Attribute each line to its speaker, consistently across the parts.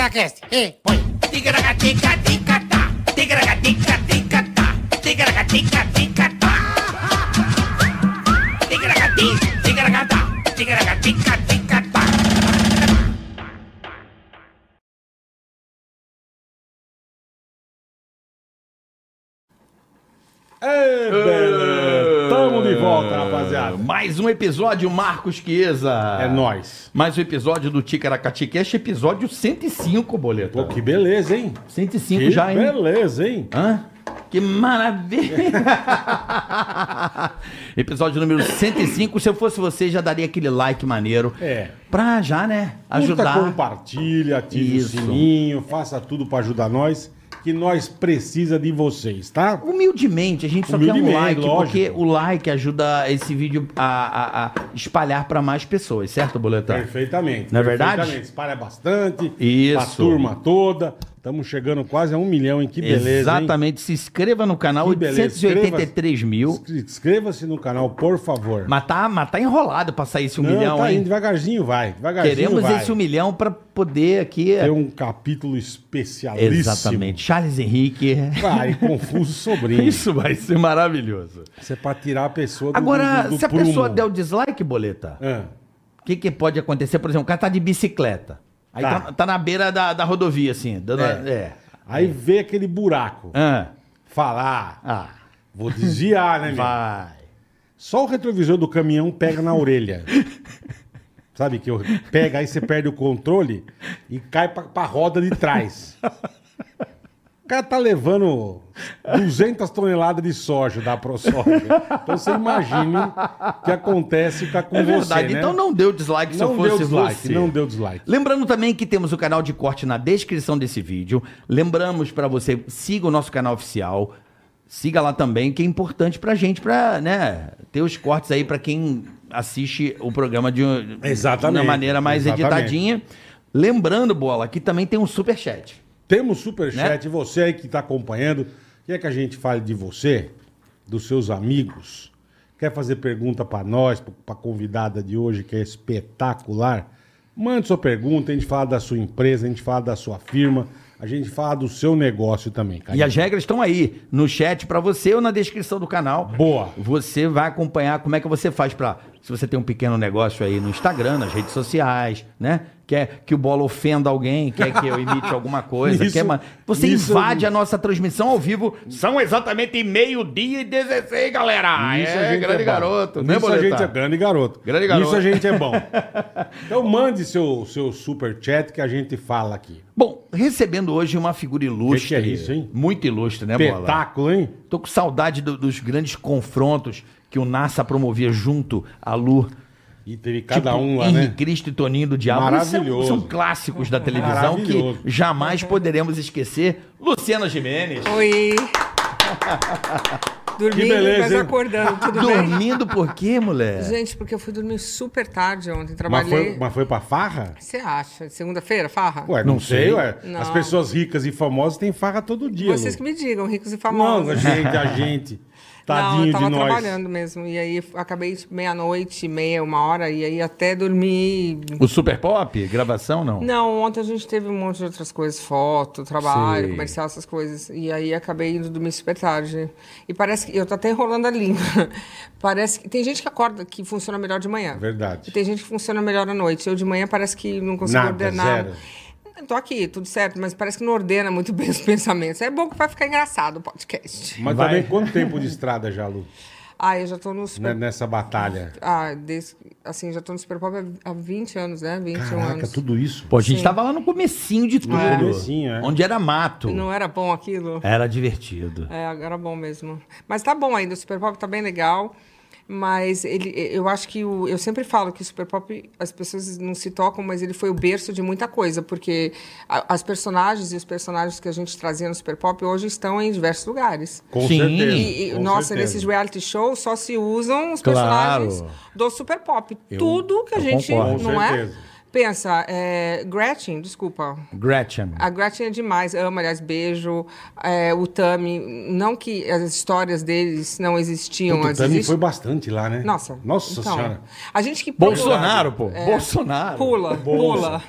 Speaker 1: Terracast. E põe.
Speaker 2: Ei, beleza. Tamo de volta, rapaziada.
Speaker 3: Mais um episódio, Marcos Chiesa.
Speaker 2: É nóis.
Speaker 3: Mais um episódio do Ticaracati Cash, episódio 105, boleto.
Speaker 2: Pô, que beleza, hein?
Speaker 3: 105
Speaker 2: Que
Speaker 3: já, hein?
Speaker 2: beleza, hein?
Speaker 3: Hã? Que maravilha! Episódio número 105. Se eu fosse você, já daria aquele like maneiro.
Speaker 2: É.
Speaker 3: Pra já, né?
Speaker 2: Curta,
Speaker 3: Ajudar.
Speaker 2: compartilha, ative
Speaker 3: Isso.
Speaker 2: o sininho, faça tudo pra ajudar nós, que nós precisa de vocês, tá?
Speaker 3: Humildemente, a gente só quer um
Speaker 2: Humildemente,
Speaker 3: like, porque
Speaker 2: lógico.
Speaker 3: o like ajuda esse vídeo a, a- a espalhar pra mais pessoas, certo, Boletão?
Speaker 2: Perfeitamente.
Speaker 3: Não é verdade?
Speaker 2: Perfeitamente. Espalha bastante.
Speaker 3: Isso.
Speaker 2: Pra turma toda. Estamos chegando quase a um milhão, hein? Que beleza, hein?
Speaker 3: Exatamente. Se inscreva no canal,
Speaker 2: Que beleza.
Speaker 3: 883 mil.
Speaker 2: Inscre- Inscreva-se no canal, por favor.
Speaker 3: Mas tá, mas tá enrolado pra sair esse um milhão,
Speaker 2: tá indo
Speaker 3: hein?
Speaker 2: devagarzinho, vai. Devagarzinho
Speaker 3: Queremos
Speaker 2: vai.
Speaker 3: esse um milhão pra poder aqui... é,
Speaker 2: Tem um capítulo especialíssimo.
Speaker 3: Exatamente. Charles Henrique.
Speaker 2: Vai, confuso sobrinho.
Speaker 3: Isso vai ser maravilhoso.
Speaker 2: Isso é pra tirar a pessoa do
Speaker 3: Agora,
Speaker 2: do- do
Speaker 3: se a
Speaker 2: prumo.
Speaker 3: pessoa der o dislike, boleta,
Speaker 2: Ah,
Speaker 3: o que, que pode acontecer? Por exemplo, o cara tá de bicicleta. Aí tá,
Speaker 2: Tá.
Speaker 3: tá na beira da, da rodovia, assim. Dando,
Speaker 2: É.
Speaker 3: é.
Speaker 2: Aí vê aquele buraco.
Speaker 3: Ah,
Speaker 2: Falar.
Speaker 3: ah,
Speaker 2: Vou desviar, né, meu?
Speaker 3: vai.
Speaker 2: Só o retrovisor do caminhão pega na orelha. Sabe que eu- pega, aí você perde o controle e cai pra, pra roda de trás. O cara tá levando 200 toneladas de soja da ProSoja. Então você imagine o que acontece com, a- com
Speaker 3: É
Speaker 2: você,
Speaker 3: verdade.
Speaker 2: né?
Speaker 3: Então não deu dislike se eu
Speaker 2: Não deu
Speaker 3: fosse
Speaker 2: dislike,
Speaker 3: você.
Speaker 2: não deu dislike.
Speaker 3: Lembrando também que temos o canal de corte na descrição desse vídeo. Lembramos pra você, siga o nosso canal oficial. Siga lá também, que é importante pra gente, pra né, ter os cortes aí pra quem assiste o programa de, um- de
Speaker 2: Exatamente,
Speaker 3: uma maneira mais
Speaker 2: exatamente.
Speaker 3: editadinha. Lembrando, Bola, que também tem um superchat.
Speaker 2: Temos superchat,
Speaker 3: Né?
Speaker 2: você aí que está acompanhando, quer que a gente fale de você, dos seus amigos, quer fazer pergunta para nós, para a convidada de hoje que é espetacular, mande sua pergunta, a gente fala da sua empresa, a gente fala da sua firma, a gente fala do seu negócio também, cara.
Speaker 3: E as regras estão aí no chat pra você ou na descrição do canal.
Speaker 2: Boa.
Speaker 3: Você vai acompanhar como é que você faz pra. se você tem um pequeno negócio aí no Instagram, nas redes sociais, né? Quer que o Bola ofenda alguém, quer que eu imite alguma coisa,
Speaker 2: Nisso-
Speaker 3: quer ma- você
Speaker 2: nisso-
Speaker 3: invade a nossa transmissão ao vivo. São exatamente meio-dia e 16, galera.
Speaker 2: Nisso
Speaker 3: é, grande
Speaker 2: bom.
Speaker 3: garoto, né,
Speaker 2: Nisso a gente é
Speaker 3: Boletar?
Speaker 2: grande garoto.
Speaker 3: Grande garoto.
Speaker 2: Isso a gente é bom. então mande seu, seu super chat que a gente fala aqui.
Speaker 3: Bom, recebendo hoje uma figura ilustre.
Speaker 2: Que que é isso, hein?
Speaker 3: Muito ilustre, né, Bola?
Speaker 2: Espetáculo, hein?
Speaker 3: Tô com saudade do- dos grandes confrontos que o NASA promovia junto à Lu.
Speaker 2: E teve cada
Speaker 3: Tipo,
Speaker 2: um lá,
Speaker 3: Henri
Speaker 2: né?
Speaker 3: Cristo e Toninho do Diabo. Isso é um- São,
Speaker 2: Maravilhoso.
Speaker 3: são clássicos da televisão que
Speaker 2: Maravilhoso.
Speaker 3: jamais poderemos esquecer. Luciana Jimenez.
Speaker 4: Oi. Dormindo,
Speaker 2: Que beleza,
Speaker 4: mas
Speaker 2: hein?
Speaker 4: acordando, tudo bem?
Speaker 3: Dormindo por quê, mulher?
Speaker 4: Gente, porque eu fui dormir super tarde ontem,
Speaker 2: Mas
Speaker 4: trabalhei.
Speaker 2: foi, mas foi pra farra?
Speaker 4: Você acha? Segunda-feira, farra?
Speaker 2: Ué, não,
Speaker 3: Não
Speaker 2: sei,
Speaker 3: sei.
Speaker 2: ué.
Speaker 4: Não.
Speaker 2: As pessoas ricas e famosas têm farra todo dia.
Speaker 4: Vocês
Speaker 2: Lu.
Speaker 4: que me digam, ricos e
Speaker 2: Não, a
Speaker 4: famosos.
Speaker 2: gente, a gente.
Speaker 4: Não, eu
Speaker 2: Tadinho
Speaker 4: tava
Speaker 2: de nós.
Speaker 4: trabalhando mesmo. E aí f- acabei tipo, meia-noite, meia, uma hora, e aí até dormi.
Speaker 3: O Super Pop? Gravação, não?
Speaker 4: Não, ontem a gente teve um monte de outras coisas, foto, trabalho,
Speaker 3: Sei.
Speaker 4: comercial, essas coisas. E aí acabei indo dormir super tarde. E parece que. Eu tô até enrolando a língua. Parece que. Tem gente que acorda que funciona melhor de manhã. E
Speaker 2: Verdade.
Speaker 4: tem gente que funciona melhor à noite. Eu de manhã parece que não consigo
Speaker 2: Nada,
Speaker 4: ordenar.
Speaker 2: zero.
Speaker 4: Tô aqui, tudo certo, mas parece que não ordena muito bem os pensamentos. É bom que vai ficar engraçado o podcast.
Speaker 2: Mas
Speaker 3: Vai.
Speaker 2: também, quanto tempo de estrada já, Lu?
Speaker 4: Ah, eu já tô no
Speaker 2: né,
Speaker 4: Super...
Speaker 2: Nessa batalha.
Speaker 4: Ah, desde, assim, já tô no Super Pop há há 20 anos, né? 21
Speaker 2: Caraca,
Speaker 4: anos.
Speaker 2: tudo isso.
Speaker 3: Pô, a gente tava lá no comecinho de tudo.
Speaker 2: comecinho, é.
Speaker 3: Onde era mato.
Speaker 4: Não era bom aquilo?
Speaker 3: Era divertido.
Speaker 4: É, era bom mesmo. Mas tá bom ainda, o Super Pop tá bem legal. Mas ele, eu acho que o, eu sempre falo que o Super Pop, as pessoas não se tocam, mas ele foi o berço de muita coisa, porque a- as personagens e os personagens que a gente trazia no Super Pop hoje estão em diversos lugares.
Speaker 2: Com
Speaker 3: Sim.
Speaker 2: certeza.
Speaker 4: E, e,
Speaker 2: com
Speaker 4: nossa,
Speaker 2: certeza.
Speaker 4: nesses reality shows só se usam os
Speaker 3: Claro.
Speaker 4: personagens do Super Pop. Tudo que a
Speaker 3: eu
Speaker 4: gente
Speaker 3: concordo.
Speaker 4: não
Speaker 2: Com
Speaker 4: é.
Speaker 2: certeza.
Speaker 4: Pensa, é, Gretchen, desculpa.
Speaker 3: Gretchen.
Speaker 4: A Gretchen é demais, amo, aliás, beijo. É, o Tami, não que as histórias deles não existiam.
Speaker 2: Puta, o
Speaker 4: as
Speaker 2: Tami
Speaker 4: existe-
Speaker 2: foi bastante lá, né?
Speaker 4: Nossa.
Speaker 2: Nossa
Speaker 4: então,
Speaker 2: senhora.
Speaker 4: A gente que pula-
Speaker 3: Bolsonaro, pô. Bolsonaro.
Speaker 4: É. Pula, pula,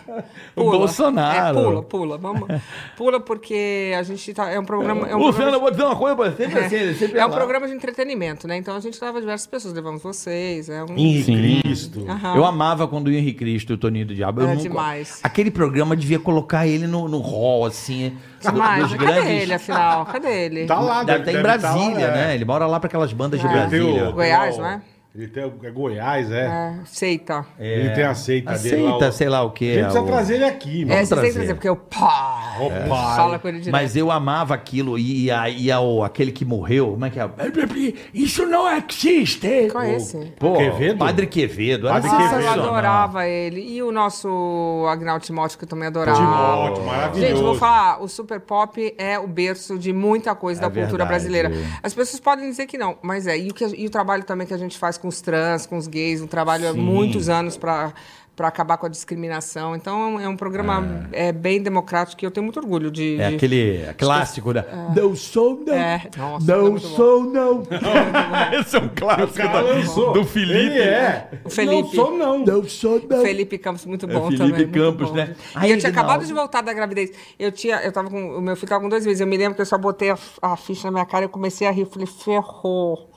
Speaker 3: O
Speaker 4: pula.
Speaker 3: Bolsonaro.
Speaker 4: É, pula, pula, vamos. Pula porque a gente tá. É um programa. É um
Speaker 3: Luciano, eu
Speaker 4: programa
Speaker 3: vou dizer uma coisa pra você. Sempre assim, ele
Speaker 4: de,
Speaker 3: sempre
Speaker 4: é um
Speaker 3: lá.
Speaker 4: programa de entretenimento, né? Então a gente leva diversas pessoas, levamos vocês. É um.
Speaker 2: Henrique
Speaker 3: Sim.
Speaker 2: Cristo.
Speaker 4: Aham.
Speaker 3: Eu amava quando o Henrique Cristo e o Toninho do Diabo. Eu
Speaker 4: Ah. Era
Speaker 3: nunca-
Speaker 4: demais.
Speaker 3: Aquele programa devia colocar ele no, no hall, assim. do-
Speaker 4: Mas,
Speaker 3: dos
Speaker 4: cadê ele, afinal? Cadê ele?
Speaker 2: Tá lá,
Speaker 3: Deve estar em Brasília,
Speaker 2: tá lá,
Speaker 3: né?
Speaker 2: é.
Speaker 3: Ele mora lá pra aquelas bandas de
Speaker 4: Ah.
Speaker 2: Ele tem o-
Speaker 3: Brasília.
Speaker 2: tem
Speaker 4: Goiás,
Speaker 2: o-
Speaker 4: não é?
Speaker 2: Ele tem o é Goiás, é.
Speaker 4: É, aceita.
Speaker 2: Ele tem a seita dele. lá,
Speaker 3: Aceita,
Speaker 2: o-
Speaker 3: sei lá o quê.
Speaker 2: A gente precisa
Speaker 3: é o-
Speaker 2: trazer ele aqui, mano.
Speaker 4: É, vocês têm que
Speaker 3: trazer.
Speaker 4: trazer, porque eu pá,
Speaker 2: Ó, pai.
Speaker 4: fala com ele direto.
Speaker 3: Mas eu amava aquilo e, a, e a, o, aquele que morreu, como é que é? Isso não existe!
Speaker 4: Qual é esse?
Speaker 3: Pô,
Speaker 2: Quevedo?
Speaker 3: Padre Quevedo. era
Speaker 2: Padre
Speaker 4: Nossa, eu
Speaker 2: Quevedo.
Speaker 3: sensacional.
Speaker 4: adorava ele. E o nosso Agnaldo Timóteo, que eu também adorava.
Speaker 2: Timóteo, maravilhoso.
Speaker 4: Ah, Gente, vou falar, o super pop é o berço de muita coisa da cultura
Speaker 3: É verdade.
Speaker 4: brasileira. As pessoas podem dizer que não, mas é. E o, que a- e o trabalho também que a gente faz com os trans, com os gays, um trabalho há
Speaker 3: Sim.
Speaker 4: muitos anos para para acabar com a discriminação. Então é um- é um programa é. bem democrático e eu tenho muito orgulho de.
Speaker 3: É
Speaker 4: de-
Speaker 3: aquele clássico, né? Não sou não.
Speaker 4: É, nossa, é
Speaker 3: não
Speaker 4: muito bom.
Speaker 3: sou não. Esse é um clássico
Speaker 2: O cara lançou.
Speaker 3: da, do Felipe.
Speaker 2: Ele é.
Speaker 4: O Felipe.
Speaker 2: Não sou, não.
Speaker 3: Não sou não.
Speaker 4: Felipe Campos, muito bom
Speaker 3: É Felipe
Speaker 4: também. muito
Speaker 3: Campos,
Speaker 4: bom.
Speaker 3: né?
Speaker 4: E
Speaker 3: Aí,
Speaker 4: eu tinha
Speaker 3: Reginaldo.
Speaker 4: acabado de voltar da gravidez. Eu tinha, eu tava com, o meu filho tava com dois meses. Eu me lembro que eu só botei a, a ficha na minha cara e eu comecei a rir. Eu Falei, ferrou.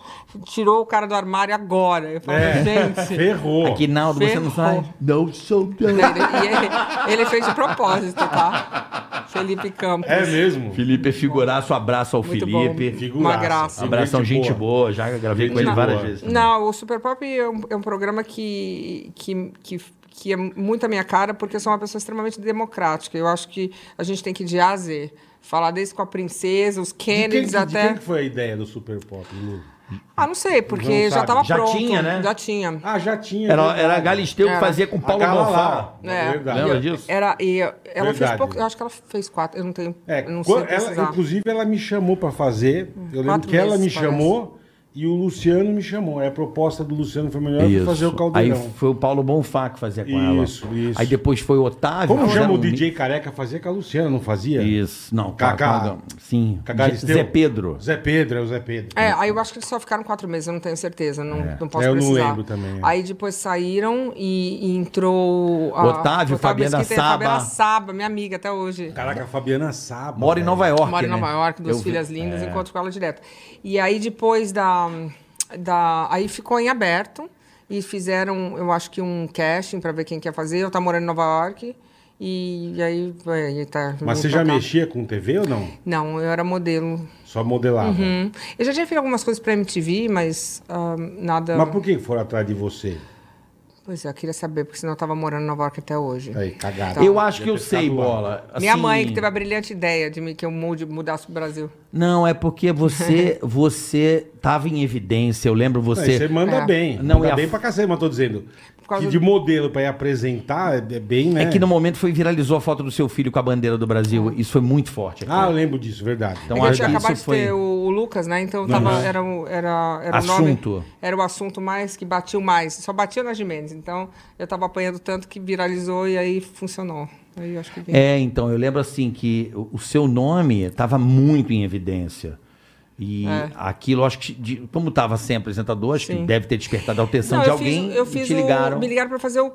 Speaker 4: Tirou o cara do armário agora. Eu falei,
Speaker 2: É.
Speaker 4: gente.
Speaker 2: Ferrou.
Speaker 3: Aqui, Naldo, você não
Speaker 4: Ferrou.
Speaker 3: sabe? Não sou
Speaker 4: Ele,
Speaker 3: não.
Speaker 4: e ele, ele fez de propósito, tá? Felipe Campos.
Speaker 2: É mesmo.
Speaker 3: Felipe é figuraço, abraço ao
Speaker 4: Muito bom.
Speaker 3: Felipe.
Speaker 2: Figuraça.
Speaker 4: Uma graça.
Speaker 3: Abração, gente boa. Já gravei com
Speaker 2: Gente
Speaker 3: ele várias
Speaker 2: boa.
Speaker 3: vezes.
Speaker 4: Não, o Super Pop é um, é um programa que, que, que, que é muito a minha cara, porque eu sou uma pessoa extremamente democrática. Eu acho que a gente tem que ir de A a Z. Falar desde com a princesa, os
Speaker 2: De quem, que-
Speaker 4: Kennedys
Speaker 2: de
Speaker 4: até.
Speaker 2: quem que foi a ideia do Super Pop, Lu?
Speaker 4: Ah, não sei, porque
Speaker 2: Não
Speaker 4: já
Speaker 2: sabe.
Speaker 4: estava
Speaker 3: Já
Speaker 4: pronto.
Speaker 3: tinha, né?
Speaker 4: Já tinha.
Speaker 2: Ah, já tinha.
Speaker 3: Era,
Speaker 2: verdade.
Speaker 3: era Galisteu que
Speaker 4: Era.
Speaker 3: fazia com
Speaker 2: A
Speaker 3: Paulo
Speaker 2: Gala
Speaker 3: Bonfá.
Speaker 2: lá.
Speaker 4: É.
Speaker 2: Ah, Verdade.
Speaker 3: Lembra disso?
Speaker 4: Era, e eu- ela fez
Speaker 2: Verdade.
Speaker 4: pouco. Eu acho que ela fez quatro. Eu não tenho.
Speaker 2: É,
Speaker 4: eu não sei
Speaker 2: quan- ela,
Speaker 4: precisar.
Speaker 2: inclusive, ela me chamou pra fazer. Eu lembro
Speaker 4: Quatro
Speaker 2: que ela me
Speaker 4: meses, parece.
Speaker 2: chamou e o Luciano me chamou. É, A proposta do Luciano foi melhor que fazer o
Speaker 3: Aí
Speaker 2: caldeirão.
Speaker 3: foi o Paulo Bonfá que fazia com
Speaker 2: Isso,
Speaker 3: ela.
Speaker 2: isso.
Speaker 3: Aí depois foi o Otávio.
Speaker 2: Como
Speaker 3: que
Speaker 2: chama
Speaker 3: era
Speaker 2: o
Speaker 3: um-
Speaker 2: DJ careca? Fazia com a Luciana, não fazia?
Speaker 3: Isso. Não,
Speaker 2: Cacá.
Speaker 3: Cacá. Sim.
Speaker 2: Cacá
Speaker 3: Je-
Speaker 2: Galisteu?
Speaker 3: Zé Pedro.
Speaker 2: Zé Pedro, é o Zé Pedro.
Speaker 4: É, aí eu acho que eles só ficaram quatro meses, eu não tenho certeza, não, não posso
Speaker 2: É, eu não
Speaker 4: precisar.
Speaker 2: lembro também, é.
Speaker 4: Aí depois saíram e, e entrou a,
Speaker 3: Otávio, Fabiana
Speaker 4: Mesquita e a
Speaker 3: Saba.
Speaker 4: Fabiana Saba, minha amiga até hoje.
Speaker 2: Caraca, a Fabiana Saba.
Speaker 3: Mora em
Speaker 2: velho.
Speaker 3: Nova York.
Speaker 4: Mora em
Speaker 3: né?
Speaker 4: Nova York, duas
Speaker 3: Eu vi-
Speaker 4: filhas lindas,
Speaker 2: É.
Speaker 4: encontro com ela direto. E aí depois da, da. Aí ficou em aberto e fizeram, eu acho que um casting pra ver quem quer fazer. Eu tá morando em Nova York. E, aí. é, e tá,
Speaker 2: Mas
Speaker 4: vim
Speaker 2: você
Speaker 4: pra
Speaker 2: já
Speaker 4: cá.
Speaker 2: mexia com TV ou não?
Speaker 4: Não, eu era modelo.
Speaker 2: Só modelava.
Speaker 4: Hum. Eu já tinha feito algumas coisas pra MTV, mas ah, nada.
Speaker 2: Mas por que foram atrás de você?
Speaker 4: Pois é, eu quera saber, porque senão eu tava morando em Nova York até hoje.
Speaker 2: Aí, cagada.
Speaker 3: Eu acho que eu
Speaker 2: Devia ter
Speaker 3: sei,
Speaker 2: ficado lá. né?
Speaker 3: bola.
Speaker 4: Minha
Speaker 3: Assim,
Speaker 4: mãe que teve a brilhante ideia de me- que eu mude, mudasse pro Brasil.
Speaker 3: Não, é porque você você tava em evidência. Eu lembro
Speaker 2: Não, e
Speaker 3: você.
Speaker 2: Você manda
Speaker 4: É.
Speaker 2: bem.
Speaker 3: Não,
Speaker 2: manda
Speaker 3: e a-
Speaker 2: bem pra cacete, mas tô dizendo.
Speaker 4: causa
Speaker 2: Que de modelo pra ir apresentar é é bem, né?
Speaker 3: É que no momento foi viralizou a foto do seu filho com a bandeira do
Speaker 4: Ah.
Speaker 3: Brasil. Isso foi muito forte. aqui.
Speaker 2: Ah, eu lembro disso, verdade.
Speaker 3: Então,
Speaker 4: É que eu
Speaker 3: acho
Speaker 4: tinha
Speaker 3: que
Speaker 4: acabado
Speaker 3: isso
Speaker 4: de
Speaker 3: foi-
Speaker 4: ter o, o Lucas, né? Então tava, era, o- era, era o
Speaker 3: Assunto.
Speaker 4: nome. Era o assunto mais que batiu mais. Só batia na Jimenez. Então eu tava apanhando tanto que viralizou e aí funcionou. Aí eu acho que vem.
Speaker 3: É, então, eu lembro assim que o o seu nome estava muito em evidência. E aquilo, acho que, de- como estava sem apresentador, acho que
Speaker 4: É. Sim.
Speaker 3: deve ter despertado a atenção
Speaker 4: Não,
Speaker 3: de
Speaker 4: eu
Speaker 3: alguém
Speaker 4: fiz, eu fiz
Speaker 3: e te ligaram.
Speaker 4: O, me ligaram para fazer o,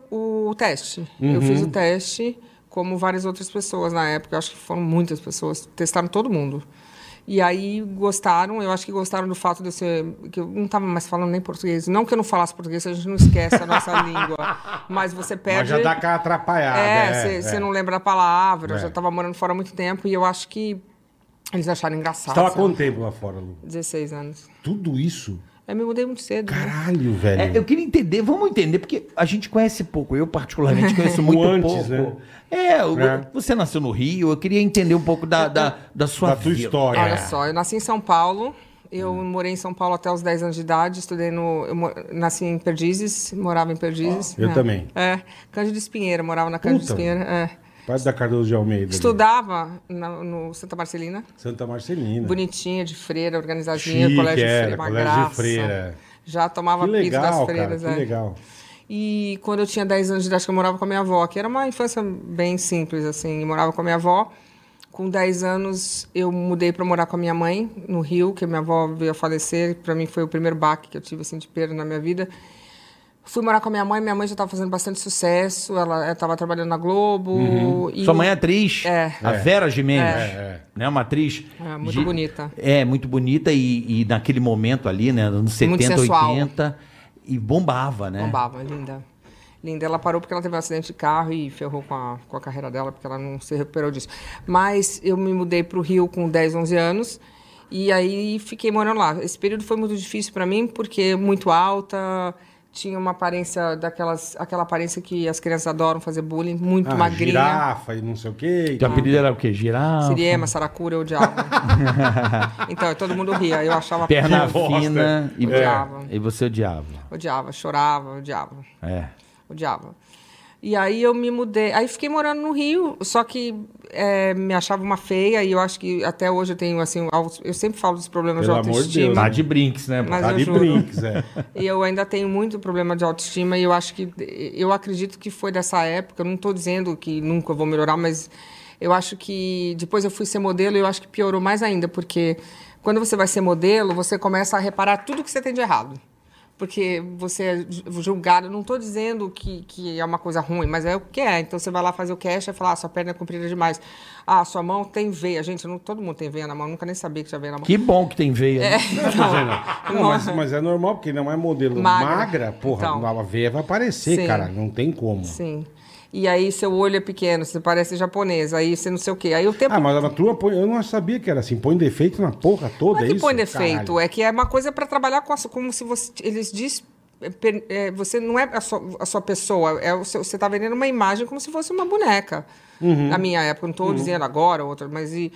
Speaker 4: o teste. Eu fiz o teste, como várias outras pessoas na época. Eu acho que foram muitas pessoas. Testaram todo mundo. E aí gostaram, eu acho que gostaram do fato de eu ser. que eu não estava mais falando nem português. Não que eu não falasse português, a gente não esquece a nossa língua. Mas você
Speaker 2: Mas
Speaker 4: perde.
Speaker 2: já tá dá aquela atrapalhada.
Speaker 4: É, você não lembra a palavra,
Speaker 2: É.
Speaker 4: eu já tava morando fora há muito tempo e eu acho que eles acharam engraçado.
Speaker 2: Você tava
Speaker 4: sabe?
Speaker 2: quanto tempo lá fora, Lu?
Speaker 4: 16 anos. É,
Speaker 2: Tudo isso?
Speaker 4: Eu me mudei muito cedo. né?
Speaker 2: Caralho, velho.
Speaker 3: É, eu queria entender, vamos entender, porque a gente conhece pouco, eu particularmente conheço muito
Speaker 2: antes,
Speaker 3: pouco.
Speaker 2: né?
Speaker 3: É, o-
Speaker 2: É.
Speaker 3: você nasceu no Rio, eu queria entender um pouco da, da, da sua
Speaker 2: Da tua
Speaker 3: vida.
Speaker 2: história.
Speaker 4: Olha só, eu nasci em São Paulo. Eu morei em São Paulo até os 10 anos de idade, estudei no. Eu mo- nasci em Perdizes, morava em Perdizes.
Speaker 2: Eu
Speaker 4: né?
Speaker 2: também.
Speaker 4: É. Cândido Espinheira, morava na Cândido
Speaker 2: Puta.
Speaker 4: Espinheira. É.
Speaker 2: Pai da Cardoso de Almeida. ali.
Speaker 4: Estudava na- no Santa Marcelina.
Speaker 2: Santa Marcelina.
Speaker 4: Bonitinha, de freira, organizadinha,
Speaker 2: Chique,
Speaker 4: colégio de
Speaker 2: era,
Speaker 4: freira, uma
Speaker 2: colégio de
Speaker 4: graça.
Speaker 2: freira.
Speaker 4: Já
Speaker 2: Que
Speaker 4: tomava piso das
Speaker 2: legal, cara.
Speaker 4: freiras.
Speaker 2: Que
Speaker 4: é.
Speaker 2: legal.
Speaker 4: E quando eu tinha 10 anos de idade, que eu morava com a minha avó, que era uma infância bem simples, assim, eu morava com a minha avó. Com 10 anos, eu mudei para morar com a minha mãe, no Rio, que a minha avó veio a falecer. Para mim, foi o primeiro baque que eu tive assim, de perda na minha vida. Fui morar com a minha mãe, minha mãe já estava fazendo bastante sucesso, ela estava trabalhando na Globo. e-
Speaker 3: Sua mãe é atriz,
Speaker 4: É.
Speaker 3: a Vera Gimenez,
Speaker 2: É,
Speaker 3: né? Uma atriz.
Speaker 4: É, muito
Speaker 3: de-
Speaker 4: bonita.
Speaker 3: É, muito bonita e, e naquele momento ali, né? Anos 70,
Speaker 4: sensual.
Speaker 3: 80. E bombava, né?
Speaker 4: Bombava, linda. Linda. Ela parou porque ela teve um acidente de carro e ferrou com a, com a carreira dela, porque ela não se recuperou disso. Mas eu me mudei para o Rio com 10, 11 anos. E aí fiquei morando lá. Esse período foi muito difícil para mim, porque muito alta, tinha uma aparência daquelas, aquela aparência que as crianças adoram fazer bullying, muito
Speaker 2: Ah,
Speaker 4: magrinha.
Speaker 2: Girafa e não sei o quê.
Speaker 3: Teu apelido era o quê? Giral?
Speaker 4: Siriema, Saracura, eu odiava. então, todo mundo ria. Eu achava
Speaker 3: Perna
Speaker 2: Que bosta. É.
Speaker 3: fina e,
Speaker 4: Odiava.
Speaker 3: e você odiava.
Speaker 4: Odiava, chorava, odiava.
Speaker 3: É.
Speaker 4: odiava. E aí eu me mudei, aí fiquei morando no Rio, só que eh, me achava uma feia e eu acho que até hoje eu tenho assim, altos- eu sempre falo dos problemas
Speaker 2: Pelo
Speaker 4: de
Speaker 2: amor de
Speaker 4: autoestima.
Speaker 2: Deus,
Speaker 3: Tá de brinks, né?
Speaker 4: Mas
Speaker 2: Tá
Speaker 4: eu
Speaker 2: de
Speaker 4: juro.
Speaker 2: brinks, é.
Speaker 4: E eu ainda tenho muito problema de autoestima e eu acho que eu acredito que foi dessa época. Eu não estou dizendo que nunca vou melhorar, mas eu acho que depois eu fui ser modelo e eu acho que piorou mais ainda, porque quando você vai ser modelo, você começa a reparar tudo que você tem de errado. Porque você é ju- julgado, eu não estou dizendo que, que é uma coisa ruim, mas é o que é. Então você vai lá fazer o cash e fala, ah, sua perna é comprida demais. Ah, sua mão tem veia. Gente, não, todo mundo tem veia na mão, eu nunca nem sabia que tinha veia na mão.
Speaker 3: Que bom que tem veia.
Speaker 4: É.
Speaker 3: né?
Speaker 2: Não, mas, mas é normal, porque não é modelo magra,
Speaker 4: Magra.
Speaker 2: porra,
Speaker 4: Então.
Speaker 2: a veia vai aparecer,
Speaker 4: Sim.
Speaker 2: cara. Não tem como.
Speaker 4: Sim. E aí seu olho é pequeno, você parece japonês, aí você não sei o quê. Aí o tempo.
Speaker 2: Ah, mas a tua põe. Eu não sabia que era assim. Põe defeito na porra toda,
Speaker 4: não é
Speaker 2: é
Speaker 4: que
Speaker 2: isso?
Speaker 4: põe defeito,
Speaker 2: Caralho.
Speaker 4: é que é uma coisa para trabalhar com a, sua- como se você. Eles diz. é, per- é, você não é a sua, a sua pessoa, é o seu- você está vendendo uma imagem como se fosse uma boneca.
Speaker 2: Uhum.
Speaker 4: Na minha época, não estou dizendo agora, outra, mas e,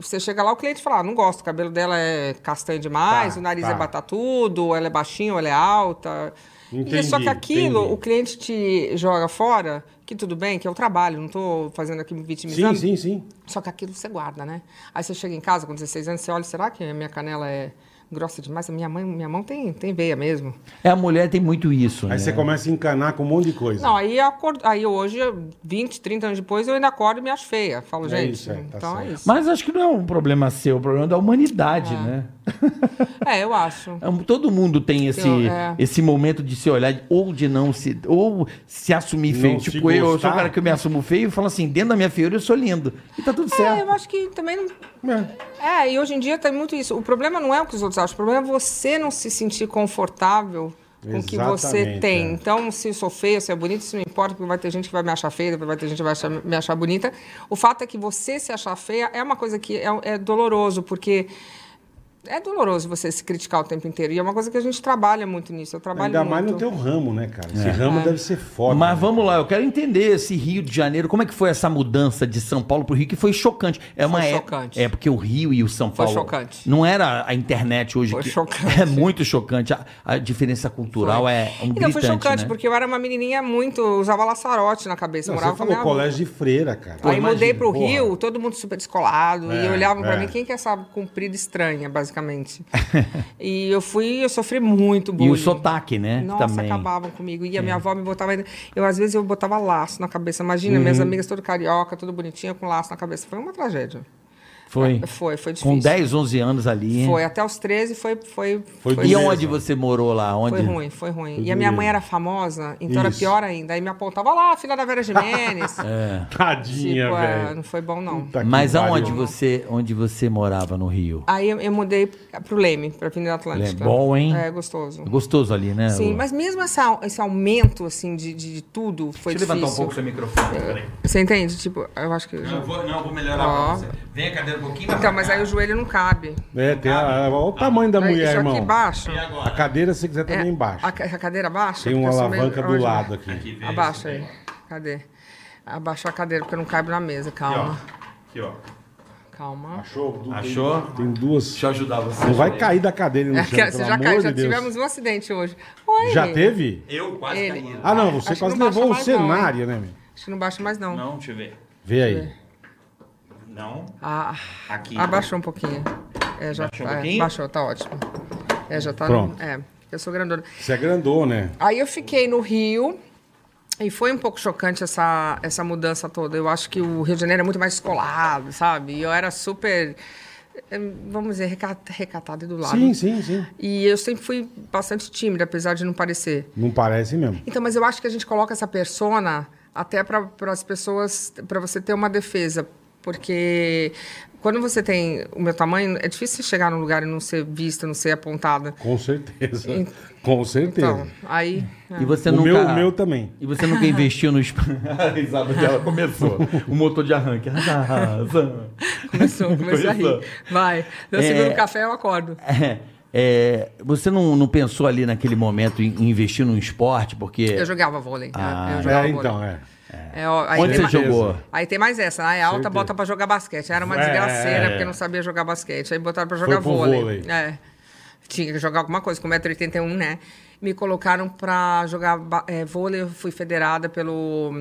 Speaker 4: você chega lá, o cliente fala: ah, não gosto, o cabelo dela é castanho demais,
Speaker 2: Tá,
Speaker 4: o nariz
Speaker 2: tá.
Speaker 4: é batatudo, ela é baixinha, ou ela é alta. e é só
Speaker 2: Entendi,
Speaker 4: que aquilo,
Speaker 2: entendi.
Speaker 4: o cliente te joga fora, que tudo bem, que é o trabalho, não estou fazendo aqui me
Speaker 2: Sim,
Speaker 4: vitimizando.
Speaker 2: sim, sim.
Speaker 4: Só que aquilo você guarda, né? Aí você chega em casa com 16 anos, você olha, será que a minha canela é grossa demais? A minha, mãe, minha mão tem, tem veia mesmo.
Speaker 3: É, a mulher tem muito isso, né?
Speaker 2: Aí você começa a encanar com um monte de coisa.
Speaker 4: Não, aí, eu acordo, aí hoje, 20, 30 anos depois, eu ainda acordo e me acho feia. Falo,
Speaker 2: É
Speaker 4: gente,
Speaker 2: isso, é, tá
Speaker 4: então
Speaker 2: certo.
Speaker 4: é isso.
Speaker 3: Mas acho que não é um problema seu, é um problema da humanidade, né?
Speaker 4: É, eu acho.
Speaker 3: É um- Todo mundo tem esse,
Speaker 4: Eu- é.
Speaker 3: esse momento de se olhar ou de não se. ou se assumir
Speaker 2: Não
Speaker 3: feio.
Speaker 2: se
Speaker 3: Tipo, eu, eu sou
Speaker 2: gostar.
Speaker 3: o cara que eu me assumo feio e falo assim, dentro da minha feiura eu sou lindo. E tá tudo
Speaker 4: É,
Speaker 3: certo.
Speaker 4: eu acho que também não,
Speaker 2: É.
Speaker 4: É, e hoje em dia tem muito isso. O problema não é o que os outros acham, o problema é você não se sentir confortável com o que você
Speaker 2: Exatamente,
Speaker 4: tem.
Speaker 2: é.
Speaker 4: Então, se eu sou feia, se é bonito, isso não importa, porque vai ter gente que vai me achar feia, depois vai ter gente que vai achar- me achar bonita. O fato é que você se achar feia é uma coisa que é, é doloroso, porque é doloroso você se criticar o tempo inteiro. E é uma coisa que a gente trabalha muito nisso. Eu trabalho
Speaker 2: Ainda mais
Speaker 4: muito. É.
Speaker 2: no teu ramo, né, cara? Esse ramo deve ser foda.
Speaker 3: É. Mas
Speaker 2: né?
Speaker 3: vamos lá, eu quero entender esse Rio de Janeiro, como é que foi essa mudança de São Paulo pro Rio, que foi chocante. É uma é-
Speaker 4: chocante.
Speaker 3: É, porque o Rio e o São
Speaker 4: Foi
Speaker 3: Paulo.
Speaker 4: chocante.
Speaker 3: Não era a internet hoje.
Speaker 4: Foi
Speaker 3: que-
Speaker 4: chocante.
Speaker 3: É muito chocante. A, a diferença cultural
Speaker 4: Foi.
Speaker 3: é um
Speaker 4: E
Speaker 3: gritante,
Speaker 4: não, foi chocante,
Speaker 3: né?
Speaker 4: porque Então, eu era uma menininha muito. Usava laçarote na cabeça,
Speaker 2: Não,
Speaker 4: morava
Speaker 2: você
Speaker 4: com a
Speaker 2: falou
Speaker 4: minha avó.
Speaker 2: colégio de freira, cara.
Speaker 4: aí
Speaker 2: Imagina,
Speaker 4: mudei pro
Speaker 2: porra.
Speaker 4: Rio, todo mundo super descolado.
Speaker 2: É,
Speaker 4: e olhavam pra
Speaker 2: é.
Speaker 4: mim, quem que é essa comprida estranha, basicamente? e eu fui, eu sofri muito
Speaker 3: E
Speaker 4: bullying.
Speaker 3: o sotaque, né?
Speaker 4: Nossa,
Speaker 3: também. É.
Speaker 4: acabavam comigo. E a minha avó me botava... ainda- Eu, às vezes, eu botava laço na cabeça. Imagina,
Speaker 3: Uhum.
Speaker 4: minhas amigas todas carioca, tudo bonitinha, com laço na cabeça. Foi uma tragédia.
Speaker 3: Foi.
Speaker 4: É, Foi, foi difícil.
Speaker 3: Com 10, 11 anos ali. hein?
Speaker 4: Foi, até os 13 foi... Foi,
Speaker 2: Foi
Speaker 3: E
Speaker 2: Beleza.
Speaker 3: onde você morou lá? Onde?
Speaker 4: Foi ruim, foi ruim. E a minha mãe era famosa, então era
Speaker 2: Isso.
Speaker 4: pior ainda. Aí me apontava, olha lá, a filha da Vera Jimenez.
Speaker 3: É.
Speaker 2: Tadinha,
Speaker 4: Tipo, é,
Speaker 2: velho.
Speaker 4: não foi bom, não.
Speaker 2: Puta que
Speaker 3: Mas aonde
Speaker 2: pariu.
Speaker 3: você, onde você morava no Rio?
Speaker 4: Aí eu, eu mudei pro Leme, pra Avenida Atlântica.
Speaker 3: É bom, hein?
Speaker 4: É, gostoso.
Speaker 3: Gostoso ali, né?
Speaker 4: Sim,
Speaker 3: Lu?
Speaker 4: mas mesmo essa, esse aumento, assim, de, de, de tudo, foi
Speaker 3: Deixa eu levantar um
Speaker 4: difícil. É.
Speaker 3: pouco seu microfone. peraí.
Speaker 4: Você entende? Tipo, eu acho que...
Speaker 3: Não, eu vou, não, eu vou melhorar
Speaker 4: Ó.
Speaker 3: pra você. Vem a cadeira um pouquinho.
Speaker 4: Então, mas aí o joelho não cabe.
Speaker 2: É, tem a- olha o tamanho da
Speaker 4: Aí,
Speaker 2: mulher,
Speaker 4: Ah, Isso aqui
Speaker 2: irmão.
Speaker 4: embaixo.
Speaker 3: E
Speaker 2: A
Speaker 3: agora?
Speaker 2: cadeira, se quiser, tá também embaixo.
Speaker 4: A, ca- a cadeira baixa?
Speaker 2: Tem uma
Speaker 4: Porque eu sou meio-
Speaker 2: alavanca do
Speaker 4: Olha,
Speaker 2: lado aqui.
Speaker 3: veja,
Speaker 4: Abaixa
Speaker 3: isso
Speaker 4: aí. Cadê? Abaixa a cadeira, porque eu não caibo na mesa. Calma,
Speaker 3: Aqui, ó.
Speaker 4: calma.
Speaker 2: Achou? Du-
Speaker 3: Achou?
Speaker 2: Tem duas.
Speaker 3: Deixa eu ajudar você.
Speaker 2: Não vai cair da cadeira tá no
Speaker 4: É,
Speaker 2: chão,
Speaker 4: que, você
Speaker 2: pelo
Speaker 4: já
Speaker 2: amor
Speaker 4: caiu,
Speaker 2: de
Speaker 4: já
Speaker 2: Deus.
Speaker 4: tivemos um acidente hoje. Oi!
Speaker 2: Já teve?
Speaker 3: Eu quase
Speaker 4: Ele.
Speaker 3: caí.
Speaker 2: Ah, não, você
Speaker 4: Acho que
Speaker 2: quase
Speaker 4: não baixa
Speaker 2: levou o
Speaker 4: mais não, hein?
Speaker 2: cenário, né, meu?
Speaker 4: Acho que não baixa mais, não.
Speaker 3: Não, deixa eu ver.
Speaker 2: Vê aí.
Speaker 3: Não.
Speaker 4: Ah,
Speaker 3: Aqui.
Speaker 4: abaixou um pouquinho. É, já
Speaker 3: Abaixou um
Speaker 4: é,
Speaker 3: pouquinho?
Speaker 4: Baixou, tá ótimo. É, já tá.
Speaker 2: Pronto.
Speaker 4: é. Eu porque eu sou grandona.
Speaker 2: Você agrandou, né?
Speaker 4: Aí eu fiquei no Rio e foi um pouco chocante essa, essa mudança toda. Eu acho que o Rio de Janeiro é muito mais descolado, sabe? E eu era super, eh, vamos dizer, recata- recatada e do lado.
Speaker 2: Sim, sim, sim.
Speaker 4: E eu sempre fui bastante tímida, apesar de não parecer.
Speaker 2: Não parece mesmo.
Speaker 4: Então, mas eu acho que a gente coloca essa persona até para as pessoas, para você ter uma defesa. Porque quando você tem o meu tamanho, é difícil você chegar num lugar e não ser vista, não ser apontada.
Speaker 2: Com certeza. Com certeza.
Speaker 4: Então, aí.
Speaker 3: E você
Speaker 2: o
Speaker 3: nunca...
Speaker 2: meu, o meu também.
Speaker 3: E você nunca investiu no... espa- a risada dela começou. O motor de arranque. Arrasa.
Speaker 4: Começou, começou a rir. Vai. Eu
Speaker 3: É.
Speaker 4: seguro o café, eu acordo.
Speaker 3: É, é, você não, não pensou ali naquele momento em em investir num esporte? Porque...
Speaker 4: Eu jogava vôlei.
Speaker 3: Ah.
Speaker 4: eu jogava
Speaker 2: É, então, é.
Speaker 4: vôlei. É, ó, aí
Speaker 3: Onde
Speaker 4: tem
Speaker 3: você
Speaker 4: ma-
Speaker 3: jogou?
Speaker 4: Aí tem mais essa, né? É alta, bota pra jogar basquete. Era uma
Speaker 2: É,
Speaker 4: desgraceira,
Speaker 2: é, é.
Speaker 4: porque não sabia jogar basquete. Aí botaram pra
Speaker 2: Foi
Speaker 4: jogar
Speaker 2: pro
Speaker 4: vôlei.
Speaker 2: vôlei.
Speaker 4: É. Tinha que jogar alguma coisa, com 1,81m, né? Me colocaram pra jogar ba- é, vôlei, eu fui federada pelo,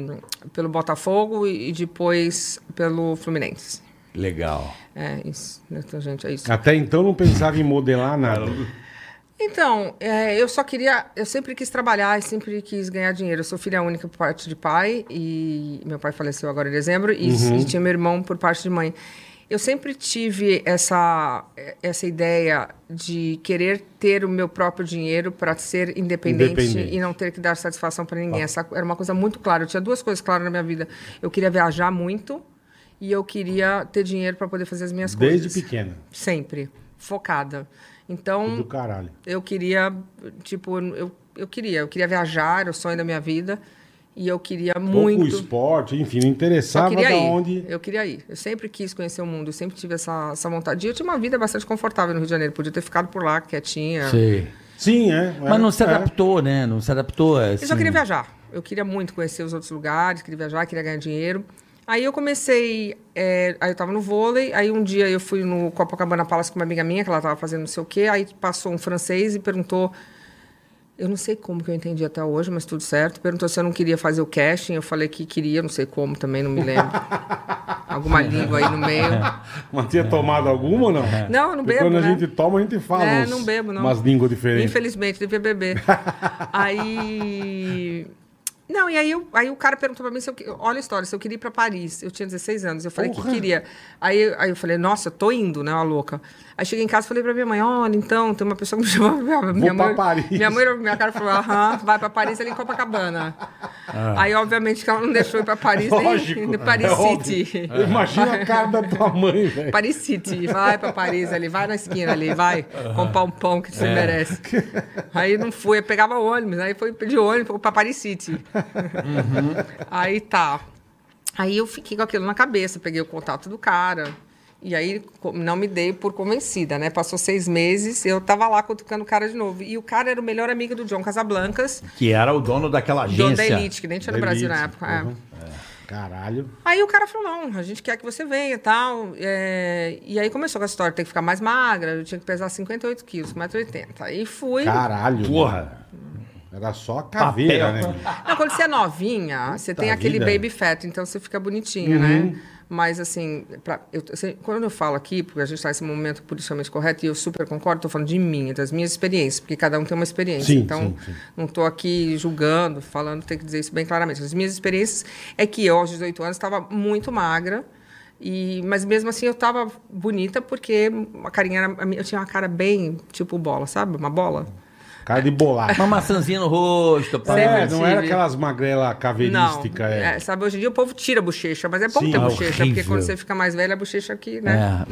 Speaker 4: pelo Botafogo e, e depois pelo Fluminense.
Speaker 3: Legal.
Speaker 4: É isso, né, então, gente, é isso.
Speaker 2: Até então não pensava em modelar nada.
Speaker 4: Então, é, eu só queria. Eu sempre quis trabalhar e sempre quis ganhar dinheiro. Eu sou filha única por parte de pai, e meu pai faleceu agora em dezembro, e,
Speaker 2: Uhum.
Speaker 4: e tinha meu irmão por parte de mãe. Eu sempre tive essa, essa ideia de querer ter o meu próprio dinheiro para ser independente,
Speaker 2: Independente. Ah.
Speaker 4: e não ter que dar satisfação para ninguém. Essa era uma coisa muito clara. Eu tinha duas coisas claras na minha vida. Eu queria viajar muito e eu queria ter dinheiro para poder fazer as minhas
Speaker 2: Desde
Speaker 4: coisas.
Speaker 2: pequena.
Speaker 4: Sempre. Focada. Então,
Speaker 2: Do caralho.
Speaker 4: eu queria, tipo, eu, eu queria, eu queria viajar, era o sonho da minha vida. E eu queria
Speaker 2: Pouco
Speaker 4: muito.
Speaker 2: esporte, enfim, não
Speaker 4: Só
Speaker 2: interessava
Speaker 4: queria
Speaker 2: da
Speaker 4: ir.
Speaker 2: onde.
Speaker 4: Eu queria ir. Eu sempre quis conhecer o mundo, eu sempre tive essa, essa vontade. E eu tinha uma vida bastante confortável no Rio de Janeiro. Podia ter ficado por lá, quietinha.
Speaker 3: Sei.
Speaker 2: Sim, é.
Speaker 3: Mas não se
Speaker 2: é.
Speaker 3: adaptou, né? Não se adaptou. Assim.
Speaker 4: Eu só queria viajar. Eu queria muito conhecer os outros lugares, queria viajar, queria ganhar dinheiro. Aí eu comecei, é, aí eu tava no vôlei, aí um dia eu fui no Copacabana Palace com uma amiga minha, que ela tava fazendo não sei o quê, aí passou um francês e perguntou, eu não sei como que eu entendi até hoje, mas tudo certo, perguntou se eu não queria fazer o casting, eu falei que queria, não sei como também, não me lembro. Alguma língua aí no meio.
Speaker 2: Mas tinha tomado alguma ou não?
Speaker 4: Não, eu não
Speaker 2: Porque
Speaker 4: bebo,
Speaker 2: Quando a
Speaker 4: né?
Speaker 2: gente toma, a gente fala
Speaker 4: É,
Speaker 2: uns-
Speaker 4: não bebo, não.
Speaker 2: umas línguas diferentes.
Speaker 4: Infelizmente, devia beber. aí. Não, e aí, eu- aí o cara perguntou pra mim se eu. que- Olha a história, se eu queria ir pra Paris. Eu tinha 16 anos. Eu falei
Speaker 2: Porra.
Speaker 4: que queria. Aí, aí eu falei, nossa, eu tô indo, né, uma louca. Aí cheguei em casa e falei pra minha mãe: olha, então, tem uma pessoa que me chamou. Minha, minha
Speaker 2: pra
Speaker 4: mãe,
Speaker 2: Paris.
Speaker 4: Minha mãe olhou pra minha cara e falou: aham, vai pra Paris ali em Copacabana. Aí, obviamente, que ela não deixou eu ir pra Paris, nem, nem Paris
Speaker 2: Ah. é óbvio.
Speaker 4: né? City.
Speaker 2: Imagina a cara da tua mãe, velho.
Speaker 4: Paris City, vai pra Paris ali, vai na esquina ali, vai comprar um pão que você merece. Aí não fui, eu pegava ônibus, aí foi de ônibus fui pra Paris City. Aí tá. Aí eu fiquei com aquilo na cabeça, peguei o contato do cara. E aí co- não me dei por convencida, né? Passou seis meses, eu tava lá cutucando o cara de novo. E o cara era o melhor amigo do John Casablancas,
Speaker 3: Que era o dono daquela agência.
Speaker 4: dono da Elite, que nem tinha no
Speaker 2: Da
Speaker 4: Brasil na
Speaker 2: elite,
Speaker 4: época. é.
Speaker 2: uhum. Caralho.
Speaker 4: Aí o cara falou, não, a gente quer que você venha e tal. é, E aí começou com a história, tem que ficar mais magra, eu tinha que pesar 58 quilos, 1,80m. Aí fui.
Speaker 2: Caralho.
Speaker 3: Porra.
Speaker 2: Era só a caveira,
Speaker 3: Papel.
Speaker 2: né?
Speaker 4: Não, quando você é novinha, você
Speaker 2: Tá
Speaker 4: tem aquele
Speaker 2: vida.
Speaker 4: baby fat, então você fica bonitinha,
Speaker 2: Uhum.
Speaker 4: né? Mas assim, pra- eu- assim, quando eu falo aqui, porque a gente está nesse momento politicamente correto, e eu super concordo, estou falando de mim, das minhas experiências, porque cada um tem uma experiência.
Speaker 2: Sim,
Speaker 4: então,
Speaker 2: sim, sim.
Speaker 4: não estou aqui julgando, falando, tem que dizer isso bem claramente. As minhas experiências é que eu, aos 18 anos, estava muito magra. E, mas mesmo assim eu estava bonita porque a carinha era, a minha- eu tinha uma cara bem tipo bola, sabe? Uma bola.
Speaker 2: Cara de bolacha.
Speaker 3: Uma maçãzinha no rosto. pá.
Speaker 4: Sempre
Speaker 2: É, não era
Speaker 4: tive.
Speaker 2: aquelas magrelas caveirísticas. É.
Speaker 4: é, sabe, hoje em dia o povo tira a bochecha, mas é bom
Speaker 2: Sim,
Speaker 4: ter
Speaker 2: é
Speaker 4: bochecha, porque
Speaker 3: horrível.
Speaker 4: quando você fica mais velha, a bochecha aqui, né?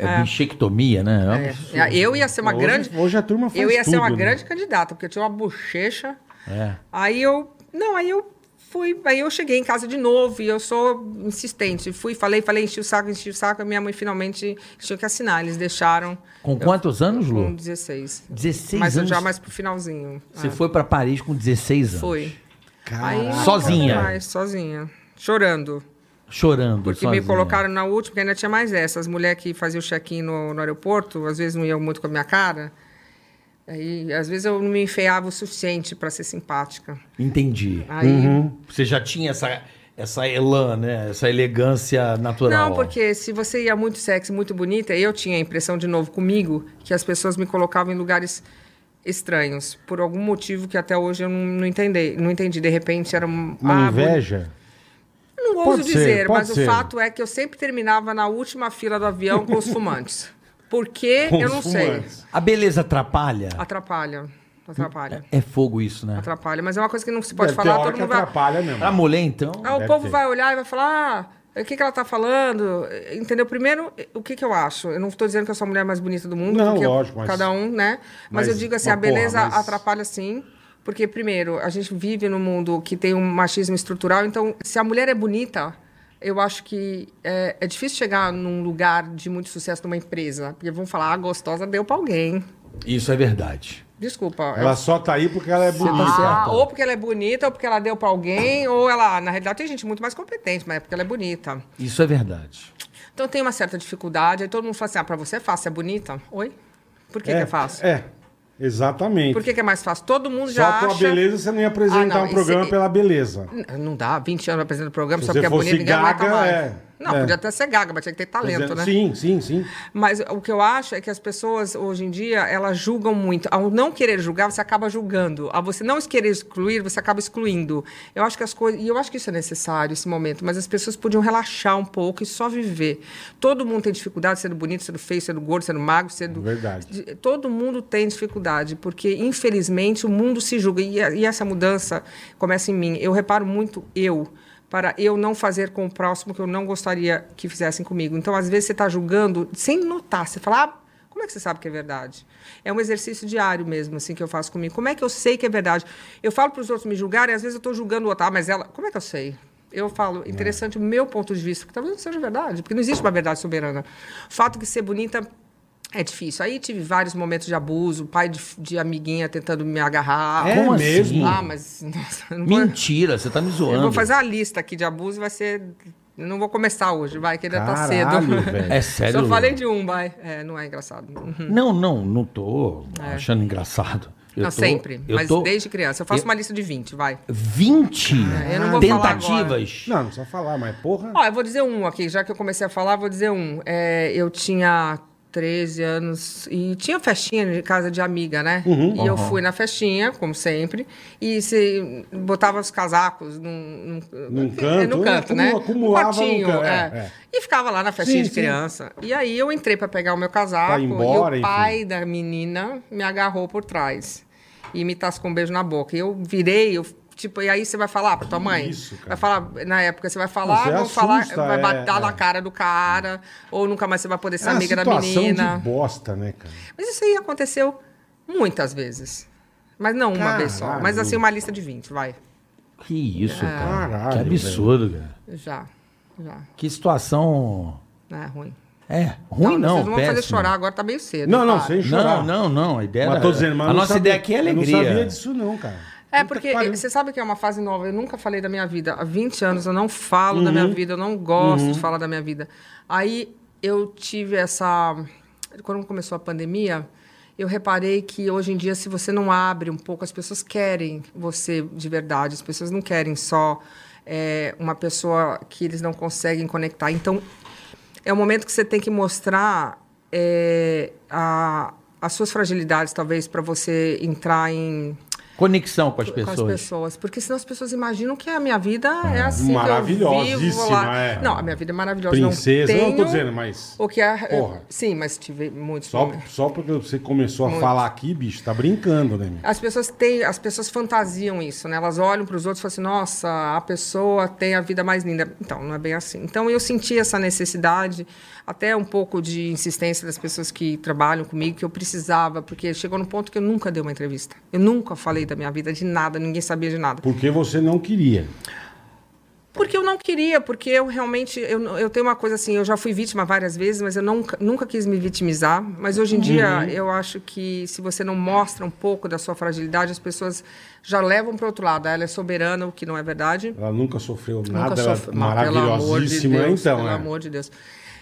Speaker 3: É, é, bichectomia, né?
Speaker 4: É. Eu ia ser uma
Speaker 2: Hoje-
Speaker 4: grande.
Speaker 2: hoje a turma faz
Speaker 4: Eu ia ser uma
Speaker 2: tudo, né?
Speaker 4: grande candidata, porque eu tinha uma bochecha.
Speaker 3: É.
Speaker 4: Aí eu. Não, aí eu fui. Aí eu cheguei em casa de novo e eu sou insistente. Fui, falei, falei, enchi o saco, enchi o saco. E minha mãe finalmente tinha que assinar. Eles deixaram.
Speaker 3: Com quantos anos,
Speaker 4: Com
Speaker 3: Lu?
Speaker 4: 16.
Speaker 3: 16
Speaker 4: Mas eu já
Speaker 3: anos?
Speaker 4: mais pro finalzinho.
Speaker 3: Você
Speaker 4: É,
Speaker 3: foi pra Paris com 16 anos.
Speaker 4: foi. Aí,
Speaker 2: Caralho.
Speaker 3: Sozinha?
Speaker 4: nunca mais, sozinha. Chorando.
Speaker 3: Chorando.
Speaker 4: Porque
Speaker 3: sozinha.
Speaker 4: me colocaram na última, porque ainda tinha mais essa. As mulheres que faziam o check-in no, no aeroporto, às vezes não iam muito com a minha cara. Aí, às vezes eu não me enfeiava o suficiente para ser simpática.
Speaker 3: Entendi.
Speaker 4: Aí,
Speaker 2: Uhum.
Speaker 3: Você já tinha essa, essa elan, né? Essa elegância natural.
Speaker 4: Não, porque se você ia muito sexy, muito bonita, eu tinha a impressão, de novo, comigo, que as pessoas me colocavam em lugares estranhos, por algum motivo que até hoje eu não, não entendi. Não entendi. De repente era um.
Speaker 2: Uma
Speaker 4: ah,
Speaker 2: inveja?
Speaker 4: Não ouso
Speaker 2: Pode ser,
Speaker 4: dizer,
Speaker 2: pode
Speaker 4: mas
Speaker 2: ser.
Speaker 4: o fato é que eu sempre terminava na última fila do avião com os fumantes. Por quê?
Speaker 2: Com
Speaker 4: eu
Speaker 2: os
Speaker 4: não sei.
Speaker 2: fumantes.
Speaker 3: A beleza atrapalha?
Speaker 4: Atrapalha. Atrapalha.
Speaker 3: É fogo isso, né?
Speaker 4: Atrapalha. Mas é uma coisa que não se pode
Speaker 2: Deve ter
Speaker 4: falar,
Speaker 2: hora
Speaker 4: todo
Speaker 2: que
Speaker 4: mundo vai.
Speaker 2: atrapalha mesmo.
Speaker 3: Pra mulher, então?
Speaker 4: Ah, o
Speaker 2: Deve
Speaker 4: povo
Speaker 2: ter.
Speaker 4: vai olhar e vai falar. Ah, o que, que ela tá falando? Entendeu? Primeiro, o que, que eu acho? Eu não estou dizendo que eu sou a mulher mais bonita do mundo,
Speaker 2: Não,
Speaker 4: porque
Speaker 2: lógico, mas-
Speaker 4: cada um, né? Mas,
Speaker 2: mas-
Speaker 4: eu digo assim,
Speaker 2: mas,
Speaker 4: a beleza
Speaker 2: porra, mas-
Speaker 4: atrapalha sim. Porque, primeiro, a gente vive num mundo que tem um machismo estrutural, então, se a mulher é bonita, eu acho que é, é difícil chegar num lugar de muito sucesso numa empresa. Porque vão falar, ah, gostosa deu pra alguém.
Speaker 3: Isso é verdade.
Speaker 4: Desculpa. é
Speaker 2: Ela só tá aí porque ela é bonita.
Speaker 3: tá certo.
Speaker 4: ah, ou porque ela é bonita, ou porque ela deu pra alguém, ou ela, na realidade, tem gente muito mais competente, mas é porque ela é bonita.
Speaker 3: Isso é verdade.
Speaker 4: Então tem uma certa dificuldade, aí todo mundo fala assim: ah, pra você é fácil, é bonita? Oi? Por que é, que é fácil?
Speaker 2: É, exatamente.
Speaker 4: Por que, que é mais fácil? Todo mundo já
Speaker 2: Só pela
Speaker 4: acha.
Speaker 2: beleza você não ia apresentar
Speaker 4: Ah, não,
Speaker 2: um programa
Speaker 4: esse- um
Speaker 2: pela beleza.
Speaker 4: N- Não dá, 20 anos apresentando o programa,
Speaker 2: Se
Speaker 4: só
Speaker 2: você
Speaker 4: porque é
Speaker 2: fosse
Speaker 4: bonita, ninguém aguenta
Speaker 2: gaga,
Speaker 4: mais.
Speaker 2: é.
Speaker 4: Não,
Speaker 2: É.
Speaker 4: podia até ser gaga, mas tinha que ter talento, né?
Speaker 2: Sim, sim, sim.
Speaker 4: Mas o que eu acho é que as pessoas, hoje em dia, elas julgam muito. Ao não querer julgar, você acaba julgando. Ao você não querer excluir, você acaba excluindo. Eu acho que as coisas. E eu acho que isso é necessário, esse momento. Mas as pessoas podiam relaxar um pouco e só viver. Todo mundo tem dificuldade, sendo bonito, sendo feio, sendo gordo, sendo magro, sendo.
Speaker 2: Verdade.
Speaker 4: De- Todo mundo tem dificuldade, porque infelizmente o mundo se julga. E, a- e essa mudança começa em mim. Eu reparo muito eu, para eu não fazer com o próximo que eu não gostaria que fizessem comigo. Então, às vezes, você está julgando sem notar. Você fala, ah, como é que você sabe que é verdade? É um exercício diário mesmo, assim, que eu faço comigo. Como é que eu sei que é verdade? Eu falo para os outros me julgarem, às vezes eu estou julgando o outro, ah, mas ela. Como é que eu sei? Eu falo, interessante o meu ponto de vista, porque talvez não seja verdade, porque não existe uma verdade soberana. O fato de ser bonita é difícil. Aí tive vários momentos de abuso, pai de, de amiguinha tentando me agarrar.
Speaker 3: É
Speaker 2: Como
Speaker 3: mesmo?
Speaker 2: assim?
Speaker 4: Ah, mas nossa, eu não vou,
Speaker 3: Mentira, você tá me
Speaker 4: eu
Speaker 3: zoando.
Speaker 4: vou fazer uma lista aqui de abuso e vai ser. Não vou começar hoje, vai, que ainda tá
Speaker 2: Caralho,
Speaker 4: cedo.
Speaker 2: velho.
Speaker 3: É sério?
Speaker 4: Só falei de um, vai. É, não é engraçado. Uhum.
Speaker 3: Não, não, não tô achando engraçado. Eu
Speaker 4: É. não,
Speaker 3: tô-
Speaker 4: sempre.
Speaker 3: eu
Speaker 4: Mas
Speaker 3: tô-
Speaker 4: desde criança. Eu faço
Speaker 3: eu-
Speaker 4: uma lista de 20, vai.
Speaker 3: 20
Speaker 4: eu não vou falar
Speaker 3: tentativas.
Speaker 2: Não, não precisa falar, mas porra.
Speaker 4: Ó, eu vou dizer um aqui, já que eu comecei a falar, vou dizer um. É, eu tinha 13 anos e tinha festinha de casa de amiga, né?
Speaker 2: Uhum.
Speaker 4: e eu fui na festinha, como sempre, e se botava os casacos num, num,
Speaker 2: Num
Speaker 4: é,
Speaker 2: canto,
Speaker 4: no
Speaker 2: é,
Speaker 4: canto,
Speaker 2: acumula-
Speaker 4: né?
Speaker 2: acumulava
Speaker 4: no quartinho,
Speaker 2: num canto,
Speaker 4: é.
Speaker 2: é, é.
Speaker 4: E ficava lá na festinha
Speaker 2: Sim,
Speaker 4: de
Speaker 2: sim.
Speaker 4: criança. E aí eu entrei pra pegar o meu casaco
Speaker 2: Pra ir embora,
Speaker 4: e
Speaker 2: enfim.
Speaker 4: o pai da menina me agarrou por trás e me tascou um beijo na boca. E eu virei, eu tipo, e aí você vai falar pra tua mãe?
Speaker 2: isso, cara.
Speaker 4: Vai falar na época você vai falar,
Speaker 2: Você é
Speaker 4: vão
Speaker 2: assusta,
Speaker 4: falar, vai
Speaker 2: é,
Speaker 4: bater
Speaker 2: é.
Speaker 4: na cara do cara, ou nunca mais você vai poder ser
Speaker 2: É uma
Speaker 4: amiga da
Speaker 2: situação
Speaker 4: menina.
Speaker 2: de bosta, né, cara?
Speaker 4: Mas isso aí aconteceu muitas vezes. Mas não uma vez só,
Speaker 2: Caralho.
Speaker 4: mas assim uma lista de 20, vai.
Speaker 3: Que isso, cara.
Speaker 2: Caralho,
Speaker 3: que absurdo, cara.
Speaker 4: Já. Já.
Speaker 3: Que situação.
Speaker 4: É ruim.
Speaker 3: É, ruim não.
Speaker 4: vocês não vão fazer
Speaker 3: péssima.
Speaker 4: chorar agora, tá meio cedo.
Speaker 2: Não, não,
Speaker 4: para.
Speaker 2: sem chorar.
Speaker 3: Não, não, não. A ideia
Speaker 2: Mas
Speaker 3: era-
Speaker 2: tô dizendo, mas
Speaker 3: A
Speaker 2: eu não
Speaker 3: nossa
Speaker 2: sabia-
Speaker 3: ideia aqui é
Speaker 2: eu
Speaker 3: alegria.
Speaker 2: Não sabia disso, não, cara.
Speaker 4: É,
Speaker 2: Puta que
Speaker 4: porque
Speaker 2: pariu.
Speaker 4: você sabe que é uma fase nova. Eu nunca falei da minha vida. Há 20 anos eu não falo da
Speaker 2: Uhum.
Speaker 4: minha vida, eu não gosto de falar da minha vida. Aí eu tive essa. Quando começou a pandemia, eu reparei que hoje em dia, se você não abre um pouco, as pessoas querem você de verdade, as pessoas não querem só é, uma pessoa que eles não conseguem conectar. Então, é o momento que você tem que mostrar é, a- as suas fragilidades, talvez, para você entrar em
Speaker 3: Conexão com as
Speaker 4: com as
Speaker 3: pessoas.
Speaker 4: pessoas. Porque senão as pessoas imaginam que a minha vida é assim. que eu
Speaker 2: Ah, Maravilhosíssima,
Speaker 4: vivo lá.
Speaker 2: é.
Speaker 4: Não, a minha vida é maravilhosa.
Speaker 2: Princesa,
Speaker 4: não,
Speaker 2: não,
Speaker 4: tenho
Speaker 2: eu tô dizendo, mas.
Speaker 4: O é. que é.
Speaker 2: Porra.
Speaker 4: Sim, mas tive muitos
Speaker 2: Só,
Speaker 4: momentos.
Speaker 2: só porque você começou a falar aqui, bicho, tá brincando, né? meu?
Speaker 4: As pessoas têm, as pessoas fantasiam isso, né? Elas olham para os outros e falam assim: "Nossa, a pessoa tem a vida mais linda". Então, não é bem assim. Então, eu senti essa necessidade, até um pouco de insistência das pessoas que trabalham comigo que eu precisava, porque chegou num ponto que eu nunca dei uma entrevista. Eu nunca falei da minha vida de nada, ninguém sabia de nada.
Speaker 2: Porque você não queria.
Speaker 4: Porque eu não queria, porque eu realmente. Eu, não- eu tenho uma coisa assim, eu já fui vítima várias vezes, mas eu nunca, nunca quis me vitimizar. Mas hoje em
Speaker 2: Uhum.
Speaker 4: dia, eu acho que se você não mostra um pouco da sua fragilidade, as pessoas já levam para outro lado. Ah, Ela é soberana, o que não é verdade.
Speaker 2: Ela nunca sofreu
Speaker 4: Nunca
Speaker 2: nada, ela é
Speaker 4: sofre- Mas,
Speaker 2: maravilhosíssima.
Speaker 4: Pelo amor de Deus,
Speaker 2: então,
Speaker 4: pelo
Speaker 2: é.
Speaker 4: amor de Deus.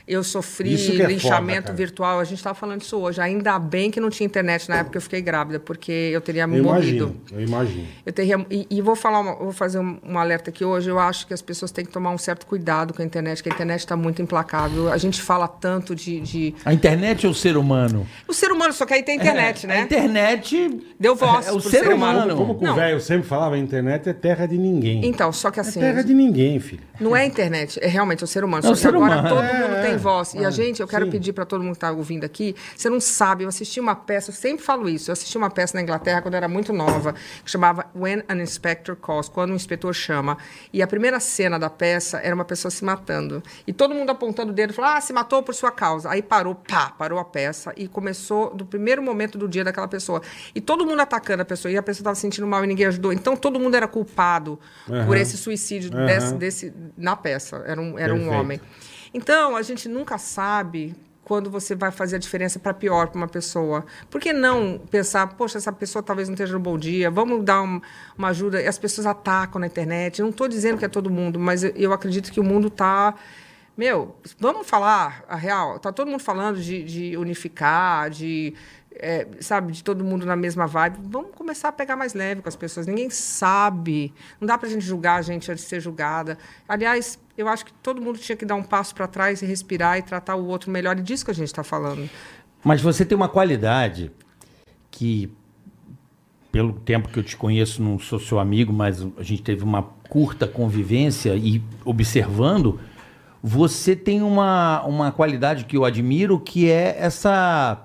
Speaker 4: Eu sofri
Speaker 2: Isso que é foda,
Speaker 4: linchamento
Speaker 2: cara.
Speaker 4: virtual. A gente estava falando isso hoje. Ainda bem que não tinha internet na época que eu fiquei grávida, porque eu teria
Speaker 2: Eu
Speaker 4: morrido.
Speaker 2: imagino, eu imagino.
Speaker 4: Eu teria, e, e vou falar, uma- vou fazer um, um alerta aqui hoje. Eu acho que as pessoas têm que tomar um certo cuidado com a internet, que a internet está muito implacável. A gente fala tanto de, de-
Speaker 3: A internet ou o ser humano? É,
Speaker 4: o ser humano, só que aí tem
Speaker 2: É,
Speaker 4: internet,
Speaker 3: A
Speaker 4: né?
Speaker 3: internet.
Speaker 4: Deu voz
Speaker 3: É o
Speaker 4: pro
Speaker 3: ser,
Speaker 4: ser humano.
Speaker 3: humano.
Speaker 2: Como que o
Speaker 4: Não.
Speaker 2: velho sempre falava, a internet é terra de ninguém.
Speaker 4: Então, só
Speaker 2: é
Speaker 4: que assim,
Speaker 2: terra de ninguém, filho.
Speaker 4: não é a internet, é realmente o ser humano.
Speaker 3: É o
Speaker 4: só que
Speaker 3: ser
Speaker 4: agora
Speaker 3: humano.
Speaker 4: todo
Speaker 2: É,
Speaker 4: mundo tem voz. E
Speaker 2: é,
Speaker 4: a gente, eu quero
Speaker 2: sim.
Speaker 4: pedir para todo mundo que está ouvindo aqui, você não sabe, eu assisti uma peça, eu sempre falo isso, eu assisti uma peça na Inglaterra quando eu era muito nova, que chamava When an Inspector Calls, quando um inspetor chama. E a primeira cena da peça era uma pessoa se matando. E todo mundo apontando o dedo, falando, ah, se matou por sua causa. Aí parou, pá, parou a peça e começou do primeiro momento do dia daquela pessoa. E todo mundo atacando a pessoa, e a pessoa estava se sentindo mal e ninguém ajudou. Então todo mundo era culpado por
Speaker 2: Aham.
Speaker 4: esse suicídio
Speaker 2: Aham.
Speaker 4: desse- desse, na peça. Era um, era um
Speaker 2: Perfeito.
Speaker 4: homem. Então, a gente nunca sabe quando você vai fazer a diferença para pior para uma pessoa. Por que não pensar, poxa, essa pessoa talvez não esteja no bom dia, vamos dar um- uma ajuda? E as pessoas atacam na internet. Eu não estou dizendo que é todo mundo, mas eu, eu acredito que o mundo tá está. Meu, vamos falar a real. Está todo mundo falando de, de unificar, de. é, sabe, de todo mundo na mesma vibe. Vamos começar a pegar mais leve com as pessoas. Ninguém sabe. Não dá pra gente julgar a gente antes de ser julgada. Aliás, eu acho que todo mundo tinha que dar um passo para trás e respirar e tratar o outro melhor. E disso que a gente está falando.
Speaker 3: Mas você tem uma qualidade que, pelo tempo que eu te conheço, não sou seu amigo, mas a gente teve uma curta convivência e observando, você tem uma, uma qualidade que eu admiro, que é essa.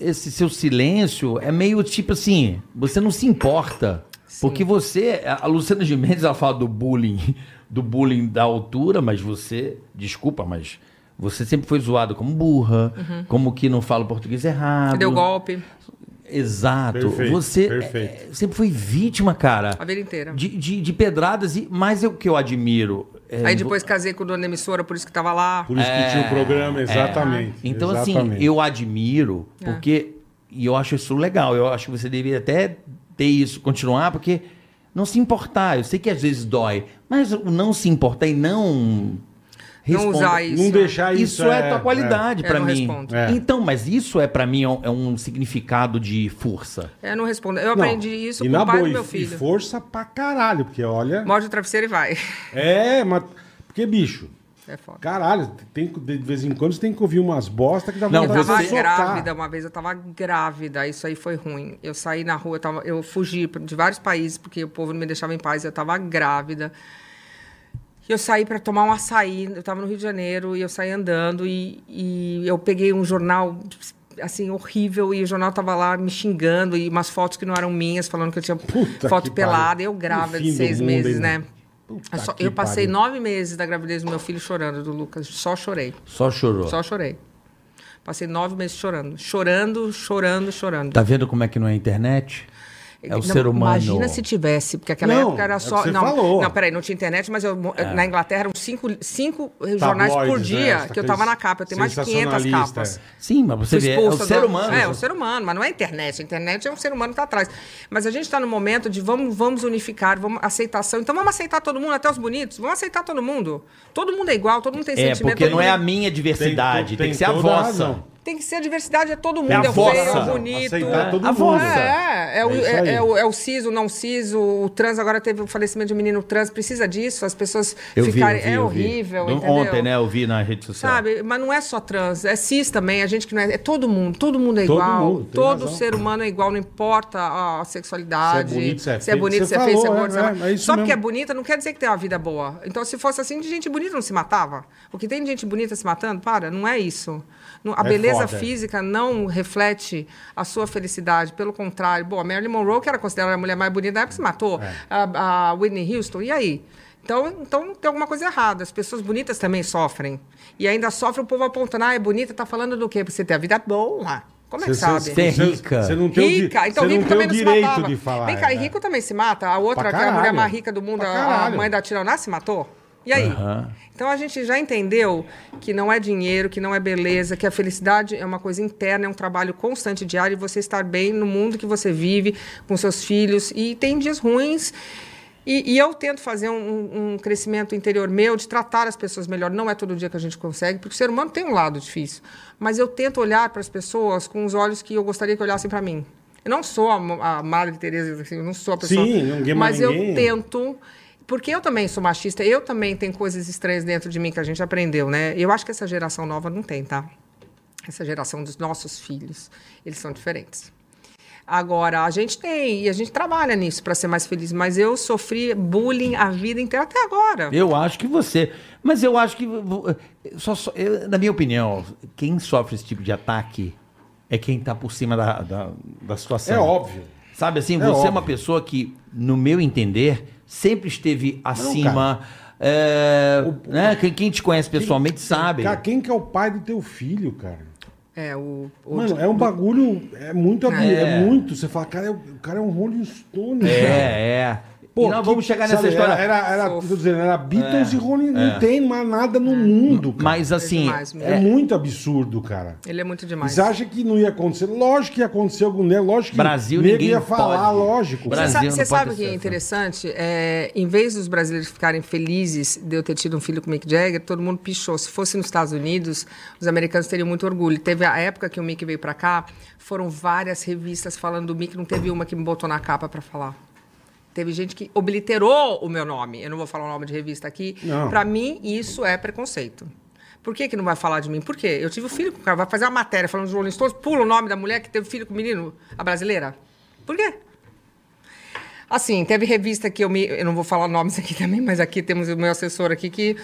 Speaker 3: Esse seu silêncio é meio tipo assim, você não se importa. Porque você, a Luciana de Mendes, ela fala do bullying, do bullying da altura, mas você, desculpa, mas você sempre foi zoado como burra, como que não fala o português errado.
Speaker 2: Ah,
Speaker 4: Você deu golpe
Speaker 3: Exato.
Speaker 2: Perfeito,
Speaker 3: você
Speaker 2: perfeito.
Speaker 3: é, sempre foi vítima, cara,
Speaker 4: a vida inteira.
Speaker 3: de, de, de pedradas, e, mas é o que eu admiro. é,
Speaker 4: Aí depois casei com o dono da emissora, por isso que estava lá.
Speaker 2: Por isso que tinha o programa, exatamente.
Speaker 3: é. Então,
Speaker 2: exatamente.
Speaker 3: assim, eu admiro,
Speaker 4: É.
Speaker 3: porque. E eu acho isso legal. Eu acho que você deveria até ter isso, continuar, porque não se importar. Eu sei que às vezes dói, mas o não se importar e não.
Speaker 4: Não
Speaker 3: responder-
Speaker 4: usar isso.
Speaker 2: Não deixar isso...
Speaker 3: Isso é, tua qualidade
Speaker 4: é.
Speaker 3: pra
Speaker 4: Eu não
Speaker 3: mim.
Speaker 4: respondo.
Speaker 2: É.
Speaker 3: Então, mas isso é pra mim é um- é um significado de força.
Speaker 4: É, Eu não respondo. Eu
Speaker 2: Não,
Speaker 4: aprendi isso
Speaker 2: e
Speaker 4: com
Speaker 2: na
Speaker 4: o pai
Speaker 2: boa,
Speaker 4: do meu
Speaker 2: e- E
Speaker 4: filho.
Speaker 2: força pra caralho, porque olha...
Speaker 4: Morde o travesseiro e vai.
Speaker 2: É, mas... Porque, bicho,
Speaker 4: É foda.
Speaker 2: caralho, tem, que- de vez em quando você tem que ouvir umas bosta que dá
Speaker 3: Não,
Speaker 4: Eu
Speaker 2: vontade de
Speaker 4: tava
Speaker 2: você socar.
Speaker 4: grávida uma vez, eu tava grávida, isso aí foi ruim. Eu saí na rua, eu, tava- eu fugi de vários países porque o povo não me deixava em paz, eu tava grávida. E eu saí para tomar um açaí, eu tava no Rio de Janeiro e eu saí andando e, e eu peguei um jornal assim horrível e o jornal tava lá me xingando e umas fotos que não eram minhas, falando que eu tinha
Speaker 2: Puta
Speaker 4: foto
Speaker 2: que
Speaker 4: pelada,
Speaker 2: pariu.
Speaker 4: eu grávida
Speaker 2: No fim
Speaker 4: de
Speaker 2: do
Speaker 4: seis
Speaker 2: mundo,
Speaker 4: meses,
Speaker 2: hein,
Speaker 4: né?
Speaker 2: meu? Puta
Speaker 4: Eu, só-
Speaker 2: que
Speaker 4: eu passei
Speaker 2: pariu.
Speaker 4: nove meses da gravidez do meu filho chorando, do Lucas, só chorei.
Speaker 3: Só chorou.
Speaker 4: Só chorei. Passei nove meses chorando. Chorando, chorando, chorando.
Speaker 3: Tá vendo como é que não é a internet? É o
Speaker 4: Não,
Speaker 3: ser humano.
Speaker 4: Imagina se tivesse, porque aquela
Speaker 2: Não,
Speaker 4: época
Speaker 2: é o
Speaker 4: era
Speaker 2: que
Speaker 4: só.
Speaker 2: você
Speaker 4: não,
Speaker 2: falou.
Speaker 4: não, peraí, não tinha internet, mas eu,
Speaker 3: É.
Speaker 4: na Inglaterra eram cinco, cinco jornais por
Speaker 2: Tabloides,
Speaker 4: dia
Speaker 2: né?
Speaker 4: que eu tava na capa. Eu tenho mais de 500
Speaker 2: Sensacionalista,
Speaker 4: capas.
Speaker 2: é.
Speaker 3: Sim, mas você
Speaker 4: Fui
Speaker 3: vê, é o
Speaker 4: expulsa
Speaker 3: ser
Speaker 4: do-
Speaker 3: humano.
Speaker 4: É, o ser humano, mas não é a internet. A internet é um ser humano que está atrás. Mas a gente está no momento de vamos, vamos unificar, vamos aceitação. Então vamos aceitar todo mundo, até os bonitos. Vamos aceitar todo mundo. Todo mundo é igual, todo mundo tem
Speaker 3: É,
Speaker 4: sentimento.
Speaker 3: porque
Speaker 4: todo
Speaker 3: não é
Speaker 4: mundo
Speaker 3: a minha diversidade, tem,
Speaker 2: Tem- tem
Speaker 3: que ser a
Speaker 2: toda a
Speaker 3: vossa.
Speaker 2: razão.
Speaker 4: Tem que ser a diversidade, é todo mundo.
Speaker 3: a
Speaker 4: É,
Speaker 3: força.
Speaker 4: feio, é bonito.
Speaker 2: Aceitar todo
Speaker 3: A
Speaker 2: mundo.
Speaker 3: força.
Speaker 4: É, é, o,
Speaker 2: É isso aí.
Speaker 4: é, é o, é o CIS, o não CIS, o, o trans. Agora teve o falecimento de um menino trans. Precisa disso, as pessoas ficarem. é horrível,
Speaker 3: Do-
Speaker 4: entendeu?
Speaker 3: Ontem, né, eu vi na rede social.
Speaker 4: Sabe? Mas não é só trans, é cis também, a gente que não é. É todo mundo, todo mundo é
Speaker 2: Todo
Speaker 4: igual.
Speaker 2: mundo, tem
Speaker 4: todo
Speaker 2: razão.
Speaker 4: ser humano é igual, não importa a a sexualidade.
Speaker 2: Se é bonito, se é
Speaker 4: Se é
Speaker 2: feio,
Speaker 4: bonito,
Speaker 2: você
Speaker 4: se é feio, se é
Speaker 2: falou,
Speaker 4: gordo, se
Speaker 2: é,
Speaker 4: é
Speaker 2: é
Speaker 4: magro.
Speaker 2: isso
Speaker 4: Só porque é
Speaker 2: mesmo.
Speaker 4: bonita não quer dizer que tem uma vida boa. Então, se fosse assim, de gente bonita não se matava. O que tem de gente bonita se matando, para, não é isso. Não- A
Speaker 2: É
Speaker 4: beleza
Speaker 2: foda.
Speaker 4: física não reflete a sua felicidade. Pelo contrário, boa, Marilyn Monroe, que era considerada a mulher mais bonita da época, se matou.
Speaker 2: É.
Speaker 4: A, a Whitney Houston, e aí? Então, então tem alguma coisa errada. As pessoas bonitas também sofrem. E ainda sofre o povo apontando, ah, é bonita, tá falando do quê? Pra você ter a vida boa. Como é que sabe?
Speaker 3: você é rica.
Speaker 2: Você não tem o,
Speaker 4: Rica,
Speaker 2: di-
Speaker 4: então
Speaker 2: você
Speaker 4: rico
Speaker 2: não tem
Speaker 4: também
Speaker 2: o
Speaker 4: não se
Speaker 2: direito
Speaker 4: matava.
Speaker 2: de falar.
Speaker 4: Vem cá, e
Speaker 2: né?
Speaker 4: rico também se mata. A
Speaker 2: Pra
Speaker 4: outra, que é a mulher
Speaker 2: caralho.
Speaker 4: mais rica do mundo,
Speaker 2: Pra
Speaker 4: a- a
Speaker 2: caralho.
Speaker 4: mãe da Tiraná, se matou? E aí?
Speaker 3: Aham.
Speaker 4: Então a gente já entendeu que não é dinheiro, que não é beleza, que a felicidade é uma coisa interna, é um trabalho constante, diário, e você estar bem no mundo que você vive, com seus filhos. E tem dias ruins. E, e eu tento fazer um, um crescimento interior meu de tratar as pessoas melhor. Não é todo dia que a gente consegue, porque o ser humano tem um lado difícil. Mas eu tento olhar para as pessoas com os olhos que eu gostaria que olhassem para mim. Eu não sou a, a Madre Teresa, assim, eu não sou a pessoa.
Speaker 2: Sim, ninguém mais
Speaker 4: mas eu
Speaker 2: ninguém.
Speaker 4: tento. Porque eu também sou machista, eu também tenho coisas estranhas dentro de mim que a gente aprendeu, né? Eu acho que essa geração nova não tem, tá? Essa geração dos nossos filhos, eles são diferentes. Agora, a gente tem, e a gente trabalha nisso para ser mais feliz, mas eu sofri bullying a vida inteira até agora.
Speaker 3: Eu acho que você. Mas eu acho que. vo- eh, Só, só- eu- na minha opinião, quem sofre esse tipo de ataque é quem tá por cima da, da, da situação.
Speaker 2: É óbvio.
Speaker 3: Sabe assim,
Speaker 2: É
Speaker 3: você é
Speaker 2: óbvio.
Speaker 3: uma pessoa que, no meu entender, sempre esteve acima. é, né? quem, quem te conhece pessoalmente sabe.
Speaker 2: Cara, quem que é o pai do teu filho, cara?
Speaker 4: É, o, o-
Speaker 2: Mano, é um bagulho. É muito. abi-
Speaker 3: É.
Speaker 2: É, muito. Você fala, cara, é, o o cara é um Rolling Stone,
Speaker 3: É,
Speaker 2: cara.
Speaker 3: é.
Speaker 2: Pô,
Speaker 3: e nós
Speaker 2: que-
Speaker 3: vamos chegar nessa
Speaker 2: sabe,
Speaker 3: história. É.
Speaker 2: Era, era, era,
Speaker 4: Fofo.
Speaker 2: tô dizendo, era Beatles e Rolling. Não tem mais nada
Speaker 4: É.
Speaker 2: no mundo, cara.
Speaker 3: Mas assim,
Speaker 4: demais mesmo.
Speaker 2: É muito absurdo, cara.
Speaker 4: ele é muito demais.
Speaker 2: Eles acham que não ia acontecer. Lógico que ia acontecer algum nego. Lógico que
Speaker 3: Brasil,
Speaker 2: nego
Speaker 3: ninguém
Speaker 2: ia falar,
Speaker 3: pode.
Speaker 2: lógico.
Speaker 3: Brasil.
Speaker 4: Você sabe-
Speaker 3: não
Speaker 4: Você
Speaker 3: pode né?
Speaker 4: sabe
Speaker 3: ter
Speaker 4: o que é
Speaker 3: certeza.
Speaker 4: interessante? É, em vez dos brasileiros ficarem felizes de eu ter tido um filho com o Mick Jagger, todo mundo pichou. Se fosse nos Estados Unidos, os americanos teriam muito orgulho. Teve a época que o Mick veio pra cá, foram várias revistas falando do Mick, não teve uma que me botou na capa pra falar. Teve gente que obliterou o meu nome. Eu não vou falar o nome de revista aqui.
Speaker 2: Não.
Speaker 4: Pra mim, isso é preconceito. Por que, que não vai falar de mim? Por quê? Eu tive um filho com o cara. Vai fazer uma matéria falando de Rolling Stones, pula o nome da mulher que teve filho com o menino, a brasileira. Por quê? Assim, teve revista que eu me. Eu não vou falar nomes aqui também, mas aqui temos o meu assessor aqui que.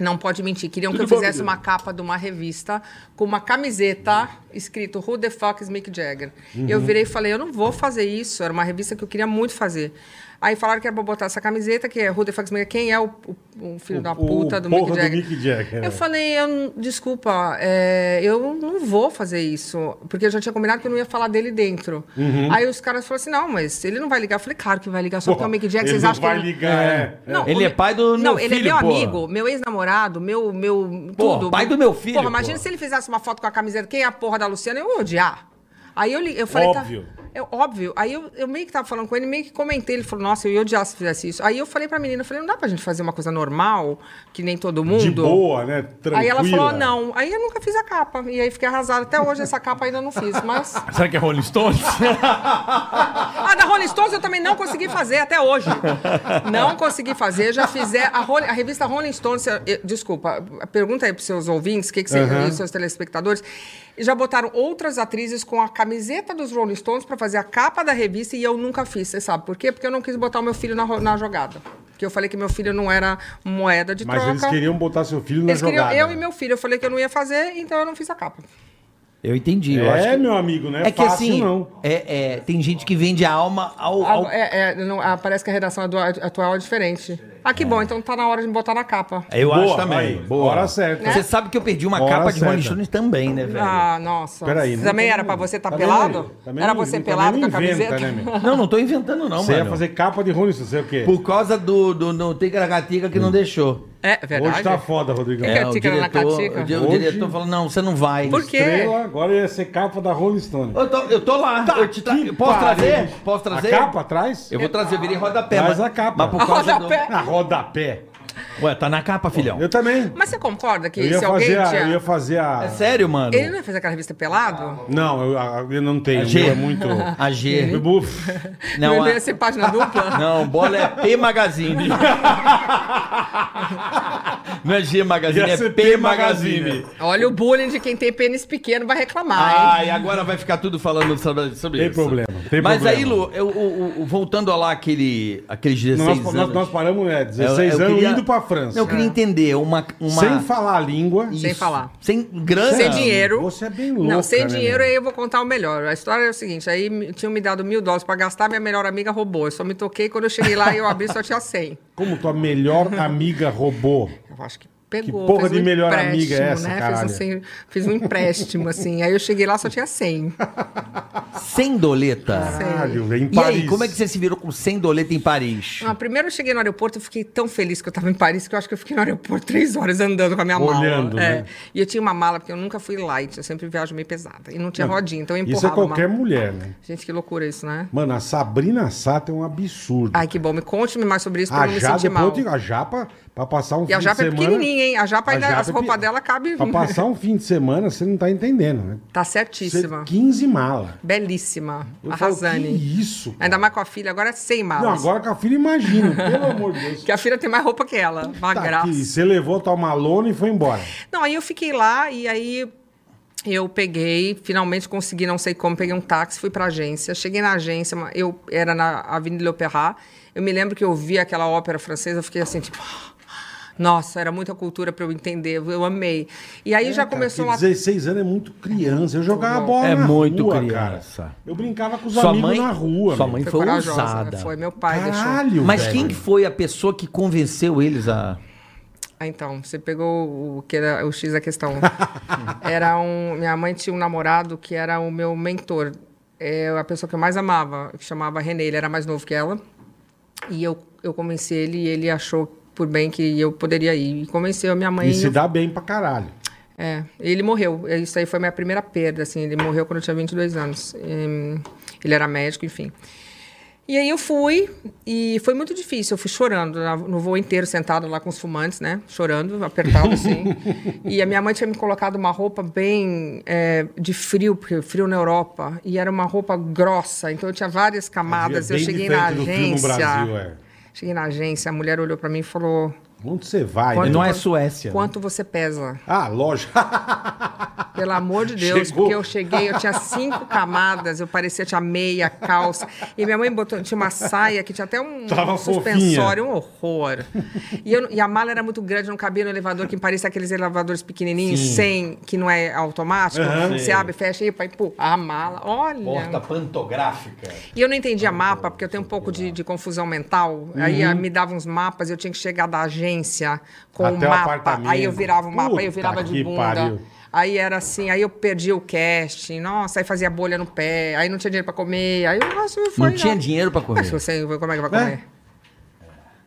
Speaker 4: Não pode mentir. Queriam que eu fizesse uma capa de uma revista com uma camiseta escrito Who the fuck is Mick Jagger?
Speaker 2: Uhum.
Speaker 4: Eu virei e falei, eu não vou fazer isso. Era uma revista que eu queria muito fazer. Aí falaram que era pra botar essa camiseta, que é Who the fuck is Mick Jagger? Quem é o, o- o filho
Speaker 2: O-
Speaker 4: da
Speaker 2: o
Speaker 4: puta do
Speaker 2: porra
Speaker 4: Mick
Speaker 2: do
Speaker 4: Jagger?
Speaker 2: Mick Jagger, é.
Speaker 4: Eu falei, eu, não- desculpa, é, eu não vou fazer isso. Porque eu já tinha combinado que eu não ia falar dele dentro.
Speaker 2: Uhum.
Speaker 4: Aí os caras falaram assim, não, mas ele não vai ligar. Eu falei, claro que vai ligar, só porque é o Mick Jagger,
Speaker 2: Ele
Speaker 4: vocês
Speaker 2: não
Speaker 4: acham
Speaker 2: vai
Speaker 4: que... ele-
Speaker 2: ligar, é.
Speaker 4: Não,
Speaker 3: Ele
Speaker 4: o
Speaker 3: é
Speaker 4: meu-
Speaker 3: pai do meu
Speaker 4: Não, ele
Speaker 3: filho,
Speaker 4: é meu
Speaker 3: porra.
Speaker 4: amigo, meu ex-namorado, meu, meu
Speaker 3: Porra,
Speaker 4: tudo.
Speaker 3: pai do meu filho,
Speaker 4: Porra, imagina
Speaker 3: porra.
Speaker 4: se ele fizesse uma foto com a camiseta, quem é a porra da Luciana, eu ia odiar. Aí eu, li- eu falei,
Speaker 2: Óbvio.
Speaker 4: Tá, é óbvio. Aí eu, eu meio que tava falando com ele, meio que comentei, ele falou, nossa, eu ia odiar se fizesse isso. Aí eu falei pra menina, eu falei, não dá pra gente fazer uma coisa normal, que nem todo mundo.
Speaker 2: De boa, né? Tranquila.
Speaker 4: Aí ela falou, não. Aí eu nunca fiz a capa. E aí fiquei arrasada. Até hoje essa capa ainda não fiz, mas...
Speaker 3: Será que é Rolling Stones?
Speaker 4: A da Rolling Stones eu também não consegui fazer até hoje. Não consegui fazer. Já fizer a, Rolling- a revista Rolling Stones. eu- eu- desculpa, pergunta aí pros seus ouvintes, que que você,
Speaker 2: Aham.
Speaker 4: e os seus telespectadores. E Já botaram outras atrizes com a camiseta dos Rolling Stones para fazer a capa da revista e eu nunca fiz. Você sabe por quê? Porque eu não quis botar o meu filho na, ro- na jogada. Porque eu falei que meu filho não era moeda de
Speaker 2: Mas
Speaker 4: troca.
Speaker 2: eles queriam botar seu filho na
Speaker 4: Eles queriam
Speaker 2: jogada.
Speaker 4: eu e meu filho. Eu falei que eu não ia fazer, então eu não fiz a capa.
Speaker 3: Eu entendi. eu acho
Speaker 2: É,
Speaker 3: que-
Speaker 2: meu amigo, né?
Speaker 3: É que
Speaker 2: fácil,
Speaker 3: assim,
Speaker 2: não.
Speaker 3: é- é, tem gente que vende a alma ao.
Speaker 4: Ah,
Speaker 3: ao-
Speaker 4: é- é, não- ah, parece que a redação adu- atual é diferente. Ah, que bom, então tá na hora de me botar na capa.
Speaker 3: Eu
Speaker 2: Boa,
Speaker 3: acho também.
Speaker 2: aí,
Speaker 3: boa.
Speaker 2: hora certa.
Speaker 3: Você sabe que eu perdi uma
Speaker 2: Hora
Speaker 3: capa de Rolling
Speaker 2: certa.
Speaker 3: Stones também, né, velho?
Speaker 4: Ah, nossa.
Speaker 2: Peraí, não
Speaker 4: também
Speaker 2: tem- Tá
Speaker 4: era pra você estar
Speaker 2: também
Speaker 4: pelado?
Speaker 2: não- também
Speaker 4: era
Speaker 2: não-
Speaker 4: você
Speaker 2: também
Speaker 4: pelado com
Speaker 2: não
Speaker 4: a
Speaker 2: inventa,
Speaker 4: camiseta?
Speaker 2: né, meu?
Speaker 3: Não, não tô inventando, não,
Speaker 2: Você ia
Speaker 3: mano.
Speaker 2: fazer capa de Rolling Stones, sei o quê?
Speaker 3: Por causa do, do, do Ticaracatica
Speaker 2: Hum.
Speaker 3: que não deixou.
Speaker 4: é verdade.
Speaker 2: Hoje tá foda, Rodrigão.
Speaker 4: É. Ticaracatica.
Speaker 3: o di- o
Speaker 2: Hoje-
Speaker 3: diretor falou: não, você não vai.
Speaker 4: Por quê?
Speaker 2: Estrela, agora ia ser capa da Rolling Stone.
Speaker 3: Eu tô, eu tô lá. eu te tra-
Speaker 2: Tá que
Speaker 3: Posso
Speaker 2: pariu.
Speaker 3: trazer? Posso trazer?
Speaker 2: A capa atrás?
Speaker 3: Eu vou trazer, eu virei rodapé.
Speaker 2: Traz a capa.
Speaker 3: Mas por causa
Speaker 4: Rodapé.
Speaker 2: Na rodapé.
Speaker 3: do. Ué, tá na capa, filhão.
Speaker 2: Eu também.
Speaker 4: Mas você concorda que
Speaker 2: Eu ia,
Speaker 4: se alguém
Speaker 2: fazer a,
Speaker 4: tinha...
Speaker 2: eu ia fazer a.
Speaker 3: É sério, mano.
Speaker 4: Ele não ia fazer aquela revista pelado?
Speaker 2: Não, eu, a- eu não tenho.
Speaker 3: A
Speaker 2: o
Speaker 3: G.
Speaker 2: meu É muito.
Speaker 3: A G.
Speaker 2: Eu buf.
Speaker 3: Não,
Speaker 2: é-
Speaker 4: ele
Speaker 3: a-
Speaker 4: ia ser página dupla?
Speaker 3: Não, bola é P Magazine. Não é G Magazine,
Speaker 2: Ia
Speaker 3: é
Speaker 2: ser
Speaker 3: P
Speaker 2: P
Speaker 3: Magazine.
Speaker 4: Olha o bullying de quem tem pênis pequeno vai
Speaker 2: Ah,
Speaker 4: reclamar, hein?
Speaker 3: Ai, agora vai ficar tudo falando sobre, sobre
Speaker 2: Tem
Speaker 3: isso.
Speaker 2: problema, tem
Speaker 3: Mas
Speaker 2: problema.
Speaker 3: aí, Lu, eu, o- o- o- voltando lá aquele, aqueles 16
Speaker 2: Nós,
Speaker 3: anos.
Speaker 2: nós, nós paramos, né?
Speaker 3: eu-
Speaker 2: 16
Speaker 3: eu
Speaker 2: anos
Speaker 3: queria-
Speaker 2: indo pra França.
Speaker 3: Eu queria
Speaker 4: É.
Speaker 3: entender uma... uma
Speaker 2: Sem falar a língua.
Speaker 4: Sem falar.
Speaker 3: Sem grana.
Speaker 4: Sem dinheiro.
Speaker 2: Você é bem louca,
Speaker 4: Não, sem
Speaker 2: né,
Speaker 4: dinheiro,
Speaker 2: meu?
Speaker 4: aí eu vou contar o melhor. A história é o seguinte: aí me- tinham me dado mil dólares pra gastar, minha melhor amiga roubou. Eu só me toquei quando eu cheguei lá e eu abri só tinha 100.
Speaker 2: Como tua melhor amiga roubou?
Speaker 4: Eu acho que pegou.
Speaker 2: Que porra
Speaker 4: fez um
Speaker 2: de melhor amiga é
Speaker 4: empréstimo,
Speaker 2: essa,
Speaker 4: Fez,
Speaker 2: caralho?
Speaker 4: um, sem- fiz um empréstimo, assim. Aí eu cheguei lá, só tinha 100.
Speaker 3: Sem doleta.
Speaker 4: É.
Speaker 2: Caralho, velho, em
Speaker 3: E
Speaker 2: Paris.
Speaker 3: aí, como é que você se virou com sem doleta em Paris?
Speaker 4: Ah, primeiro eu cheguei no aeroporto, eu fiquei tão feliz que eu tava em Paris que eu acho que eu fiquei no aeroporto três horas andando com a minha
Speaker 2: Olhando,
Speaker 4: mala. É.
Speaker 2: né?
Speaker 4: E eu tinha uma mala, porque eu nunca fui light, eu sempre viajo meio pesada. E não tinha rodinha, então eu empurrava
Speaker 2: Isso é
Speaker 4: a mala.
Speaker 2: qualquer mulher, né?
Speaker 4: Gente, que loucura isso, né?
Speaker 2: Mano, a Sabrina Sato é um absurdo.
Speaker 4: Ai, que bom. Me conte-me mais sobre Ah, isso pra
Speaker 2: A
Speaker 4: eu não me
Speaker 2: Japa,
Speaker 4: sentir
Speaker 2: Ah, depois eu
Speaker 4: mal.
Speaker 2: digo, a Japa, pra passar um
Speaker 4: E a
Speaker 2: fim
Speaker 4: Japa
Speaker 2: de
Speaker 4: é
Speaker 2: semana...
Speaker 4: pequenininha, hein? A Japa ainda, as
Speaker 2: é
Speaker 4: roupas
Speaker 2: pe-
Speaker 4: dela cabem...
Speaker 2: Pra passar um fim de semana, você não tá entendendo, né?
Speaker 4: Tá
Speaker 2: Você-
Speaker 4: certíssima.
Speaker 2: 15 mala.
Speaker 4: Belíssima.
Speaker 2: Eu
Speaker 4: a
Speaker 2: falo, que
Speaker 4: Razane.
Speaker 2: isso, cara?
Speaker 4: Ainda mais com a filha, agora é sem malas.
Speaker 2: Não, agora com a filha, imagina, pelo amor de Deus.
Speaker 4: Que a filha tem mais roupa que ela. Uma
Speaker 2: Tá
Speaker 4: graça.
Speaker 2: aqui, você levou a tua malona e foi embora.
Speaker 4: Não, aí eu fiquei lá e aí eu peguei, finalmente consegui, não sei como, peguei um táxi, fui pra agência. Cheguei na agência, ma- eu era na Avenida de l'Opéra. Eu me lembro que eu vi aquela ópera francesa, eu fiquei assim, tipo. Nossa, era muita cultura pra eu entender, eu amei. E aí já
Speaker 2: É, Cara,
Speaker 4: começou
Speaker 2: que
Speaker 4: uma.
Speaker 2: 16 anos é muito criança. Eu jogava bola
Speaker 3: É
Speaker 2: na
Speaker 3: muito
Speaker 2: rua,
Speaker 3: criança.
Speaker 2: cara. Eu brincava com os
Speaker 3: Sua
Speaker 2: amigos
Speaker 3: mãe-
Speaker 2: na rua.
Speaker 3: sua
Speaker 2: meu.
Speaker 3: mãe-
Speaker 4: Foi
Speaker 3: Foi
Speaker 4: corajosa.
Speaker 3: ousada.
Speaker 4: Foi meu pai deixou.
Speaker 2: Caralho,
Speaker 3: Mas
Speaker 2: velho.
Speaker 3: quem que foi a pessoa que convenceu eles a.
Speaker 4: Ah, então, você pegou o que era o X da questão. era um, minha mãe tinha um namorado que era o meu mentor. É a pessoa que eu mais amava, que chamava René, ele era mais novo que ela. E eu, eu convenci ele e ele achou por bem que eu poderia ir. E convenceu a minha mãe.
Speaker 2: E
Speaker 4: e
Speaker 2: se
Speaker 4: eu-
Speaker 2: dá bem pra caralho.
Speaker 4: é, ele morreu. Isso aí foi minha primeira perda, assim. Ele morreu quando eu tinha 22 anos. Hum, Ele era médico, enfim. E aí eu fui e foi muito difícil. Eu fui chorando na- no voo inteiro, sentada lá com os fumantes, né? Chorando, apertado assim. e a minha mãe tinha me colocado uma roupa bem é, de frio, porque frio na Europa. E era uma roupa grossa, então eu tinha várias camadas.
Speaker 2: Bem
Speaker 4: Eu cheguei na
Speaker 2: diferente do frio no
Speaker 4: agência.
Speaker 2: Brasil, é.
Speaker 4: Cheguei na agência, a mulher olhou pra mim e falou:
Speaker 2: Onde você vai?
Speaker 4: Quando-
Speaker 2: né?
Speaker 3: Não é Suécia.
Speaker 4: Quanto você pesa?
Speaker 2: Ah, lógico.
Speaker 4: Pelo amor de Deus,
Speaker 2: Chegou.
Speaker 4: porque eu cheguei, eu tinha cinco camadas, eu parecia, tinha meia, calça. E minha mãe botou, tinha uma saia que tinha até um
Speaker 2: Tava fofinha.
Speaker 4: suspensório, um horror. E, eu não- e a mala era muito grande, não cabia no elevador, que em Paris tem aqueles elevadores pequenininhos, sem, que não é automático.
Speaker 2: Aham.
Speaker 4: Você abre, fecha e pá, pô, a mala, olha.
Speaker 3: pantográfica.
Speaker 4: E eu não
Speaker 2: Ah,
Speaker 4: entendia mapa, porque eu tenho um pouco de, de confusão mental. Aí ah, me davam uns mapas, eu tinha que chegar da agência com o
Speaker 2: Uhum. Até o
Speaker 4: mapa.
Speaker 2: apartamento.
Speaker 4: aí eu virava o mapa, aí eu
Speaker 2: Puta
Speaker 4: virava de
Speaker 2: que
Speaker 4: bunda.
Speaker 2: pariu.
Speaker 4: Aí era assim, aí eu perdi o casting, nossa, aí fazia bolha no pé, aí não tinha dinheiro pra comer, aí o negócio foi.
Speaker 3: Não tinha dinheiro pra comer.
Speaker 4: Mas você, como é que vai comer?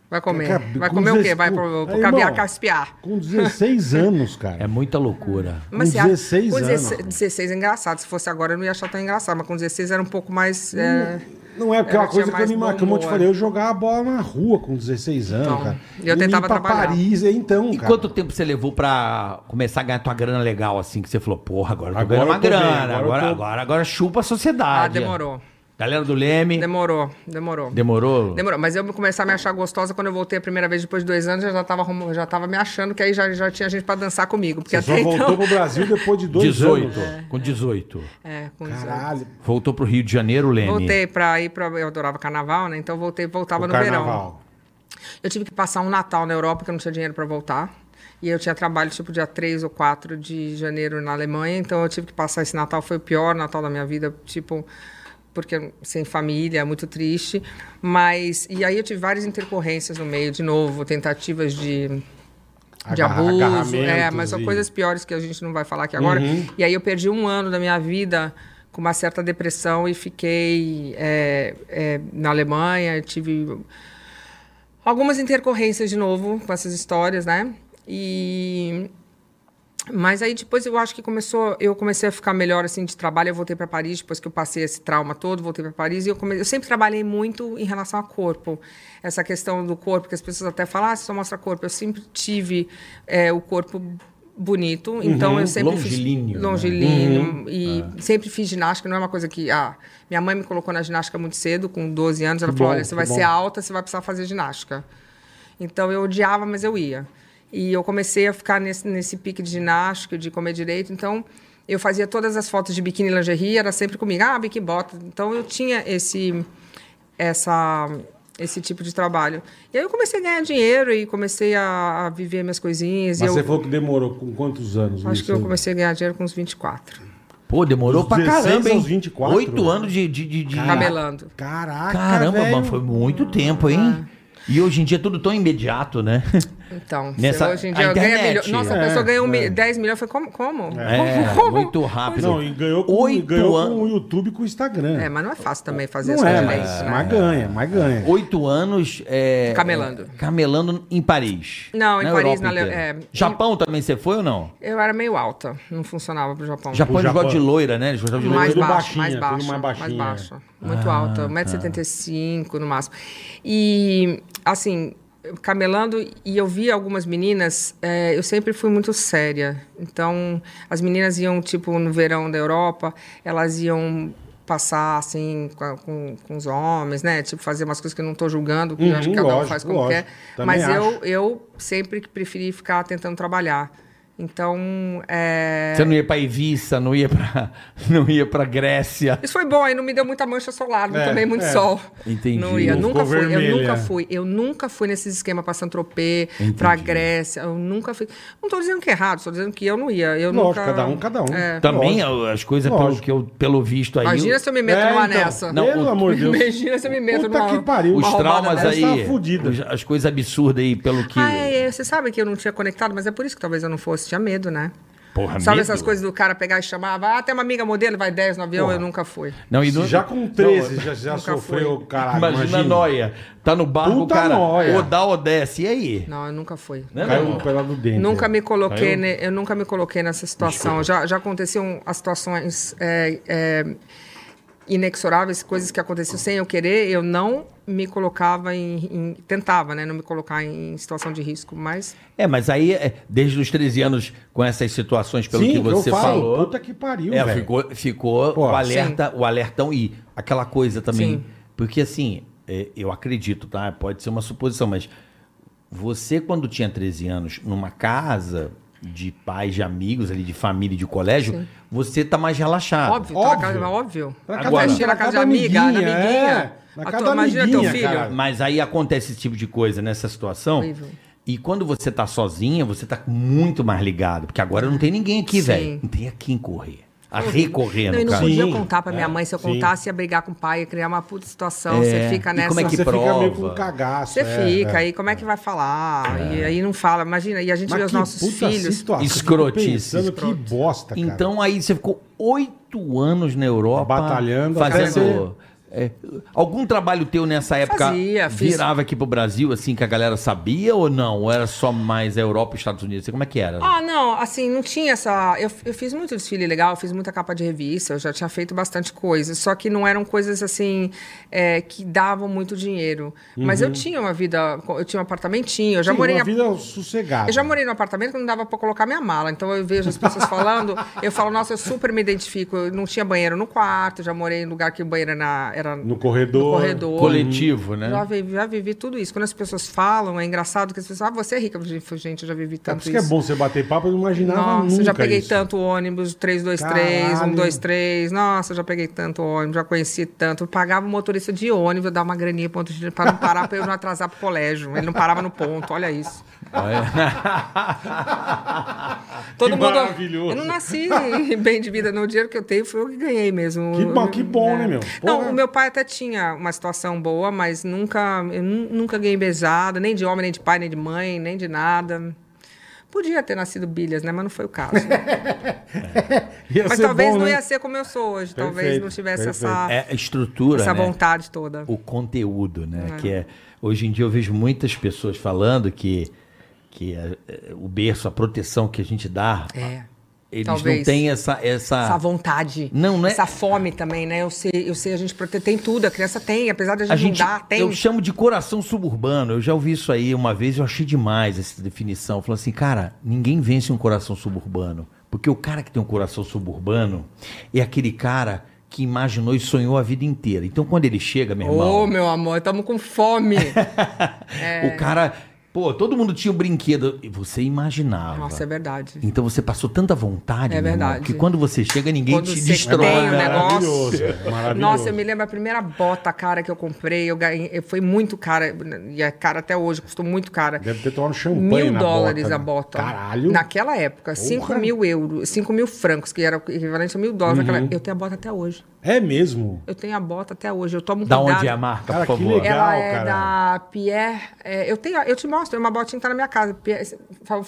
Speaker 4: Vai comer.
Speaker 2: Cara,
Speaker 4: Vai
Speaker 2: com
Speaker 4: comer o quê?
Speaker 2: 16
Speaker 4: Vai pro, pro
Speaker 2: Aí,
Speaker 4: caviar
Speaker 2: irmão,
Speaker 4: caspiar.
Speaker 2: Com 16 anos,
Speaker 3: É
Speaker 2: cara.
Speaker 3: muita loucura.
Speaker 2: com
Speaker 4: a-
Speaker 2: 16
Speaker 4: assim, ah, com
Speaker 2: anos,
Speaker 4: 16,
Speaker 2: mano.
Speaker 4: 16 é engraçado. Se fosse agora, eu não ia achar tão engraçado, mas com 16 era um pouco
Speaker 3: Hum.
Speaker 4: mais. é,
Speaker 2: Não é porque é
Speaker 4: Ela
Speaker 2: uma coisa
Speaker 4: tinha
Speaker 2: que eu me
Speaker 4: mais bom
Speaker 2: marcou, como eu te
Speaker 4: humor.
Speaker 2: falei, eu jogava bola na rua com 16 anos,
Speaker 4: Então,
Speaker 2: cara.
Speaker 4: e eu tentava
Speaker 2: ir pra
Speaker 4: trabalhar.
Speaker 2: Paris, então,
Speaker 3: E
Speaker 2: cara.
Speaker 3: quanto tempo você levou pra começar a ganhar tua grana legal, assim, que você falou, porra, agora eu tô
Speaker 2: Agora
Speaker 3: ganhando
Speaker 2: eu
Speaker 3: uma
Speaker 2: tô bem,
Speaker 3: grana, agora,
Speaker 2: agora eu
Speaker 3: agora,
Speaker 2: tô-
Speaker 3: agora, chupa a sociedade.
Speaker 4: Ah, demorou.
Speaker 3: Galera do Leme,
Speaker 4: Demorou, demorou.
Speaker 3: demorou?
Speaker 4: Demorou, mas eu comecei a me achar gostosa quando eu voltei a primeira vez depois de dois anos, eu já tava, arrum- já tava me achando que aí já, já tinha gente pra dançar comigo. Porque
Speaker 2: Você só
Speaker 4: até
Speaker 2: voltou
Speaker 4: então.
Speaker 2: pro Brasil depois de dois
Speaker 3: 18,
Speaker 2: anos. É.
Speaker 3: com 18.
Speaker 4: É, com 18.
Speaker 2: Caralho.
Speaker 3: Voltou pro Rio de Janeiro, Leme.
Speaker 4: Voltei pra ir pra. Eu adorava carnaval, né? Então voltei, voltava
Speaker 2: o
Speaker 4: no verão.
Speaker 2: carnaval.
Speaker 4: Eu tive que passar um Natal na Europa, que eu não tinha dinheiro pra voltar. E eu tinha trabalho tipo dia 3 ou 4 de janeiro na Alemanha, então eu tive que passar esse Natal, foi o pior Natal da minha vida, tipo, porque sem família, é muito triste. Mas. E aí eu tive várias intercorrências no meio, de novo, tentativas de de
Speaker 2: Agarra-
Speaker 4: abuso, é,
Speaker 2: agarramentos
Speaker 4: mas são
Speaker 2: e- Uhum.
Speaker 4: coisas piores que a gente não vai falar aqui agora. E aí eu perdi um ano da minha vida com uma certa depressão e fiquei é, é, na Alemanha, eu tive algumas intercorrências de novo com essas histórias, né? E mas aí depois eu acho que começou, eu comecei a ficar melhor assim de trabalho, eu voltei para Paris depois que eu passei esse trauma todo, voltei para Paris e eu comecei, eu sempre trabalhei muito em relação ao corpo. Essa questão do corpo que as pessoas até falam, ah, você só mostra corpo. Eu sempre tive é, o corpo bonito,
Speaker 2: Uhum.
Speaker 4: então eu sempre
Speaker 3: longilíneo,
Speaker 4: fiz
Speaker 3: né?
Speaker 4: longilíneo e
Speaker 2: Ah.
Speaker 4: sempre fiz ginástica, não é uma coisa que ah, minha mãe me colocou na ginástica muito cedo, com 12 anos, ela
Speaker 2: Que
Speaker 4: falou,
Speaker 2: bom,
Speaker 4: olha, você
Speaker 2: que
Speaker 4: vai
Speaker 2: bom.
Speaker 4: ser alta, você vai precisar fazer ginástica. Então eu odiava, mas eu ia. E eu comecei a ficar nesse, nesse pique de ginástica, de comer direito. Então eu fazia todas as fotos de biquíni e lingerie, era sempre comigo, ah, biquíni bota. Então eu tinha esse essa esse tipo de trabalho. E aí eu comecei a ganhar dinheiro e comecei a, a viver minhas coisinhas.
Speaker 2: Mas
Speaker 4: e
Speaker 2: você
Speaker 4: eu
Speaker 2: falou que demorou com quantos anos?
Speaker 4: acho que eu
Speaker 2: isso?
Speaker 4: comecei a ganhar dinheiro com uns 24.
Speaker 3: Pô, demorou
Speaker 2: Dos
Speaker 3: pra
Speaker 2: 16
Speaker 3: caramba, hein?
Speaker 2: aos 24,
Speaker 3: 8
Speaker 2: mano.
Speaker 3: anos de... de, de, de-
Speaker 4: Cabelando.
Speaker 2: Caraca,
Speaker 3: Caramba,
Speaker 2: velho.
Speaker 4: Ah.
Speaker 3: mano, foi muito tempo, hein? E hoje em dia é tudo tão imediato, né?
Speaker 4: Então,
Speaker 3: Nessa-
Speaker 4: se hoje em
Speaker 3: a
Speaker 4: dia eu ganho
Speaker 3: internet.
Speaker 4: milho... Nossa,
Speaker 2: É,
Speaker 4: a pessoa ganhou um
Speaker 2: é.
Speaker 4: mi- 10 milhões, foi como? Como?
Speaker 3: É,
Speaker 4: Como?
Speaker 3: muito rápido.
Speaker 2: Não, e ganhou com,
Speaker 3: Oito
Speaker 2: ganhou
Speaker 3: anos.
Speaker 2: com o YouTube e com o Instagram.
Speaker 4: É, mas não é fácil também fazer
Speaker 2: não
Speaker 4: as
Speaker 2: é,
Speaker 4: coisas
Speaker 2: mas,
Speaker 4: direito, né?
Speaker 2: mas ganha, mas ganha.
Speaker 3: Oito anos. é,
Speaker 4: Camelando.
Speaker 3: é, camelando em Paris.
Speaker 4: Não, em
Speaker 3: Na
Speaker 4: Paris,
Speaker 3: Europa
Speaker 4: na Ale-
Speaker 3: inteira.
Speaker 4: é,
Speaker 3: Japão também você foi ou não?
Speaker 4: Eu era meio alta, não funcionava pro Japão.
Speaker 3: Japão,
Speaker 2: Pro
Speaker 3: eles gostam
Speaker 2: Japão.
Speaker 3: de loira, né? Eles gostam de
Speaker 2: Mais
Speaker 3: loira.
Speaker 4: mais
Speaker 2: tudo
Speaker 4: baixo,
Speaker 2: baixinha,
Speaker 4: mais
Speaker 2: tudo
Speaker 4: baixo,
Speaker 2: mais
Speaker 4: mais
Speaker 2: baixinha. Ah, tá.
Speaker 4: baixo, Muito alta, 1,75m no máximo. E, assim, camelando, e eu vi algumas meninas, eh, eu sempre fui muito séria. Então, as meninas iam, tipo, no verão da Europa, elas iam passar, assim, com, a- com- com os homens, né? Tipo, fazer umas coisas que eu não tô julgando, que eu
Speaker 2: Uhum,
Speaker 4: acho que cada
Speaker 2: lógico,
Speaker 4: um faz como
Speaker 2: lógico.
Speaker 4: quer.
Speaker 2: Também
Speaker 4: Mas
Speaker 2: acho.
Speaker 4: eu, eu sempre preferi ficar tentando trabalhar. Então, é...
Speaker 3: Você não ia pra Ibiza, não ia pra, não ia pra Grécia.
Speaker 4: Isso foi bom, aí não me deu muita mancha solar, não
Speaker 2: É,
Speaker 4: tomei muito
Speaker 2: é.
Speaker 4: sol.
Speaker 3: Entendi.
Speaker 4: Não ia,
Speaker 2: Não
Speaker 4: nunca
Speaker 2: ficou
Speaker 4: fui, eu
Speaker 2: vermelha.
Speaker 4: nunca fui. Eu nunca fui nesse esquema pra Santropê,
Speaker 3: Entendi.
Speaker 4: pra Grécia, eu nunca fui. Não tô dizendo que é errado, tô dizendo que eu não ia. Eu
Speaker 2: Lógico,
Speaker 4: nunca...
Speaker 2: cada um, cada um.
Speaker 4: É.
Speaker 3: Também
Speaker 2: Lógico.
Speaker 3: as coisas, pelo,
Speaker 2: Lógico.
Speaker 3: que eu, pelo visto aí.
Speaker 4: Imagina se eu me meto
Speaker 2: É,
Speaker 4: numa
Speaker 2: então,
Speaker 4: nessa.
Speaker 2: Não, Pelo
Speaker 3: o-
Speaker 2: amor de Deus.
Speaker 4: Imagina se eu me meto
Speaker 2: Puta
Speaker 4: numa...
Speaker 2: que pariu.
Speaker 4: uma
Speaker 3: os
Speaker 4: roubada
Speaker 3: traumas
Speaker 4: dessa.
Speaker 3: aí.
Speaker 2: Essa é fudida.
Speaker 3: os- as coisas absurdas aí, pelo que.
Speaker 4: Ah, é, é, você sabe que eu não tinha conectado, mas é por isso que talvez eu não fosse, tinha medo, né?
Speaker 3: Porra,
Speaker 4: Sabe
Speaker 3: medo.
Speaker 4: essas coisas do cara pegar e chamar, vai, ah, tem uma amiga modelo, vai 10 no avião, eu nunca fui.
Speaker 3: Não, e
Speaker 2: Se
Speaker 3: no-
Speaker 2: já com 13
Speaker 3: Não,
Speaker 2: já, já
Speaker 4: nunca
Speaker 2: sofreu, caralho.
Speaker 3: Imagina, a noia. Tá no barco, o
Speaker 2: Ah, Puta
Speaker 3: cara.
Speaker 2: nóia.
Speaker 3: Ou dá ou desce. E aí?
Speaker 4: Não, eu nunca fui.
Speaker 3: Né, meu
Speaker 2: Caiu
Speaker 3: irmão?
Speaker 2: um pela do dente.
Speaker 4: Nunca me
Speaker 3: Caiu?
Speaker 4: coloquei, ne- eu nunca me coloquei nessa situação. Já, já aconteciam as situações é, é, inexoráveis, coisas que aconteciam sem eu querer. Eu não me colocava em, em- tentava, né, não me colocar em situação de risco, mas
Speaker 3: É, mas aí, é, desde os 13 anos, com essas situações, pelo
Speaker 2: Sim,
Speaker 3: que você
Speaker 2: eu falo,
Speaker 3: falou.
Speaker 2: puta que pariu,
Speaker 3: é,
Speaker 2: velho.
Speaker 3: ficou, ficou
Speaker 2: Pô.
Speaker 3: o alerta, o alertão e aquela coisa também.
Speaker 4: Sim.
Speaker 3: Porque assim, é, eu acredito, tá? Pode ser uma suposição, mas você, quando tinha 13 anos, numa casa de pais, de amigos ali, de família, e de colégio, você tá mais relaxado.
Speaker 4: óbvio, tá na
Speaker 2: Ah, óbvio.
Speaker 4: casa, mas óbvio.
Speaker 2: Tá na
Speaker 4: A
Speaker 2: casa da-
Speaker 4: festinha
Speaker 2: na
Speaker 4: na casa de
Speaker 2: casa da
Speaker 4: amiga,
Speaker 2: amiguinha,
Speaker 4: na amiguinha.
Speaker 2: é. Na
Speaker 4: A
Speaker 2: casa
Speaker 4: tua-
Speaker 2: da
Speaker 4: imagina
Speaker 2: amiguinha,
Speaker 4: teu filho.
Speaker 2: cara.
Speaker 3: Mas aí acontece esse tipo de coisa nessa situação.
Speaker 4: Horrível.
Speaker 3: E quando você tá sozinha, você tá muito mais ligado. Porque agora não tem ninguém aqui,
Speaker 4: Sim.
Speaker 3: velho. Não tem a quem correr. A recorrer,
Speaker 4: Não,
Speaker 3: no
Speaker 4: e não
Speaker 3: caso.
Speaker 4: podia
Speaker 2: Sim,
Speaker 4: contar pra minha
Speaker 2: é,
Speaker 4: mãe. Se eu
Speaker 2: sim.
Speaker 4: contasse, ia brigar com o pai, ia criar uma puta situação.
Speaker 3: É,
Speaker 4: Você fica
Speaker 3: e
Speaker 4: nessa.
Speaker 3: como é que
Speaker 2: Você fica meio com
Speaker 3: prova.
Speaker 2: cagaço.
Speaker 4: Você
Speaker 2: é,
Speaker 4: fica,
Speaker 2: é.
Speaker 4: aí como é que vai falar? E aí não fala, imagina. E a gente
Speaker 2: Mas
Speaker 4: vê os
Speaker 2: que
Speaker 4: nossos
Speaker 2: puta
Speaker 4: filhos.
Speaker 2: situação,
Speaker 3: Escrotice.
Speaker 2: eu fico pensando Que bosta, cara.
Speaker 3: Então aí você ficou oito anos na Europa.
Speaker 2: Batalhando até
Speaker 3: Fazendo... é, algum trabalho teu nessa época
Speaker 4: Fazia, fiz-
Speaker 3: virava aqui pro Brasil, assim, que a galera sabia ou não? Ou era só mais a Europa e Estados Unidos? Como é que era?
Speaker 4: Ah, não, assim, não tinha essa. Eu, eu fiz muito desfile legal, fiz muita capa de revista, eu já tinha feito bastante coisa. Só que não eram coisas assim é, que davam muito dinheiro. Mas eu tinha uma vida, eu tinha um apartamentinho, eu já
Speaker 2: Uhum. Sim,
Speaker 4: morei.
Speaker 2: uma
Speaker 4: a-
Speaker 2: vida sossegada.
Speaker 4: Eu já morei num apartamento que não dava pra colocar minha mala. Então eu vejo as pessoas falando, eu falo, nossa, eu super me identifico. Eu não tinha banheiro no quarto, já morei em lugar que o banheiro era, na- era
Speaker 2: No corredor.
Speaker 4: No corredor.
Speaker 3: Coletivo, né?
Speaker 4: Já vivi, já vivi tudo isso. Quando as pessoas falam, é engraçado que as pessoas, ah, você é rica. Eu digo, Gente, eu já vivi
Speaker 2: É por
Speaker 4: tanto
Speaker 2: isso que é
Speaker 4: isso.
Speaker 2: bom você bater papo, eu não imaginava
Speaker 4: Nossa,
Speaker 2: nunca é
Speaker 4: eu já peguei
Speaker 2: isso.
Speaker 4: tanto ônibus, 323,
Speaker 2: Caralho.
Speaker 4: 123. Nossa, eu já peguei tanto ônibus, já conheci tanto. Eu pagava o motorista de ônibus, eu dava uma graninha pra outro dia, pra não parar, pra eu não atrasar pro colégio. Ele não parava no ponto, olha isso. Todo mundo.
Speaker 2: maravilhoso.
Speaker 4: Eu não nasci bem de vida, não. O dinheiro que eu tenho foi eu que ganhei mesmo. É.
Speaker 2: Que bom- que bom, né, meu? Porra.
Speaker 4: Não, o meu pai até tinha uma situação boa, mas nunca, eu nu- nunca ganhei beijada, nem de homem, nem de pai, nem de mãe, nem de nada. Podia ter nascido bilhas, né? Mas não foi o caso.
Speaker 2: Ia
Speaker 4: Mas
Speaker 2: ser
Speaker 4: talvez
Speaker 2: bom,
Speaker 4: não
Speaker 2: né?
Speaker 4: ia ser como eu sou hoje. talvez
Speaker 2: Perfeito,
Speaker 4: não tivesse
Speaker 2: perfeito.
Speaker 4: essa,
Speaker 3: É a estrutura,
Speaker 4: essa
Speaker 3: né?
Speaker 4: vontade toda.
Speaker 3: o conteúdo, né? Que é hoje em dia eu vejo muitas pessoas falando que que é, é, o berço, a proteção que a gente dá,
Speaker 4: É.
Speaker 3: eles não
Speaker 4: talvez.
Speaker 3: têm essa essa,
Speaker 4: Essa vontade.
Speaker 3: Ah. Não, não é-
Speaker 4: Essa fome também, né? Eu sei, eu sei, a gente prote- tem tudo, a criança tem, apesar da gente,
Speaker 3: a gente
Speaker 4: não dar, tem.
Speaker 3: eu chamo de coração suburbano. Eu já ouvi isso aí uma vez, eu achei demais essa definição. Eu Falei assim, cara, ninguém vence um coração suburbano, porque o cara que tem um coração suburbano é aquele cara que imaginou e sonhou a vida inteira. Então quando ele chega, meu irmão,
Speaker 4: Ô, meu amor, estamos com fome. é.
Speaker 3: O cara. Pô, todo mundo tinha o brinquedo. E você imaginava.
Speaker 4: Nossa, é verdade.
Speaker 3: Então você passou tanta vontade,
Speaker 4: É
Speaker 3: meu irmão,
Speaker 4: verdade.
Speaker 3: que quando você chega, ninguém
Speaker 4: Quando
Speaker 3: te
Speaker 4: você
Speaker 3: destrói.
Speaker 4: tem o
Speaker 3: né?
Speaker 4: negócio.
Speaker 2: Maravilhoso, maravilhoso.
Speaker 4: Nossa, eu me lembro a primeira bota cara que eu comprei, eu ganhei, eu- foi muito cara, e é cara até hoje, custou muito cara.
Speaker 2: Deve ter tomado champanhe
Speaker 4: Mil
Speaker 2: na
Speaker 4: dólares
Speaker 2: bota,
Speaker 4: a
Speaker 2: né?
Speaker 4: bota.
Speaker 2: Caralho.
Speaker 4: Naquela época, cinco mil euros, cinco mil francos, que era o equivalente a mil dólares.
Speaker 2: Uhum.
Speaker 4: naquela- Eu tenho a bota até hoje.
Speaker 2: É mesmo.
Speaker 4: Eu tenho a bota até hoje. Eu tomo um
Speaker 3: Da
Speaker 4: cuidado.
Speaker 3: onde é a marca,
Speaker 2: Cara,
Speaker 3: por
Speaker 2: que
Speaker 3: favor?
Speaker 2: legal.
Speaker 4: Ela é
Speaker 2: cara.
Speaker 4: da Pierre. é, eu, tenho, eu te mostro, é uma botinha que tá na minha casa. Pe-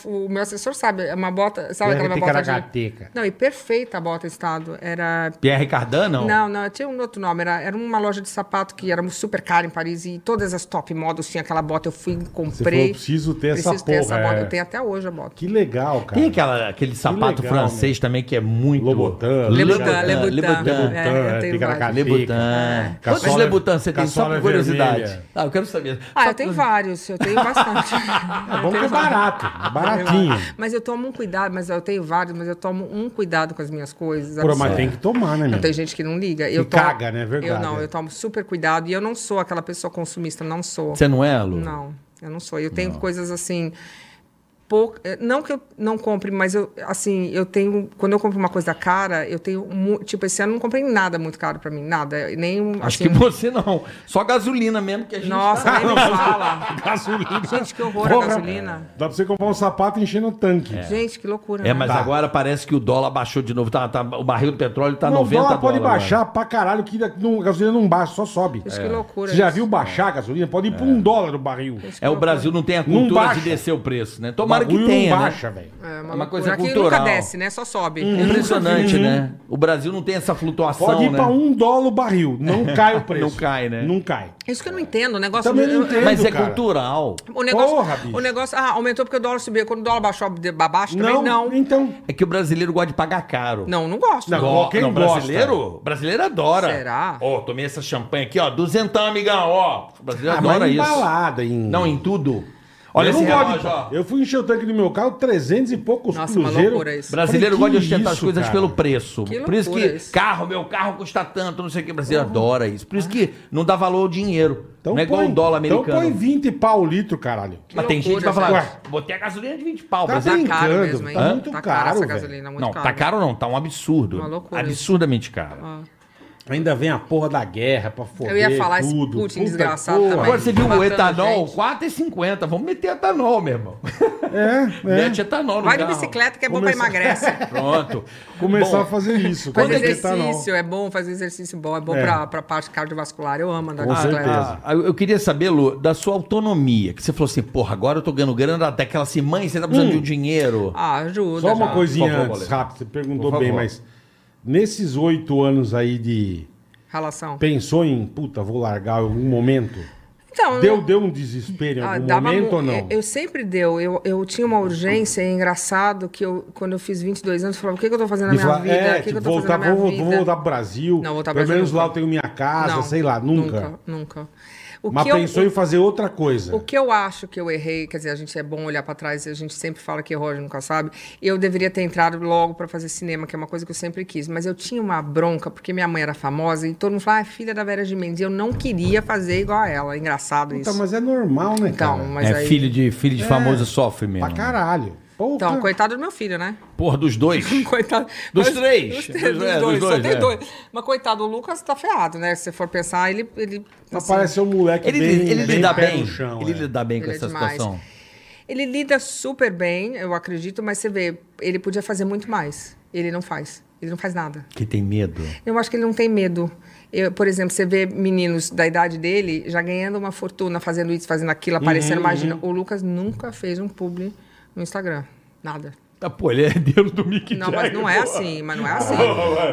Speaker 4: O meu assessor sabe, é uma bota, sabe aquela
Speaker 2: Pierre
Speaker 4: bota
Speaker 2: Ticaracateca.
Speaker 4: de... Não, e perfeita a bota estado. Era
Speaker 3: Pierre Cardin, não?
Speaker 4: não, não, tinha um outro nome. Era, era uma loja de sapato que era super cara em Paris e todas as top models tinham aquela bota. Eu fui e
Speaker 2: Você falou,
Speaker 4: comprei.
Speaker 2: eu preciso ter essa
Speaker 4: Preciso
Speaker 2: porra.
Speaker 4: bota.
Speaker 2: é.
Speaker 4: Eu tenho até hoje a bota.
Speaker 2: Que legal, cara.
Speaker 3: Tem aquela, aquele sapato
Speaker 2: legal,
Speaker 3: francês também que é muito.
Speaker 2: Lobotan.
Speaker 4: Lebutan,
Speaker 3: Lebutan.
Speaker 4: Lebutan.
Speaker 3: Lebutan.
Speaker 4: É, eu
Speaker 2: é,
Speaker 4: tenho
Speaker 2: picaracateca.
Speaker 4: vários.
Speaker 3: Lebutan.
Speaker 2: É. Caçola-
Speaker 3: Quantos Lebutan você tem? Só
Speaker 2: caçola
Speaker 3: por curiosidade.
Speaker 2: vermelha.
Speaker 3: Ah, eu quero saber.
Speaker 4: Ah,
Speaker 3: Só
Speaker 4: eu tenho
Speaker 3: por-
Speaker 4: vários, eu tenho bastante. Ah,
Speaker 2: É bom que é barato, é baratinho.
Speaker 4: Mas eu tomo um cuidado, mas eu tenho vários, mas eu tomo um cuidado com as minhas coisas.
Speaker 2: Pô, mas
Speaker 4: absurdo.
Speaker 2: tem que tomar, né, meu?
Speaker 4: Não tem gente que não liga. eu tomo-
Speaker 2: caga, né? É verdade,
Speaker 4: Eu não,
Speaker 2: é.
Speaker 4: eu tomo super cuidado. E eu não sou aquela pessoa consumista, não sou.
Speaker 3: Você não é, Lu?
Speaker 4: Não, eu não sou. Eu tenho coisas assim. pouca- eh, Não que eu não compre, mas eu, assim, eu tenho. Quando eu compro uma coisa cara, eu tenho. mu- Tipo, esse ano eu não comprei nada muito caro pra mim, nada. Nem um.
Speaker 3: Acho
Speaker 4: assim,
Speaker 3: que você não. Só gasolina mesmo que a gente.
Speaker 4: Nossa,
Speaker 3: tá-
Speaker 4: nem me fala.
Speaker 2: Gasolina.
Speaker 4: Gente, que horror a gasolina.
Speaker 2: Dá pra você comprar um sapato e enchendo o tanque.
Speaker 4: Gente, que loucura.
Speaker 3: É,
Speaker 4: né?
Speaker 3: mas
Speaker 2: Tá.
Speaker 3: agora parece que o dólar baixou de novo. Tá, tá- o barril do petróleo tá
Speaker 2: Não,
Speaker 3: 90
Speaker 2: dólar pode
Speaker 3: dólares
Speaker 2: baixar
Speaker 3: agora.
Speaker 2: pra caralho, que não- a gasolina não baixa, só sobe.
Speaker 4: Gente, que loucura.
Speaker 2: Você já
Speaker 4: isso.
Speaker 2: viu baixar a gasolina? Pode ir por um dólar o barril.
Speaker 3: É, o Brasil não tem a
Speaker 2: Não
Speaker 3: cultura de
Speaker 2: baixa.
Speaker 3: descer o preço, né?
Speaker 2: O
Speaker 3: Tomara que
Speaker 2: bagulho
Speaker 3: tenha.
Speaker 2: não
Speaker 3: né?
Speaker 2: baixa, velho.
Speaker 4: É uma,
Speaker 3: uma coisa
Speaker 4: coisa que
Speaker 3: cultural. Uhum.
Speaker 4: nunca desce, né? Só sobe.
Speaker 3: Impressionante, né? O Brasil não tem essa flutuação.
Speaker 2: Uhum. Pode ir
Speaker 3: né?
Speaker 2: pra um dólar o barril, não cai o preço.
Speaker 3: Não cai, né?
Speaker 2: Não cai.
Speaker 4: Isso que eu não entendo. O negócio.
Speaker 2: Também não
Speaker 4: eu-
Speaker 2: entendo.
Speaker 3: Mas é
Speaker 2: cara.
Speaker 3: cultural.
Speaker 4: O negócio,
Speaker 2: Porra, bicho.
Speaker 4: o negócio ah, aumentou porque o dólar subiu. Quando o dólar baixou de- pra baixo, também
Speaker 2: Não,
Speaker 4: não. Não,
Speaker 2: então.
Speaker 3: É que o brasileiro gosta de pagar caro.
Speaker 4: não, gosto.
Speaker 2: Não,
Speaker 3: Go-
Speaker 2: quem
Speaker 3: não,
Speaker 2: gosta?
Speaker 3: brasileiro, brasileiro adora.
Speaker 4: Será?
Speaker 3: Ó, tomei essa champanhe aqui, ó, duzentão, amigão, ó. O brasileiro adora
Speaker 2: em
Speaker 3: isso.
Speaker 2: balada, em...
Speaker 3: Não, em tudo.
Speaker 2: Ah, Olha,
Speaker 3: Olha
Speaker 2: eu
Speaker 3: esse
Speaker 2: não gosto.
Speaker 3: relógio, ó.
Speaker 2: de- Eu fui encher o tanque do meu carro, 300 e poucos
Speaker 4: Nossa, uma
Speaker 2: cruzeiro.
Speaker 4: loucura isso.
Speaker 3: Brasileiro
Speaker 2: Falei,
Speaker 3: gosta
Speaker 2: que
Speaker 3: de ostentar as
Speaker 2: isso,
Speaker 3: coisas
Speaker 2: cara?
Speaker 3: pelo preço.
Speaker 4: Que
Speaker 3: Por isso que
Speaker 4: loucura isso.
Speaker 3: carro, meu carro custa tanto, não sei o que. O brasileiro adora isso. Por isso que não dá valor ao dinheiro.
Speaker 2: Uhum. Então
Speaker 3: não é igual
Speaker 2: põe-
Speaker 3: um dólar
Speaker 2: Então põe
Speaker 3: americano.
Speaker 2: 20 pau o litro, caralho.
Speaker 3: Mas tem gente que vai
Speaker 4: Loucura, assim.
Speaker 3: falar,
Speaker 2: gente.
Speaker 3: "Ué, botei a gasolina de 20 pau.
Speaker 2: Tá
Speaker 3: brasileiro
Speaker 2: brincando,
Speaker 4: Caro mesmo, hein?
Speaker 2: tá muito
Speaker 4: cara
Speaker 2: caro,
Speaker 4: essa
Speaker 2: velho.
Speaker 4: gasolina, muito
Speaker 3: não,
Speaker 4: caro.
Speaker 3: tá caro não, tá um absurdo.
Speaker 4: Uma loucura.
Speaker 3: Absurdamente caro.
Speaker 2: Ainda vem a porra da guerra pra foder
Speaker 4: Eu ia falar esse
Speaker 2: tudo.
Speaker 4: Putin
Speaker 2: Puta
Speaker 4: desgraçado
Speaker 2: porra.
Speaker 4: também.
Speaker 3: Agora você viu o
Speaker 4: Matando
Speaker 3: etanol,
Speaker 4: gente.
Speaker 3: 4,50. Vamos meter etanol, meu irmão.
Speaker 2: É, é.
Speaker 3: Mete etanol no
Speaker 4: Vai de
Speaker 3: carro.
Speaker 4: bicicleta que é bom
Speaker 2: Começou-
Speaker 4: pra emagrece.
Speaker 3: Pronto.
Speaker 2: Começar
Speaker 3: Bom,
Speaker 2: a fazer isso.
Speaker 4: Faz
Speaker 2: cara, que tá, não.
Speaker 4: exercício, é bom fazer exercício bom, é bom
Speaker 2: É.
Speaker 4: pra, pra parte cardiovascular. Eu amo andar de
Speaker 2: Com
Speaker 4: bicicleta.
Speaker 2: certeza.
Speaker 3: Ah, eu eu queria saber, Lu, da sua autonomia. Que você falou assim, porra, agora eu tô ganhando grana daquela assim, mãe, você tá precisando de um dinheiro.
Speaker 4: Hum. Ah, ajuda.
Speaker 2: Só uma
Speaker 4: já.
Speaker 2: coisinha
Speaker 3: Por favor,
Speaker 2: antes,
Speaker 3: Boleto.
Speaker 2: rápido. Você perguntou
Speaker 3: Por
Speaker 2: bem,
Speaker 3: favor.
Speaker 2: mas nesses oito anos aí de...
Speaker 4: Relação.
Speaker 2: Pensou em, puta, vou largar em algum momento?
Speaker 4: Então,
Speaker 2: Deu, deu um desespero em
Speaker 4: Ah,
Speaker 2: algum
Speaker 4: dava
Speaker 2: momento
Speaker 4: mu-
Speaker 2: ou não?
Speaker 4: Eu, eu sempre deu. Eu, eu tinha uma urgência, é engraçado, que eu, quando eu fiz 22 anos, eu falava, o que, que eu tô fazendo na
Speaker 2: Me
Speaker 4: minha
Speaker 2: falar,
Speaker 4: vida?
Speaker 2: é,
Speaker 4: o que,
Speaker 2: tipo,
Speaker 4: que eu tô
Speaker 2: voltar,
Speaker 4: fazendo na
Speaker 2: vou,
Speaker 4: minha
Speaker 2: vou
Speaker 4: vida?
Speaker 2: voltar pro Brasil.
Speaker 4: Não, voltar pro
Speaker 2: Pelo
Speaker 4: Brasil
Speaker 2: menos lá eu
Speaker 4: nunca.
Speaker 2: tenho minha casa, sei lá, nunca.
Speaker 4: Nunca, nunca. O
Speaker 2: Mas
Speaker 4: que eu-
Speaker 2: pensou em fazer outra coisa.
Speaker 4: O que eu acho que eu errei, quer dizer, a gente é bom olhar pra trás, a gente sempre fala que errou, a gente nunca sabe. Eu deveria ter entrado logo pra fazer cinema, que é uma coisa que eu sempre quis, mas eu tinha uma bronca porque minha mãe era famosa e todo mundo falava, ah, filha da Vera Gimenez, e eu não queria fazer igual a ela. Engraçado
Speaker 2: Puta,
Speaker 4: isso.
Speaker 2: mas é normal, né,
Speaker 4: Então,
Speaker 2: cara?
Speaker 4: mas
Speaker 3: é,
Speaker 4: aí-
Speaker 3: filho de, filho de
Speaker 2: É.
Speaker 3: famoso sofre mesmo.
Speaker 2: Pra caralho. Porra.
Speaker 4: Então, coitado do meu filho, né?
Speaker 3: Porra, dos dois.
Speaker 4: Coitado.
Speaker 3: Dos
Speaker 4: Mas-
Speaker 3: três.
Speaker 4: Dos,
Speaker 3: Dos-
Speaker 4: três, dos
Speaker 3: é, dos
Speaker 4: dois,
Speaker 3: dois,
Speaker 4: só tem
Speaker 3: é.
Speaker 4: dois. Mas coitado, o Lucas tá ferrado, né? Se você for pensar, ele. ele
Speaker 2: Mas
Speaker 4: assim,
Speaker 2: parece um moleque
Speaker 3: Ele,
Speaker 2: bem,
Speaker 3: ele
Speaker 2: bem
Speaker 3: lida
Speaker 2: pé
Speaker 3: bem.
Speaker 2: no chão.
Speaker 3: ele
Speaker 2: é.
Speaker 3: lida bem com
Speaker 4: Ele é
Speaker 3: essa
Speaker 4: demais.
Speaker 3: situação.
Speaker 4: Ele lida super bem, eu acredito, mas você vê, ele podia fazer muito mais. Ele não faz. Ele não faz nada.
Speaker 3: Que tem medo.
Speaker 4: Eu acho que ele não tem medo. Eu, por exemplo, você vê meninos da idade dele já ganhando uma fortuna, fazendo isso, fazendo aquilo,
Speaker 3: Uhum,
Speaker 4: aparecendo. Imagina, o Lucas nunca fez um publi no Instagram. Nada.
Speaker 3: Ah, pô, ele é herdeiro do Mick
Speaker 4: Não, mas não é
Speaker 3: Jagger,
Speaker 4: assim, mas não é assim.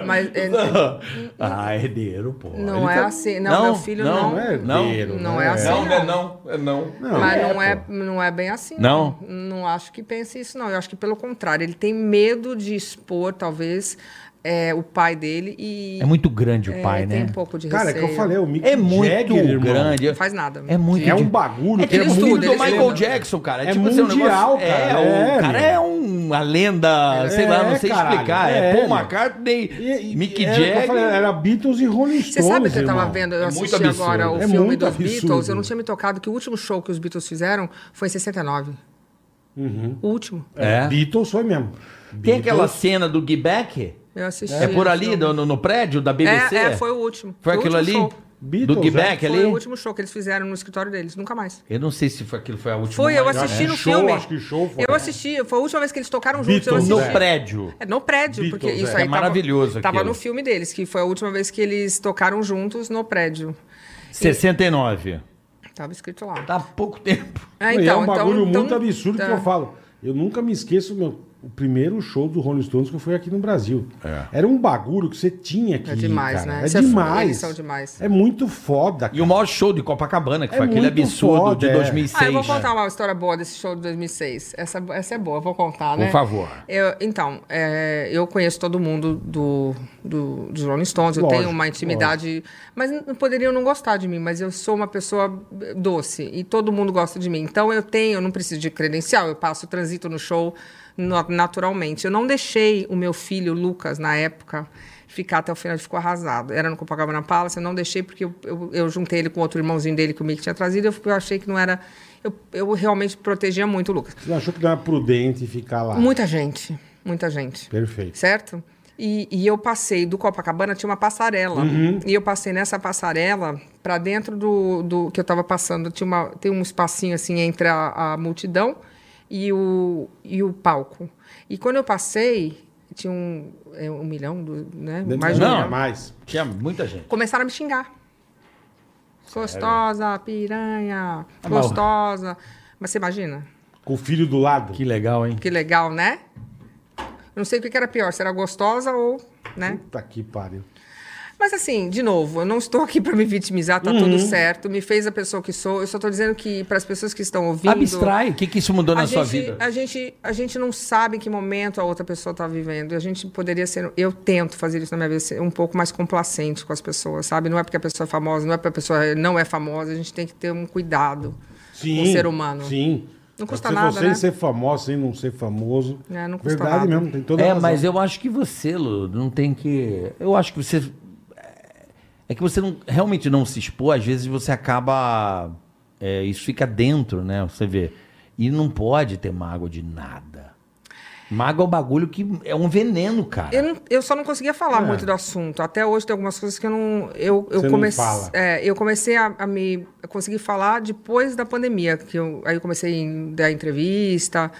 Speaker 4: Mas é-
Speaker 3: porra. Ah, herdeiro, pô.
Speaker 4: Não
Speaker 3: Ele
Speaker 4: é
Speaker 3: tá-
Speaker 4: assim. Não, meu filho
Speaker 3: não.
Speaker 4: não.
Speaker 2: não é
Speaker 3: Não,
Speaker 2: herdeiro,
Speaker 4: não é assim,
Speaker 3: Não,
Speaker 4: não.
Speaker 3: é não. É não.
Speaker 2: um, Não,
Speaker 4: mas
Speaker 2: é,
Speaker 4: não, é,
Speaker 2: pô.
Speaker 4: não é bem assim.
Speaker 3: Não?
Speaker 4: Não Não acho que pense isso, não. Eu acho que pelo contrário, ele tem medo de expor, talvez, é, o pai dele e.
Speaker 3: É muito grande o pai,
Speaker 4: é,
Speaker 3: né?
Speaker 4: Tem um pouco de
Speaker 2: Cara, é que
Speaker 4: receio.
Speaker 2: eu falei, o Mick
Speaker 3: É muito
Speaker 2: Jagger, irmão,
Speaker 3: grande.
Speaker 4: Não faz nada.
Speaker 3: É muito.
Speaker 2: É um bagulho
Speaker 3: É
Speaker 2: que é
Speaker 3: tipo o
Speaker 4: eles
Speaker 2: muito...
Speaker 3: filme
Speaker 4: estudam,
Speaker 3: do
Speaker 4: eles
Speaker 3: Michael
Speaker 4: estudam.
Speaker 3: Jackson, cara.
Speaker 2: É
Speaker 3: tipo assim, um
Speaker 2: mundial,
Speaker 3: negócio-
Speaker 2: cara.
Speaker 3: É,
Speaker 2: É,
Speaker 3: o cara
Speaker 2: meu.
Speaker 3: é uma lenda, sei lá, não
Speaker 2: É,
Speaker 3: sei
Speaker 2: caralho.
Speaker 3: explicar. É,
Speaker 2: É,
Speaker 3: Paul
Speaker 2: meu.
Speaker 3: McCartney,
Speaker 2: E- e-
Speaker 3: Mick
Speaker 2: era o que eu falei, é,
Speaker 3: Jagger.
Speaker 2: Era Beatles e Rolling Stones,
Speaker 4: Você sabe que eu tava
Speaker 2: irmão.
Speaker 4: vendo,
Speaker 3: É
Speaker 4: eu
Speaker 3: muito
Speaker 4: assisti
Speaker 3: absurdo.
Speaker 4: agora o
Speaker 2: É
Speaker 4: filme
Speaker 2: muito
Speaker 4: dos
Speaker 2: absurdo.
Speaker 4: Beatles, eu não tinha me tocado que o último show que os Beatles fizeram foi em 69.
Speaker 2: Uhum.
Speaker 4: O último.
Speaker 3: É.
Speaker 2: Beatles foi mesmo.
Speaker 3: Tem
Speaker 2: Beatles-
Speaker 3: aquela cena do Get Back?
Speaker 4: Eu assisti.
Speaker 3: É por ali, no, no- no prédio da BBC?
Speaker 4: É, é, foi o último.
Speaker 3: Foi
Speaker 4: o
Speaker 3: aquilo ali?
Speaker 4: último show.
Speaker 3: do
Speaker 2: Beatles,
Speaker 3: Get
Speaker 2: é.
Speaker 3: Back
Speaker 4: Foi
Speaker 3: ali?
Speaker 4: o último show que eles fizeram no escritório deles, nunca mais.
Speaker 3: Eu não sei se foi aquilo foi a última.
Speaker 4: Foi, eu
Speaker 3: mas-
Speaker 4: assisti
Speaker 2: é.
Speaker 4: no
Speaker 2: Show,
Speaker 4: filme.
Speaker 2: acho que show foi.
Speaker 4: Eu assisti, foi a última vez que eles tocaram juntos, eu
Speaker 2: Beatles,
Speaker 4: assisti.
Speaker 3: No
Speaker 2: É.
Speaker 3: prédio.
Speaker 4: É, no prédio,
Speaker 2: Beatles,
Speaker 4: porque isso
Speaker 2: é.
Speaker 4: aí
Speaker 3: É maravilhoso
Speaker 4: tava, tava
Speaker 3: aquilo.
Speaker 4: no filme É. deles, que foi a última vez que eles tocaram juntos no prédio.
Speaker 3: 69.
Speaker 4: Tava escrito lá.
Speaker 3: Tá há pouco tempo.
Speaker 4: É,
Speaker 2: Não, e é
Speaker 4: então,
Speaker 2: um
Speaker 4: então-
Speaker 2: bagulho
Speaker 4: então-
Speaker 2: muito absurdo que
Speaker 4: tá.
Speaker 2: eu falo. Eu nunca me esqueço meu, o primeiro show do Rolling Stones que foi aqui no Brasil. Era um bagulho que você tinha que
Speaker 4: É
Speaker 2: ir,
Speaker 4: demais,
Speaker 2: cara.
Speaker 4: né?
Speaker 2: É
Speaker 4: Isso é f-
Speaker 2: demais.
Speaker 4: eles são demais.
Speaker 2: É muito foda, cara.
Speaker 3: E o maior show de Copacabana, que
Speaker 2: É
Speaker 3: foi aquele
Speaker 2: muito
Speaker 3: absurdo
Speaker 2: foda,
Speaker 3: de
Speaker 2: é.
Speaker 4: Ah,
Speaker 3: 2006.
Speaker 4: eu vou contar uma história boa desse show de 2006. Essa, essa é boa, eu vou contar, né?
Speaker 3: Por favor.
Speaker 4: Eu- então, é, eu conheço todo mundo do, do, dos Rolling Stones, eu
Speaker 2: Lógico,
Speaker 4: tenho uma intimidade. Mas n- poderiam não gostar de mim, mas eu sou uma pessoa eh, doce e todo mundo gosta de mim. Então eu tenho, eu não preciso de credencial, eu passo trânsito no show no- naturalmente. Eu não deixei o meu filho, Lucas, na época. Ficar até o final, ele ficou arrasado. Era no Copacabana Palace, eu não deixei porque eu, eu, eu juntei ele com outro irmãozinho dele que o Mick tinha trazido. Eu, eu achei que não era. Eu, eu realmente protegia muito o Lucas.
Speaker 2: Você achou que não era prudente ficar lá.
Speaker 4: Muita gente, muita gente.
Speaker 2: Perfeito.
Speaker 4: Certo? E, e eu passei do Copacabana, tinha uma passarela.
Speaker 3: Uhum.
Speaker 4: E eu passei nessa passarela para dentro do, do que eu estava passando. Tinha uma, tem um espacinho assim entre a, a multidão e o, e o palco. E quando eu passei, tinha um, é, um milhão, do, né? Mais de um
Speaker 3: Não.
Speaker 4: milhão.
Speaker 2: mais.
Speaker 3: né? Tinha muita gente.
Speaker 4: Começaram a me xingar. Gostosa, piranha,
Speaker 3: Tá bom.
Speaker 4: gostosa. Mas você imagina?
Speaker 2: Com o filho do lado.
Speaker 3: Que legal, hein?
Speaker 4: Que legal, né? Eu não sei o que que era pior, se era gostosa ou, né?
Speaker 2: Puta que pariu.
Speaker 4: Mas assim, de novo, eu não estou aqui para me vitimizar, tá
Speaker 3: Uhum.
Speaker 4: tudo certo, me fez a pessoa que sou. Eu só estou dizendo que para as pessoas que estão ouvindo,
Speaker 3: Abstrai. O que, que isso mudou na
Speaker 4: a
Speaker 3: sua
Speaker 4: gente,
Speaker 3: vida?
Speaker 4: a gente a gente não sabe em que momento a outra pessoa está vivendo. A gente poderia ser, eu tento fazer isso na minha vida, ser um pouco mais complacente com as pessoas, sabe? Não é porque a pessoa é famosa, não é porque a pessoa não é famosa, a gente tem que ter um cuidado com o ser humano.
Speaker 2: Sim.
Speaker 4: Não custa
Speaker 2: Se
Speaker 4: nada,
Speaker 2: Você
Speaker 4: né?
Speaker 2: ser famoso sem não ser famoso.
Speaker 4: É, não custa
Speaker 2: Verdade
Speaker 4: nada.
Speaker 2: mesmo, tem toda a
Speaker 3: É,
Speaker 2: razão.
Speaker 3: mas eu acho que você, Lu, não tem que. Eu acho que você. É que você não, realmente não se expor, às vezes você acaba. é, isso fica dentro, né? Você vê. E não pode ter mágoa de nada. Mágoa é um bagulho que é um veneno, cara.
Speaker 4: Eu, não- eu só não conseguia falar muito do assunto. Até hoje tem algumas coisas que eu não. Eu, eu
Speaker 2: É. Você não
Speaker 4: comecei,
Speaker 2: fala.
Speaker 4: é, eu comecei a, a me a conseguir falar depois da pandemia. Que eu, aí eu comecei em dar entrevista.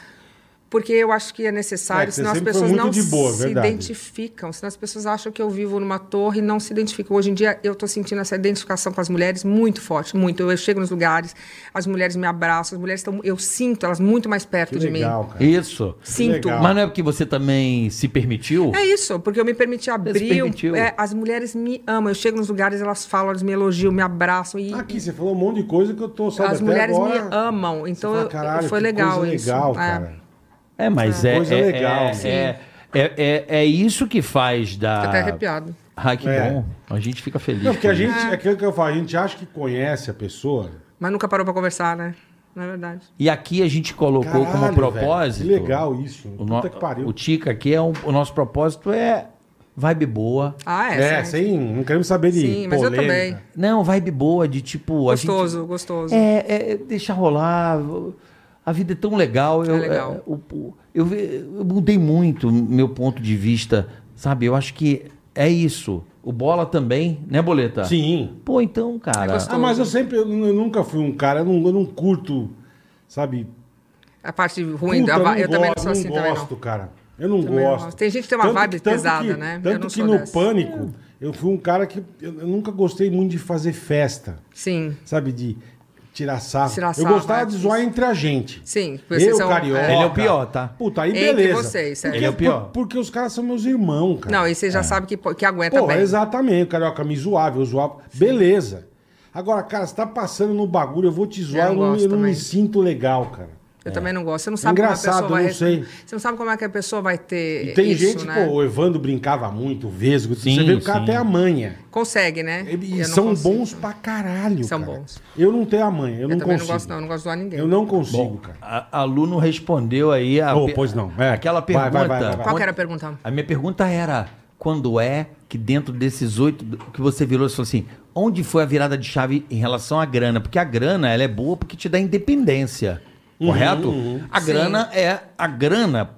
Speaker 4: Porque eu acho que é
Speaker 2: É,
Speaker 4: necessário,
Speaker 2: que você
Speaker 4: senão as
Speaker 2: sempre foi
Speaker 4: pessoas
Speaker 2: muito
Speaker 4: não
Speaker 2: de boa,
Speaker 4: se
Speaker 2: verdade.
Speaker 4: identificam. Senão as pessoas acham que eu vivo numa torre e não se identificam. Hoje em dia eu tô sentindo essa identificação com as mulheres muito forte, muito. Eu chego nos lugares, as mulheres me abraçam, as mulheres estão. Eu sinto elas muito mais perto
Speaker 2: Que
Speaker 4: de
Speaker 2: legal,
Speaker 4: mim.
Speaker 2: cara.
Speaker 3: Isso.
Speaker 4: Sinto.
Speaker 2: legal.
Speaker 3: Mas não é porque você também se permitiu?
Speaker 4: É isso, porque eu me permiti abrir.
Speaker 3: permitiu.
Speaker 4: é, as mulheres me amam. Eu chego nos lugares, elas falam, elas me elogiam, me abraçam. E
Speaker 3: é
Speaker 2: Aqui, você falou um monte de coisa que eu tô sabe,
Speaker 4: as
Speaker 2: até
Speaker 4: mulheres
Speaker 2: agora,
Speaker 4: me amam.
Speaker 2: Você
Speaker 4: Então
Speaker 2: fala,
Speaker 4: eu-
Speaker 2: "Caralho,
Speaker 4: foi
Speaker 2: que
Speaker 4: legal
Speaker 2: coisa
Speaker 4: isso.
Speaker 2: legal,
Speaker 4: É.
Speaker 2: cara.
Speaker 3: É, mas é.
Speaker 2: Coisa
Speaker 3: é,
Speaker 2: legal,
Speaker 3: É,
Speaker 2: sim.
Speaker 3: é, é, é- é isso que faz da.
Speaker 4: Tô até arrepiado.
Speaker 3: Ai, que
Speaker 2: É.
Speaker 3: bom. A gente fica feliz.
Speaker 2: Não, porque
Speaker 3: com
Speaker 2: a
Speaker 3: isso.
Speaker 2: gente, é aquilo que eu falo, a gente acha que conhece a pessoa.
Speaker 4: Mas nunca parou pra conversar, né? Na verdade.
Speaker 3: E aqui a gente colocou
Speaker 2: Caralho,
Speaker 3: como
Speaker 2: velho,
Speaker 3: propósito.
Speaker 2: que legal isso.
Speaker 3: O, no-
Speaker 2: Puta que pariu.
Speaker 3: o Tica aqui é um- o nosso propósito é vibe boa.
Speaker 4: Ah, é.
Speaker 2: É,
Speaker 4: sim.
Speaker 2: sem, não queremos saber de
Speaker 4: Sim, mas eu
Speaker 2: polêmica.
Speaker 4: também.
Speaker 3: Não, vibe boa de tipo a gente-
Speaker 4: Gostoso, gostoso.
Speaker 3: é, é, deixar rolar. A vida é tão legal. Eu,
Speaker 4: legal.
Speaker 3: é, o- o- eu ve- eu mudei muito meu ponto de vista, sabe? Eu acho que é isso. O bola também, né, boleta?
Speaker 2: Sim.
Speaker 3: Pô, então, cara.
Speaker 4: É gostoso.
Speaker 2: Ah, mas eu sempre, eu nu- eu nunca fui um cara, eu não, eu não curto, sabe?
Speaker 4: A parte ruim
Speaker 2: Puta,
Speaker 4: da va-
Speaker 2: não
Speaker 4: Eu também não
Speaker 2: gosto,
Speaker 4: sou assim também, não.
Speaker 2: gosto, cara. Eu não
Speaker 4: Também não
Speaker 2: gosto.
Speaker 4: gosto. Tem gente que tem uma vibe
Speaker 2: tanto
Speaker 4: pesada,
Speaker 2: que-
Speaker 4: né? Eu
Speaker 2: Tanto
Speaker 4: não
Speaker 2: que
Speaker 4: sou
Speaker 2: no
Speaker 4: dessa.
Speaker 2: pânico, eu fui um cara que eu, eu nunca gostei muito de fazer festa,
Speaker 4: Sim.
Speaker 2: sabe? De tirar sarro.
Speaker 4: Tirar
Speaker 2: eu
Speaker 4: sarro,
Speaker 2: gostava
Speaker 4: é,
Speaker 2: de
Speaker 4: isso.
Speaker 2: zoar entre a gente.
Speaker 4: Sim, vocês
Speaker 2: Eu,
Speaker 4: são-
Speaker 2: carioca.
Speaker 4: é.
Speaker 3: Ele é o pior, tá?
Speaker 2: Puta, aí
Speaker 4: Entre
Speaker 2: beleza.
Speaker 4: vocês, sério.
Speaker 2: porque,
Speaker 3: Ele é o pior.
Speaker 2: por- porque os caras são meus irmãos, cara. é.
Speaker 4: Não, e você já sabe que, po- que aguenta
Speaker 2: Porra,
Speaker 4: bem.
Speaker 2: exatamente. O carioca me zoava, eu zoava. Beleza. Agora, cara, você tá passando no bagulho, eu vou te zoar,
Speaker 4: Eu
Speaker 2: eu, não,
Speaker 4: gosto
Speaker 2: eu não me
Speaker 4: também.
Speaker 2: sinto legal, cara.
Speaker 4: Eu também não gosto. Você não sabe
Speaker 2: Engraçado,
Speaker 4: como a
Speaker 2: eu não
Speaker 4: pessoa vai.
Speaker 2: sei.
Speaker 4: Você não sabe como é que a pessoa vai ter.
Speaker 2: E tem
Speaker 4: isso,
Speaker 2: gente,
Speaker 4: né?
Speaker 2: pô, o Evandro brincava muito, o Vesgo, você
Speaker 3: Sim,
Speaker 2: vê que o cara
Speaker 3: sim.
Speaker 2: tem a manha.
Speaker 4: Consegue, né?
Speaker 2: E, e
Speaker 4: Eu não
Speaker 2: são
Speaker 4: consigo.
Speaker 2: bons pra caralho,
Speaker 4: São
Speaker 2: cara.
Speaker 4: bons.
Speaker 2: Eu não tenho a manha, eu,
Speaker 4: Eu
Speaker 2: não
Speaker 4: também
Speaker 2: consigo.
Speaker 4: não gosto, não. Eu não gosto de zoar ninguém.
Speaker 2: Eu não consigo, cara.
Speaker 3: A, a Lu não respondeu aí a.
Speaker 2: Oh,
Speaker 3: pe-
Speaker 2: pois não. É.
Speaker 3: Aquela
Speaker 2: Vai, vai,
Speaker 3: pergunta.
Speaker 2: vai, vai, vai.
Speaker 4: Qual que era a pergunta?
Speaker 3: A minha pergunta era: quando é que dentro desses oito do- que você virou, você falou assim, onde foi a virada de chave em relação à grana? Porque a grana ela é boa porque te dá independência,
Speaker 2: Uhum,
Speaker 3: correto? A
Speaker 4: Sim.
Speaker 3: grana é a grana.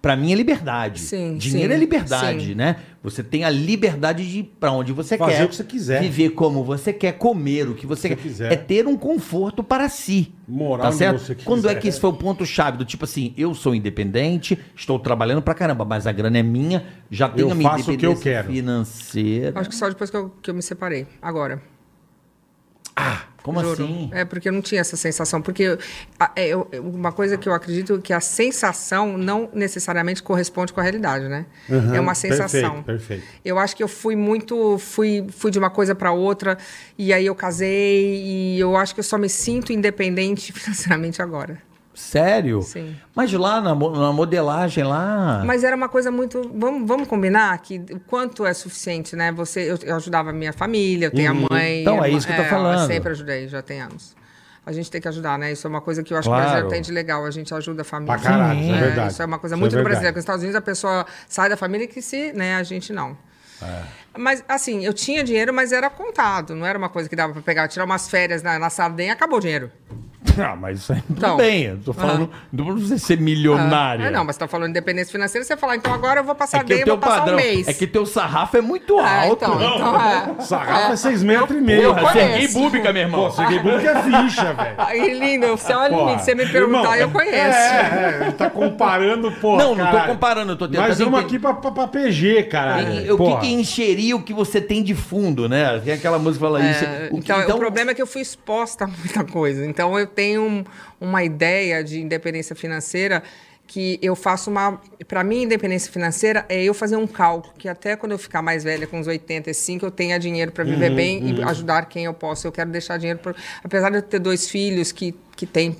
Speaker 3: Pra mim é liberdade.
Speaker 4: Sim,
Speaker 3: Dinheiro é
Speaker 4: sim,
Speaker 3: liberdade,
Speaker 4: sim.
Speaker 3: né? Você tem a liberdade de ir pra onde você
Speaker 2: Fazer
Speaker 3: quer.
Speaker 2: o que você quiser.
Speaker 3: Viver como você quer, comer o que você
Speaker 2: que
Speaker 3: quer.
Speaker 2: quiser.
Speaker 3: É ter um conforto para si.
Speaker 2: Morar
Speaker 3: tá
Speaker 2: onde
Speaker 3: certo?
Speaker 2: você quiser.
Speaker 3: Quando é que isso foi o ponto chave do tipo assim, eu sou independente, estou trabalhando pra caramba, mas a grana é minha, já tenho
Speaker 2: Eu
Speaker 3: a minha
Speaker 2: faço o que
Speaker 3: independência
Speaker 2: eu quero.
Speaker 3: financeira.
Speaker 4: Acho que só depois que eu, que eu me separei. Agora.
Speaker 3: Como
Speaker 4: Juro.
Speaker 3: assim?
Speaker 4: É porque eu não tinha essa sensação. Porque eu- a- é, eu- eu- uma coisa que eu acredito é que a sensação não necessariamente corresponde com a realidade, né?
Speaker 2: Uhum,
Speaker 4: é uma
Speaker 2: perfeito,
Speaker 4: sensação.
Speaker 2: perfeito.
Speaker 4: Eu acho que eu fui muito. Fui, fui de uma coisa para outra. E aí eu casei. E eu acho que eu só me sinto independente financeiramente agora.
Speaker 3: Sério?
Speaker 4: Sim.
Speaker 3: Mas lá na, mo- na modelagem lá.
Speaker 4: Mas era uma coisa muito. Vamos, vamos combinar que o quanto é suficiente, né? Você, eu, eu ajudava a minha família, eu tenho a mãe.
Speaker 3: Então, é
Speaker 4: irmã-
Speaker 3: isso que eu tô falando.
Speaker 4: sempre ajudei, já tem anos. A gente tem que ajudar, né? Isso é uma coisa que eu acho
Speaker 3: Claro.
Speaker 4: que o brasileiro tem de legal. A gente ajuda a família.
Speaker 2: Pra caralho,
Speaker 3: Sim.
Speaker 2: isso é verdade.
Speaker 4: Isso é uma coisa
Speaker 2: Isso é
Speaker 4: muito do
Speaker 2: verdade.
Speaker 4: brasileiro. Porque nos Estados Unidos a pessoa sai da família que se, né? A gente não.
Speaker 3: É.
Speaker 4: Mas, assim, eu tinha dinheiro, mas era contado. Não era uma coisa que dava pra pegar, tirar umas férias na, na Sardenha, acabou o dinheiro.
Speaker 3: Ah, mas isso aí tudo
Speaker 4: Então.
Speaker 3: bem. Eu tô falando. Não precisa ser milionário.
Speaker 4: Ah, não, mas você tá falando de independência financeira, você fala, então agora eu vou passar
Speaker 3: É que
Speaker 4: Sardenha
Speaker 3: o
Speaker 4: e vou
Speaker 3: teu
Speaker 4: passar
Speaker 3: padrão.
Speaker 4: um mês.
Speaker 3: É que teu sarrafo é muito
Speaker 4: Ah,
Speaker 3: alto.
Speaker 4: então, então é.
Speaker 2: Sarrafo é 6 metros e meio.
Speaker 3: Porra,
Speaker 4: conheço.
Speaker 3: Serguei Búbica, meu irmão.
Speaker 2: Pô, Sergei Bubka é ficha, velho.
Speaker 4: Ai, lindo, você olha em mim,
Speaker 2: Porra.
Speaker 4: você me perguntar,
Speaker 2: Irmão,
Speaker 4: eu conheço.
Speaker 2: É, é, ele tá comparando, porra.
Speaker 3: Ah, Não, não tô
Speaker 2: caralho.
Speaker 3: comparando, eu tô tentando
Speaker 2: Nós vamos
Speaker 3: entender.
Speaker 2: aqui pra, pra, pra PG, caralho.
Speaker 3: E- o que,
Speaker 2: porra.
Speaker 3: que encheria o que você tem de fundo, né? Tem aquela música que fala isso.
Speaker 4: É,
Speaker 3: que-
Speaker 4: então, o problema é que eu fui exposta a muita coisa. Então, eu tenho um- uma ideia de independência financeira que eu faço uma. Para mim, independência financeira é eu fazer um cálculo, que até quando eu ficar mais velha, com uns 85, eu tenha dinheiro para
Speaker 2: Uhum,
Speaker 4: viver bem e ajudar quem eu posso. Eu quero deixar dinheiro. Pro... Apesar de eu ter dois filhos que, que têm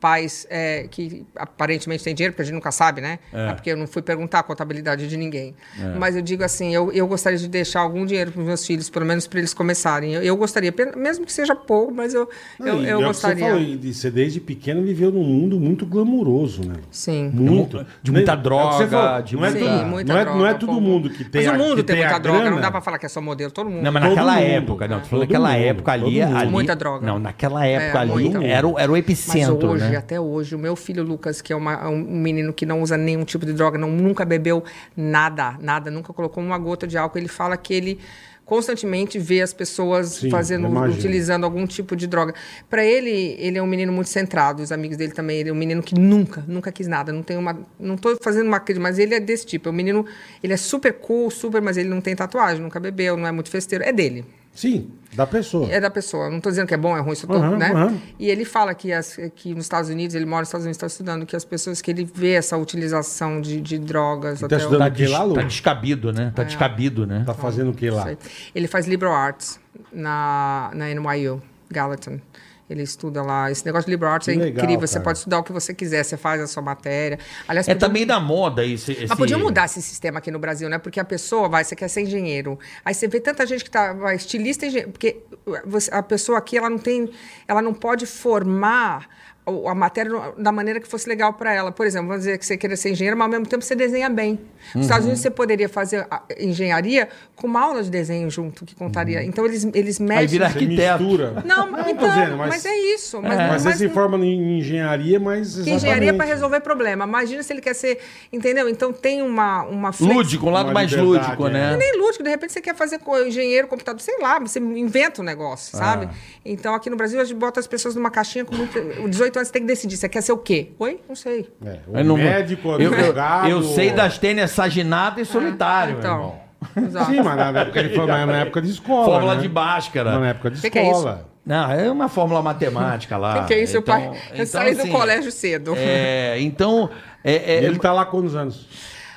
Speaker 4: pais é, que aparentemente têm dinheiro, porque a gente nunca sabe, né? É porque eu não fui perguntar a contabilidade de ninguém.
Speaker 2: É.
Speaker 4: Mas eu digo assim, eu, eu gostaria de deixar algum dinheiro para os meus filhos, pelo menos para eles começarem. Eu, eu gostaria, pe- mesmo que seja pouco, mas eu,
Speaker 2: Não,
Speaker 4: eu,
Speaker 2: e
Speaker 4: eu
Speaker 2: é o que
Speaker 4: gostaria.
Speaker 2: Você, falou, e de- você desde pequeno viveu num mundo muito glamouroso, né?
Speaker 4: Sim.
Speaker 2: Muito.
Speaker 3: De muita
Speaker 2: É o que
Speaker 3: droga,
Speaker 2: você falou,
Speaker 3: de
Speaker 2: não é
Speaker 3: muita-
Speaker 2: todo-
Speaker 4: Sim, muita
Speaker 2: não é,
Speaker 4: droga.
Speaker 2: não é todo
Speaker 4: pouco.
Speaker 2: mundo que tem a-
Speaker 4: Mas o mundo
Speaker 2: que
Speaker 4: tem muita
Speaker 2: a
Speaker 4: droga, não
Speaker 2: grana.
Speaker 4: dá para falar que é só modelo, todo mundo.
Speaker 3: Não, mas
Speaker 2: Todo
Speaker 3: naquela
Speaker 2: mundo.
Speaker 3: época, não, tô falando
Speaker 2: Todo
Speaker 3: naquela
Speaker 2: mundo,
Speaker 3: época ali,
Speaker 2: todo mundo.
Speaker 3: ali.
Speaker 4: Muita droga.
Speaker 3: Não, naquela época
Speaker 4: É,
Speaker 3: ali
Speaker 4: muita.
Speaker 3: era, o- era o
Speaker 4: Mas
Speaker 3: epicentro,
Speaker 4: hoje,
Speaker 3: né?
Speaker 4: é até hoje, o meu filho Lucas, que é uma- um menino que não usa nenhum tipo de droga, não, nunca bebeu nada, nada, nunca colocou uma gota de álcool, ele fala que ele constantemente vê as pessoas
Speaker 2: Sim,
Speaker 4: fazendo,
Speaker 2: imagino.
Speaker 4: utilizando algum tipo de droga. Para ele, ele é um menino muito centrado, os amigos dele também, ele é um menino que nunca, nunca quis nada, não tem uma, não tô fazendo uma crítica, mas ele é desse tipo, é um menino, ele é super cool, super, mas ele não tem tatuagem, nunca bebeu, não é muito festeiro, é dele.
Speaker 2: Sim, da pessoa.
Speaker 4: É da pessoa. Não estou dizendo que é bom, é ruim, isso tô,
Speaker 2: Aham,
Speaker 4: né?
Speaker 2: aham.
Speaker 4: E ele fala que, as- que nos Estados Unidos, ele mora nos Estados Unidos, está estudando, que as pessoas que ele vê essa utilização de, de drogas
Speaker 2: tá
Speaker 4: até
Speaker 2: estudando
Speaker 3: Tá,
Speaker 2: Porque
Speaker 3: des-
Speaker 2: lá, Lu-
Speaker 3: tá descabido, né?
Speaker 4: É.
Speaker 3: Tá descabido, né?
Speaker 2: Tá fazendo o que
Speaker 4: o...
Speaker 2: lá?
Speaker 4: Sei. Ele faz liberal arts na, na NYU, Gallatin. Ele estuda lá. Esse negócio de liberal arts
Speaker 2: Que
Speaker 4: é
Speaker 2: legal,
Speaker 4: incrível. Você
Speaker 2: cara.
Speaker 4: pode estudar o que você quiser, você faz a sua matéria. Aliás,
Speaker 3: É
Speaker 4: podia-
Speaker 2: tá
Speaker 3: também da moda esse. esse...
Speaker 4: Mas Ah, podia mudar esse sistema aqui no Brasil, né? Porque a pessoa vai, você quer ser engenheiro. Aí você vê tanta gente que tá vai, estilista, engen- porque você- a pessoa aqui ela não tem, ela não pode formar o- a matéria no- da maneira que fosse legal para ela. Por exemplo, vamos dizer que você queira ser engenheiro, mas ao mesmo tempo você desenha bem. Nos Estados Unidos você poderia fazer a- engenharia com uma aula de desenho junto, que contaria. Então eles, eles
Speaker 3: Aí
Speaker 4: mexem.
Speaker 3: vira
Speaker 2: Você
Speaker 3: arquiteto.
Speaker 2: mistura.
Speaker 4: Não,
Speaker 2: eu tô
Speaker 4: então,
Speaker 2: dizendo,
Speaker 4: mas... é isso. Mas,
Speaker 2: Mas você
Speaker 4: mas
Speaker 2: se
Speaker 4: não-
Speaker 2: forma em engenharia, mas.
Speaker 4: que engenharia é para
Speaker 2: exatamente.
Speaker 4: resolver problema. Imagina se ele quer ser, entendeu? Então tem uma uma flexi-
Speaker 3: Lúdico, um lado
Speaker 2: Uma
Speaker 3: mais
Speaker 2: liberdade,
Speaker 3: lúdico,
Speaker 2: é.
Speaker 3: né?
Speaker 4: nem lúdico, de repente você quer fazer co- engenheiro, computador, sei lá, você inventa um
Speaker 3: Ah.
Speaker 4: negócio, sabe? Então aqui no Brasil a gente bota as pessoas numa caixinha com muito. O 18 anos você tem que decidir, você quer ser o quê? Oi? Não sei.
Speaker 2: É, o
Speaker 3: Eu não-
Speaker 2: médico,
Speaker 3: eu, eu,
Speaker 2: advogado.
Speaker 3: eu sei das tênis saginada e solitário. meu irmão.
Speaker 4: É, Então. Exato.
Speaker 2: Sim, mas na época, ele foi na na época de escola.
Speaker 3: Fórmula
Speaker 2: né?
Speaker 3: de Bhaskara.
Speaker 2: Na época de
Speaker 4: Que que é
Speaker 2: escola.
Speaker 3: Não, é uma fórmula matemática lá.
Speaker 4: O que é isso,
Speaker 3: Então-
Speaker 4: pai? Eu
Speaker 3: então,
Speaker 4: saí do
Speaker 3: assim,
Speaker 4: colégio cedo.
Speaker 3: É, então. é- é-
Speaker 2: E ele tá lá há quantos anos?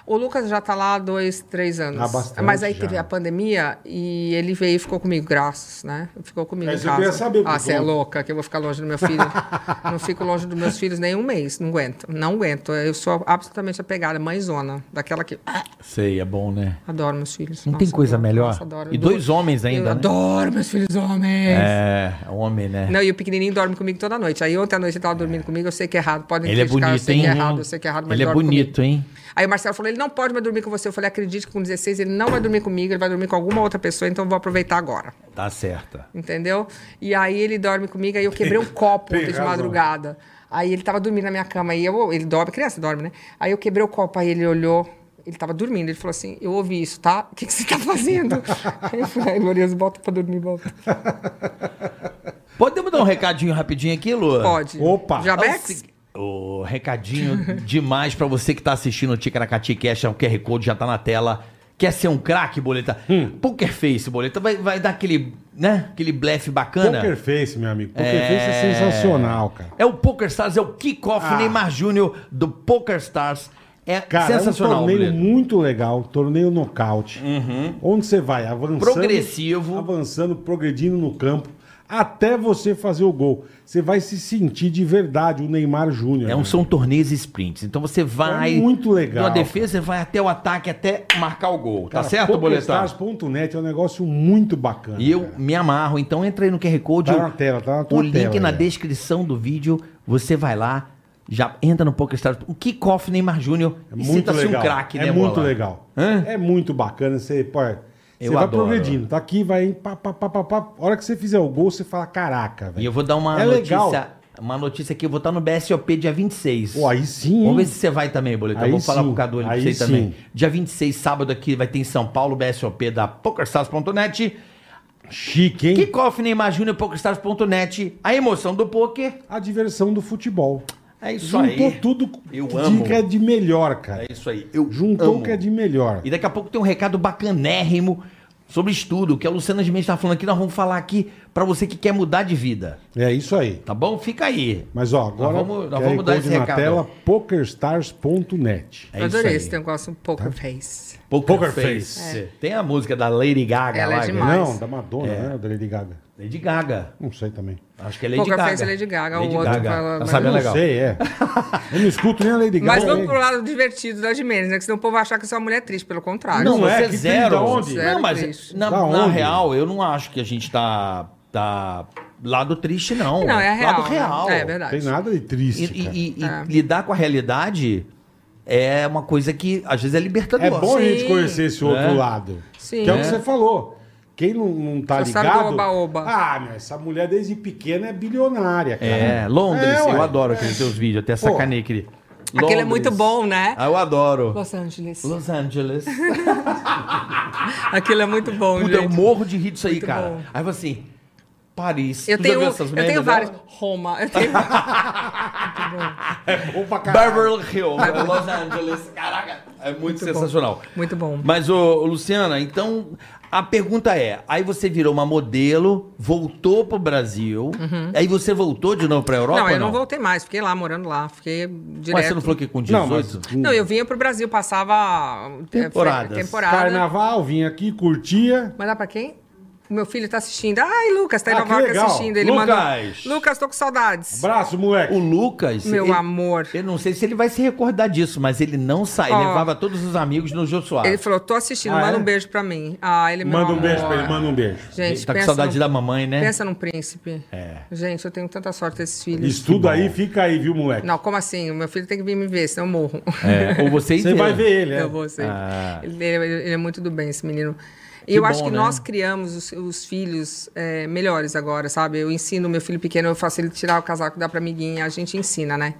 Speaker 4: O Lucas já tá lá há dois, três anos.
Speaker 2: Ah, bastante
Speaker 4: Mas aí
Speaker 2: já.
Speaker 4: teve a pandemia e ele veio e ficou comigo, graças, né? Ficou comigo
Speaker 2: É
Speaker 4: em
Speaker 2: isso que
Speaker 4: casa.
Speaker 2: eu queria saber,
Speaker 4: ah,
Speaker 2: porque
Speaker 4: você é
Speaker 2: como-
Speaker 4: louca que eu vou ficar longe do meu filho. não fico longe dos meus filhos nem um mês. Não aguento. Não aguento. Eu sou absolutamente apegada, mãezona. Daquela que...
Speaker 3: Sei, é bom, né?
Speaker 4: Adoro meus filhos.
Speaker 3: Não tem coisa melhor? E dois homens ainda,
Speaker 4: Eu
Speaker 3: né?
Speaker 4: adoro meus filhos homens.
Speaker 3: É, homem, né?
Speaker 4: Não, e o pequenininho dorme comigo toda noite. Aí ontem à noite ele tava dormindo comigo, eu sei que é errado. Podem
Speaker 3: Ele é
Speaker 4: criticar, eu
Speaker 3: bonito,
Speaker 4: sei
Speaker 3: hein?
Speaker 4: que é errado, eu sei que é errado, mas
Speaker 3: Ele é
Speaker 4: dorme
Speaker 3: bonito, hein?
Speaker 4: Aí o Marcelo falou: ele não pode mais dormir com você. Eu falei: acredite que com 16 ele não vai dormir comigo, ele vai dormir com alguma outra pessoa, então eu vou aproveitar agora.
Speaker 3: Tá certa.
Speaker 4: Entendeu? E aí ele dorme comigo, aí eu quebrei um copo
Speaker 2: Tem
Speaker 4: ontem de
Speaker 2: razão.
Speaker 4: madrugada. Aí ele tava dormindo na minha cama, e eu, ele dorme, criança dorme, né? Aí eu quebrei o copo, aí ele olhou, ele tava dormindo, ele falou assim: eu ouvi isso, tá? O que, que você tá fazendo? aí eu falei: ai, Glorioso, bota pra dormir, bota.
Speaker 3: Podemos dar um recadinho rapidinho aqui, Lu?
Speaker 4: Pode.
Speaker 2: Opa.
Speaker 3: É o
Speaker 4: Jabex?
Speaker 3: se- O é recadinho demais pra você que tá assistindo o Ticaracati Cash, o QR Code já tá na tela. quer ser um craque, boleta?
Speaker 2: Hum.
Speaker 3: Poker Face, boleta, vai, vai dar aquele, né? Aquele blefe bacana.
Speaker 2: Poker Face, meu amigo. Poker Face é sensacional, cara.
Speaker 3: É o Poker Stars, é o kickoff
Speaker 2: Ah.
Speaker 3: Neymar Júnior do Poker Stars. É
Speaker 2: Cara, é um
Speaker 3: sensacional,
Speaker 2: torneio
Speaker 3: Boleto.
Speaker 2: muito legal, torneio nocaute. Onde você vai avançando.
Speaker 3: Progressivo.
Speaker 2: Avançando, progredindo no campo, até você fazer o gol. Você vai se sentir de verdade o Neymar Júnior.
Speaker 3: É um,
Speaker 2: né?
Speaker 3: são torneios e sprints. Então você vai.
Speaker 2: É muito legal,
Speaker 3: Da defesa, vai até o ataque, até marcar o gol.
Speaker 2: Cara,
Speaker 3: tá certo, Boletão?
Speaker 2: PokerStars.net é um negócio muito bacana.
Speaker 3: E eu
Speaker 2: cara.
Speaker 3: me amarro. Então entra aí no QR Code.
Speaker 2: Tá
Speaker 3: o-
Speaker 2: na tela, tá na tua
Speaker 3: O link
Speaker 2: tela,
Speaker 3: na
Speaker 2: né?
Speaker 3: descrição do vídeo. Você vai lá, já entra no PokerStars. O kickoff Neymar Júnior.
Speaker 2: É
Speaker 3: e
Speaker 2: muito
Speaker 3: sinta-se
Speaker 2: legal.
Speaker 3: um craque, né,
Speaker 2: é muito
Speaker 3: Bola?
Speaker 2: legal.
Speaker 3: Hã?
Speaker 2: É muito bacana. Você, pô, é, você
Speaker 3: Eu
Speaker 2: vai
Speaker 3: adoro.
Speaker 2: progredindo. Tá aqui, vai. hein, Pá, pá, pá, pá, pá. A hora que você fizer o gol, você fala: caraca, velho.
Speaker 3: E eu vou dar uma
Speaker 2: É
Speaker 3: notícia.
Speaker 2: legal.
Speaker 3: Uma notícia que eu vou estar no BSOP dia 26.
Speaker 2: Pô, aí sim. hein?
Speaker 3: Vamos ver se você vai também, Boletão.
Speaker 2: Aí
Speaker 3: Vou falar
Speaker 2: sim,
Speaker 3: com o Cadu ali pra
Speaker 2: aí
Speaker 3: você
Speaker 2: sim.
Speaker 3: também. Dia 26, sábado aqui, vai ter em São Paulo, BSOP da PokerStars.net.
Speaker 2: Chique, hein?
Speaker 3: Kickoff Neymar Júnior, PokerStars.net. A emoção do poker.
Speaker 2: A diversão do futebol.
Speaker 3: É isso
Speaker 2: Juntou
Speaker 3: aí.
Speaker 2: tudo
Speaker 3: Eu
Speaker 2: que
Speaker 3: amo.
Speaker 2: é de melhor, cara.
Speaker 3: É isso aí. Eu
Speaker 2: Juntou
Speaker 3: amo.
Speaker 2: o que é de melhor.
Speaker 3: E daqui a pouco tem um recado bacanérrimo sobre estudo, que a Luciana de Mendes tá falando aqui. Nós vamos falar aqui pra você que quer mudar de vida.
Speaker 2: É isso aí.
Speaker 3: Tá bom? Fica aí.
Speaker 2: Mas ó, agora
Speaker 3: Nós vamos- nós
Speaker 2: QR
Speaker 3: vamos dar
Speaker 2: Code
Speaker 3: esse
Speaker 2: na
Speaker 3: recado.
Speaker 2: tela pokerstars.net.
Speaker 3: É
Speaker 4: eu
Speaker 3: isso
Speaker 4: adorei
Speaker 3: aí.
Speaker 4: esse negócio, um
Speaker 2: Tá
Speaker 4: Poker Face. É.
Speaker 3: Poker,
Speaker 2: Poker
Speaker 3: Face.
Speaker 2: Face.
Speaker 3: Tem a música da Lady Gaga
Speaker 4: Ela é
Speaker 3: lá.
Speaker 4: demais.
Speaker 2: Não, da Madonna,
Speaker 3: É.
Speaker 2: né? Da Lady Gaga.
Speaker 3: Lady Gaga.
Speaker 2: Não sei também.
Speaker 3: Acho que é Lady
Speaker 4: Poker
Speaker 3: Gaga.
Speaker 4: Face é Lady Gaga, o outro fala-
Speaker 3: Ela
Speaker 4: mas
Speaker 3: sabe, é
Speaker 4: eu
Speaker 2: não
Speaker 3: legal.
Speaker 2: sei, é. Eu não escuto nem a Lady Gaga.
Speaker 4: Mas vamos
Speaker 2: nem-
Speaker 4: pro lado divertido da Jimenez, né? Que senão o povo vai achar que você é uma mulher triste, pelo contrário.
Speaker 3: Não,
Speaker 2: Não é,
Speaker 3: é,
Speaker 2: que tem
Speaker 3: zero.
Speaker 2: da onde?
Speaker 4: Zero
Speaker 3: não, mas
Speaker 4: triste.
Speaker 3: na,
Speaker 2: Da
Speaker 3: na
Speaker 2: onde?
Speaker 3: real, eu não acho que a gente tá, tá lado triste, não.
Speaker 4: Não, é a real,
Speaker 3: Lado
Speaker 4: né?
Speaker 3: real.
Speaker 4: É verdade.
Speaker 2: Tem nada de
Speaker 3: E,
Speaker 2: triste,
Speaker 3: e-
Speaker 2: cara.
Speaker 3: e- e
Speaker 4: É.
Speaker 3: lidar com a realidade é uma coisa que às vezes é Né? libertador.
Speaker 2: É bom a gente
Speaker 4: Sim.
Speaker 2: conhecer esse outro
Speaker 3: É.
Speaker 2: lado.
Speaker 4: Sim.
Speaker 2: Que é o que
Speaker 4: É.
Speaker 2: você falou. Quem não, não tá
Speaker 4: Só sabe do
Speaker 2: ligado.
Speaker 4: oba-oba.
Speaker 2: Ah, meu, essa mulher desde pequena é bilionária, cara.
Speaker 3: É, Londres,
Speaker 2: É, ué.
Speaker 3: eu adoro aqueles seus vídeos, até sacanei aquele.
Speaker 4: Aquele é
Speaker 3: Londres.
Speaker 4: muito bom, né?
Speaker 3: Ah, eu adoro.
Speaker 4: Los Angeles.
Speaker 3: Los Angeles.
Speaker 4: Aquilo é muito bom,
Speaker 3: Puta, um eu
Speaker 4: gente.
Speaker 3: morro de rir disso aí,
Speaker 4: Muito
Speaker 3: cara.
Speaker 4: bom.
Speaker 3: Aí eu falo assim, Paris.
Speaker 4: Eu
Speaker 3: Tu já
Speaker 4: tenho, um,
Speaker 3: viu
Speaker 4: eu
Speaker 3: essas merdas né?
Speaker 4: tenho
Speaker 3: dela?
Speaker 4: vários. Roma. Eu tenho...
Speaker 3: É.
Speaker 2: Opa, caralho.
Speaker 3: Beverly Hills, Los Angeles. Caraca, é muito, sensacional.
Speaker 4: muito bom.
Speaker 3: Mas, ô, Luciana, então a pergunta é: aí você virou uma modelo, voltou pro Brasil, aí você voltou de novo pra Europa?
Speaker 4: Uhum. não, eu
Speaker 3: não
Speaker 4: não voltei mais. Fiquei lá, morando lá. Fiquei direto.
Speaker 3: Mas você não falou que é com
Speaker 2: Não,
Speaker 3: 18?
Speaker 2: mas,
Speaker 4: Não, eu vinha pro Brasil, passava... eh,
Speaker 3: Temporadas.
Speaker 4: foi- Temporada.
Speaker 2: Carnaval, vim aqui, curtia.
Speaker 4: Mandar pra quem? O meu filho tá assistindo. Ai, Lucas, tá em
Speaker 2: Ah,
Speaker 4: Nova
Speaker 2: que
Speaker 4: York
Speaker 2: legal.
Speaker 4: assistindo. Ele
Speaker 3: Lucas!
Speaker 4: mandou... Lucas, tô com saudades.
Speaker 2: Abraço, moleque.
Speaker 3: O Lucas.
Speaker 4: Meu
Speaker 3: ele-
Speaker 4: amor.
Speaker 3: Eu não sei se ele vai se recordar disso, mas ele não sai.
Speaker 4: Ó.
Speaker 3: Levava todos os amigos no Jô Soares.
Speaker 4: Ele falou, tô assistindo,
Speaker 2: Ah,
Speaker 4: manda
Speaker 2: é?
Speaker 4: um beijo pra mim. Ah, ele é meu
Speaker 2: Manda um beijo
Speaker 4: amor.
Speaker 2: pra ele, manda um beijo.
Speaker 4: Gente,
Speaker 3: tá com
Speaker 4: pensa
Speaker 3: saudade
Speaker 4: num-
Speaker 3: da mamãe, né?
Speaker 4: Pensa num príncipe.
Speaker 3: É.
Speaker 4: Gente, eu tenho tanta sorte desses filhos.
Speaker 2: Estuda aí, fica aí, viu, moleque?
Speaker 4: Não, como assim? O meu filho tem que vir me ver, senão eu morro.
Speaker 3: É, ou você
Speaker 2: Você vai ver ele, é.
Speaker 4: Eu vou ser.
Speaker 3: Ah.
Speaker 4: Ele, ele- ele é muito do bem, esse menino. E
Speaker 3: Que
Speaker 4: eu acho
Speaker 3: bom,
Speaker 4: que
Speaker 3: né?
Speaker 4: nós criamos os, os filhos é, melhores agora, sabe? Eu ensino o meu filho pequeno, eu faço ele tirar o casaco, dar pra amiguinha, a gente ensina, né?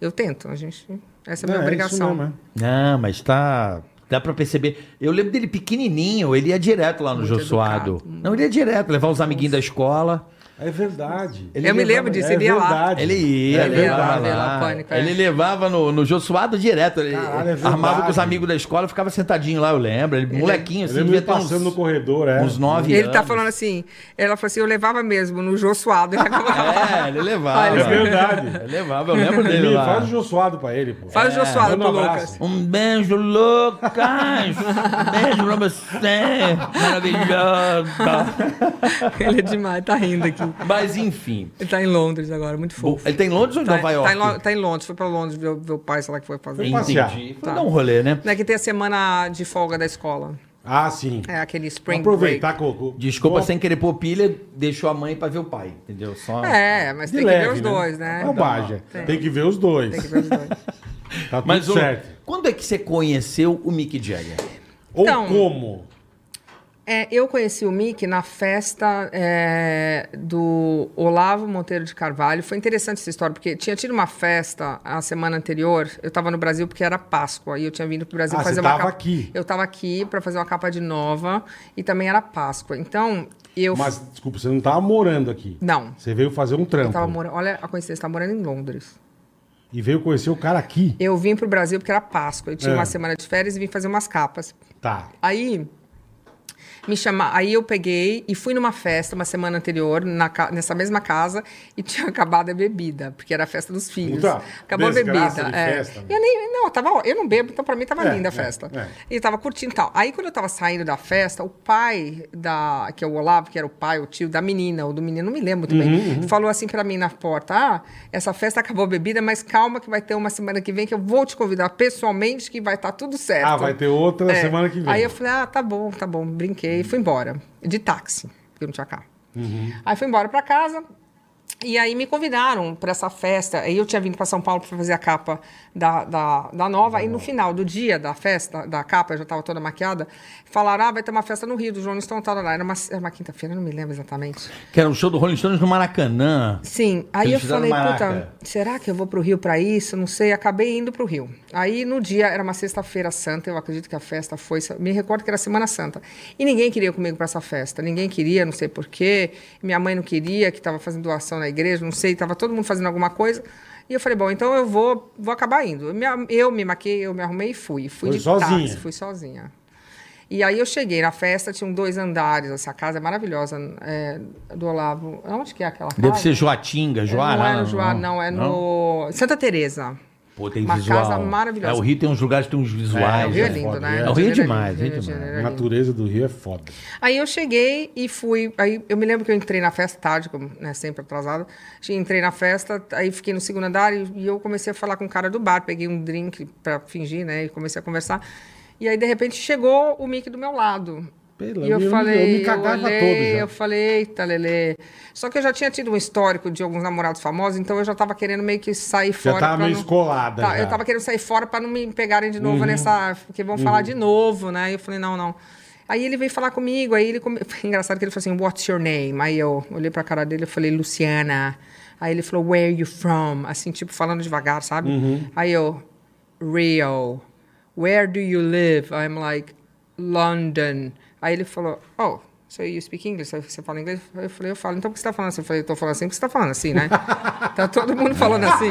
Speaker 4: Eu tento, a gente. Essa é a minha
Speaker 2: Não, é isso
Speaker 4: obrigação.
Speaker 2: mesmo,
Speaker 3: Não, mas tá. Dá pra perceber. Eu lembro dele pequenininho, ele ia direto lá no
Speaker 4: Muito
Speaker 3: Jô Suado.
Speaker 4: educado.
Speaker 3: Não, ele ia direto, levar os amiguinhos da escola.
Speaker 2: é. É verdade.
Speaker 4: Eu me lembro disso, ele ia lá.
Speaker 2: é verdade.
Speaker 3: Ele ia,
Speaker 2: É
Speaker 4: Ele ia
Speaker 3: levava lá.
Speaker 4: lá ver
Speaker 3: né?
Speaker 4: lá o Pânico, é.
Speaker 3: Ele levava no, no Jô Suado direto. Ele
Speaker 2: Caralho, é verdade.
Speaker 3: armava com os amigos da escola, ficava sentadinho lá, eu lembro. Ele, molequinho,
Speaker 2: Eu
Speaker 3: assim,
Speaker 2: lembro
Speaker 3: devia
Speaker 2: ele
Speaker 3: ter uns,
Speaker 2: passando no corredor, é.
Speaker 3: uns nove
Speaker 4: Ele
Speaker 3: anos.
Speaker 4: tá falando assim, ela falou assim, eu levava mesmo no Jô Suado. Ele acabou-
Speaker 3: É, ele levava.
Speaker 2: É verdade.
Speaker 3: Ele levava, eu lembro dele
Speaker 2: Ele faz
Speaker 3: lá.
Speaker 2: o jossuado pra ele, pô.
Speaker 4: Faz o Jô
Speaker 3: É.
Speaker 4: Suado
Speaker 2: Manda um
Speaker 4: pro
Speaker 2: abraço.
Speaker 4: Lucas.
Speaker 3: Um beijo, Lucas! Um beijo pra você! Maravilhosa!
Speaker 4: Ele é demais, tá rindo aqui.
Speaker 3: Mas enfim.
Speaker 4: Ele tá em Londres agora, muito fofo.
Speaker 3: Ele tem Londres ou em
Speaker 4: Tá,
Speaker 3: Nova York?
Speaker 4: Tá em, Lo- tá em Londres, foi pra Londres ver, o- ver o pai, sei lá, que foi fazer.
Speaker 2: Foi pra- passear.
Speaker 3: Entendi. Foi
Speaker 4: Tá.
Speaker 3: dar um rolê, né?
Speaker 4: Não é que tem a semana de folga da escola.
Speaker 2: Ah, sim.
Speaker 4: É aquele spring
Speaker 2: Aproveitar com
Speaker 3: Desculpa,
Speaker 2: com-
Speaker 3: sem querer pôr pilha, deixou a mãe pra ver o pai, entendeu? Só...
Speaker 4: break. É, mas
Speaker 2: de
Speaker 4: tem que
Speaker 2: leve, É
Speaker 4: ver os dois, né?
Speaker 2: Bobagem.
Speaker 4: Tem.
Speaker 2: Tem que ver os dois.
Speaker 4: Tem que ver os dois.
Speaker 2: Tá tudo
Speaker 3: Mas ô,
Speaker 2: certo.
Speaker 3: quando é que você conheceu o Mick Jagger?
Speaker 2: Ou
Speaker 4: Então-
Speaker 2: como?
Speaker 4: É, eu conheci o Mick na festa é, do Olavo Monteiro de Carvalho. Foi interessante essa história, porque tinha tido uma festa a semana anterior. Eu estava no Brasil porque era Páscoa e eu tinha vindo para o Brasil
Speaker 2: Ah,
Speaker 4: fazer
Speaker 2: você
Speaker 4: uma
Speaker 2: tava
Speaker 4: capa.
Speaker 2: aqui.
Speaker 4: Eu estava aqui para fazer uma capa de nova e também era Páscoa. Então, eu.
Speaker 2: Mas, desculpa, você não tava morando aqui.
Speaker 4: Não.
Speaker 2: Você veio fazer um
Speaker 4: Eu
Speaker 2: trampo.
Speaker 4: tava morando. Olha a coincidência, eu tava morando em Londres.
Speaker 2: E veio conhecer o cara aqui.
Speaker 4: Eu vim pro Brasil porque era Páscoa. Eu tinha
Speaker 2: É.
Speaker 4: uma semana de férias e vim fazer umas capas.
Speaker 2: Tá.
Speaker 4: Aí me chama, aí eu peguei e fui numa festa uma semana anterior na ca- nessa mesma casa e tinha acabado a bebida, porque era a festa dos filhos.
Speaker 2: Puta,
Speaker 4: Acabou a
Speaker 2: desgraça
Speaker 4: bebida.
Speaker 2: de
Speaker 4: é.
Speaker 2: festa,
Speaker 4: E eu nem, não, eu tava, eu não bebo, então pra mim tava
Speaker 2: É,
Speaker 4: linda
Speaker 2: é,
Speaker 4: a festa.
Speaker 2: é.
Speaker 4: E tava curtindo e tal. Aí quando eu tava saindo da festa, o pai da que é o Olavo, que era o pai, o tio da menina ou do menino, não me lembro muito bem,
Speaker 2: Uhum,
Speaker 4: falou assim pra mim na porta: "Ah, essa festa acabou a bebida, mas calma que vai ter uma semana que vem que eu vou te convidar pessoalmente que vai estar tudo certo".
Speaker 2: Ah, vai ter outra
Speaker 4: É.
Speaker 2: semana que vem.
Speaker 4: Aí eu falei, ah, tá bom, tá bom. Brinquei e fui embora. De táxi, porque eu não tinha carro.
Speaker 2: Uhum.
Speaker 4: Aí fui embora pra casa. E aí me convidaram pra essa festa. Aí eu tinha vindo pra São Paulo pra fazer a capa da, da, da nova. E no final do dia da festa, da capa, eu já tava toda maquiada, falaram, ah, vai ter uma festa no Rio, do João Stone, tal, tal, tal. Era uma, era uma quinta-feira, eu não me lembro exatamente.
Speaker 3: Que era o show do Rolling Stones no Maracanã.
Speaker 4: Sim, aí
Speaker 3: Eles
Speaker 4: eu
Speaker 3: fizeram
Speaker 4: falei,
Speaker 3: maraca.
Speaker 4: puta, será que eu vou pro Rio pra isso? Não sei, acabei indo pro Rio. Aí no dia, era uma sexta-feira santa, eu acredito que a festa foi, me recordo que era Semana Santa. E ninguém queria ir comigo pra essa festa, ninguém queria, não sei porquê, minha mãe não queria, que tava fazendo doação na igreja, não sei, tava todo mundo fazendo alguma coisa. E eu falei, bom, então eu vou, vou acabar indo. Eu me, a- eu me maquei, eu me arrumei e fui. Fui
Speaker 2: Foi
Speaker 4: de
Speaker 2: sozinha?
Speaker 4: táxi, fui sozinha. E aí eu cheguei na festa, tinham dois andares, essa casa é maravilhosa, é, do Olavo. Onde que é aquela casa?
Speaker 3: Deve ser Joatinga, Joara.
Speaker 4: não é no Joá, não, é no Santa Teresa.
Speaker 3: Pô, tem
Speaker 4: Uma
Speaker 3: visual.
Speaker 4: casa maravilhosa.
Speaker 3: É, o Rio tem uns lugares, tem uns
Speaker 2: É,
Speaker 4: o
Speaker 3: visuais.
Speaker 4: Rio é
Speaker 2: é
Speaker 4: lindo,
Speaker 2: foda,
Speaker 4: né?
Speaker 2: é.
Speaker 3: É, o Rio é
Speaker 4: Janeiro
Speaker 3: demais,
Speaker 4: lindo,
Speaker 3: é
Speaker 4: Rio de
Speaker 3: demais.
Speaker 4: Janeiro
Speaker 2: A
Speaker 4: é lindo.
Speaker 2: natureza do Rio é foda.
Speaker 4: Aí eu cheguei e fui. Aí eu me lembro que eu entrei na festa tarde, como né, sempre atrasada. Che- Entrei na festa, aí fiquei no segundo andar e, e eu comecei a falar com o cara do bar. Peguei um drink pra fingir, né? E comecei a conversar. E aí, de repente, chegou o Mickey do meu lado.
Speaker 2: Pela-
Speaker 4: e eu,
Speaker 2: eu me-
Speaker 4: falei,
Speaker 2: eu me cagava
Speaker 4: eu olhei,
Speaker 2: todo já.
Speaker 4: eu falei, eita, Lelê. Só que eu já tinha tido um histórico de alguns namorados famosos, então eu já tava querendo meio que sair
Speaker 2: Já
Speaker 4: fora.
Speaker 2: tava
Speaker 4: pra
Speaker 2: meio
Speaker 4: não-
Speaker 2: escolada.
Speaker 4: Tá,
Speaker 2: já.
Speaker 4: eu tava querendo sair fora pra não me pegarem de novo nessa. Porque vão falar de novo, né? E eu falei, não, não. Aí ele veio falar comigo, aí ele. Come... Foi engraçado que ele falou assim, what's your name? Aí eu olhei pra cara dele e falei, Luciana. Aí ele falou, where you from? Assim, tipo, falando devagar, sabe? Aí eu, Rio. Where do you live? I'm like, London. Aí ele falou, oh. So you speak English? Você fala inglês? Eu falei, eu falo. Então por que você tá falando assim? Eu falei, eu tô falando assim porque você tá falando assim, né? tá todo mundo falando assim.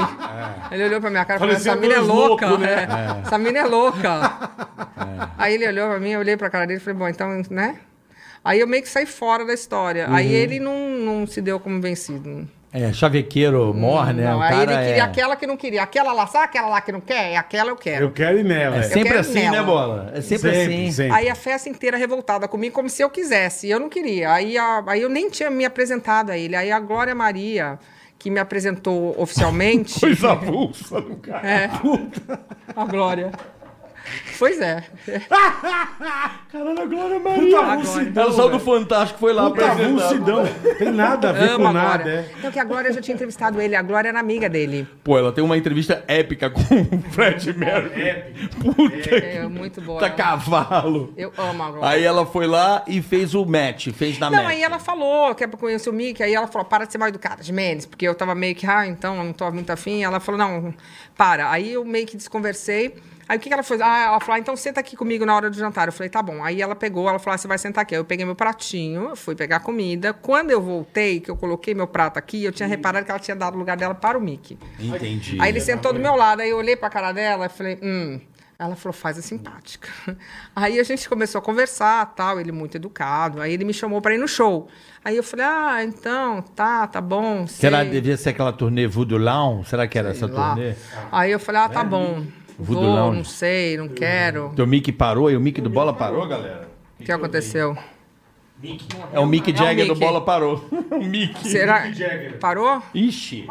Speaker 4: Ele olhou pra minha cara e
Speaker 2: Falei,
Speaker 4: falou, essa
Speaker 2: "Você é
Speaker 4: mina é
Speaker 2: dois
Speaker 4: louca.
Speaker 2: louco, né?"
Speaker 4: é. Essa mina é louca. Aí ele olhou pra mim, eu olhei pra cara dele e falei, bom, então, né? Aí eu meio que saí fora da história. Aí ele não, não se deu como vencido.
Speaker 3: É, chavequeiro morre, né?
Speaker 4: Hum, não,
Speaker 3: O
Speaker 4: aí ele
Speaker 3: cara
Speaker 4: queria
Speaker 3: é-
Speaker 4: aquela que não queria. Aquela lá, sabe aquela lá que não quer? É aquela eu quero.
Speaker 2: Eu quero ir nela.
Speaker 3: É
Speaker 2: é.
Speaker 3: sempre
Speaker 4: quero
Speaker 3: assim,
Speaker 4: nela.
Speaker 3: né, Bola? É sempre, assim.
Speaker 4: Aí a festa inteira revoltada comigo, como se eu quisesse. e Eu não queria. Aí, a- aí eu nem tinha me apresentado a ele. Aí a Glória Maria, que me apresentou oficialmente.
Speaker 2: Coisa avulsa do cara.
Speaker 4: é. A Glória. Pois é.
Speaker 2: Caralho, agora Maria. Puta
Speaker 4: Agora.
Speaker 2: avulsidão.
Speaker 3: Ela
Speaker 4: né?
Speaker 3: saiu É do Fantástico, foi lá
Speaker 2: Puta
Speaker 3: apresentar.
Speaker 2: avulsidão. Tem nada a ver
Speaker 4: Amo
Speaker 2: com
Speaker 4: a
Speaker 2: nada,
Speaker 4: Glória.
Speaker 2: é.
Speaker 4: Então que a Glória eu já tinha entrevistado ele. A Glória era amiga dele.
Speaker 3: Pô, ela tem uma entrevista épica com o Fred Mercury. Puta
Speaker 4: É muito
Speaker 3: que...
Speaker 4: boa.
Speaker 3: Tá cavalo.
Speaker 4: Eu amo a Glória.
Speaker 3: Aí ela foi lá e fez o match, fez na
Speaker 4: Não,
Speaker 3: match.
Speaker 4: aí ela falou que é pra conhecer o Mickey, aí ela falou, para de ser mal educada, Jimenez, porque eu tava meio que, ah, então eu não tô muito afim. Ela falou, não, para. Aí eu meio que desconversei. Aí o que, que ela fez? Ah, ela falou, ah, então senta aqui comigo na hora do jantar. Eu falei, tá bom. Aí ela pegou, ela falou, ah, você vai sentar aqui. Aí eu peguei meu pratinho, fui pegar a comida. Quando eu voltei, que eu coloquei meu prato aqui, eu tinha reparado que ela tinha dado o lugar dela para o Mickey.
Speaker 3: Entendi.
Speaker 4: Aí ele sentou do meu lado, aí eu olhei pra cara dela e falei, hum. Ela falou, faz a simpática. Aí a gente começou a conversar, tal, ele muito educado. Aí ele me chamou pra ir no show. Aí eu falei, ah, então, tá, tá bom. sei
Speaker 3: Será que devia ser aquela turnê Voodoo Lounge? Será que era essa
Speaker 4: lá."
Speaker 3: turnê? É,
Speaker 4: Aí eu falei, ah, tá bom.
Speaker 3: Voodoo
Speaker 4: Vou,
Speaker 3: Lounge.
Speaker 4: não sei, não quero.
Speaker 3: Então o Mickey parou e o Mickey do Bola parou, galera?
Speaker 4: O que aconteceu?
Speaker 3: É o Mick
Speaker 4: É o
Speaker 3: Jagger do
Speaker 4: Mickey.
Speaker 3: Bola parou. o Mickey.
Speaker 4: Será? Parou?
Speaker 3: Ixi.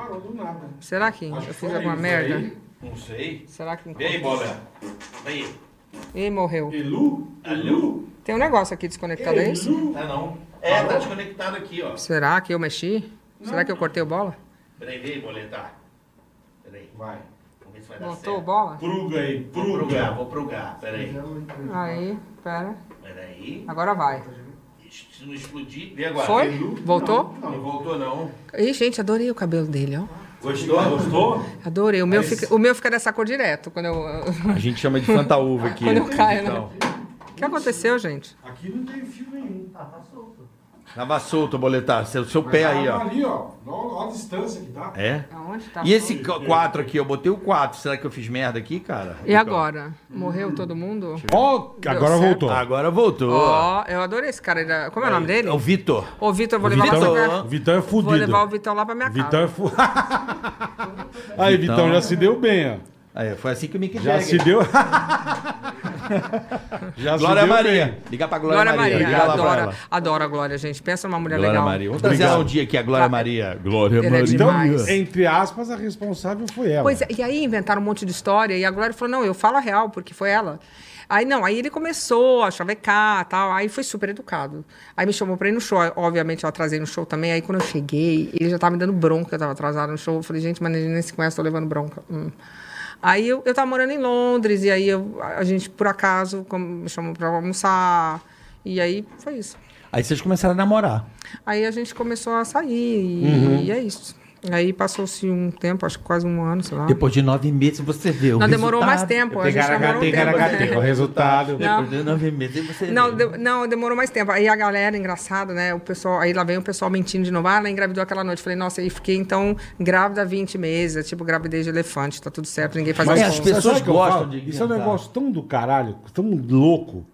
Speaker 4: Será que eu fiz alguma merda?
Speaker 1: Não sei.
Speaker 4: Será que.
Speaker 1: Vem, bola. Vem.
Speaker 4: Ih, morreu.
Speaker 2: Elu?
Speaker 1: Alô?
Speaker 4: Tem um negócio aqui desconectado, é isso?
Speaker 1: Tá não. É, tá desconectado aqui, ó.
Speaker 4: Será que eu mexi? Será que eu cortei o bola?
Speaker 1: Peraí, vem, boleta. Peraí. Vai. Vamos ver se vai dar
Speaker 4: Botou o
Speaker 1: certo.
Speaker 4: bola?
Speaker 2: Pruga aí,
Speaker 1: Vou prugar, vou prugar. Peraí.
Speaker 4: Aí, pera.
Speaker 1: Peraí.
Speaker 4: Agora vai.
Speaker 1: Se não explodir, vem agora.
Speaker 4: Foi?
Speaker 1: Elu?
Speaker 4: Voltou?
Speaker 1: Não, não voltou não.
Speaker 4: Ih, gente, adorei o cabelo dele, ó.
Speaker 1: Gostou? Gostou?
Speaker 4: Adorei. O meu, fica, o meu fica dessa cor direto quando eu.
Speaker 3: A gente chama de fantaúva aqui.
Speaker 4: Quando eu caio, né?
Speaker 3: Então,
Speaker 4: O que aconteceu, gente?
Speaker 2: Aqui não tem fio nenhum. Ah, tá solto.
Speaker 3: Tava solto, boletar. Seu, seu pé É aí, ó.
Speaker 1: Tá Ali, ó. Olha a distância que dá.
Speaker 3: É?
Speaker 4: Aonde tá?
Speaker 3: E esse 4 aqui, eu botei o 4. Será que eu fiz merda aqui, cara?
Speaker 4: E agora? Morreu todo mundo?
Speaker 2: Ó, agora
Speaker 4: certo.
Speaker 2: voltou.
Speaker 3: Agora voltou.
Speaker 4: Ó, eu adorei esse cara. ele é- Como é o nome dele?
Speaker 3: É o Vitor.
Speaker 4: Ô, Vitor, eu vou
Speaker 3: O
Speaker 4: levar
Speaker 3: Vitão.
Speaker 4: você
Speaker 2: Vitão,
Speaker 4: pra-
Speaker 2: o Vitão é fudido.
Speaker 4: Vou levar o Vitão lá pra minha
Speaker 2: Vitão é
Speaker 4: casa.
Speaker 2: fu... Aí, Vitão. é- já se deu bem, ó.
Speaker 3: Aí, foi assim que o Mick
Speaker 2: Já
Speaker 3: Jagger.
Speaker 2: se deu. já
Speaker 3: Glória
Speaker 2: se deu
Speaker 3: Maria.
Speaker 2: bem.
Speaker 3: Liga pra Glória,
Speaker 4: Glória Maria,
Speaker 3: Liga lá pra ela.
Speaker 4: adora, adora a Glória, gente. Pensa numa mulher
Speaker 3: Glória
Speaker 4: legal.
Speaker 3: Maria. Vamos trazer ela um dia aqui, a Glória
Speaker 4: Tá.
Speaker 3: Maria. Glória
Speaker 4: Ela é Maria.
Speaker 2: Então,
Speaker 4: Demais.
Speaker 2: entre aspas, a responsável foi ela.
Speaker 4: Pois é, e aí inventaram um monte de história e a Glória falou: não, eu falo a real, porque foi ela. Aí não, aí ele começou a chavecar tal, aí foi super educado. Aí me chamou pra ir no show, aí, obviamente eu atrasei no show também. Aí quando eu cheguei, ele já tava me dando bronca, eu tava atrasado no show. Eu falei, gente, mas a gente nem se conhece, tô levando bronca. Hum. Aí eu, eu tava morando em Londres, e aí eu- a gente, por acaso, como- me chamou pra almoçar. E aí foi isso.
Speaker 3: Aí vocês começaram a namorar.
Speaker 4: Aí a gente começou a sair, e, e é isso. Aí passou-se um tempo, acho que quase um ano, sei lá.
Speaker 3: Depois de nove meses você vê o
Speaker 4: Não, demorou
Speaker 3: resultado.
Speaker 4: mais tempo. A gente demorou um tempo.
Speaker 2: Tegaracate, o resultado.
Speaker 4: Não.
Speaker 3: Depois de nove meses você
Speaker 4: Não,
Speaker 3: vê.
Speaker 4: de- não, demorou mais tempo. Aí a galera, engraçado, né? O pessoal, aí lá vem o pessoal mentindo de novo. Ah, ela engravidou aquela noite. Falei, nossa, aí fiquei então grávida há 20 meses. É Tipo, gravidez de elefante, tá tudo certo, ninguém faz
Speaker 3: Mas
Speaker 4: as
Speaker 3: é, as
Speaker 4: contas.
Speaker 3: pessoas
Speaker 2: Sabe o que eu
Speaker 3: gostam
Speaker 2: falo?
Speaker 3: de
Speaker 2: Isso é um
Speaker 3: inventar.
Speaker 2: negócio tão do caralho, tão louco.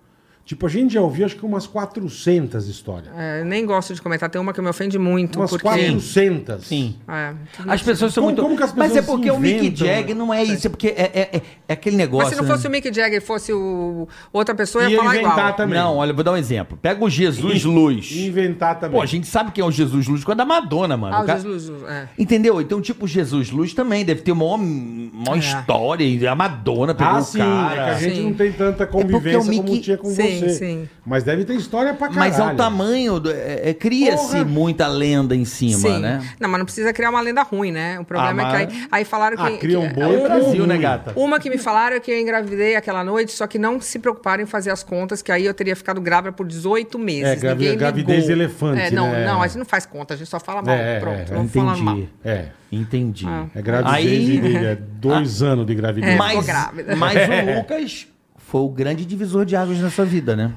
Speaker 2: Tipo, a gente já ouviu acho que umas 400 histórias.
Speaker 4: É, eu nem gosto de comentar. Tem uma que me ofende muito,
Speaker 2: umas
Speaker 4: porque.
Speaker 2: 400.
Speaker 3: Sim.
Speaker 4: É.
Speaker 3: As pessoas são
Speaker 2: Como-
Speaker 3: muito.
Speaker 2: como que as
Speaker 3: Mas é
Speaker 2: pessoas se
Speaker 3: porque o Mick
Speaker 2: inventam,
Speaker 3: Jagger
Speaker 2: né?
Speaker 3: não é isso, é porque é, é- é- é aquele negócio.
Speaker 4: Mas se não fosse o Mick Jagger e fosse o... outra pessoa, eu
Speaker 2: E
Speaker 4: ia
Speaker 2: eu
Speaker 4: falar
Speaker 2: inventar
Speaker 4: igual.
Speaker 2: também.
Speaker 3: Não, olha, eu vou dar um exemplo. Pega o Jesus Luz.
Speaker 2: Inventar também.
Speaker 3: Pô, a gente sabe quem é o Jesus Luz quando é da Madonna, mano.
Speaker 4: Ah,
Speaker 3: O
Speaker 4: o
Speaker 3: cara-
Speaker 4: Jesus. É.
Speaker 3: Entendeu? Então, tipo, Jesus Luz também deve ter uma, uma
Speaker 4: É.
Speaker 3: história. e A Madonna pegou
Speaker 2: Ah,
Speaker 3: o
Speaker 2: sim, é que
Speaker 3: cara.
Speaker 2: a gente
Speaker 4: Sim.
Speaker 2: não tem tanta convivência
Speaker 3: porque o Mickey-
Speaker 2: como tinha com
Speaker 4: Sim,
Speaker 2: você.
Speaker 4: sim.
Speaker 2: Mas deve ter história pra caralho.
Speaker 3: Mas ao tamanho. do- é- é- Cria-se
Speaker 2: Porra.
Speaker 3: muita lenda em cima,
Speaker 4: Sim.
Speaker 3: né?
Speaker 4: Não, mas não precisa criar uma lenda ruim, né? O problema
Speaker 3: Ah,
Speaker 4: é que
Speaker 3: mas-
Speaker 4: aí, aí falaram que.
Speaker 2: Ah, cria um
Speaker 4: que-
Speaker 2: boi
Speaker 3: o
Speaker 2: com
Speaker 3: Brasil,
Speaker 2: um
Speaker 3: né,
Speaker 2: ruim.
Speaker 3: gata?
Speaker 4: Uma que me falaram é que eu engravidei aquela noite, só que não se preocuparam em fazer as contas, que aí eu teria ficado grávida por 18 meses.
Speaker 2: É, gravi-
Speaker 4: Ninguém
Speaker 2: gravidez
Speaker 4: ligou.
Speaker 2: de elefante,
Speaker 4: É, não,
Speaker 2: né?
Speaker 4: não, a gente não faz conta, a gente só fala mal.
Speaker 2: É, é,
Speaker 4: Pronto, vamos falar mal.
Speaker 3: Entendi.
Speaker 2: É.
Speaker 3: Entendi.
Speaker 4: Ah.
Speaker 2: É gravidez
Speaker 3: Aí- Ah.
Speaker 2: de- de- é dois anos de gravidez.
Speaker 4: É,
Speaker 2: Mas-
Speaker 4: ficou
Speaker 3: Mas,
Speaker 4: grávida. É.
Speaker 3: mas o Lucas foi o grande divisor de águas na sua vida, né?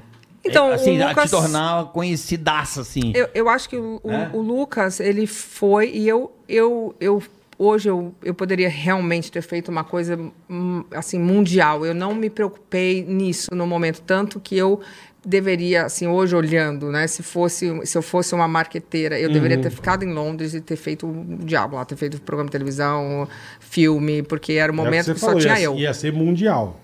Speaker 4: Então,
Speaker 3: É, assim,
Speaker 4: o
Speaker 3: a te
Speaker 4: Lucas-
Speaker 3: tornar uma conhecidaça, assim.
Speaker 4: Eu, eu acho que o, o-
Speaker 3: Né?
Speaker 4: o Lucas, ele foi, e eu, eu, eu hoje eu, eu poderia realmente ter feito uma coisa hum, assim mundial. Eu não me preocupei nisso no momento, tanto que eu deveria, assim, hoje olhando, né, se fosse, se eu fosse uma marqueteira, eu
Speaker 2: Uhum.
Speaker 4: deveria ter ficado em Londres e ter feito o diabo lá, ter feito programa de televisão, filme, porque era o
Speaker 2: É o
Speaker 4: momento
Speaker 2: você
Speaker 4: que só
Speaker 2: falou,
Speaker 4: tinha
Speaker 2: ia,
Speaker 4: eu.
Speaker 2: Ia ser mundial.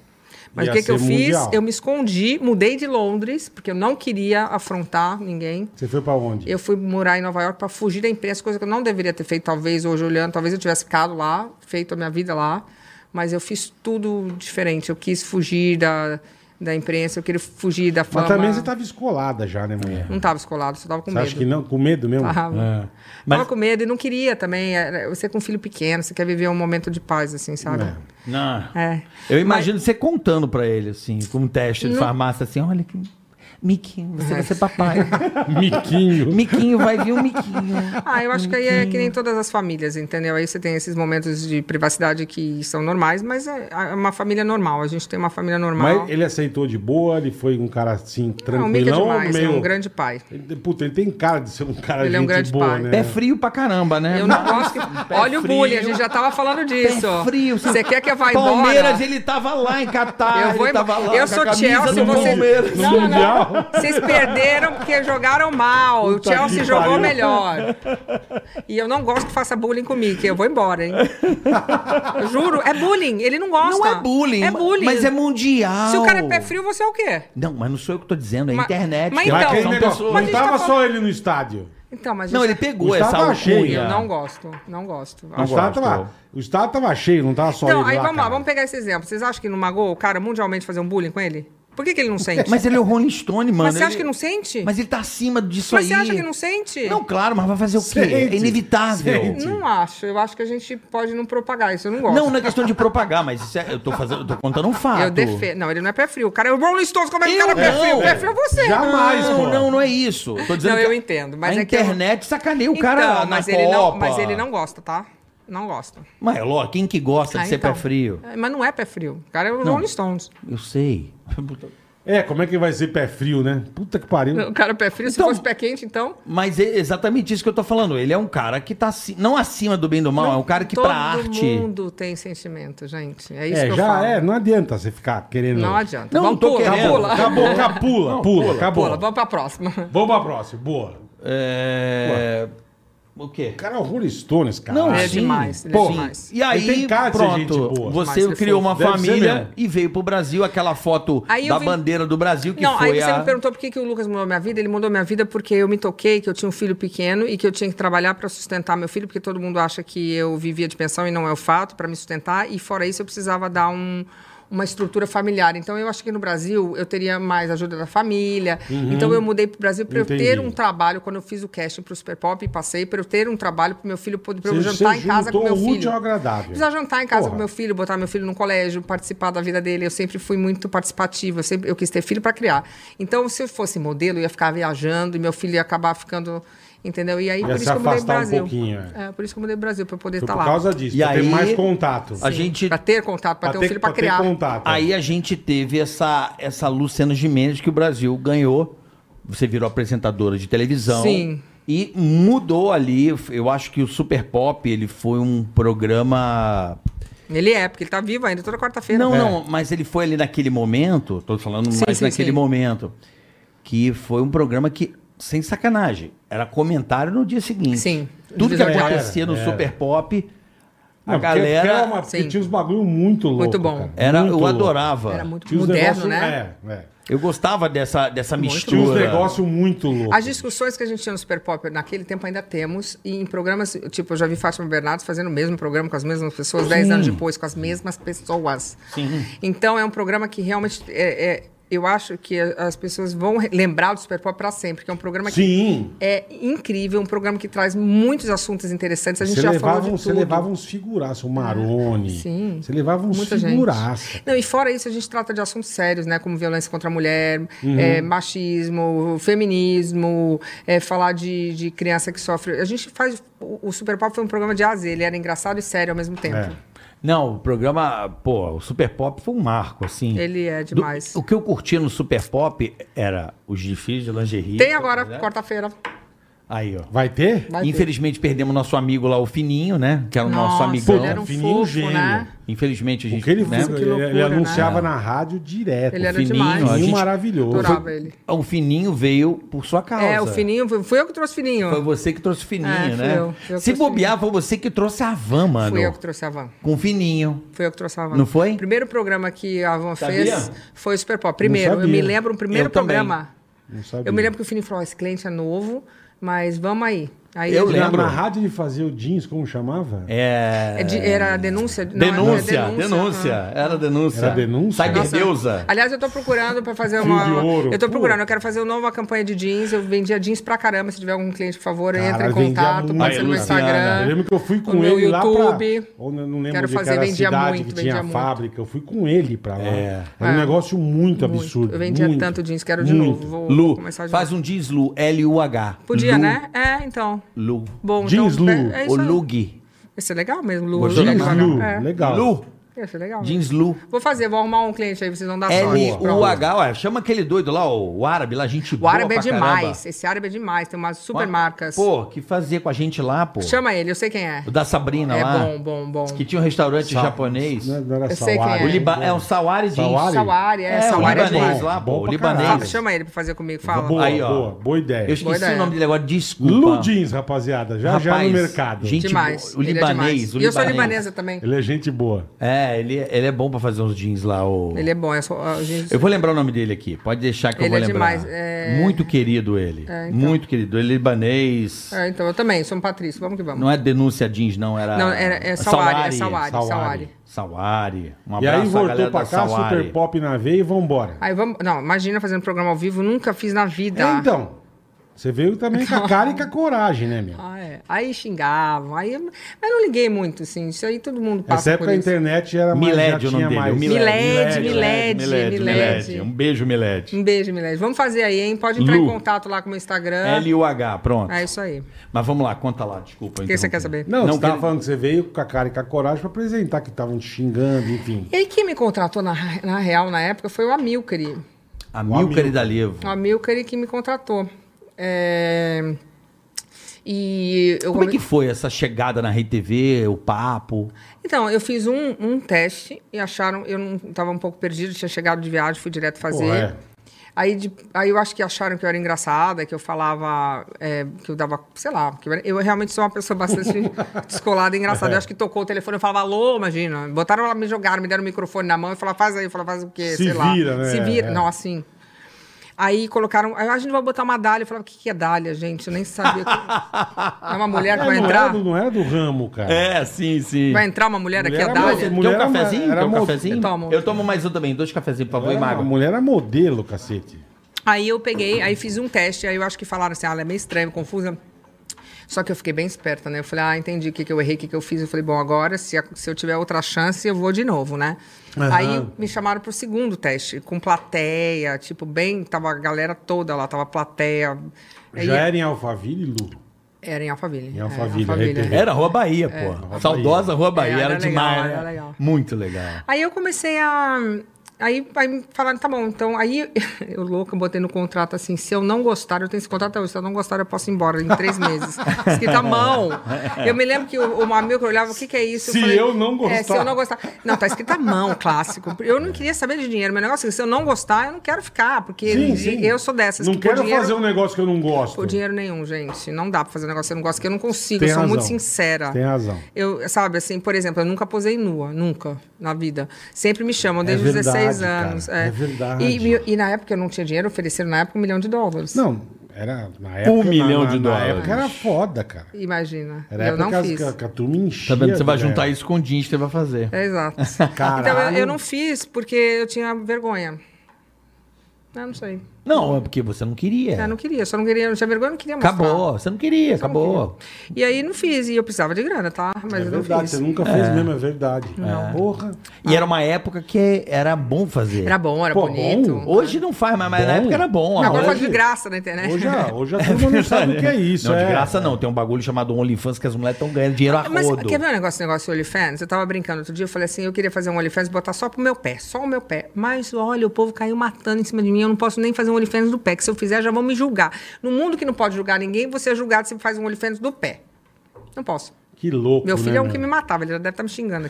Speaker 4: Mas
Speaker 2: Ia
Speaker 4: o que, que
Speaker 2: ser
Speaker 4: eu fiz?
Speaker 2: mundial.
Speaker 4: Eu me escondi, mudei de Londres, porque eu não queria afrontar ninguém.
Speaker 2: Você foi pra onde?
Speaker 4: Eu fui morar em Nova York para fugir da imprensa, coisa que eu não deveria ter feito, talvez hoje olhando, talvez eu tivesse ficado lá, feito a minha vida lá, mas eu fiz tudo diferente. Eu quis fugir da, da imprensa, eu queria fugir da fama.
Speaker 2: Mas também você tava escolada já, né, mulher?
Speaker 4: Não estava escolado, só estava com
Speaker 2: Você
Speaker 4: medo.
Speaker 2: acha que não? Com medo mesmo?
Speaker 4: Tava.
Speaker 2: É.
Speaker 3: Mas-
Speaker 4: Tava com medo e não queria também. era- Você com um filho pequeno, você quer viver um momento de paz, assim, sabe?
Speaker 2: É.
Speaker 3: Não.
Speaker 4: É.
Speaker 3: Eu imagino você contando pra ele, assim, com um teste de farmácia, assim, olha que... Miquinho, você
Speaker 4: É.
Speaker 3: vai ser papai.
Speaker 2: Miquinho.
Speaker 3: miquinho, vai vir um miquinho.
Speaker 4: Ah, eu acho que aí é que nem todas as famílias, entendeu? Aí você tem esses momentos de privacidade que são normais, mas é é uma família normal. A gente tem uma família normal.
Speaker 2: Mas ele aceitou de boa, ele foi um cara assim,
Speaker 4: Não, o Mick é
Speaker 2: tranquilão.
Speaker 4: demais,
Speaker 2: meio...
Speaker 4: é um grande pai.
Speaker 2: Ele- Puta, ele tem cara de ser um cara
Speaker 4: Ele
Speaker 2: de
Speaker 4: é um
Speaker 2: gente
Speaker 4: grande
Speaker 2: boa,
Speaker 4: pai.
Speaker 2: né?
Speaker 3: Pé frio pra caramba, né?
Speaker 4: Eu não gosto que...
Speaker 3: Pé
Speaker 4: Olha o
Speaker 3: frio.
Speaker 4: bullying, a gente já tava falando disso.
Speaker 3: Pé frio. assim,
Speaker 4: Você quer que eu vá embora?
Speaker 3: Palmeiras, ele tava lá em Catar.
Speaker 4: Eu vou
Speaker 3: ele tava
Speaker 4: embora.
Speaker 3: lá
Speaker 4: Eu
Speaker 3: com a
Speaker 4: sou
Speaker 3: camisa
Speaker 4: Chelsea,
Speaker 2: é um
Speaker 3: do
Speaker 4: você-
Speaker 3: Palmeiras.
Speaker 2: No mundial.
Speaker 4: Vocês perderam porque jogaram mal.
Speaker 2: Puta
Speaker 4: o Chelsea
Speaker 2: que
Speaker 4: jogou
Speaker 2: pariu.
Speaker 4: melhor. E eu não gosto que faça bullying com o Mickey. Eu vou embora, hein? Eu Juro, é bullying. Ele não gosta.
Speaker 3: Não é bullying,
Speaker 4: É bullying.
Speaker 3: mas é mundial.
Speaker 4: Se o cara é pé frio, você é o quê?
Speaker 3: Não, mas não sou eu que tô dizendo, é a
Speaker 4: Mas-
Speaker 3: internet.
Speaker 4: mas
Speaker 3: cara.
Speaker 2: Mas
Speaker 4: Então,
Speaker 2: aquele
Speaker 4: são
Speaker 2: negócio,
Speaker 4: pessoas- Mas a
Speaker 2: não
Speaker 4: gente
Speaker 2: tava
Speaker 4: tá
Speaker 2: só
Speaker 4: falando-
Speaker 2: ele no estádio.
Speaker 4: Então, mas
Speaker 3: Não,
Speaker 4: isso-
Speaker 3: ele pegou
Speaker 2: Gustavo
Speaker 3: essa
Speaker 2: achei,
Speaker 3: alcunha.
Speaker 4: Eu não gosto. Não gosto.
Speaker 2: o,
Speaker 3: gosto.
Speaker 2: estádio tava, o estádio tava cheio, não tava só
Speaker 4: Então,
Speaker 2: ele
Speaker 4: aí
Speaker 2: lá,
Speaker 4: vamos lá,
Speaker 2: cara.
Speaker 4: vamos pegar esse exemplo. Vocês acham que não magoou o cara mundialmente fazer um bullying com ele? Por que, que ele não sente?
Speaker 3: Mas ele é o Rolling Stone, mano.
Speaker 4: Mas você acha
Speaker 3: ele-
Speaker 4: que não sente?
Speaker 3: Mas ele tá acima disso
Speaker 4: Mas
Speaker 3: aí.
Speaker 4: você acha que não sente?
Speaker 3: Não, claro, mas vai fazer o quê?
Speaker 2: Sente.
Speaker 3: É inevitável.
Speaker 2: Sente.
Speaker 4: Não acho. Eu acho que a gente pode não propagar isso. Eu não gosto.
Speaker 3: Não, não é questão de propagar, mas isso é- eu tô fazendo, eu tô contando um fato.
Speaker 4: Eu defendo. Não, ele não é pé frio. O cara é o Rolling Stones. Como é que o
Speaker 3: Eu
Speaker 4: cara é pé
Speaker 3: não.
Speaker 4: frio? Pé frio é você.
Speaker 2: Jamais,
Speaker 3: não,
Speaker 2: pô.
Speaker 3: não, não é isso. Tô dizendo
Speaker 4: Não,
Speaker 3: que
Speaker 4: eu entendo, mas
Speaker 3: a
Speaker 4: é que eu-
Speaker 3: internet sacaneia o
Speaker 4: Então,
Speaker 3: cara na
Speaker 4: mas
Speaker 3: Copa.
Speaker 4: ele não, mas ele não gosta, tá? Não gosta.
Speaker 3: Mas, é lógico, quem que gosta de
Speaker 4: Ah,
Speaker 3: ser
Speaker 4: então.
Speaker 3: pé frio?
Speaker 4: É, Mas não é pé frio. O cara é o Rolling Stones.
Speaker 3: Eu sei.
Speaker 2: É, como é que vai ser pé frio, né? Puta que pariu.
Speaker 4: O cara é pé frio, se
Speaker 3: Então-
Speaker 4: fosse pé quente, então.
Speaker 3: Mas é exatamente isso que eu tô falando. Ele é um cara que tá aci- não acima do bem e do mal, é um cara que pra arte.
Speaker 4: Todo mundo tem sentimento, gente. É isso
Speaker 2: é,
Speaker 4: que eu
Speaker 2: já
Speaker 4: falo.
Speaker 2: é, não adianta você ficar querendo.
Speaker 4: Não adianta.
Speaker 3: Não,
Speaker 4: vamos
Speaker 3: tô
Speaker 4: pula,
Speaker 3: querendo.
Speaker 4: pula.
Speaker 2: Acabou, acabou, pula, pula, acabou.
Speaker 4: Pula, vamos pra próxima.
Speaker 2: Vamos pra próxima, boa.
Speaker 3: É... O quê?
Speaker 2: O cara é o Rolling Stones, cara.
Speaker 3: Não,
Speaker 4: É
Speaker 3: sim.
Speaker 4: demais, ele é
Speaker 2: Pô,
Speaker 4: demais.
Speaker 3: E aí,
Speaker 2: Ele tem cara de ser
Speaker 3: pronto,
Speaker 2: gente boa.
Speaker 3: você
Speaker 4: Mas
Speaker 3: criou uma
Speaker 2: fofo. Deve ser
Speaker 3: família
Speaker 2: mesmo.
Speaker 3: e veio pro Brasil, aquela foto
Speaker 4: Aí eu
Speaker 3: da
Speaker 4: vim-
Speaker 3: bandeira do Brasil que
Speaker 4: não,
Speaker 3: foi
Speaker 4: aí você
Speaker 3: a...
Speaker 4: me perguntou por que, que o Lucas mudou minha vida. Ele mudou minha vida porque eu me toquei, que eu tinha um filho pequeno e que eu tinha que trabalhar para sustentar meu filho, porque todo mundo acha que eu vivia de pensão e não é o fato, para me sustentar. E fora isso, eu precisava dar um- uma estrutura familiar. Então, eu acho que no Brasil eu teria mais ajuda da família. Então, eu mudei para o Brasil para eu
Speaker 2: Uhum. Entendi.
Speaker 4: ter um trabalho. Quando eu fiz o casting para o Super Pop e passei, para eu ter um trabalho para meu filho poder pra eu
Speaker 2: Você-
Speaker 4: jantar
Speaker 2: você
Speaker 4: em casa com
Speaker 2: juntou
Speaker 4: meu
Speaker 2: o
Speaker 4: filho.
Speaker 2: útil ao agradável.
Speaker 4: Precisava jantar em casa
Speaker 2: Porra.
Speaker 4: com meu filho, botar meu filho no colégio, participar da vida dele. Eu sempre fui muito participativa, eu, sempre, eu quis ter filho para criar. Então, se eu fosse modelo, eu ia ficar viajando e meu filho ia acabar ficando. Entendeu? E aí,
Speaker 2: Ia
Speaker 4: por
Speaker 2: se
Speaker 4: isso que eu mudei pro
Speaker 2: afastar um
Speaker 4: Brasil.
Speaker 2: pouquinho, é.
Speaker 4: é. por isso que eu mudei pro Brasil, para poder
Speaker 2: Foi
Speaker 4: estar
Speaker 2: tipo, por
Speaker 4: tá lá.
Speaker 2: causa disso,
Speaker 3: E
Speaker 2: pra ter
Speaker 3: aí-
Speaker 2: mais contato.
Speaker 3: A gente
Speaker 4: Para ter contato, para ter um filho para criar.
Speaker 2: Ter contato. é.
Speaker 3: Aí a gente teve essa, essa Luciana Gimenez que o Brasil ganhou. Você virou apresentadora de televisão.
Speaker 4: Sim.
Speaker 3: E mudou ali. Eu acho que o Super Pop ele foi um programa.
Speaker 4: Ele é, porque ele tá vivo ainda, toda quarta-feira.
Speaker 3: Não,
Speaker 2: É.
Speaker 3: não, mas ele foi ali naquele momento. Tô falando
Speaker 4: Sim,
Speaker 3: mais
Speaker 4: sim,
Speaker 3: naquele
Speaker 4: sim.
Speaker 3: momento. Que foi um programa que, sem sacanagem, era comentário no dia seguinte.
Speaker 4: Sim.
Speaker 3: Tudo que
Speaker 4: Era,
Speaker 3: acontecia no
Speaker 2: era.
Speaker 3: Super Pop, a
Speaker 2: Não, porque-
Speaker 3: galera.
Speaker 2: Porque, era uma- porque
Speaker 4: Sim.
Speaker 2: tinha uns bagulho muito louco.
Speaker 4: Muito bom.
Speaker 2: cara.
Speaker 3: Era,
Speaker 2: Muito
Speaker 3: eu
Speaker 2: louco.
Speaker 3: adorava.
Speaker 4: Era muito
Speaker 2: Tinha uns
Speaker 4: moderno,
Speaker 2: negócio-
Speaker 4: né?
Speaker 2: É, é.
Speaker 3: Eu gostava dessa, dessa mistura.
Speaker 2: Tinha uns negócios muito loucos.
Speaker 4: As discussões que a gente tinha no Super Pop naquele tempo ainda temos, e em programas, tipo, eu já vi Fátima Bernardes fazendo o mesmo programa com as mesmas pessoas, 10 anos depois, com as mesmas pessoas. Então é um programa que realmente é- é- eu acho que a- as pessoas vão re- lembrar do Super Pop para sempre, que é um programa que
Speaker 2: Sim.
Speaker 4: é incrível, um programa que traz muitos assuntos interessantes. A gente
Speaker 2: Você
Speaker 4: já
Speaker 2: levava,
Speaker 4: falou
Speaker 2: uns-
Speaker 4: de
Speaker 2: você
Speaker 4: tudo. Ah,
Speaker 2: levava uns figuraços, o Marone.
Speaker 4: Sim.
Speaker 2: Você levava uns
Speaker 4: Muita gente.
Speaker 2: figuraços.
Speaker 4: Não, e fora isso, a gente trata de assuntos sérios, né? Como violência contra a mulher,
Speaker 3: Uhum.
Speaker 4: eh, machismo, feminismo, eh, falar de, de criança que sofre. A gente faz. O, o Super Pop foi um programa de azer, ele era engraçado e sério ao mesmo tempo.
Speaker 2: É.
Speaker 3: Não, o programa, pô, o Super Pop foi um marco, assim.
Speaker 4: Ele é
Speaker 3: Do-
Speaker 4: demais.
Speaker 3: o que eu curtia no Super Pop era os desfiles de lingerie.
Speaker 4: Tem agora,
Speaker 3: né?
Speaker 4: quarta-feira.
Speaker 3: Aí, ó.
Speaker 2: Vai ter?
Speaker 4: Vai ter.
Speaker 3: Infelizmente perdemos nosso amigo lá, o Fininho, né? Que era o nosso
Speaker 4: Nossa,
Speaker 3: amigão.
Speaker 4: Ele era um
Speaker 2: Fininho
Speaker 4: fofo,
Speaker 2: gênio.
Speaker 4: né?
Speaker 3: Infelizmente a gente.
Speaker 2: Porque ele,
Speaker 3: né?
Speaker 2: ele-
Speaker 4: Que loucura,
Speaker 2: ele anunciava
Speaker 4: né?
Speaker 2: na rádio direto.
Speaker 4: Ele era
Speaker 3: Fininho,
Speaker 4: demais.
Speaker 3: a
Speaker 2: Fininho
Speaker 3: gente-
Speaker 2: maravilhoso.
Speaker 4: Adorava ele.
Speaker 3: O Fininho veio por sua causa.
Speaker 4: É, o Fininho, foi- fui eu que trouxe o Fininho.
Speaker 3: Foi você que trouxe o Fininho,
Speaker 4: É, fui
Speaker 3: né?
Speaker 4: eu, fui eu que
Speaker 3: Se
Speaker 4: trouxe o
Speaker 3: bobear, foi você que trouxe a van, mano.
Speaker 4: Fui eu que trouxe a van.
Speaker 3: Com o Fininho.
Speaker 4: Foi eu que trouxe a Van.
Speaker 3: Não foi?
Speaker 4: O primeiro programa que a Van
Speaker 3: Sabia?
Speaker 4: fez foi o Super Pop. Primeiro, eu
Speaker 2: sabia.
Speaker 4: me lembro, o primeiro
Speaker 3: Eu também.
Speaker 4: programa.
Speaker 2: Não sabia.
Speaker 4: Eu me lembro que o Fininho falou: "Ó, esse cliente é novo, mas vamos aí. aí
Speaker 3: Eu
Speaker 4: ele-
Speaker 2: Na-
Speaker 3: lembro.
Speaker 2: Na, rádio ele fazia o jeans, como chamava?
Speaker 3: É.
Speaker 4: É de- era denúncia? Não, era
Speaker 3: denúncia, denúncia.
Speaker 4: Ah.
Speaker 3: Era denúncia.
Speaker 2: Era denúncia?
Speaker 4: Nossa.
Speaker 3: Cyberdeusa.
Speaker 4: Aliás, eu tô procurando pra fazer
Speaker 2: É Fio
Speaker 4: uma.
Speaker 2: de ouro. Uh.
Speaker 4: Eu tô
Speaker 2: Pô.
Speaker 4: procurando, eu quero fazer uma nova campanha de jeans. Eu vendia jeans pra caramba. Se tiver algum cliente, por favor,
Speaker 2: Cara,
Speaker 4: entra em
Speaker 2: vendia
Speaker 4: contato,
Speaker 2: muito, É
Speaker 4: passa no meu
Speaker 2: cara.
Speaker 4: Instagram.
Speaker 2: Eu lembro que eu fui com
Speaker 4: no meu
Speaker 2: ele lá pra...
Speaker 4: YouTube.
Speaker 2: Ou não não lembro
Speaker 4: Quero
Speaker 2: de
Speaker 4: fazer,
Speaker 2: que era a
Speaker 4: vendia
Speaker 2: cidade
Speaker 4: muito,
Speaker 2: que tinha a
Speaker 4: vendia muito.
Speaker 2: fábrica. Eu fui com ele pra lá.
Speaker 3: É.
Speaker 2: Era um
Speaker 4: É.
Speaker 2: negócio muito, absurdo.
Speaker 4: Eu vendia
Speaker 2: muito.
Speaker 4: tanto jeans, quero de
Speaker 2: Muito.
Speaker 4: novo. Vou, vou
Speaker 3: Lu,
Speaker 4: começar de
Speaker 3: faz
Speaker 4: novo.
Speaker 3: um diz Lu, L-U-H.
Speaker 4: Podia,
Speaker 3: Lu,
Speaker 4: né? É, então.
Speaker 3: Lu.
Speaker 4: Bom,
Speaker 2: Jeans
Speaker 4: então,
Speaker 2: Lu.
Speaker 4: É,
Speaker 3: O
Speaker 4: é isso aí.
Speaker 3: Lug.
Speaker 4: Ia ser legal mesmo, Lu.
Speaker 3: Gostou da
Speaker 4: Ia ser
Speaker 2: Jeans
Speaker 3: marca?
Speaker 4: legal.
Speaker 2: Lu,
Speaker 4: É.
Speaker 2: legal.
Speaker 3: Lu.
Speaker 4: Ia ser legal. mesmo.
Speaker 3: Jeans É Lu.
Speaker 4: Vou fazer, vou arrumar um cliente aí, vocês vão dar
Speaker 2: Tá
Speaker 4: sorte. Pronto.
Speaker 3: L-U-H. Ué, chama aquele doido lá, o, o árabe lá, gente
Speaker 4: O
Speaker 3: boa
Speaker 4: árabe é
Speaker 3: pra
Speaker 4: demais.
Speaker 3: caramba.
Speaker 4: Esse árabe é demais. Tem umas super
Speaker 3: Ué,
Speaker 4: marcas.
Speaker 3: Pô, que fazia com a gente lá, pô.
Speaker 4: Chama ele, eu sei quem é.
Speaker 3: O da Sabrina
Speaker 4: É
Speaker 3: lá.
Speaker 4: bom, bom, bom.
Speaker 3: Que tinha um restaurante japonês.
Speaker 2: Não, não era
Speaker 4: Eu sei
Speaker 2: Sawari.
Speaker 4: quem
Speaker 3: O
Speaker 4: é.
Speaker 3: Liba... É o Sawari Jeans.
Speaker 2: Sawari?
Speaker 4: Sawari, é,
Speaker 3: É, o
Speaker 4: Sawari é
Speaker 3: libanês
Speaker 4: demais.
Speaker 3: lá,
Speaker 2: Bom
Speaker 3: pô. O
Speaker 2: pra
Speaker 4: Fala,
Speaker 2: caralho.
Speaker 3: libanês.
Speaker 4: chama ele pra fazer comigo, fala.
Speaker 2: Boa,
Speaker 3: Aí, ó.
Speaker 2: boa, boa ideia.
Speaker 3: Eu esqueci
Speaker 4: ideia.
Speaker 3: o nome dele agora, desculpa.
Speaker 2: Lu jeans, rapaziada. Já, já no
Speaker 3: Rapaz,
Speaker 2: mercado.
Speaker 3: gente-
Speaker 4: demais.
Speaker 3: o
Speaker 4: ele é
Speaker 3: libanês,
Speaker 4: demais.
Speaker 3: o
Speaker 4: E eu sou
Speaker 3: libanês.
Speaker 4: libanesa também.
Speaker 2: Ele é gente boa.
Speaker 3: É, ele, ele é bom pra fazer uns jeans lá, o...
Speaker 4: Ele é bom, eu sou... ah, gente,
Speaker 3: Eu vou lembrar o nome dele aqui. Pode deixar que eu
Speaker 4: Ele
Speaker 3: vou
Speaker 4: é
Speaker 3: lembrar.
Speaker 4: demais, é-
Speaker 3: Muito querido ele.
Speaker 4: É, então.
Speaker 3: Muito querido. Ele é libanês.
Speaker 4: É, então, eu também, sou um Patrício, vamos que vamos.
Speaker 3: Não é denúncia jeans, não. Era.
Speaker 4: Não, era- é Sawari, é Sawari,
Speaker 2: Sawari.
Speaker 4: Sawari.
Speaker 3: Sawari. Um
Speaker 2: e aí
Speaker 3: abraço à
Speaker 2: voltou
Speaker 3: galera
Speaker 2: pra
Speaker 3: da
Speaker 2: cá,
Speaker 3: Sawari.
Speaker 2: super pop na veia e vambora.
Speaker 4: Aí vamos... Não, imagina fazendo programa ao vivo, nunca fiz na vida.
Speaker 2: É, então, você veio também com a cara e com a coragem, né, meu?
Speaker 4: Ah, é. Aí xingavam, aí... eu- Mas eu não liguei muito, assim, isso aí todo mundo passa
Speaker 2: Nessa
Speaker 4: por
Speaker 2: época a
Speaker 4: isso.
Speaker 2: internet era mais, já
Speaker 3: Miled o nome
Speaker 2: tinha
Speaker 3: dele. né?
Speaker 2: mais.
Speaker 3: o
Speaker 4: Miled, Miled,
Speaker 3: Miled,
Speaker 4: Miled.
Speaker 3: Miled. Um beijo, Miled.
Speaker 4: Um beijo, Milete. Vamos fazer aí, hein? Pode entrar
Speaker 3: Lu. É,
Speaker 4: em contato lá com o meu Instagram.
Speaker 3: L-U-H, pronto.
Speaker 4: É isso aí.
Speaker 3: Mas vamos lá, conta lá, desculpa.
Speaker 4: O que você quer
Speaker 3: interromper.
Speaker 4: saber?
Speaker 2: Não,
Speaker 3: Não,
Speaker 2: você tava
Speaker 3: que-
Speaker 2: falando que você veio com a cara e com a coragem pra apresentar que estavam te xingando, enfim.
Speaker 4: E aí, quem me contratou na, na real na época foi o Amilcari.
Speaker 3: A
Speaker 2: um
Speaker 3: Milker e da Livo.
Speaker 4: A Milker que me contratou. É, E eu
Speaker 3: Como é
Speaker 4: come-
Speaker 3: que foi essa chegada na RedeTV, o papo?
Speaker 4: Então, eu fiz um, um teste e acharam. Eu não estava um pouco perdido, tinha chegado de viagem, fui direto fazer.
Speaker 2: Pô, é.
Speaker 4: Aí, de- aí eu acho que acharam que eu era engraçada, que eu falava, é, que eu dava, sei lá, que eu, era- eu realmente sou uma pessoa bastante descolada
Speaker 2: É.
Speaker 4: e engraçada. Eu acho que tocou o telefone, eu falava, alô, imagina. Botaram lá, me jogaram, me deram o microfone na mão e falaram, faz aí, eu falava, faz o quê?
Speaker 2: Se
Speaker 4: sei lá.
Speaker 2: vira, né?
Speaker 4: Se vira.
Speaker 2: É.
Speaker 4: Não, assim. Aí colocaram, aí a gente vai botar uma dália. Eu falava, o que, que é dália, gente? Eu nem sabia. que- É uma mulher que
Speaker 2: É,
Speaker 4: vai
Speaker 2: não,
Speaker 4: entrar?
Speaker 2: Era do, não era do ramo,
Speaker 3: É.
Speaker 2: cara.
Speaker 3: sim, sim.
Speaker 4: Vai entrar uma mulher,
Speaker 2: Mulher
Speaker 4: aqui, a
Speaker 2: era
Speaker 4: dália?
Speaker 2: moça,
Speaker 3: Quer
Speaker 2: Mulher
Speaker 3: um
Speaker 2: era uma- É,
Speaker 3: cafezinho? Quer
Speaker 2: era
Speaker 3: um
Speaker 2: mo-
Speaker 3: cafezinho?
Speaker 4: Eu tomo.
Speaker 3: Eu tomo mais um também, dois cafezinhos, por favor, e
Speaker 2: Era-
Speaker 3: Mago.
Speaker 2: a mulher era modelo, cacete.
Speaker 4: Aí eu peguei, aí fiz um teste, aí eu acho que falaram assim, ah, ela é meio estranha, meio confusa. Só que eu fiquei bem esperta, né? Eu falei, ah, entendi o que, que eu errei, o que, que eu fiz. Eu falei, bom, agora, se, a- se eu tiver outra chance, eu vou de novo, né?
Speaker 2: Aham.
Speaker 4: Aí me chamaram pro segundo teste, com plateia, tipo, bem, tava a galera toda lá, tava plateia. Aí-
Speaker 2: Já era em Alphaville, Lu?
Speaker 4: Era em Alphaville.
Speaker 2: Em
Speaker 4: é,
Speaker 2: Alphaville, RTV.
Speaker 3: Era É. Rua Bahia, pô. Saudosa Rua Bahia,
Speaker 4: É,
Speaker 3: era,
Speaker 4: era
Speaker 3: demais,
Speaker 4: legal,
Speaker 3: né?
Speaker 4: era legal.
Speaker 3: Muito legal.
Speaker 4: Aí eu comecei a. Aí, aí me falaram, tá bom, então. Aí eu louca, botei no contrato assim: se eu não gostar, eu tenho esse contrato até hoje, se eu não gostar, eu posso ir embora em três meses. Escrito à mão. Eu me lembro que o, o amigo olhava: o que, que é isso?
Speaker 2: Se eu não
Speaker 4: É, se eu
Speaker 2: gostar."
Speaker 4: não gostar. Não, tá escrito à mão, clássico. Eu não queria saber de dinheiro, meu negócio é que se eu não gostar, eu não quero ficar, porque eu sou dessas.
Speaker 2: Não
Speaker 4: que por
Speaker 2: quero
Speaker 4: dinheiro-
Speaker 2: fazer um negócio que eu não gosto.
Speaker 4: por dinheiro nenhum, gente. Não dá pra fazer um negócio que eu não gosto, que eu não consigo.
Speaker 2: Tem
Speaker 4: eu sou
Speaker 2: razão.
Speaker 4: muito sincera.
Speaker 2: Tem razão.
Speaker 4: Eu, sabe, assim, por exemplo, eu nunca posei nua, nunca, na vida. Sempre me chamam, desde os
Speaker 2: verdade,
Speaker 4: 16
Speaker 2: cara,
Speaker 4: anos.
Speaker 2: é verdade.
Speaker 4: E, me- e na época eu não tinha dinheiro, ofereceram na época um milhão de dólares.
Speaker 2: Não, era na época...
Speaker 3: Um
Speaker 2: na-
Speaker 3: milhão
Speaker 2: na-
Speaker 3: de
Speaker 2: Na
Speaker 3: dólares.
Speaker 2: época era foda, cara.
Speaker 4: Imagina.
Speaker 2: Era
Speaker 4: E
Speaker 2: a
Speaker 4: eu
Speaker 2: época
Speaker 4: não
Speaker 2: que, as-
Speaker 4: fiz.
Speaker 2: que a, que a turma enchia.
Speaker 3: Tá vendo? Você vai
Speaker 2: velho.
Speaker 3: juntar isso com o jeans que você vai fazer.
Speaker 4: É, exato.
Speaker 2: Caralho.
Speaker 4: Então eu, eu não fiz porque eu tinha vergonha. Eu não sei.
Speaker 3: Não, é porque você não queria.
Speaker 4: Eu não queria, só não queria, eu não tinha vergonha, eu não queria mostrar.
Speaker 3: Acabou, você não queria, acabou.
Speaker 4: E aí não fiz, e eu precisava de grana, tá? Mas
Speaker 2: É
Speaker 4: eu não
Speaker 2: verdade,
Speaker 4: fiz.
Speaker 2: você nunca fez mesmo, é verdade. Porra.
Speaker 3: E era uma época que era bom fazer.
Speaker 4: Era bom, era
Speaker 2: Pô,
Speaker 4: bonito.
Speaker 2: bom.
Speaker 3: Hoje não faz, mas, mas na
Speaker 2: Bom.
Speaker 3: época era bom.
Speaker 4: Agora
Speaker 3: Agora-
Speaker 4: faz de graça na internet.
Speaker 2: Hoje, é. a- hoje a turma não sabe o que é isso.
Speaker 3: É Não, de
Speaker 2: é.
Speaker 3: graça não. Tem um bagulho chamado OnlyFans que as mulheres estão ganhando dinheiro a
Speaker 4: Mas
Speaker 3: rodo.
Speaker 4: quer ver um negócio, negócio do OnlyFans? Eu tava brincando outro dia, eu falei assim, eu queria fazer um OnlyFans e botar só pro meu pé, só o meu pé. Mas olha, o povo caiu matando em cima de mim, eu não posso nem fazer um OnlyFans do pé, que se eu fizer já vão me julgar. No mundo que não pode julgar ninguém, você é julgado se faz um OnlyFans do pé. Não posso.
Speaker 2: Que louco.
Speaker 4: Meu filho
Speaker 2: né,
Speaker 4: é um que me matava, ele já deve estar me xingando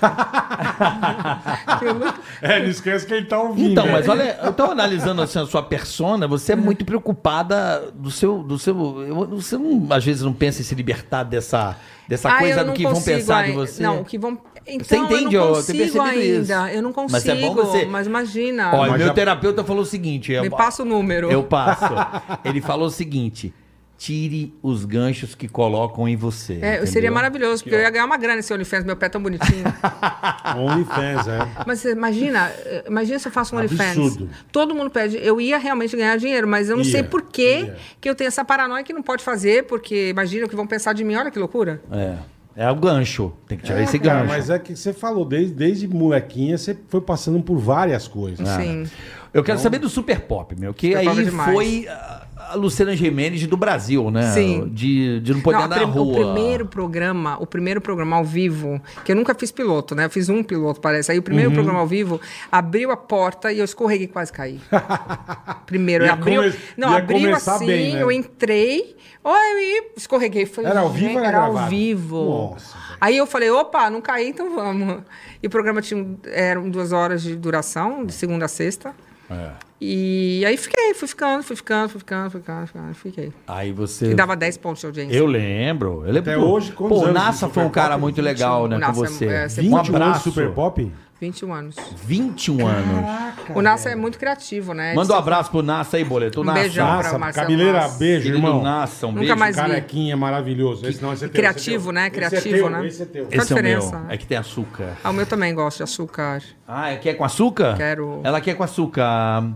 Speaker 4: aqui. Eu nunca-
Speaker 2: É, não esquece que ele tá ouvindo.
Speaker 3: Então,
Speaker 2: né?
Speaker 3: mas olha, eu tô analisando assim a sua persona, você é muito preocupada do seu. Do seu eu- você não, às vezes não pensa em se libertar dessa, dessa
Speaker 4: Ah,
Speaker 3: coisa
Speaker 4: eu
Speaker 3: do
Speaker 4: não
Speaker 3: que vão
Speaker 4: consigo
Speaker 3: pensar de
Speaker 4: ainda.
Speaker 3: você.
Speaker 4: Não, o que vão... Então,
Speaker 3: Você entende?
Speaker 4: eu não
Speaker 3: eu tenho
Speaker 4: consigo
Speaker 3: percebido
Speaker 4: ainda.
Speaker 3: isso.
Speaker 4: Eu não consigo,
Speaker 3: Mas
Speaker 4: mas,
Speaker 3: é bom você.
Speaker 4: imagina.
Speaker 3: Olha,
Speaker 2: Mas
Speaker 3: meu
Speaker 2: já-
Speaker 3: terapeuta falou o seguinte: eu,
Speaker 4: me passa o número.
Speaker 3: eu passo. Ele falou o seguinte: tire os ganchos que colocam em você.
Speaker 4: É, seria
Speaker 3: entendeu?
Speaker 4: maravilhoso, porque eu ia ganhar uma grana esse OnlyFans, meu pé é tão bonitinho.
Speaker 2: OnlyFans, é.
Speaker 4: mas você imagina, eh, imagina se eu faço um
Speaker 2: Absurdo.
Speaker 4: OnlyFans. Todo mundo pede. Eu ia realmente ganhar dinheiro, mas eu não
Speaker 2: Ia,
Speaker 4: sei por que
Speaker 2: ia.
Speaker 4: que eu tenho essa paranoia que não pode fazer, porque imagina o que vão pensar de mim, olha que loucura.
Speaker 3: É. É o gancho. Tem que tirar esse
Speaker 2: Cara,
Speaker 3: gancho.
Speaker 2: mas é que você falou, desde, desde molequinha você foi passando por várias coisas.
Speaker 3: Ah.
Speaker 4: Sim.
Speaker 3: Eu quero saber do Super Pop, meu. Que
Speaker 4: Super
Speaker 3: aí
Speaker 4: Pop é demais.
Speaker 3: foi a a Luciana Gimenez do Brasil, né?
Speaker 4: Sim.
Speaker 3: De, de não poder
Speaker 4: Não, a
Speaker 3: andar na
Speaker 4: prim-
Speaker 3: rua.
Speaker 4: O primeiro programa, o primeiro programa ao vivo, que eu nunca fiz piloto, né? Eu fiz um piloto, parece. Aí o
Speaker 2: Uhum.
Speaker 4: primeiro programa ao vivo abriu a porta e eu escorreguei e quase caí. primeiro,
Speaker 2: Ia
Speaker 4: eu abriu.
Speaker 2: come-
Speaker 4: Não,
Speaker 2: ia
Speaker 4: abriu
Speaker 2: começar
Speaker 4: assim,
Speaker 2: bem, né?
Speaker 4: eu entrei. Oi, e escorreguei. Falei,
Speaker 2: Era ao vivo
Speaker 4: gente,
Speaker 2: ou era
Speaker 4: Era ao
Speaker 2: gravado?
Speaker 4: vivo.
Speaker 2: Nossa, velho.
Speaker 4: Aí eu falei, opa, não caí, então vamos. E o programa tinha um- eram duas horas de duração, de segunda a sexta.
Speaker 2: É.
Speaker 4: E aí fiquei, fui ficando, fui ficando, fui ficando, fui ficando, fui ficando, fiquei.
Speaker 3: Aí
Speaker 4: E
Speaker 3: você.
Speaker 4: dava 10 pontos de audiência.
Speaker 3: Eu lembro. Eu lembro.
Speaker 2: Até hoje, quantos
Speaker 3: Pô, o
Speaker 2: anos do
Speaker 3: Nassa
Speaker 2: Super
Speaker 3: foi um
Speaker 2: Pop?
Speaker 3: cara muito legal, né? Com
Speaker 4: Nassa é-
Speaker 3: você.
Speaker 4: é, você
Speaker 2: 21
Speaker 3: um abraço.
Speaker 2: Super Pop?
Speaker 4: 21 anos.
Speaker 3: 21 anos.
Speaker 4: o Nassa é muito criativo, né?
Speaker 3: Manda um
Speaker 4: Eles-
Speaker 3: abraço pro Nassa aí, boleto.
Speaker 4: Um
Speaker 3: Nassa.
Speaker 4: beijão pra
Speaker 2: Nossa,
Speaker 4: Marcelo
Speaker 2: cabeleira,
Speaker 4: Nossa.
Speaker 2: beijo,
Speaker 3: Querido
Speaker 2: irmão.
Speaker 3: Nassa, um
Speaker 4: Nunca
Speaker 3: beijo.
Speaker 4: mais-
Speaker 2: Carequinha, maravilhoso. Esse não, esse é teu,
Speaker 4: criativo,
Speaker 2: esse é teu.
Speaker 4: né?
Speaker 2: Esse é
Speaker 4: Criativo,
Speaker 2: teu,
Speaker 4: né?
Speaker 2: Esse é teu.
Speaker 4: Qual a
Speaker 3: Esse é o meu.
Speaker 4: diferença?
Speaker 3: É que tem açúcar.
Speaker 4: Ah, o meu também gosta de açúcar.
Speaker 3: Ah, é que é com açúcar?
Speaker 4: Quero.
Speaker 3: Ela quer com açúcar.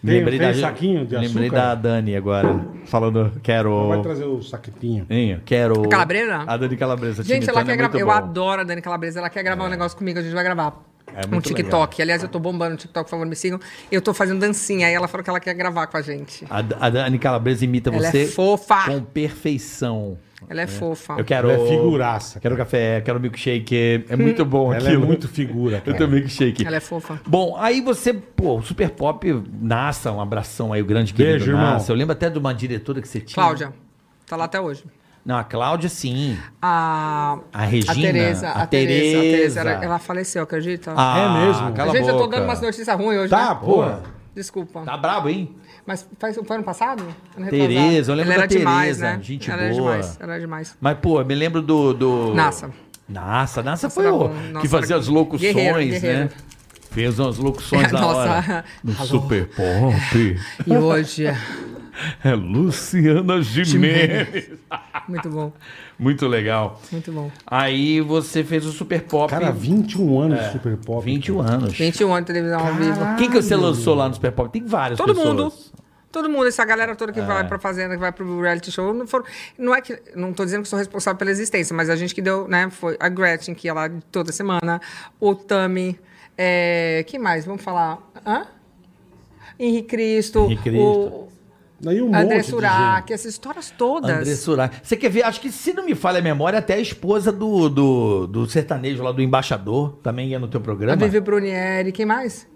Speaker 3: Me
Speaker 2: Tem- tem saquinho de
Speaker 3: Lembrei
Speaker 2: açúcar?
Speaker 3: da Dani agora, falando
Speaker 2: Vai
Speaker 3: quero...
Speaker 2: trazer o saquetinho.
Speaker 3: Hein, quero...
Speaker 4: A Calabresa?
Speaker 3: A Dani Calabresa.
Speaker 4: Gente, ela
Speaker 3: timitando
Speaker 4: quer
Speaker 3: é muito
Speaker 4: gravar. Eu
Speaker 3: bom.
Speaker 4: adoro a Dani Calabresa. Ela quer gravar um negócio comigo. A gente vai gravar.
Speaker 3: É
Speaker 4: um
Speaker 3: muito
Speaker 4: TikTok. Aliás, eu tô bombando no TikTok, por favor, me sigam. Eu tô fazendo dancinha. Aí ela falou que ela quer gravar com a gente.
Speaker 3: A, a Dani Calabresa imita
Speaker 4: Ela é
Speaker 3: você
Speaker 4: fofa.
Speaker 3: com perfeição.
Speaker 4: Ela é, fofa. Hum.
Speaker 3: Eu quero.
Speaker 2: Ela é figuraça,
Speaker 3: Quero café, quero milkshake. É muito bom
Speaker 2: Ela
Speaker 3: aquilo.
Speaker 2: é muito figura,
Speaker 3: Eu
Speaker 2: cara.
Speaker 3: também que shake.
Speaker 4: Ela é fofa.
Speaker 3: Bom, aí você, pô, o Super Pop, Nassa, um abração aí, o grande querido
Speaker 2: Beijo, irmão.
Speaker 3: Nassa. Eu lembro até de uma diretora que você tinha.
Speaker 4: Cláudia. Tá lá até hoje.
Speaker 3: Não, a Cláudia sim.
Speaker 4: A,
Speaker 3: A Regina,
Speaker 4: A Tereza.
Speaker 3: a
Speaker 4: A Tereza. a Tereza,
Speaker 3: Tereza.
Speaker 4: ela- Ela faleceu, acredita?
Speaker 3: Ah,
Speaker 2: É mesmo?
Speaker 3: Cala
Speaker 4: Gente,
Speaker 3: a boca.
Speaker 4: eu tô dando umas notícias ruins hoje.
Speaker 2: Tá,
Speaker 4: né?
Speaker 2: porra.
Speaker 4: Desculpa.
Speaker 3: Tá brabo, hein?
Speaker 4: Mas faz, foi ano passado? Ano retrasado?
Speaker 3: Tereza, eu lembro
Speaker 4: ela
Speaker 3: da
Speaker 4: era demais,
Speaker 3: Tereza,
Speaker 4: né?
Speaker 3: gente
Speaker 4: ela
Speaker 3: boa.
Speaker 4: Era demais, ela era demais.
Speaker 3: Mas, pô, eu me lembro do. do...
Speaker 4: Nassa.
Speaker 3: Nassa, Nassa
Speaker 4: Nassa
Speaker 3: foi
Speaker 4: era
Speaker 3: o
Speaker 4: bom. Nossa,
Speaker 3: que fazia
Speaker 4: era-
Speaker 3: as locuções,
Speaker 4: guerreiro,
Speaker 3: né?
Speaker 4: guerreiro.
Speaker 3: Fez umas locuções da
Speaker 4: Nossa.
Speaker 3: hora. No
Speaker 4: Alô.
Speaker 3: Super Pop.
Speaker 4: E hoje,
Speaker 3: É Luciana Gimenez.
Speaker 4: muito bom,
Speaker 3: Muito legal.
Speaker 4: muito bom.
Speaker 3: Aí você fez o Super Pop.
Speaker 2: Cara, 21 anos
Speaker 3: É,
Speaker 2: de super pop.
Speaker 3: 21 anos.
Speaker 4: 21 anos de televisão ao vivo.
Speaker 3: um Quem que você lançou lá no Super Pop? Tem várias
Speaker 4: Todo
Speaker 3: pessoas. É.
Speaker 4: mundo. Todo mundo, essa galera toda que vai pra fazenda, que vai pro reality show, não foram. Não é que. Não tô dizendo que sou responsável pela existência, mas a gente que deu, né? Foi a Gretchen, que ia lá toda semana, o Tami. É, quem mais? Vamos falar. Hã? Henrique Cristo,
Speaker 3: Henrique Cristo.
Speaker 4: o
Speaker 2: Aí um
Speaker 4: André
Speaker 2: monte de gente.
Speaker 4: Surak, essas histórias todas.
Speaker 3: André Surak. Você quer ver? Acho que se não me falha a memória, até a esposa do, do, do sertanejo lá, do embaixador, também ia no teu
Speaker 4: A
Speaker 3: programa.
Speaker 4: Vivi Brunieri, quem mais?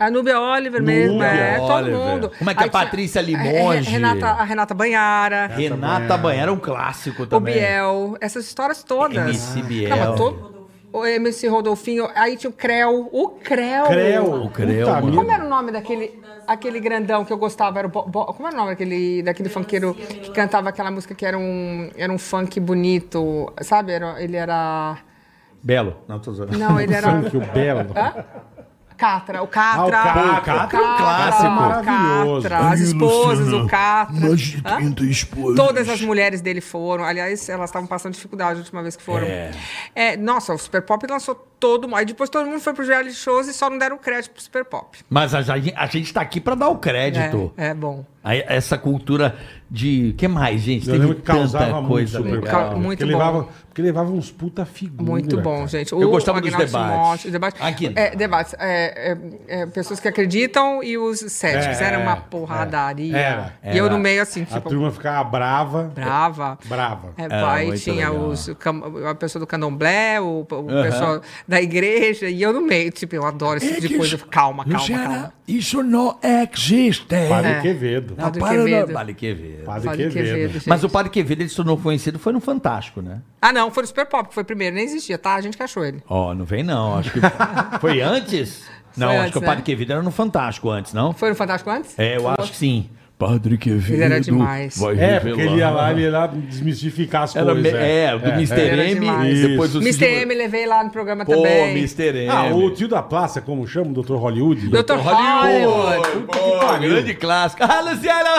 Speaker 4: A Núbia Oliver mesmo,
Speaker 3: Núbia
Speaker 4: é, todo
Speaker 3: Oliver.
Speaker 4: mundo.
Speaker 3: Como é que é?
Speaker 4: Aí tinha-
Speaker 3: Patrícia Limonge.
Speaker 4: A Renata, a Renata Banhara,
Speaker 3: Renata Banheira é um clássico
Speaker 4: o
Speaker 3: também.
Speaker 4: Biel, essas histórias todas.
Speaker 3: MC Biel.
Speaker 4: Não, mas todo- O MC Rodolfinho, aí tinha o Creu, É o Creu.
Speaker 2: Creu.
Speaker 3: O Creu,
Speaker 2: puta
Speaker 3: mano.
Speaker 2: merda.
Speaker 4: Como era o nome daquele aquele grandão que eu gostava? Era o Bo- Bo- como era o nome daquele, daquele funkeiro que cantava aquela música que era um, era um funk bonito, sabe? Era- ele era...
Speaker 3: Belo. Não, tô zoando.
Speaker 4: Não, ele era...
Speaker 2: Funk, o Belo. tá
Speaker 4: Hã? Catra, o Catra.
Speaker 2: Ah, o Catra.
Speaker 4: o
Speaker 3: Catra é um clássico.
Speaker 2: Maravilhoso.
Speaker 4: Catra, as
Speaker 5: Aí,
Speaker 4: esposas,
Speaker 3: né?
Speaker 5: Luciana,
Speaker 4: o Catra.
Speaker 5: Mais de
Speaker 4: Hã?
Speaker 5: 30 esposas.
Speaker 4: Todas as mulheres dele foram. Aliás, elas estavam passando dificuldade a última vez que foram.
Speaker 3: É.
Speaker 4: É, nossa, o Super Pop lançou todo mundo. Aí depois todo mundo foi pro reality shows e só não deram crédito pro Super Pop.
Speaker 3: Mas a, a gente- a gente tá aqui pra dar o crédito.
Speaker 4: É, é bom.
Speaker 3: Aí, essa cultura de. que mais, gente?
Speaker 2: Eu lembro que causava muito
Speaker 3: coisa
Speaker 2: super
Speaker 3: legal.
Speaker 4: Ca-
Speaker 2: pop.
Speaker 4: Muito
Speaker 2: porque,
Speaker 4: bom.
Speaker 2: levava, porque levava uns puta figura.
Speaker 4: Muito bom,
Speaker 2: cara.
Speaker 4: gente.
Speaker 3: Eu gostava dos
Speaker 4: Agnaldo
Speaker 3: debates.
Speaker 4: Timóteo, os debates.
Speaker 3: Aqui.
Speaker 4: É, debates. É, é, é, pessoas que acreditam e os céticos.
Speaker 2: É,
Speaker 4: era
Speaker 2: é,
Speaker 4: uma porradaria.
Speaker 2: era,
Speaker 4: E eu
Speaker 3: era.
Speaker 4: no meio, assim,
Speaker 2: A
Speaker 4: tipo,
Speaker 2: turma ficava brava.
Speaker 4: brava.
Speaker 2: Brava.
Speaker 4: É,
Speaker 3: Era
Speaker 4: aí
Speaker 3: muito
Speaker 4: tinha
Speaker 3: legal.
Speaker 4: os, o cam- a pessoa do candomblé, o, o pessoal da igreja, e eu no meio, tipo, eu adoro
Speaker 2: É
Speaker 4: esse tipo de coisa. Eu fico, Calma, calma, calma.
Speaker 5: Luciana, isso não existe.
Speaker 2: Padre Quevedo.
Speaker 3: Não,
Speaker 4: É, Padre
Speaker 3: para da-
Speaker 4: Quevedo.
Speaker 3: Padre Quevedo.
Speaker 2: Padre,
Speaker 4: né? Padre
Speaker 2: Quevedo.
Speaker 4: Quevedo, gente.
Speaker 3: Mas o Padre Quevedo ele se tornou conhecido foi no Fantástico, né?
Speaker 4: Ah, não, foi no Super Pop, que foi primeiro, nem existia, tá? A gente que achou ele.
Speaker 3: Ó, não vem não. Acho que. foi antes? Não, acho
Speaker 4: antes,
Speaker 3: que o Padre
Speaker 4: né?
Speaker 3: Quevedo era no Fantástico antes, não?
Speaker 4: Foi no Fantástico antes?
Speaker 3: É, eu acho que sim.
Speaker 5: Padre Quevedo.
Speaker 4: Ele era demais.
Speaker 5: Vai
Speaker 2: É,
Speaker 5: revelar.
Speaker 2: porque ele ia lá, ele ia lá desmistificar as
Speaker 3: Era, me-
Speaker 2: coisas. né?
Speaker 3: é, do Mr.
Speaker 4: Era
Speaker 3: M,
Speaker 4: demais.
Speaker 3: depois o
Speaker 4: Mr.
Speaker 3: Cid-
Speaker 4: M levei lá no programa
Speaker 3: Pô,
Speaker 4: também.
Speaker 3: Mr. M.
Speaker 2: Ah, o tio da praça, como chama? Dr. Hollywood?
Speaker 4: Dr. Hollywood.
Speaker 3: Pô, grande clássico. Ah, Luciana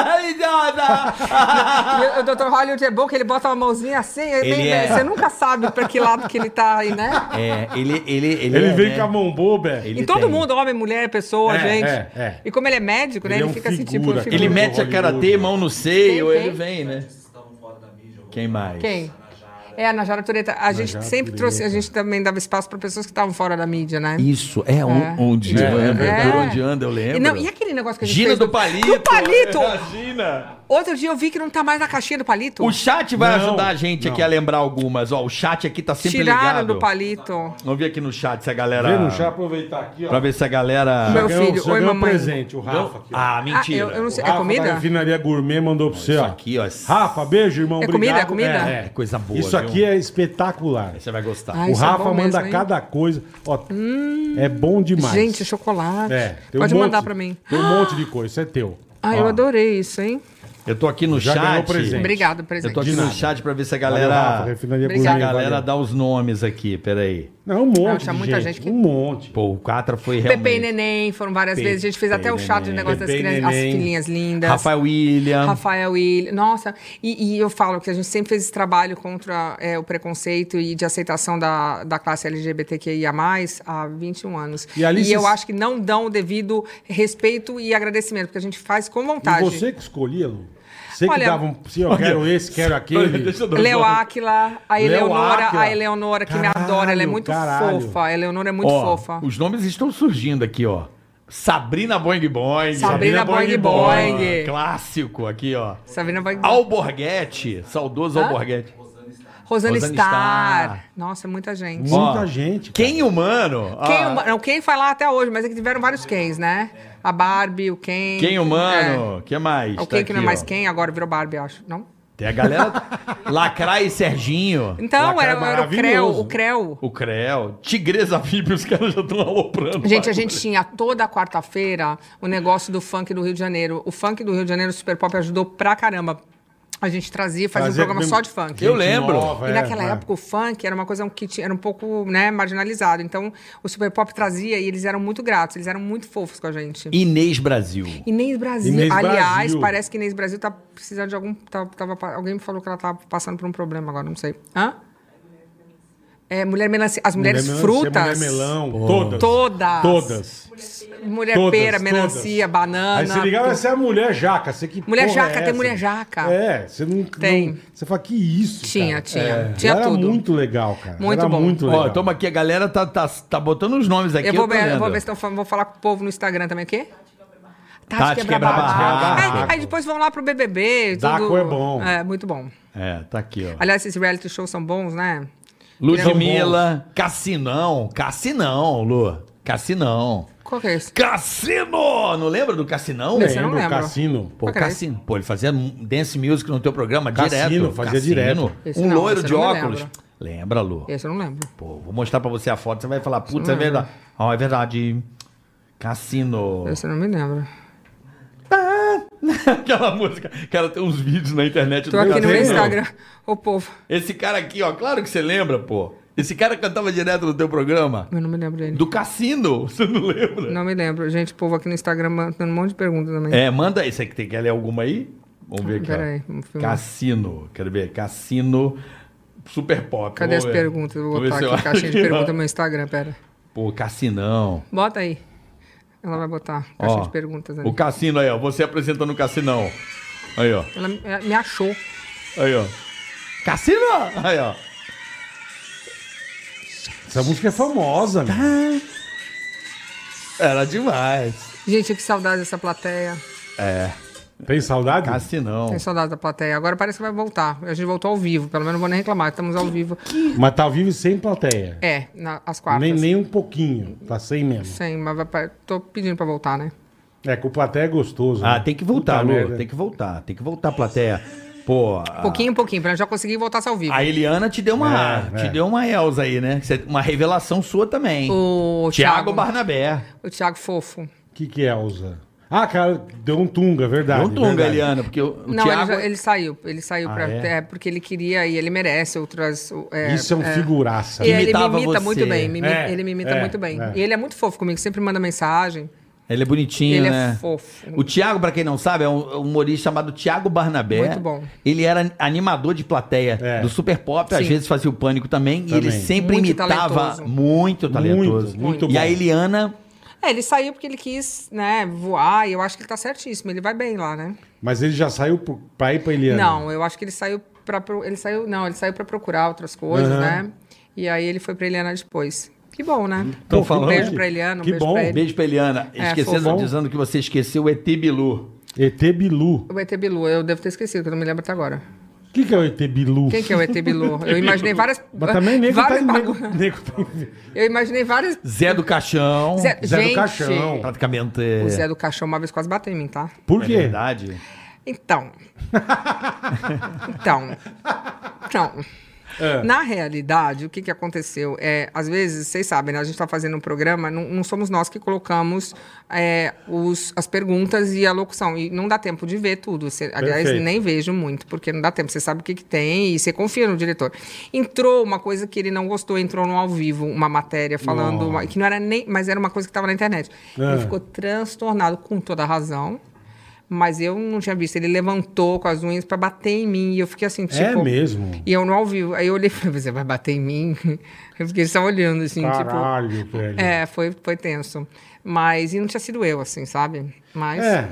Speaker 3: religiosa!
Speaker 4: E o Dr. Hollywood é bom que ele bota uma mãozinha assim,
Speaker 3: Ele
Speaker 4: bem-
Speaker 3: é.
Speaker 4: você nunca sabe pra que lado que ele tá aí, né?
Speaker 3: é, ele, ele, ele.
Speaker 2: Ele
Speaker 3: é,
Speaker 2: vem
Speaker 3: né?
Speaker 2: com a mão boba.
Speaker 3: Ele-
Speaker 4: E todo
Speaker 3: tem.
Speaker 4: mundo, homem, mulher, pessoa,
Speaker 2: É,
Speaker 4: gente.
Speaker 2: é, é.
Speaker 4: E como ele é médico, né?
Speaker 2: Ele
Speaker 4: Ele,
Speaker 2: é um
Speaker 4: fica assim, tipo,
Speaker 2: figura,
Speaker 4: figura.
Speaker 3: Ele
Speaker 2: Todo
Speaker 3: mete a
Speaker 2: Hollywood.
Speaker 3: karatê, mão no seio,
Speaker 4: Quem,
Speaker 3: ele
Speaker 4: quem?
Speaker 3: vem, né? Quem mais?
Speaker 4: Quem? É, a Najara Tureta. A gente sempre trouxe, a gente também dava espaço pra pessoas que estavam fora da mídia, né?
Speaker 3: Isso, é, on-
Speaker 4: É.
Speaker 3: onde
Speaker 2: É,
Speaker 3: anda,
Speaker 4: é.
Speaker 3: por onde anda, eu lembro.
Speaker 4: E, não, e aquele negócio que a gente
Speaker 3: Gina
Speaker 4: fez
Speaker 3: do Palito.
Speaker 4: Do palito!
Speaker 3: Gina.
Speaker 4: Outro dia eu vi que não tá mais na caixinha do palito.
Speaker 3: O chat vai
Speaker 2: Não,
Speaker 3: ajudar a gente
Speaker 2: não.
Speaker 3: aqui a lembrar algumas. Ó, o chat aqui tá sempre
Speaker 4: Tiraram
Speaker 3: ligado.
Speaker 4: do palito. Ah,
Speaker 3: Vamos ver aqui no chat se a galera...
Speaker 2: Vem no chá aproveitar aqui, ó.
Speaker 3: Pra ver se a galera...
Speaker 4: Meu
Speaker 2: Ganhou-
Speaker 4: filho,
Speaker 2: só
Speaker 4: oi,
Speaker 2: ganhou um
Speaker 4: mamãe.
Speaker 2: presente, o Rafa aqui. ó.
Speaker 3: Ah,
Speaker 4: Ah,
Speaker 3: mentira.
Speaker 4: eu- eu não sei.
Speaker 2: O
Speaker 4: É
Speaker 2: Rafa
Speaker 4: comida?
Speaker 2: da refinaria gourmet mandou pra você, ó.
Speaker 3: aqui, ó.
Speaker 2: Rafa, beijo, irmão.
Speaker 4: É comida?
Speaker 2: obrigado.
Speaker 4: É comida?
Speaker 3: É coisa boa,
Speaker 2: Isso aqui
Speaker 3: viu?
Speaker 2: é espetacular.
Speaker 3: Você vai gostar.
Speaker 4: Ai,
Speaker 2: o
Speaker 4: isso é
Speaker 2: Rafa
Speaker 4: bom
Speaker 2: manda
Speaker 4: mesmo, hein? Hum.
Speaker 2: cada coisa. Ó, é bom demais.
Speaker 4: Gente, chocolate.
Speaker 2: É, tem um
Speaker 4: Pode
Speaker 2: monte-
Speaker 4: mandar pra mim.
Speaker 2: Tem um monte de coisa, isso é teu.
Speaker 4: Ah, eu adorei isso, hein?
Speaker 3: Eu tô aqui no
Speaker 2: Já ganhou
Speaker 3: chat.
Speaker 2: o presente.
Speaker 4: Obrigado,
Speaker 3: Eu
Speaker 4: presente.
Speaker 3: tô aqui
Speaker 2: De
Speaker 3: no
Speaker 2: nada.
Speaker 3: chat pra ver se a
Speaker 2: Valeu,
Speaker 3: galera.
Speaker 2: Rafa, refinaria
Speaker 3: se a
Speaker 4: Obrigado.
Speaker 2: gourmet,
Speaker 3: galera
Speaker 2: valeu.
Speaker 3: dá os nomes aqui, peraí.
Speaker 2: Não, um monte.
Speaker 4: Não,
Speaker 2: tinha
Speaker 4: tinha
Speaker 2: de
Speaker 4: muita
Speaker 2: gente,
Speaker 4: gente que-
Speaker 2: Um monte.
Speaker 3: Pô, o Catra foi realmente.
Speaker 4: Pepe e Neném foram várias
Speaker 3: Pepe
Speaker 4: vezes. A gente fez até o
Speaker 3: e
Speaker 4: chá de
Speaker 3: Neném.
Speaker 4: negócio das
Speaker 2: Pepe e
Speaker 4: crianças, as
Speaker 2: Neném.
Speaker 4: filhinhas lindas.
Speaker 3: Rafael William.
Speaker 4: Rafael William. Nossa, e, e eu falo que a gente sempre fez esse trabalho contra é, o preconceito e de aceitação da, da classe LGBTQIA, há 21 anos.
Speaker 2: E ali vocês-
Speaker 4: eu acho que não dão o devido respeito e agradecimento, porque a gente faz com
Speaker 2: E
Speaker 4: vontade.
Speaker 2: você que é escolhia, Lu. Você que
Speaker 4: Tá, Olha-
Speaker 2: dava um. Se eu quero esse, quero aquele.
Speaker 3: Deixa eu dar um
Speaker 4: Leo
Speaker 3: nome.
Speaker 4: Áquila, a
Speaker 2: né? Leo
Speaker 4: Eleonora,
Speaker 2: Áquila.
Speaker 4: a Eleonora, que me
Speaker 2: Caralho,
Speaker 4: adora, ela é muito
Speaker 2: caralho.
Speaker 4: fofa. A Eleonora é muito
Speaker 3: Ó,
Speaker 4: fofa.
Speaker 3: Os nomes estão surgindo aqui, ó. Sabrina Boing Boing.
Speaker 4: Sabrina Boing Boing.
Speaker 3: Clássico aqui, ó.
Speaker 4: Sabrina vai.
Speaker 3: Alborguete. Saudoso
Speaker 4: Hã?
Speaker 3: Alborguete.
Speaker 4: Rosana
Speaker 3: Rosana
Speaker 4: Star.
Speaker 3: Star.
Speaker 4: Nossa, é muita gente.
Speaker 2: Muita
Speaker 3: Ó,
Speaker 2: gente. cara.
Speaker 3: Quem humano? ó,
Speaker 2: Ah.
Speaker 4: Quem, huma- não, quem foi lá até hoje, mas é que tiveram vários quens, né? A Barbie, o Ken.
Speaker 3: Quem humano? que mais?
Speaker 4: É. O
Speaker 3: Tá
Speaker 4: Ken que não é
Speaker 3: aqui,
Speaker 4: mais
Speaker 3: ó.
Speaker 4: quem, agora virou Barbie, acho. Não?
Speaker 3: Tem a galera. Lacraia e Serginho.
Speaker 4: Então,
Speaker 2: Lacraia
Speaker 4: era, era o Creu.
Speaker 2: maravilhoso.
Speaker 4: O Creu.
Speaker 3: O Creu. Tigresa VIP, os caras já estão aloprando.
Speaker 4: Gente,
Speaker 3: Vai.
Speaker 4: a gente tinha toda quarta-feira o negócio do funk do Rio de Janeiro. O funk do Rio de Janeiro, o Super Pop ajudou pra caramba. A gente trazia, fazia
Speaker 2: Fazia
Speaker 4: um programa
Speaker 2: mesmo-
Speaker 4: só de funk.
Speaker 3: Eu lembro.
Speaker 4: E
Speaker 2: é,
Speaker 4: naquela
Speaker 2: é.
Speaker 4: época o funk era uma coisa que tinha- era um pouco né, marginalizado. Então o Super Pop trazia e eles eram muito gratos, eles eram muito fofos com a gente.
Speaker 3: Inês Brasil.
Speaker 4: Inês Brasil.
Speaker 2: Inês
Speaker 4: Aliás,
Speaker 2: Brasil.
Speaker 4: parece que Inês Brasil tá precisando de algum. tá- tava pa- alguém me falou que ela tá passando por um problema agora, não sei. Hã? É, mulher melancia. As mulheres
Speaker 2: Mulher melancia,
Speaker 4: frutas.
Speaker 2: Mulher melão. Todas.
Speaker 4: Todas.
Speaker 2: Todas.
Speaker 4: Mulher
Speaker 2: Todas,
Speaker 4: pera,
Speaker 2: todas.
Speaker 4: melancia, banana.
Speaker 2: Aí você ligava, essa é a mulher jaca. Você que
Speaker 4: Mulher
Speaker 2: porra
Speaker 4: jaca,
Speaker 2: é
Speaker 4: tem
Speaker 2: essa?
Speaker 4: mulher jaca.
Speaker 2: É, você não.
Speaker 4: Tem.
Speaker 2: não- você fala, que isso?
Speaker 4: Tinha,
Speaker 2: cara?
Speaker 4: tinha.
Speaker 2: É.
Speaker 4: Tinha
Speaker 2: era
Speaker 4: tudo.
Speaker 2: muito legal, cara.
Speaker 4: Muito
Speaker 2: era
Speaker 4: bom.
Speaker 2: muito legal.
Speaker 3: Ó, toma aqui, a galera tá, tá, tá botando os nomes aqui.
Speaker 4: Eu vou,
Speaker 3: tô
Speaker 4: ver, eu
Speaker 3: lendo.
Speaker 4: vou ver se estão falando, vou falar com o povo no Instagram também, o quê?
Speaker 2: Tá
Speaker 4: Tá
Speaker 3: Tati quebra barraco.
Speaker 4: Aí- Aí, depois vão lá pro BBB. Tudo...
Speaker 2: Daco é bom.
Speaker 4: É, muito bom.
Speaker 3: É, tá aqui, ó.
Speaker 4: Aliás, esses reality shows são bons, né?
Speaker 3: Ludmilla, Cassinão, Cassinão, Lu. Cassinão.
Speaker 4: Qual que é esse?
Speaker 3: Cassino! Não lembra do Cassinão?
Speaker 4: Esse eu não
Speaker 2: Lembro,
Speaker 4: lembro.
Speaker 2: Cassino.
Speaker 3: Pô,
Speaker 4: Qual que é
Speaker 3: Cassino. Pô, ele fazia dance music no teu programa
Speaker 2: Cassino,
Speaker 3: direto.
Speaker 2: fazia direto.
Speaker 4: Esse
Speaker 3: Um
Speaker 4: não,
Speaker 3: loiro
Speaker 4: esse
Speaker 3: de
Speaker 4: eu não me
Speaker 3: óculos.
Speaker 4: lembro.
Speaker 3: Lembra, Lu?
Speaker 4: Esse eu não lembro.
Speaker 3: Pô, vou mostrar pra você a foto, você vai falar,
Speaker 4: Hum.
Speaker 3: putz, é verdade. Ó, é verdade. Cassino.
Speaker 4: Esse eu não me lembro.
Speaker 3: Aquela música. Cara, tem uns vídeos na internet
Speaker 4: Tô aqui no meu
Speaker 3: Cassino.
Speaker 4: Instagram. Ô, povo.
Speaker 3: Esse cara aqui, ó, claro que você lembra, pô. Esse cara cantava direto no teu programa.
Speaker 4: Eu não me lembro dele.
Speaker 3: Do Cassino, você não lembra?
Speaker 4: Não me lembro. Gente, o povo aqui no Instagram mandando um monte de perguntas também.
Speaker 3: É, manda aí. Você que tem- quer ler alguma aí? Vamos ver aqui. ó.
Speaker 4: Peraí, um vamos filmar.
Speaker 3: Cassino. Quero ver. Cassino Super Pop.
Speaker 4: Cadê
Speaker 3: Vamos
Speaker 4: as
Speaker 3: ver.
Speaker 4: perguntas? Eu Vou
Speaker 3: Vamos ver
Speaker 4: botar
Speaker 3: se eu
Speaker 4: aqui a
Speaker 3: acho
Speaker 4: caixinha de
Speaker 3: aqui, ó.
Speaker 4: perguntas no meu Instagram, pera.
Speaker 3: Pô, Cassinão.
Speaker 4: Bota aí. Ela vai botar a caixinha
Speaker 3: Ó,
Speaker 4: de perguntas ali.
Speaker 3: O Cassino aí, ó. Você apresentando o Cassinão. Aí, ó.
Speaker 4: Ela me- ela me achou.
Speaker 3: Aí, ó. Cassino! Aí, ó.
Speaker 2: Essa música é famosa, meu.
Speaker 3: Era demais.
Speaker 4: Gente, que saudade dessa plateia.
Speaker 3: É.
Speaker 2: Tem saudade?
Speaker 3: Cassinão.
Speaker 4: Tem saudade da plateia. Agora parece que vai voltar. A gente voltou ao vivo, pelo menos não vou nem reclamar. Estamos ao vivo.
Speaker 2: Mas tá vivo e sem plateia.
Speaker 4: É, na, às quartas.
Speaker 2: nem, nem um pouquinho. Tá sem mesmo.
Speaker 4: Sim, mas vai, pra- tô pedindo pra voltar, né?
Speaker 2: É, com plateia é gostoso.
Speaker 3: Ah,
Speaker 2: né?
Speaker 3: tem que voltar,
Speaker 2: Puta
Speaker 3: Lu.
Speaker 2: merda.
Speaker 3: Tem que voltar. Tem que voltar, plateia. Pô. a-
Speaker 4: Pouquinho, pouquinho, pra eu já conseguir voltar ao vivo.
Speaker 3: A Eliana te deu uma,
Speaker 2: É,
Speaker 3: te
Speaker 2: é.
Speaker 3: deu uma Elza aí, né? Cê- Uma revelação sua também.
Speaker 4: O
Speaker 3: Tiago
Speaker 4: Thiago,
Speaker 3: Barnabé.
Speaker 4: o Thiago Fofo.
Speaker 2: que, que é, Elza? Ah, cara, deu um tunga, verdade.
Speaker 3: Deu um tunga,
Speaker 2: verdade.
Speaker 3: Eliana, porque o, o
Speaker 4: Não,
Speaker 3: Thiago... é-
Speaker 4: ele, já- ele saiu. Ele saiu
Speaker 3: Ah,
Speaker 4: pra,
Speaker 3: é?
Speaker 4: é? porque ele queria e ele merece outras. o- é,
Speaker 2: Isso é um figuraça.
Speaker 4: E ele
Speaker 3: Imitava
Speaker 4: me imita
Speaker 3: você.
Speaker 4: muito bem. me imi-
Speaker 2: É,
Speaker 4: ele me imita
Speaker 2: é,
Speaker 4: muito bem.
Speaker 2: é.
Speaker 4: E ele é muito fofo comigo, sempre manda mensagem.
Speaker 3: Ele é bonitinho,
Speaker 4: Ele é
Speaker 3: né?
Speaker 4: fofo.
Speaker 3: O Thiago, pra quem não sabe, é um um humorista chamado Thiago Barnabé.
Speaker 4: Muito bom.
Speaker 3: Ele era animador de plateia
Speaker 2: É.
Speaker 3: do Super Pop, às
Speaker 4: Sim.
Speaker 3: vezes fazia o pânico também, e ele
Speaker 2: Também.
Speaker 3: sempre
Speaker 4: Muito
Speaker 3: imitava
Speaker 4: talentoso.
Speaker 3: muito talentoso.
Speaker 2: Muito, muito
Speaker 3: E a
Speaker 2: bom.
Speaker 3: Eliana,
Speaker 4: É, ele saiu porque ele quis, né, voar, e eu acho que ele tá certíssimo, ele vai bem lá, né?
Speaker 2: Mas ele já saiu pro- pra ir pra Eliana.
Speaker 4: Não, eu acho que ele saiu para ele saiu, não, ele saiu para procurar outras coisas,
Speaker 2: Aham.
Speaker 4: né? E aí ele foi pra Eliana depois. Que bom, né?
Speaker 3: Tão
Speaker 4: Um
Speaker 3: falando
Speaker 4: beijo
Speaker 2: que-
Speaker 4: pra Eliana, um
Speaker 2: que
Speaker 4: beijo
Speaker 2: bom,
Speaker 4: pra ele.
Speaker 3: beijo pra Eliana,
Speaker 4: É,
Speaker 3: esquecendo,
Speaker 2: fofão.
Speaker 3: dizendo que você esqueceu o ET Bilu.
Speaker 2: ET Bilu.
Speaker 4: O ET Bilu, eu devo ter esquecido, que eu não me lembro até agora.
Speaker 2: O que, que é o ET Bilu?
Speaker 4: Quem que é o ET Bilu? Eu imaginei várias
Speaker 2: Mas também nego tá,
Speaker 4: várias
Speaker 2: nego,
Speaker 4: bagun-
Speaker 2: nego tá-
Speaker 4: Eu imaginei várias
Speaker 3: Zé do Caixão.
Speaker 4: Zé,
Speaker 2: Zé do
Speaker 4: gente,
Speaker 2: Caixão. É.
Speaker 3: Praticamente...
Speaker 4: O Zé do Caixão uma vez quase bateu em mim, tá?
Speaker 2: Por
Speaker 3: É
Speaker 2: quê?
Speaker 3: verdade.
Speaker 4: Então. então. Então.
Speaker 2: É. Ah.
Speaker 4: Na realidade, o que, que aconteceu? É, às vezes, vocês sabem, né? a gente está fazendo um programa, não, não somos nós que colocamos é, os, as perguntas e a locução. E não dá tempo de ver tudo. Você- aliás,
Speaker 2: Perfeito.
Speaker 4: nem vejo muito, porque não dá tempo. Você sabe o que, que tem e você confia no diretor. Entrou uma coisa que ele não gostou, entrou no ao vivo, uma matéria falando, uma- que não era nem. Mas era uma coisa que estava na internet.
Speaker 2: Ah.
Speaker 4: Ele ficou transtornado, com toda a razão. Mas eu não tinha visto. Ele levantou com as unhas pra bater em mim. E eu fiquei assim, tipo.
Speaker 2: É mesmo?
Speaker 4: E eu não ao vivo. Aí eu olhei e falei, você vai bater em mim? Eu fiquei só olhando, assim, tipo.
Speaker 2: Caralho, velho.
Speaker 4: É, foi, foi tenso. Mas e não tinha sido eu, assim, sabe? Mas. É,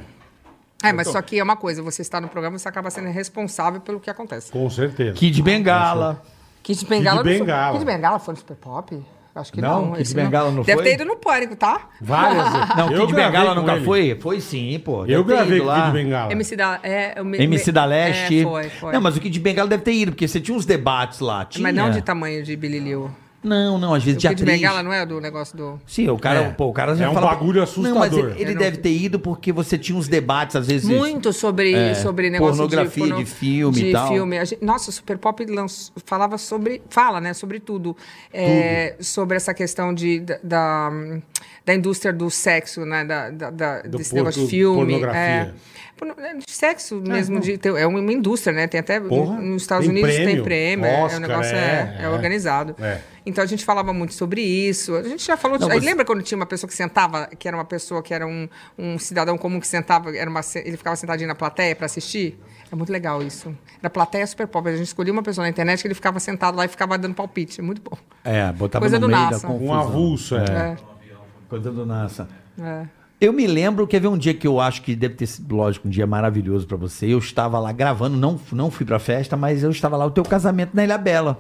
Speaker 2: É,
Speaker 4: mas só que é uma coisa, você está no programa, você acaba sendo responsável pelo que acontece.
Speaker 2: com certeza.
Speaker 3: Kid Bengala.
Speaker 4: Kid Bengala. não foi-
Speaker 2: Bengala.
Speaker 4: Kid Bengala foi no Super Pop? Acho que
Speaker 5: Não?
Speaker 4: não.
Speaker 5: Kid
Speaker 4: esse
Speaker 5: Bengala não
Speaker 4: Deve
Speaker 5: foi?
Speaker 4: ter ido no pânico, tá?
Speaker 2: Várias.
Speaker 3: Não,
Speaker 2: Eu
Speaker 3: Kid
Speaker 2: gravei
Speaker 3: Bengala
Speaker 2: com
Speaker 3: nunca
Speaker 2: ele.
Speaker 3: foi? Foi sim, pô. Deve
Speaker 2: Eu
Speaker 3: ter
Speaker 2: gravei
Speaker 3: ido
Speaker 2: com o Kid Bengala.
Speaker 4: MC da, é, o me-
Speaker 3: MC
Speaker 4: me-
Speaker 3: da Leste.
Speaker 4: É, foi, foi.
Speaker 3: Não, mas o Kid Bengala deve ter ido, porque você tinha uns debates lá. Tinha.
Speaker 4: Mas não de tamanho de Bililiu.
Speaker 3: Não, não, às vezes de
Speaker 4: O Kid
Speaker 3: atriz.
Speaker 4: Bengala não é do negócio do.
Speaker 3: Sim, o cara,
Speaker 2: É.
Speaker 3: pô, o cara já
Speaker 2: É um
Speaker 3: fala-
Speaker 2: bagulho assustador.
Speaker 3: Não, mas ele, ele
Speaker 4: Eu não-
Speaker 3: deve ter ido porque você tinha uns debates, às vezes.
Speaker 4: Muito sobre, sobre negócio
Speaker 3: pornografia, de filme e
Speaker 4: de
Speaker 3: tal.
Speaker 4: filme. A gente- nossa, o Super Pop lanç- falava sobre. Fala, né? Sobre tudo. É, Sobre essa questão de, da, da, da indústria do sexo, né? Da, da- da-
Speaker 2: Do
Speaker 4: desse negócio de
Speaker 2: porno-
Speaker 4: filme.
Speaker 2: pornografia.
Speaker 4: É. Porno- é, de sexo mesmo. de- tem- É, uma indústria, né? Tem até.
Speaker 2: Porra,
Speaker 4: nos Estados
Speaker 2: tem
Speaker 4: Unidos tem
Speaker 2: prêmio,
Speaker 4: prêmio. é, é,
Speaker 2: Oscar,
Speaker 4: o negócio
Speaker 2: é,
Speaker 4: é,
Speaker 2: é.
Speaker 4: é organizado.
Speaker 2: É.
Speaker 4: Então a gente falava muito sobre isso. A gente já falou.
Speaker 3: Não,
Speaker 4: disso. Aí
Speaker 3: você-
Speaker 4: lembra quando tinha uma pessoa que sentava, que era uma pessoa que era um, um cidadão comum que sentava, era uma, se- ele ficava sentadinho na plateia para assistir? É muito legal isso. Era plateia é super pop. A gente escolhia uma pessoa na internet que ele ficava sentado lá e ficava dando palpite. Muito bom.
Speaker 3: É, botava
Speaker 4: Coisa
Speaker 3: no
Speaker 4: do
Speaker 3: meio da
Speaker 4: NASA.
Speaker 2: Um
Speaker 3: confusão.
Speaker 2: avulso, é.
Speaker 4: É,
Speaker 3: Coisa do NASA.
Speaker 4: é.
Speaker 3: Eu me lembro, quer ver um dia que eu acho que deve ter sido, lógico, um dia maravilhoso pra você. Eu estava lá gravando, não, não fui pra festa, mas eu estava lá o teu casamento na Ilha Bela.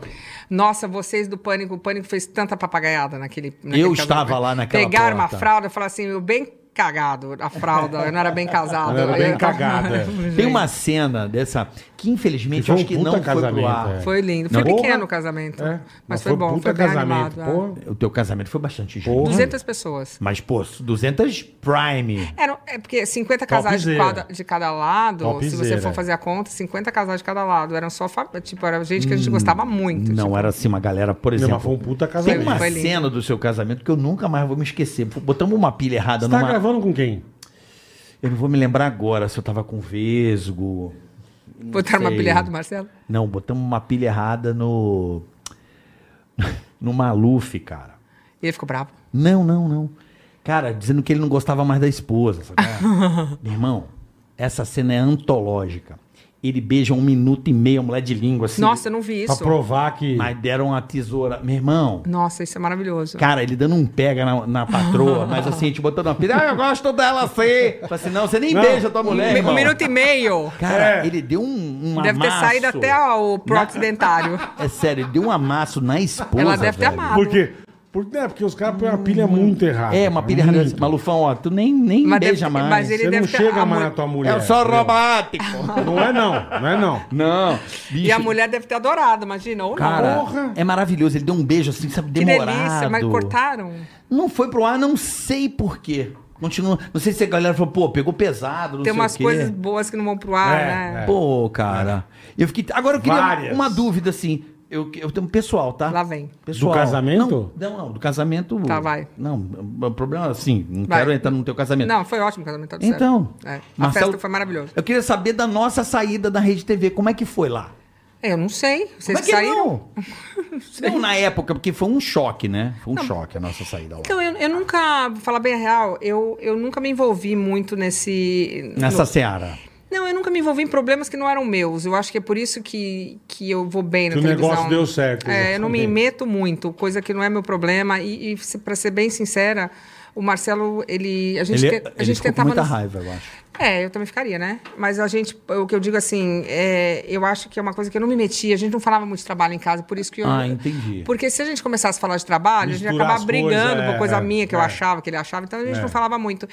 Speaker 4: Nossa, vocês do Pânico, o Pânico fez tanta papagaiada naquele. naquele
Speaker 3: Eu
Speaker 4: casamento.
Speaker 3: estava lá naquela
Speaker 4: Pegaram
Speaker 3: porta.
Speaker 4: uma fralda e falaram assim: eu bem cagado, a fralda, eu não era bem casado.
Speaker 2: Ela era
Speaker 4: Aí
Speaker 2: bem
Speaker 4: eu tava-
Speaker 2: cagada.
Speaker 3: Tem uma cena dessa que infelizmente
Speaker 2: Que é. foi
Speaker 3: eu
Speaker 2: um
Speaker 3: acho que
Speaker 2: puta
Speaker 3: não foi pro
Speaker 2: casamento,
Speaker 3: ar.
Speaker 2: é.
Speaker 4: Foi lindo. Foi
Speaker 2: Não.
Speaker 4: pequeno
Speaker 2: Porra.
Speaker 4: o casamento.
Speaker 2: É.
Speaker 4: Mas, foi, bom, foi bem animado. é.
Speaker 2: Pô,
Speaker 3: O teu casamento foi bastante gente.
Speaker 2: Porra.
Speaker 4: 200 pessoas.
Speaker 3: Mas, pô, 200 prime.
Speaker 4: Era, é porque 50 casais de
Speaker 2: Topzera.
Speaker 4: cada, de cada lado, se
Speaker 2: Topzera.
Speaker 4: você for fazer a conta, 50 casais de cada lado. Eram só, fa- tipo, era gente que a gente gostava muito.
Speaker 3: Hum, Não
Speaker 4: tipo.
Speaker 3: era assim uma galera, por
Speaker 2: Não,
Speaker 3: exemplo.
Speaker 2: mas foi um puta
Speaker 3: Tem
Speaker 2: casamento.
Speaker 3: uma
Speaker 4: Foi lindo.
Speaker 3: cena do seu casamento que eu nunca mais vou me esquecer. Botamos uma pilha errada
Speaker 2: Você tá
Speaker 3: numa.
Speaker 2: gravando com quem?
Speaker 3: Eu não vou me lembrar agora se eu tava com vesgo. não
Speaker 4: Botaram uma
Speaker 3: é sei.
Speaker 4: pilha errada, Marcelo?
Speaker 3: Não, botamos uma pilha errada no. no Maluf, cara.
Speaker 4: E ele ficou bravo.
Speaker 3: Não, não, não. Cara, dizendo que ele não gostava mais da esposa. sabe? Meu irmão, essa cena é antológica. Ele beija um minuto e meio a mulher de língua assim.
Speaker 4: Nossa, eu não vi isso.
Speaker 2: Pra provar que.
Speaker 3: Mas deram uma tesoura. Meu irmão.
Speaker 4: Nossa, isso é maravilhoso.
Speaker 3: Cara, ele dando um pega na, na patroa, mas assim, a gente botando uma pilha. Ah, eu gosto dela assim. Falei assim, não, você nem
Speaker 2: Não.
Speaker 3: beija tua mulher.
Speaker 4: um,
Speaker 3: irmão.
Speaker 4: minuto e meio.
Speaker 3: Cara,
Speaker 2: É.
Speaker 3: ele deu um, um
Speaker 4: Deve ter
Speaker 3: amasso.
Speaker 4: saído até o prótese dentário.
Speaker 3: É sério, ele deu um amasso na esposa.
Speaker 4: Ela deve ter
Speaker 3: velho.
Speaker 4: amado.
Speaker 2: Por quê? Por, é, porque os caras põem uma pilha
Speaker 4: Hum,
Speaker 2: muito errada.
Speaker 3: É, uma pilha errada.
Speaker 2: Muito.
Speaker 3: Malufão, ó, tu nem, nem
Speaker 4: Mas deve
Speaker 3: beija
Speaker 4: ter-
Speaker 3: mais.
Speaker 4: mas ele
Speaker 2: Você não
Speaker 4: deve ter-
Speaker 2: chega
Speaker 4: a É
Speaker 2: mais
Speaker 4: mu-
Speaker 2: na tua mulher.
Speaker 3: Eu sou
Speaker 2: entendeu?
Speaker 3: robótico.
Speaker 2: Não é não, não é não.
Speaker 3: Não. Bicho,
Speaker 4: E a mulher deve ter adorado, imagina. Ou
Speaker 3: Cara,
Speaker 4: não.
Speaker 2: Porra.
Speaker 3: é maravilhoso. Ele deu um beijo assim, sabe,
Speaker 4: Que
Speaker 3: demorado.
Speaker 4: delícia. Mas cortaram?
Speaker 3: Não foi pro ar, não sei por quê. Continua. Não sei se a galera falou, pô, pegou pesado, não
Speaker 4: Tem
Speaker 3: sei
Speaker 4: umas
Speaker 3: o quê.
Speaker 4: coisas boas que não vão pro ar,
Speaker 2: É,
Speaker 4: né?
Speaker 3: Pô, cara. Eu fiquei. Agora eu queria
Speaker 2: Várias.
Speaker 3: uma dúvida assim. Eu, eu tenho pessoal, tá?
Speaker 4: Lá vem.
Speaker 3: Pessoal.
Speaker 2: Do casamento?
Speaker 3: Não, não, não, do casamento.
Speaker 4: Tá, vai.
Speaker 3: Não, o problema é assim, não
Speaker 4: Vai.
Speaker 3: quero entrar no teu casamento.
Speaker 4: Não, foi ótimo o casamento. tá certo.
Speaker 3: Então,
Speaker 4: É, a
Speaker 3: Marcelo-
Speaker 4: festa foi maravilhosa.
Speaker 3: Eu queria saber da nossa saída da Rede TV, como é que foi lá?
Speaker 4: É, Eu não sei.
Speaker 3: como
Speaker 4: Vocês
Speaker 3: é
Speaker 4: que saíram.
Speaker 3: Não? não na época, porque foi um choque, né? Foi um choque a nossa saída lá.
Speaker 4: Então, eu, eu nunca, vou falar bem a real, eu, eu nunca me envolvi muito nesse.
Speaker 3: Nessa seara.
Speaker 4: Não, eu nunca me envolvi em problemas que não eram meus. Eu acho que é por isso que, que eu vou bem na
Speaker 2: Que o
Speaker 4: televisão.
Speaker 2: negócio deu certo,
Speaker 4: É, eu não me
Speaker 2: entendi.
Speaker 4: meto muito, coisa que não é meu problema. E, e para ser bem sincera, o Marcelo, ele. A gente,
Speaker 3: Ele, é-
Speaker 4: te- a
Speaker 3: ele
Speaker 4: gente
Speaker 3: ficou com
Speaker 4: tentava.
Speaker 3: muita
Speaker 4: nos-
Speaker 3: raiva, eu acho.
Speaker 4: É, eu também ficaria, né? Mas a gente, o que eu digo assim, é, eu acho que é uma coisa que eu não me metia. A gente não falava muito de trabalho em casa, por isso que eu.
Speaker 3: Ah, entendi.
Speaker 4: Porque se a gente começasse a falar de trabalho, a gente ia
Speaker 2: Misturar
Speaker 4: acabar
Speaker 2: as
Speaker 4: brigando
Speaker 2: coisas, é,
Speaker 4: por coisa
Speaker 2: é,
Speaker 4: minha que
Speaker 2: é.
Speaker 4: eu achava, que ele achava, então a gente
Speaker 2: É.
Speaker 4: não falava muito.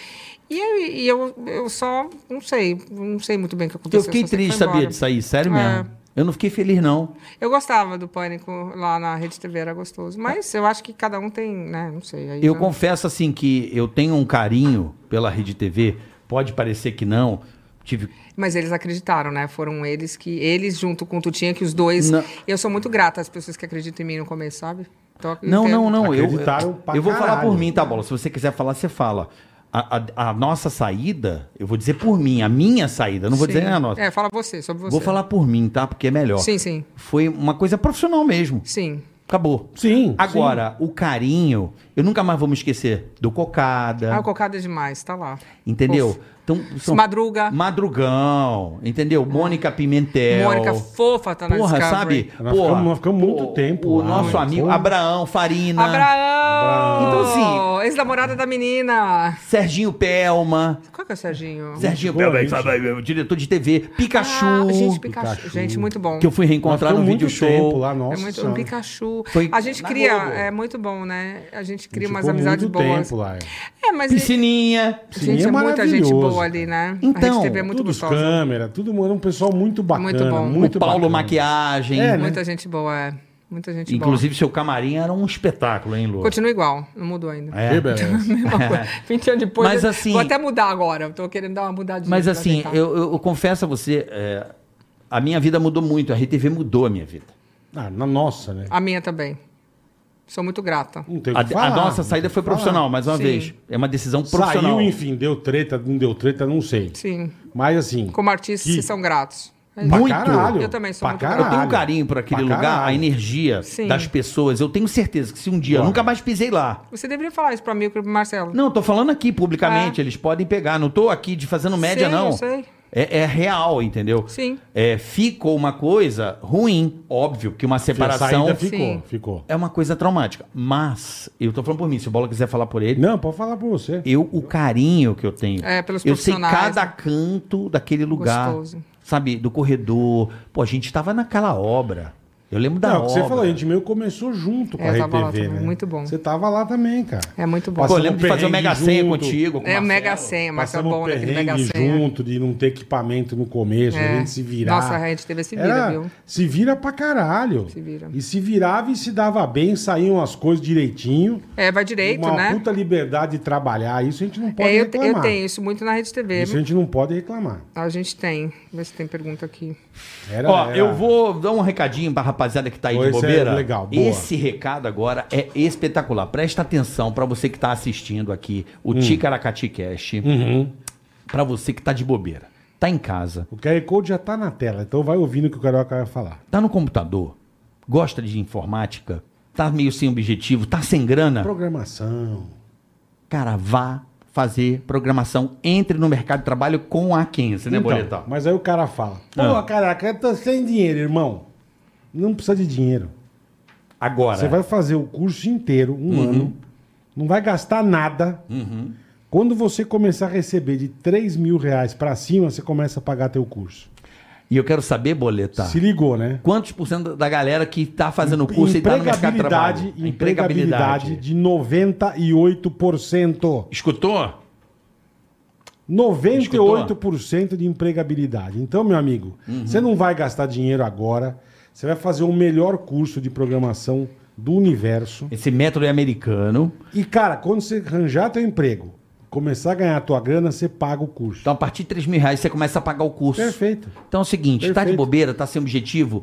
Speaker 4: E, eu, e eu, eu só, não sei, não sei muito bem o que aconteceu.
Speaker 3: Eu fiquei
Speaker 4: só sei que
Speaker 3: triste,
Speaker 4: foi
Speaker 3: sabia,
Speaker 4: embora. É.
Speaker 3: disso aí, sério mesmo. Eu não fiquei feliz, não.
Speaker 4: Eu gostava do Pânico lá na Rede TV, era gostoso. Mas eu acho que cada um tem, né, não sei. aí
Speaker 3: Eu
Speaker 4: já-
Speaker 3: confesso, assim, que eu tenho um carinho pela Rede TV, pode parecer que não. Tive
Speaker 4: Mas eles acreditaram, né? Foram eles que. Eles, junto com o Tutinha, que os dois.
Speaker 3: Não.
Speaker 4: Eu sou muito grata às pessoas que acreditam em mim no começo, sabe? Então, eu
Speaker 3: Não,
Speaker 4: entendo.
Speaker 3: não, não. Eu, eu,
Speaker 2: Acreditaram pra
Speaker 3: eu vou falar
Speaker 2: caralho.
Speaker 3: por mim, tá, Bola? Se você quiser falar, você fala. A, a- a nossa saída, eu vou dizer por mim, a minha saída, eu não vou dizer
Speaker 4: Sim.
Speaker 3: nem a nossa.
Speaker 4: É, fala você, sobre você.
Speaker 3: vou falar por mim, tá? Porque é melhor.
Speaker 4: Sim, sim.
Speaker 3: Foi uma coisa profissional mesmo.
Speaker 4: Sim.
Speaker 3: Acabou.
Speaker 2: Sim.
Speaker 3: Agora, o carinho Eu nunca mais vou me esquecer do Cocada.
Speaker 4: Ah, o cocada é demais, tá lá.
Speaker 3: Entendeu?
Speaker 4: Fofo.
Speaker 3: Então,
Speaker 4: Madruga.
Speaker 3: Madrugão, entendeu? Mônica Pimentel.
Speaker 4: Ah. Mônica fofa tá na
Speaker 3: Porra,
Speaker 4: Discovery.
Speaker 3: sabe?
Speaker 2: Nós ficamos- nós ficamos muito
Speaker 3: o-
Speaker 2: tempo
Speaker 3: O
Speaker 2: lá,
Speaker 3: nosso
Speaker 2: né?
Speaker 3: amigo
Speaker 2: Porra.
Speaker 3: Abraão Farina.
Speaker 4: Abraão!
Speaker 3: Então, assim-
Speaker 4: Ex-namorada da menina.
Speaker 3: Serginho Pelma.
Speaker 4: Qual que é o Serginho?
Speaker 3: Serginho
Speaker 2: Boa,
Speaker 3: Pelma,
Speaker 2: gente.
Speaker 3: fala, meu diretor de TV. Pikachu.
Speaker 4: Ah, gente, Pikachu.
Speaker 2: Pikachu.
Speaker 4: Gente, muito bom.
Speaker 3: Que eu fui reencontrar
Speaker 2: Nós
Speaker 3: no
Speaker 2: ficamos
Speaker 3: vídeo
Speaker 2: muito
Speaker 3: show.
Speaker 2: tempo lá, nossa.
Speaker 4: É muito, um
Speaker 2: senhora.
Speaker 4: Pikachu.
Speaker 3: Foi
Speaker 4: a gente
Speaker 3: na
Speaker 4: cria,
Speaker 3: Globo.
Speaker 4: é muito bom, né? A gente cria umas
Speaker 2: Ficou
Speaker 4: amizades
Speaker 2: muito
Speaker 4: boas.
Speaker 2: tempo lá. é.
Speaker 4: É, mas
Speaker 3: Piscininha.
Speaker 4: gente,
Speaker 2: Sim,
Speaker 4: é
Speaker 2: é
Speaker 4: muita gente
Speaker 2: maravilhoso,
Speaker 4: boa
Speaker 2: cara.
Speaker 4: ali, né? a
Speaker 3: Então,
Speaker 4: gente TV é muito
Speaker 2: tudo os
Speaker 4: gostosa. É
Speaker 2: câmera, tudo mano, um pessoal muito bacana,
Speaker 4: Muito
Speaker 2: muito
Speaker 4: bom.
Speaker 2: bom.
Speaker 3: o Paulo Maquiagem.
Speaker 2: É, né?
Speaker 4: Muita gente boa, é. Muita gente
Speaker 3: Inclusive, seu camarim era um espetáculo, hein, Lu?
Speaker 4: boa. Continua igual, não mudou ainda.
Speaker 3: É.
Speaker 4: Mesma coisa. 20 anos depois.
Speaker 3: Mas
Speaker 4: eu-
Speaker 3: assim-
Speaker 4: Vou até mudar agora. eu Tô querendo dar uma mudadinha.
Speaker 3: Mas
Speaker 4: pra
Speaker 3: assim,
Speaker 4: tentar.
Speaker 3: eu, eu- eu confesso a você, é, a minha vida mudou muito. A RTV mudou a minha vida.
Speaker 2: Ah, na nossa, né?
Speaker 4: A minha também. Sou muito grata.
Speaker 2: Não tem o
Speaker 3: A,
Speaker 2: que falar,
Speaker 3: a nossa
Speaker 2: não
Speaker 3: saída
Speaker 2: tem o
Speaker 3: foi
Speaker 2: que falar.
Speaker 3: profissional, mais uma
Speaker 4: Sim.
Speaker 3: vez. É uma decisão profissional.
Speaker 2: Saiu, enfim, deu treta, não deu treta, não sei.
Speaker 4: Sim.
Speaker 2: Mas assim,
Speaker 4: Como artista,
Speaker 2: Que-
Speaker 4: vocês são gratos. É
Speaker 2: pra
Speaker 3: muito.
Speaker 2: caralho.
Speaker 4: Eu também sou
Speaker 2: pra
Speaker 4: muito grata.
Speaker 2: caralho.
Speaker 3: Eu tenho um carinho por aquele
Speaker 2: Pra
Speaker 3: lugar, a
Speaker 2: caralho.
Speaker 3: energia
Speaker 4: Sim.
Speaker 3: das pessoas. Eu tenho certeza que se um dia, eu
Speaker 2: Claro.
Speaker 3: nunca mais pisei lá.
Speaker 4: Você deveria falar isso pra mim e pro Marcelo.
Speaker 3: Não, eu tô falando aqui publicamente,
Speaker 4: É.
Speaker 3: eles podem pegar. Não tô aqui de fazendo média,
Speaker 4: Sim,
Speaker 3: não.
Speaker 4: eu sei.
Speaker 3: É, é real, entendeu?
Speaker 4: Sim.
Speaker 3: É, ficou uma coisa ruim, óbvio, que uma
Speaker 2: A
Speaker 3: separação
Speaker 2: saída
Speaker 4: Sim.
Speaker 2: ficou, ficou.
Speaker 3: é uma coisa traumática. Mas, eu tô falando por mim, se o Bola quiser falar por ele,
Speaker 2: Não, pode falar pra você.
Speaker 3: eu o carinho que eu tenho.
Speaker 4: É, pelos
Speaker 3: eu sei
Speaker 4: profissionais,
Speaker 3: cada
Speaker 4: né?
Speaker 3: canto daquele lugar.
Speaker 4: Gostoso.
Speaker 3: Sabe, do corredor. Pô, a gente tava naquela obra. Eu lembro da
Speaker 2: Não, é o
Speaker 3: obra.
Speaker 2: que você falou, a gente meio começou junto com
Speaker 4: É,
Speaker 2: a
Speaker 4: eu
Speaker 2: RTV,
Speaker 4: tava lá
Speaker 2: né?
Speaker 4: também, muito bom.
Speaker 2: Você tava lá também, cara.
Speaker 4: É muito bom.
Speaker 3: Pô, eu
Speaker 2: Passamos
Speaker 3: lembro de fazer o
Speaker 2: um perrengue
Speaker 3: Mega Senha
Speaker 2: junto.
Speaker 3: contigo. com o
Speaker 4: É o
Speaker 3: Marcelo.
Speaker 4: Mega Senha, Marcelo
Speaker 2: Passamos
Speaker 4: Bom naquele né, Mega
Speaker 2: perrengue
Speaker 4: Senha.
Speaker 2: junto, de não ter equipamento no começo,
Speaker 4: É.
Speaker 2: a gente se virar.
Speaker 4: Nossa, a gente teve esse vira, viu?
Speaker 2: Se vira pra caralho.
Speaker 4: Se vira.
Speaker 2: E se virava e se dava bem, saíam as coisas direitinho.
Speaker 4: É, vai direito,
Speaker 2: Uma
Speaker 4: né?
Speaker 2: puta liberdade de trabalhar. Isso a gente não pode
Speaker 4: É, eu,
Speaker 2: reclamar.
Speaker 4: eu tenho isso muito na Rede TV.
Speaker 2: Isso a gente não pode reclamar.
Speaker 4: A gente tem. Vê se tem pergunta aqui.
Speaker 2: Era,
Speaker 3: Ó,
Speaker 2: era-
Speaker 3: eu vou dar um recadinho pra rapaziada que tá aí de
Speaker 2: Esse é
Speaker 3: bobeira.
Speaker 2: legal, boa.
Speaker 3: Esse recado agora é espetacular. Presta atenção pra você que tá assistindo aqui o
Speaker 2: Hum.
Speaker 3: Ticaracati Cash.
Speaker 2: Uhum.
Speaker 3: Pra você que tá de bobeira. Tá em casa,
Speaker 2: O QR Code já tá na tela, então vai ouvindo o que o Carioca vai falar.
Speaker 3: tá no computador, gosta de informática, tá meio sem objetivo, tá sem grana.
Speaker 2: Programação.
Speaker 3: Cara, vá fazer programação, entre no mercado de trabalho com a 15, né,
Speaker 2: Então,
Speaker 3: Boletar?
Speaker 2: Mas aí o cara fala: Pô,
Speaker 3: Ah.
Speaker 2: caraca, eu tô sem dinheiro, irmão. Não precisa de dinheiro.
Speaker 3: Agora.
Speaker 2: Você vai fazer o curso inteiro, um
Speaker 3: Uhum.
Speaker 2: ano, não vai gastar nada. Quando você começar a receber de 3 mil reais pra cima, você começa a pagar teu curso.
Speaker 3: E eu quero saber, Boletar.
Speaker 2: Se ligou, né?
Speaker 3: Quantos por cento da galera que tá fazendo o curso e tá Tá. no mercado de trabalho?
Speaker 2: empregabilidade, empregabilidade de 98%.
Speaker 3: Escutou?
Speaker 2: 98% de empregabilidade. Então, meu amigo,
Speaker 3: Uhum.
Speaker 2: você não vai gastar dinheiro agora. Você vai fazer o melhor curso de programação do universo.
Speaker 3: Esse método é americano.
Speaker 2: E, cara, quando você arranjar teu emprego, começar a ganhar tua grana, você paga o curso.
Speaker 3: Então, a partir de 3 mil reais, você começa a pagar o curso.
Speaker 2: Perfeito.
Speaker 3: Então é o seguinte, tá de
Speaker 2: Perfeito.
Speaker 3: bobeira, tá sem objetivo,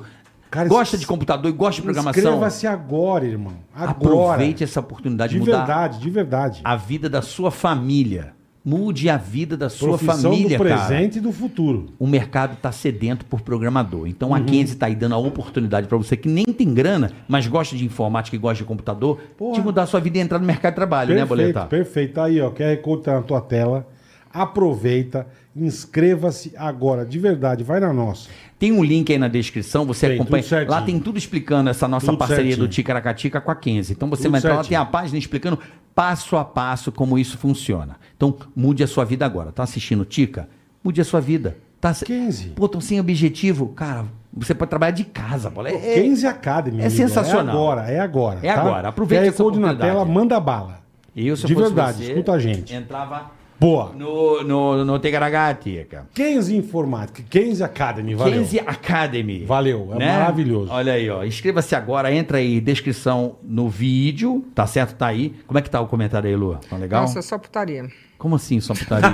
Speaker 2: Cara,
Speaker 3: gosta
Speaker 2: es-
Speaker 3: de computador e gosta de programação,
Speaker 2: Inscreva-se agora, irmão. Agora.
Speaker 3: aproveite essa oportunidade de,
Speaker 2: de
Speaker 3: mudar
Speaker 2: verdade, de verdade.
Speaker 3: a vida da sua família. Mude a vida da sua
Speaker 2: Profissão
Speaker 3: família,
Speaker 2: do
Speaker 3: cara.
Speaker 2: presente e do futuro.
Speaker 3: O mercado tá sedento por programador. Então
Speaker 2: Uhum.
Speaker 3: a 15 tá aí dando a oportunidade para você que nem tem grana, mas gosta de informática e gosta de computador, de mudar a sua vida e entrar no mercado de trabalho, né,
Speaker 2: Perfeito,
Speaker 3: Boletar?
Speaker 2: perfeito. Aí, ó, QR Code tá na tua tela. Aproveita, inscreva-se agora, de verdade, vai na nossa.
Speaker 3: Tem um link aí na descrição, você
Speaker 2: Tem,
Speaker 3: acompanha.
Speaker 2: tudo certinho.
Speaker 3: Lá tem tudo explicando essa nossa
Speaker 2: Tudo
Speaker 3: parceria
Speaker 2: certinho.
Speaker 3: do Ticaracatica com a 15. Então você
Speaker 2: Tudo
Speaker 3: vai entrar lá, tem
Speaker 2: certinho.
Speaker 3: a página explicando passo a passo como isso funciona. Então mude a sua vida agora. Tá assistindo Tica? Mude a sua vida. Tá se-
Speaker 2: 15.
Speaker 3: Pô, tão sem objetivo. Cara, você pode trabalhar de casa, bola. É, é-
Speaker 2: 15 Academy.
Speaker 3: é
Speaker 2: amigo.
Speaker 3: sensacional.
Speaker 2: É agora, é agora.
Speaker 3: É agora, aproveite
Speaker 2: QR
Speaker 3: essa
Speaker 2: Code na
Speaker 3: oportunidade.
Speaker 2: tela, manda bala.
Speaker 3: Eu, se eu
Speaker 2: de
Speaker 3: fosse
Speaker 2: verdade,
Speaker 3: você,
Speaker 2: escuta a gente.
Speaker 3: Entrava
Speaker 2: Boa.
Speaker 3: no, no, no Ticaracatica.
Speaker 2: 15 Informática, 15 Academy, valeu.
Speaker 3: 15 Academy.
Speaker 2: Valeu,
Speaker 4: Né?
Speaker 2: é maravilhoso.
Speaker 3: Né? Olha aí, ó. Inscreva-se agora, entra aí,
Speaker 2: um.
Speaker 3: descrição no vídeo, tá certo? Tá aí. Como é que tá o comentário aí, Lu? Tá legal?
Speaker 4: Nossa, só putaria.
Speaker 3: Como assim só putaria?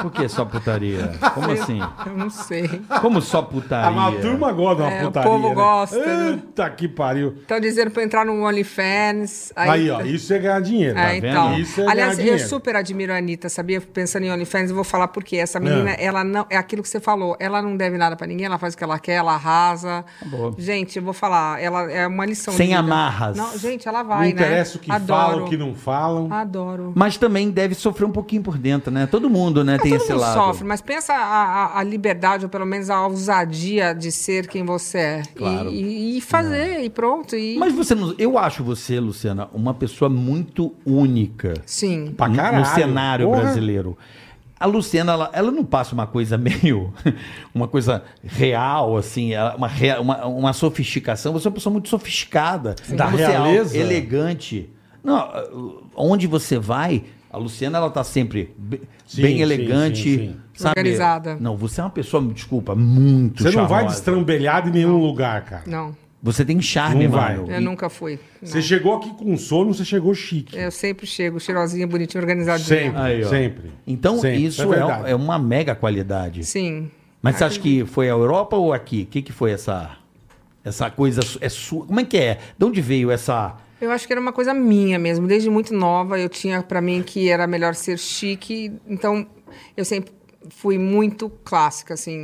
Speaker 3: Por que só putaria? Como assim?
Speaker 4: Eu não sei.
Speaker 3: Como só
Speaker 2: A ma-
Speaker 3: putaria?
Speaker 2: turma gosta de É uma
Speaker 4: É, o
Speaker 2: putaria.
Speaker 4: povo
Speaker 2: né?
Speaker 4: gosta, né?
Speaker 2: Eita, que pariu.
Speaker 4: Estão dizendo pra eu entrar no OnlyFans. tá.
Speaker 2: Aí, ó, isso é ganhar dinheiro.
Speaker 4: É,
Speaker 2: tá vendo?
Speaker 4: então.
Speaker 2: Isso é ganhar
Speaker 4: Aliás, eu
Speaker 2: dinheiro.
Speaker 4: super admiro a Anitta, sabia? Pensando em OnlyFans, eu vou falar por quê. Essa menina,
Speaker 2: É.
Speaker 4: ela não. É aquilo que você falou. Ela não deve nada pra ninguém, ela faz o que ela quer, ela arrasa.
Speaker 2: Tá
Speaker 3: Boa.
Speaker 4: Gente, eu vou falar. Ela é uma lição.
Speaker 3: Sem
Speaker 4: de vida.
Speaker 3: amarras.
Speaker 4: Não, gente, ela
Speaker 2: Não
Speaker 4: vai, né? Ah.
Speaker 2: interessa o que falam, o que não falam.
Speaker 4: Adoro.
Speaker 3: Mas também deve sofrer um pouquinho por dentro, né? Todo mundo, né, tem
Speaker 4: É, Tá, Todo
Speaker 3: esse
Speaker 4: mundo
Speaker 3: lado.
Speaker 4: sofre, mas pensa a, a- a liberdade, ou pelo menos a ousadia de ser quem você é. E-
Speaker 3: Claro. É.
Speaker 4: E, e fazer, e pronto. E...
Speaker 3: Mas você não. Eu acho você, Luciana, uma pessoa muito única
Speaker 4: Sim.
Speaker 2: Pra
Speaker 3: no-
Speaker 2: caralho.
Speaker 3: no cenário
Speaker 2: Porra.
Speaker 3: brasileiro. A Luciana, ela, ela não passa uma coisa meio. uma coisa real, assim, ela- uma, rea- uma, uma sofisticação. Você é uma pessoa muito sofisticada.
Speaker 2: Da
Speaker 3: você é al-
Speaker 2: realeza?
Speaker 3: elegante. Não, onde você vai, a Luciana, ela tá sempre be-
Speaker 2: Sim,
Speaker 3: bem
Speaker 2: sim,
Speaker 3: elegante.
Speaker 2: sim, sim.
Speaker 3: sabe?
Speaker 4: Organizada.
Speaker 3: Não, você é uma pessoa, me desculpa, muito
Speaker 2: Você não vai
Speaker 3: charmosa.
Speaker 2: destrambelhado em nenhum lugar, cara.
Speaker 4: Não,
Speaker 3: Você tem charme,
Speaker 2: Não vai.
Speaker 3: mano.
Speaker 4: eu
Speaker 3: E-
Speaker 4: nunca fui. não.
Speaker 2: Você chegou aqui com sono, você chegou chique.
Speaker 4: Eu sempre chego, cheirosinha, bonitinha, organizadinha.
Speaker 2: Sempre,
Speaker 3: Aí, ó.
Speaker 2: sempre.
Speaker 3: Então,
Speaker 2: Sempre,
Speaker 3: isso é,
Speaker 2: verdade.
Speaker 3: é uma mega qualidade.
Speaker 4: Sim.
Speaker 3: Mas você acha que foi a Europa ou aqui? O que, que foi essa essa coisa? su- É sua? Como é que é? De onde veio essa?
Speaker 4: Eu acho que era uma coisa minha mesmo. Desde muito nova, eu tinha pra mim que era melhor ser chique. Então, eu sempre fui muito clássica, assim,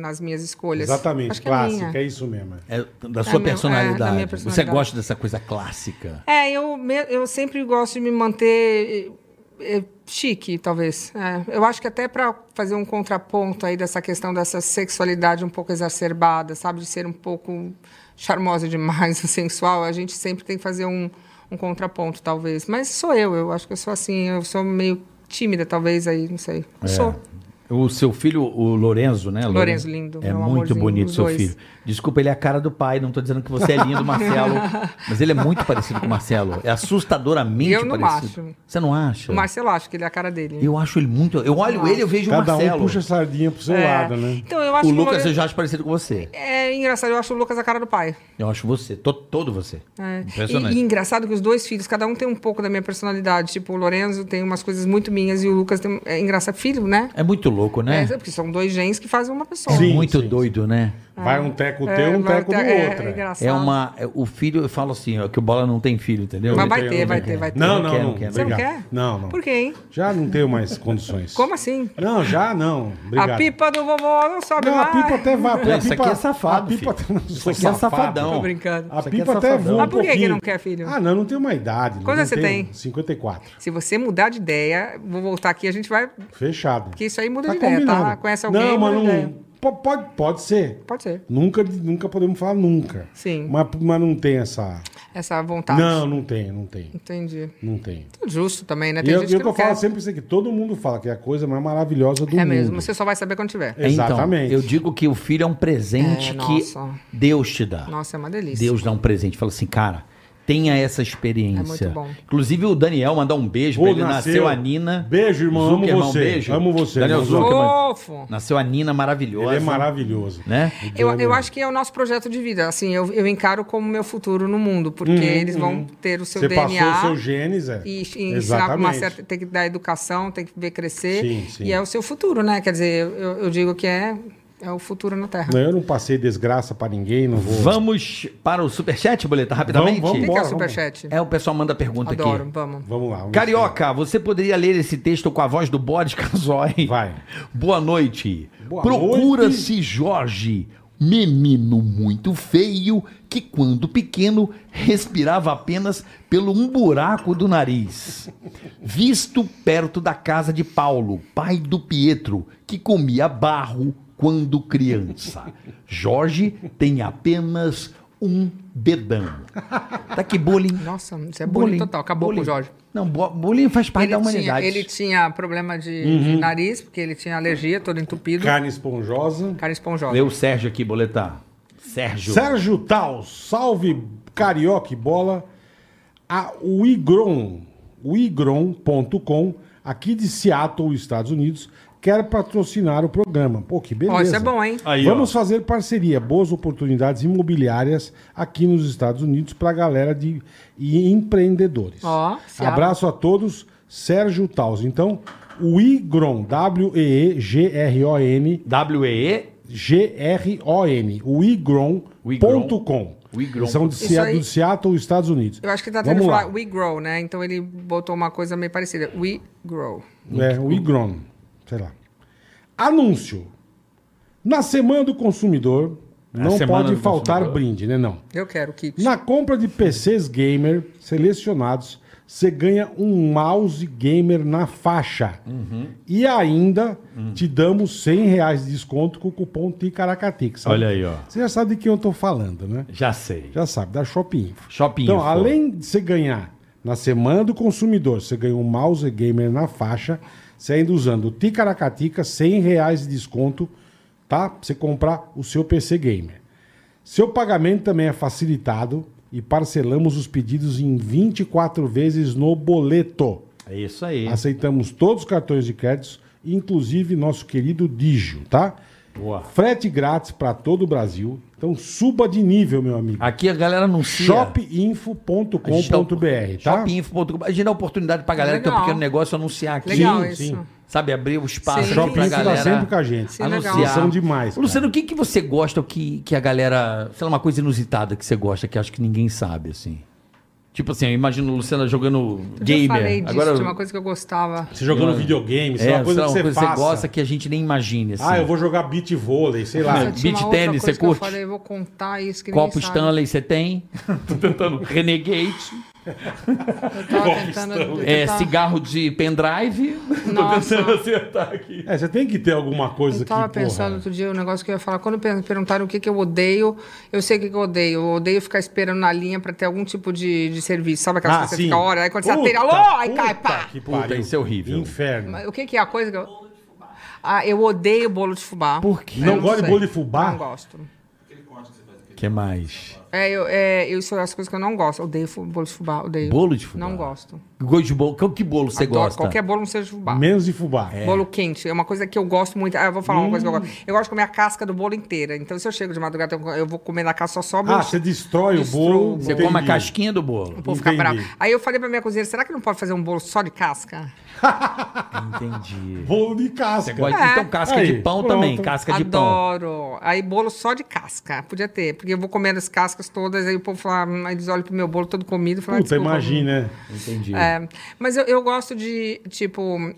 Speaker 4: nas minhas escolhas.
Speaker 2: Exatamente,
Speaker 4: Acho que é minha.
Speaker 2: clássica, é isso mesmo. é.
Speaker 3: é, da
Speaker 4: É,
Speaker 3: sua
Speaker 4: meu-
Speaker 3: personalidade.
Speaker 4: é, da minha
Speaker 3: Você
Speaker 4: personalidade.
Speaker 3: gosta dessa coisa clássica?
Speaker 4: É, eu, me- eu sempre gosto de me manter eh, eh, chique, talvez. É, eu acho que até para fazer um contraponto aí dessa questão dessa sexualidade um pouco exacerbada, sabe? De ser um pouco charmosa demais, sensual, a gente sempre tem que fazer um, um contraponto, talvez. Mas sou eu, eu acho que eu sou assim, eu sou meio tímida, talvez, aí, não sei.
Speaker 3: É,
Speaker 4: Sou.
Speaker 3: O seu filho, o Lorenzo, né?
Speaker 4: Lorenzo, lindo,
Speaker 3: É
Speaker 4: meu
Speaker 3: muito
Speaker 4: amorzinho,
Speaker 3: bonito
Speaker 4: os
Speaker 3: seu
Speaker 4: dois.
Speaker 3: filho. Desculpa, ele é a cara do pai. Não tô dizendo que você é lindo, Marcelo. mas ele é muito parecido com o Marcelo. É assustadoramente
Speaker 4: Eu não
Speaker 3: parecido.
Speaker 4: acho.
Speaker 3: Você não acha?
Speaker 4: O Marcelo, acho que ele é a cara dele.
Speaker 3: Eu acho ele muito. Eu olho ele, eu vejo
Speaker 2: Cada
Speaker 3: o Marcelo.
Speaker 2: um puxa a sardinha pro seu
Speaker 4: É.
Speaker 2: lado, né?
Speaker 4: Então, eu acho
Speaker 3: o
Speaker 4: que
Speaker 3: Lucas
Speaker 4: Lore-
Speaker 3: eu já acho parecido com você.
Speaker 4: É engraçado, eu acho o Lucas a cara do pai.
Speaker 3: Eu acho você, to- todo você.
Speaker 4: É.
Speaker 3: Impressionante.
Speaker 4: E, e engraçado que os dois filhos, cada um tem um pouco da minha personalidade. Tipo, o Lorenzo tem umas coisas muito minhas e o Lucas tem. É engraçado, filho, né?
Speaker 3: É muito louco, né? É
Speaker 4: É, porque são dois genes que fazem uma pessoa.
Speaker 2: Sim,
Speaker 3: muito
Speaker 2: sim,
Speaker 3: doido, né?
Speaker 2: Vai um teco
Speaker 4: É,
Speaker 2: teu, um
Speaker 4: vai
Speaker 2: teco
Speaker 4: ter-
Speaker 2: do
Speaker 4: é,
Speaker 2: outro.
Speaker 4: É,
Speaker 2: é.
Speaker 4: engraçado.
Speaker 3: É uma. é, O filho, eu falo assim, ó, que o bola não tem filho, entendeu?
Speaker 4: Mas vai
Speaker 2: Eu
Speaker 4: ter,
Speaker 2: não
Speaker 4: vai
Speaker 2: quero.
Speaker 4: ter, vai ter.
Speaker 2: Não,
Speaker 3: Não
Speaker 2: não,
Speaker 3: quero,
Speaker 2: não.
Speaker 3: não quero.
Speaker 4: Você não
Speaker 2: obrigado.
Speaker 4: quer?
Speaker 2: Não, não.
Speaker 4: Por quê, hein?
Speaker 2: Já não tenho mais condições.
Speaker 4: Como assim?
Speaker 2: Não, já não. Obrigado.
Speaker 4: A pipa do vovô não sobe
Speaker 2: Não, a
Speaker 4: mais.
Speaker 2: pipa até vai. a
Speaker 3: Não, isso
Speaker 2: pipa-
Speaker 3: aqui é safado,
Speaker 2: A pipa
Speaker 3: filho.
Speaker 2: até não
Speaker 3: Isso
Speaker 2: sou
Speaker 3: aqui é
Speaker 2: safado.
Speaker 3: safadão.
Speaker 4: Tô brincando.
Speaker 2: A
Speaker 3: Isso aqui é
Speaker 2: pipa até
Speaker 3: safadão.
Speaker 2: voa um
Speaker 4: Mas por que que
Speaker 2: pouquinho.
Speaker 4: não quer filho?
Speaker 2: Ah, não, não tenho uma idade. não
Speaker 4: Quantos você
Speaker 2: tenho-
Speaker 4: tem?
Speaker 2: 54.
Speaker 4: Se você mudar de ideia, vou voltar aqui, a gente vai.
Speaker 2: Fechado.
Speaker 4: Porque isso aí muda de ideia, tá? Conhece alguém,
Speaker 2: Não, mas
Speaker 4: muda de
Speaker 2: não...
Speaker 4: ideia.
Speaker 2: po- Pode, pode ser.
Speaker 4: Pode ser.
Speaker 2: Nunca, nunca podemos falar nunca.
Speaker 4: Sim. Tá.
Speaker 2: Mas, mas não tem essa...
Speaker 4: Essa vontade.
Speaker 2: Não, não tem, não tem.
Speaker 4: Entendi.
Speaker 2: Não tem.
Speaker 4: Tudo justo também, né?
Speaker 2: E
Speaker 4: Tem
Speaker 2: eu,
Speaker 4: gente
Speaker 2: e o
Speaker 4: que
Speaker 2: que eu assim,
Speaker 4: não
Speaker 2: falo
Speaker 4: quer.
Speaker 2: sempre isso aqui, todo mundo fala que é a coisa mais maravilhosa do
Speaker 4: É
Speaker 2: mundo.
Speaker 4: mesmo. Você só vai saber quando tiver.
Speaker 2: É. Exatamente.
Speaker 3: Então, eu digo que o filho é um presente
Speaker 4: É,
Speaker 3: que
Speaker 4: nossa.
Speaker 3: Deus te dá.
Speaker 4: Nossa, é uma delícia.
Speaker 3: Deus dá um presente. Fala assim, cara, tenha essa experiência.
Speaker 4: É muito bom.
Speaker 3: Inclusive, o Daniel mandar um beijo.
Speaker 2: Pô,
Speaker 3: pra ele nasceu.
Speaker 2: nasceu.
Speaker 3: a Nina.
Speaker 2: Beijo, irmão, amo
Speaker 3: Zuckerman,
Speaker 2: você.
Speaker 3: Beijo.
Speaker 2: Amo você,
Speaker 3: Daniel
Speaker 2: irmão.
Speaker 3: Zuckerman.
Speaker 4: Fofo.
Speaker 3: Nasceu a Nina maravilhosa.
Speaker 2: Ele é maravilhoso.
Speaker 3: Né?
Speaker 4: Eu, eu acho que é o nosso projeto de vida. Assim, eu, eu encaro como meu futuro no mundo, porque eles vão ter o seu
Speaker 2: Uhum, Você
Speaker 4: DNA.
Speaker 2: passou o seu genes, é.
Speaker 4: E, e ensinar com
Speaker 2: Exatamente.
Speaker 4: uma certa. Tem que dar educação, tem que ver crescer.
Speaker 2: Sim, sim.
Speaker 4: E é o seu futuro, né? Quer dizer, eu, eu- eu digo que é, é o futuro na Terra.
Speaker 2: Não, eu não passei desgraça pra ninguém, não vou...
Speaker 3: Vamos para o superchat, Boleta, rapidamente?
Speaker 2: Vamos,
Speaker 4: O
Speaker 2: vamos.
Speaker 4: que, que é
Speaker 2: Bora,
Speaker 4: o superchat?
Speaker 3: É, o pessoal manda pergunta
Speaker 4: Adoro,
Speaker 3: aqui.
Speaker 4: vamos.
Speaker 2: Vamos lá. vamos
Speaker 3: Carioca, você poderia ler esse texto com a voz do Boris Casoy?
Speaker 2: Vai.
Speaker 3: Boa noite.
Speaker 2: Boa
Speaker 3: Procura-se Jorge, menino muito feio, que quando pequeno respirava apenas pelo um buraco do nariz. Visto perto da casa de Paulo, pai do Pietro, que comia barro quando criança. Jorge tem apenas um dedão. Tá que bullying.
Speaker 4: Nossa, isso é bullying total. Acabou com o Jorge.
Speaker 3: Não, bo- bullying faz parte da
Speaker 4: tinha,
Speaker 3: humanidade.
Speaker 4: ele tinha problema de, de
Speaker 2: Uhum.
Speaker 4: nariz, porque ele tinha alergia, todo entupido. Cara,
Speaker 2: Carne esponjosa.
Speaker 4: esponjosa.
Speaker 3: Lê o Sérgio aqui, boletar. Sérgio.
Speaker 2: Sérgio Tal, salve Carioca e Bola. A o Igron, o igron.com, aqui de Seattle, Estados Unidos, quer patrocinar o programa. Pô, que beleza.
Speaker 4: Ó, isso é bom, hein?
Speaker 3: Aí, ó.
Speaker 2: Vamos fazer parceria, boas oportunidades imobiliárias aqui nos Estados Unidos para a galera de e empreendedores.
Speaker 4: Ó, Seattle.
Speaker 2: Abraço a todos. Sérgio Taus. Então, o Igron, W-E-E-G-R-O-N,
Speaker 3: WEE.
Speaker 2: G-R-O-N, o igron.com.
Speaker 3: O Igron.
Speaker 2: São de
Speaker 4: Isso
Speaker 2: Seattle,
Speaker 4: aí-
Speaker 2: de Seattle, Estados Unidos.
Speaker 4: Eu acho que ele tá
Speaker 2: Vamos
Speaker 4: tentando
Speaker 2: lá.
Speaker 4: falar We Grow, né? Então ele botou uma coisa meio parecida. We Grow.
Speaker 2: É, o Igron. Sei lá. Anúncio. Na semana do consumidor, não
Speaker 3: É, semana
Speaker 2: pode
Speaker 3: do
Speaker 2: faltar
Speaker 3: consumidor.
Speaker 2: brinde, né? Não.
Speaker 4: Eu quero kit.
Speaker 2: Na compra de PCs gamer selecionados, você ganha um mouse gamer na faixa.
Speaker 3: Uhum.
Speaker 2: E ainda te damos R$ 100 reais de desconto com o cupom TICARACATIC. sabe?
Speaker 3: Olha aí, ó.
Speaker 2: Você já sabe de quem eu tô falando, né?
Speaker 3: Já sei.
Speaker 2: Já sabe, da Shopping Info.
Speaker 3: Shopping
Speaker 2: Então,
Speaker 3: Info.
Speaker 2: além de você ganhar na semana do consumidor, você ganha um mouse gamer na faixa, você ainda usando o Ticaracatica, 100 reais de desconto, tá? Pra você comprar o seu PC gamer. Seu pagamento também é facilitado e parcelamos os pedidos em 24 vezes no boleto.
Speaker 3: É isso aí.
Speaker 2: Aceitamos todos os cartões de créditos, inclusive nosso querido Digio, tá?
Speaker 3: Boa.
Speaker 2: Frete grátis para todo o Brasil. Então suba de nível, meu amigo
Speaker 3: Aqui a galera anuncia. A gente dá-
Speaker 2: shopinfo.com.br, tá?
Speaker 3: Shopinfo.com. A gente dá oportunidade pra galera que tem um
Speaker 4: Legal.
Speaker 3: pequeno negócio anunciar aqui.
Speaker 4: Legal
Speaker 2: Sim,
Speaker 4: isso.
Speaker 2: sim.
Speaker 3: Sabe, abrir o espaço
Speaker 4: Sim.
Speaker 3: aqui
Speaker 2: Shopping
Speaker 3: pra
Speaker 2: Info tá
Speaker 3: galera.
Speaker 2: sempre com a gente.
Speaker 4: Sim, legal.
Speaker 3: anunciar.
Speaker 2: São demais, cara.
Speaker 3: Luciano, o que, que você gosta que, que a galera. Sei lá, uma coisa inusitada que você gosta que acho que ninguém sabe, assim. Tipo assim, eu imagino o Luciano jogando
Speaker 4: Outro dia
Speaker 3: gamer.
Speaker 4: Eu falei disso,
Speaker 3: Agora,
Speaker 4: de uma coisa que eu gostava.
Speaker 2: Você jogando videogame, sei
Speaker 3: é,
Speaker 2: lá, uma coisa que você, faça.
Speaker 3: gosta que a gente nem imagine, assim.
Speaker 2: Ah, eu vou jogar beat vôlei, sei lá.
Speaker 4: Nossa,
Speaker 3: Ah,
Speaker 4: tinha
Speaker 3: beach
Speaker 4: uma outra
Speaker 3: tennis,
Speaker 4: coisa
Speaker 3: você
Speaker 4: que
Speaker 3: curte?
Speaker 4: Eu falei, eu vou contar isso que
Speaker 3: Copo
Speaker 4: ninguém sabe.
Speaker 3: Stanley você tem? Tô tentando. Renegade.
Speaker 4: Eu tava tentando... eu
Speaker 3: É,
Speaker 4: tava-
Speaker 3: cigarro de pendrive. Tô
Speaker 4: Nossa.
Speaker 3: tentando acertar aqui.
Speaker 2: É, você tem que ter alguma coisa
Speaker 4: Eu
Speaker 2: que,
Speaker 4: tava
Speaker 2: porra...
Speaker 4: pensando outro dia um negócio que eu ia falar. Quando per- perguntaram o que, que eu odeio, eu sei o que, que eu odeio. Eu odeio ficar esperando na linha pra ter algum tipo de, de serviço. Sabe aquela
Speaker 2: Ah,
Speaker 4: coisa que você
Speaker 2: sim.
Speaker 4: fica hora? Aí quando você
Speaker 2: Puta,
Speaker 4: atende, alô, aí
Speaker 2: puta
Speaker 4: cai, pá.
Speaker 2: que
Speaker 3: Puta,
Speaker 2: pariu.
Speaker 3: isso é horrível.
Speaker 2: Inferno.
Speaker 4: Mas O que, que é a coisa que eu... Ah, eu odeio bolo de fubá.
Speaker 3: Por quê?
Speaker 4: Eu
Speaker 2: Não gosta de
Speaker 4: sei.
Speaker 2: bolo de fubá?
Speaker 4: Não gosto.
Speaker 3: que mais?
Speaker 4: É, eu, é, eu, isso é as coisas que eu não gosto. Odeio fu- bolo de fubá, odeio.
Speaker 3: Bolo de fubá?
Speaker 4: Não gosto.
Speaker 3: Gosto de bolo. Que- Que bolo você
Speaker 4: Adoro
Speaker 3: gosta?
Speaker 4: Qualquer bolo não seja de fubá.
Speaker 2: Menos de fubá.
Speaker 4: Bolo quente é uma coisa que eu gosto muito. Ah, eu vou falar uma coisa que eu
Speaker 3: Hum.
Speaker 4: gosto. Eu gosto de comer a casca do bolo inteira. Então, se eu chego de madrugada, eu- eu vou comer na casca só sobra.
Speaker 2: Ah, você destrói o
Speaker 4: Destrói o
Speaker 2: bolo.
Speaker 4: bolo.
Speaker 3: Você
Speaker 2: entendi.
Speaker 3: come a casquinha do bolo.
Speaker 4: O povo fica
Speaker 2: entendi.
Speaker 4: bravo. Aí eu falei pra minha cozinheira, será que não pode fazer um bolo só de casca?
Speaker 3: Entendi.
Speaker 2: Bolo de casca.
Speaker 3: Gosta-
Speaker 4: É.
Speaker 3: Então, casca
Speaker 2: Aí,
Speaker 3: de pão
Speaker 2: pronto.
Speaker 3: também. Casca de pão.
Speaker 4: Adoro. Aí bolo só de casca. Podia ter, porque eu vou comendo as cascas todas, aí o povo fala, hum, aí eles olham pro meu bolo todo comido e falam, ah,
Speaker 2: Puta,
Speaker 4: desculpa.
Speaker 2: imagina, né?
Speaker 3: Entendi.
Speaker 4: É, mas eu, eu gosto de, tipo,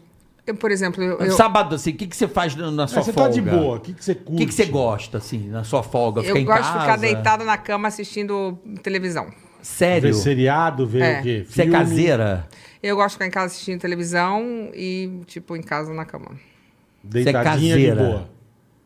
Speaker 4: eu, por exemplo, eu, eu,
Speaker 3: Sábado, assim, o que, que você faz na na sua
Speaker 2: Mas você
Speaker 3: folga?
Speaker 2: tá de boa, o que, que você
Speaker 3: O
Speaker 2: curte?
Speaker 3: que, que você gosta, assim, na sua folga? Ficar
Speaker 4: eu
Speaker 3: em
Speaker 4: gosto
Speaker 3: casa?
Speaker 4: de ficar deitada na cama assistindo televisão.
Speaker 2: Ver
Speaker 3: Sério? Você
Speaker 2: seriado, ver
Speaker 4: É.
Speaker 2: o quê?
Speaker 3: é
Speaker 2: Filme?
Speaker 3: caseira?
Speaker 4: Eu gosto de ficar em casa assistindo televisão e, tipo, em casa na cama.
Speaker 2: Deitadinha de
Speaker 3: é caseira.
Speaker 2: boa.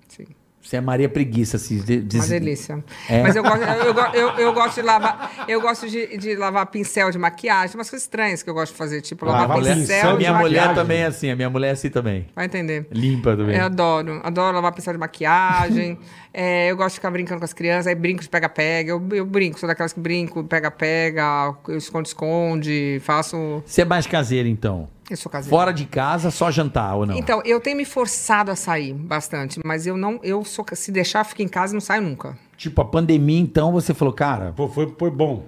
Speaker 4: Sim.
Speaker 3: Você é Maria Preguiça, assim. De, de-
Speaker 4: Uma delícia.
Speaker 3: É.
Speaker 4: Mas eu gosto, eu, go- eu, eu gosto de lavar, eu gosto de, de lavar pincel de maquiagem, umas coisas estranhas que eu gosto de fazer, tipo
Speaker 3: Ah,
Speaker 4: lavar
Speaker 2: Lavar
Speaker 4: pincel,
Speaker 2: pincel
Speaker 4: de
Speaker 2: de
Speaker 3: minha mulher
Speaker 2: maquiagem.
Speaker 3: também é assim, a minha mulher é assim também.
Speaker 4: Vai entender.
Speaker 3: Limpa também.
Speaker 4: Eu adoro, adoro lavar pincel de maquiagem. É, eu gosto de ficar brincando com as crianças, aí brinco de pega-pega. Eu, eu brinco, sou daquelas que brinco, pega-pega, eu esconde-esconde, faço.
Speaker 3: Você é mais caseira, então.
Speaker 4: Eu sou caseira.
Speaker 3: Fora de casa, só jantar ou não?
Speaker 4: Então, eu tenho me forçado a sair bastante, mas eu não, eu sou, se deixar, eu fico em casa e não saio nunca.
Speaker 3: Tipo, a pandemia, então, você falou, cara,
Speaker 2: Foi, foi, foi bom.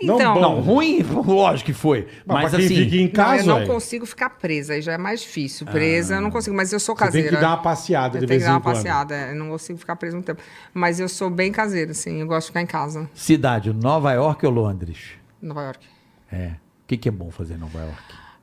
Speaker 2: Não
Speaker 4: Então,
Speaker 2: bom,
Speaker 3: Não, ruim, lógico que foi.
Speaker 2: Mas,
Speaker 3: Mas,
Speaker 2: pra quem
Speaker 3: assim,
Speaker 2: fica em casa,
Speaker 4: não, eu não
Speaker 2: ué, Ah.
Speaker 4: consigo ficar presa, aí já é mais difícil. Presa, eu não consigo, mas eu sou
Speaker 2: você
Speaker 4: caseira.
Speaker 2: tem que dar uma passeada
Speaker 4: eu
Speaker 2: de
Speaker 4: tenho
Speaker 2: vez
Speaker 4: que
Speaker 2: em
Speaker 4: dar uma
Speaker 2: quando.
Speaker 4: passeada, é, eu não consigo ficar presa muito tempo. Mas eu sou bem caseira, assim, eu gosto de ficar em casa,
Speaker 3: cidade, Nova York ou Londres?
Speaker 4: em Nova York.
Speaker 3: É. O que, que é bom fazer em Nova York?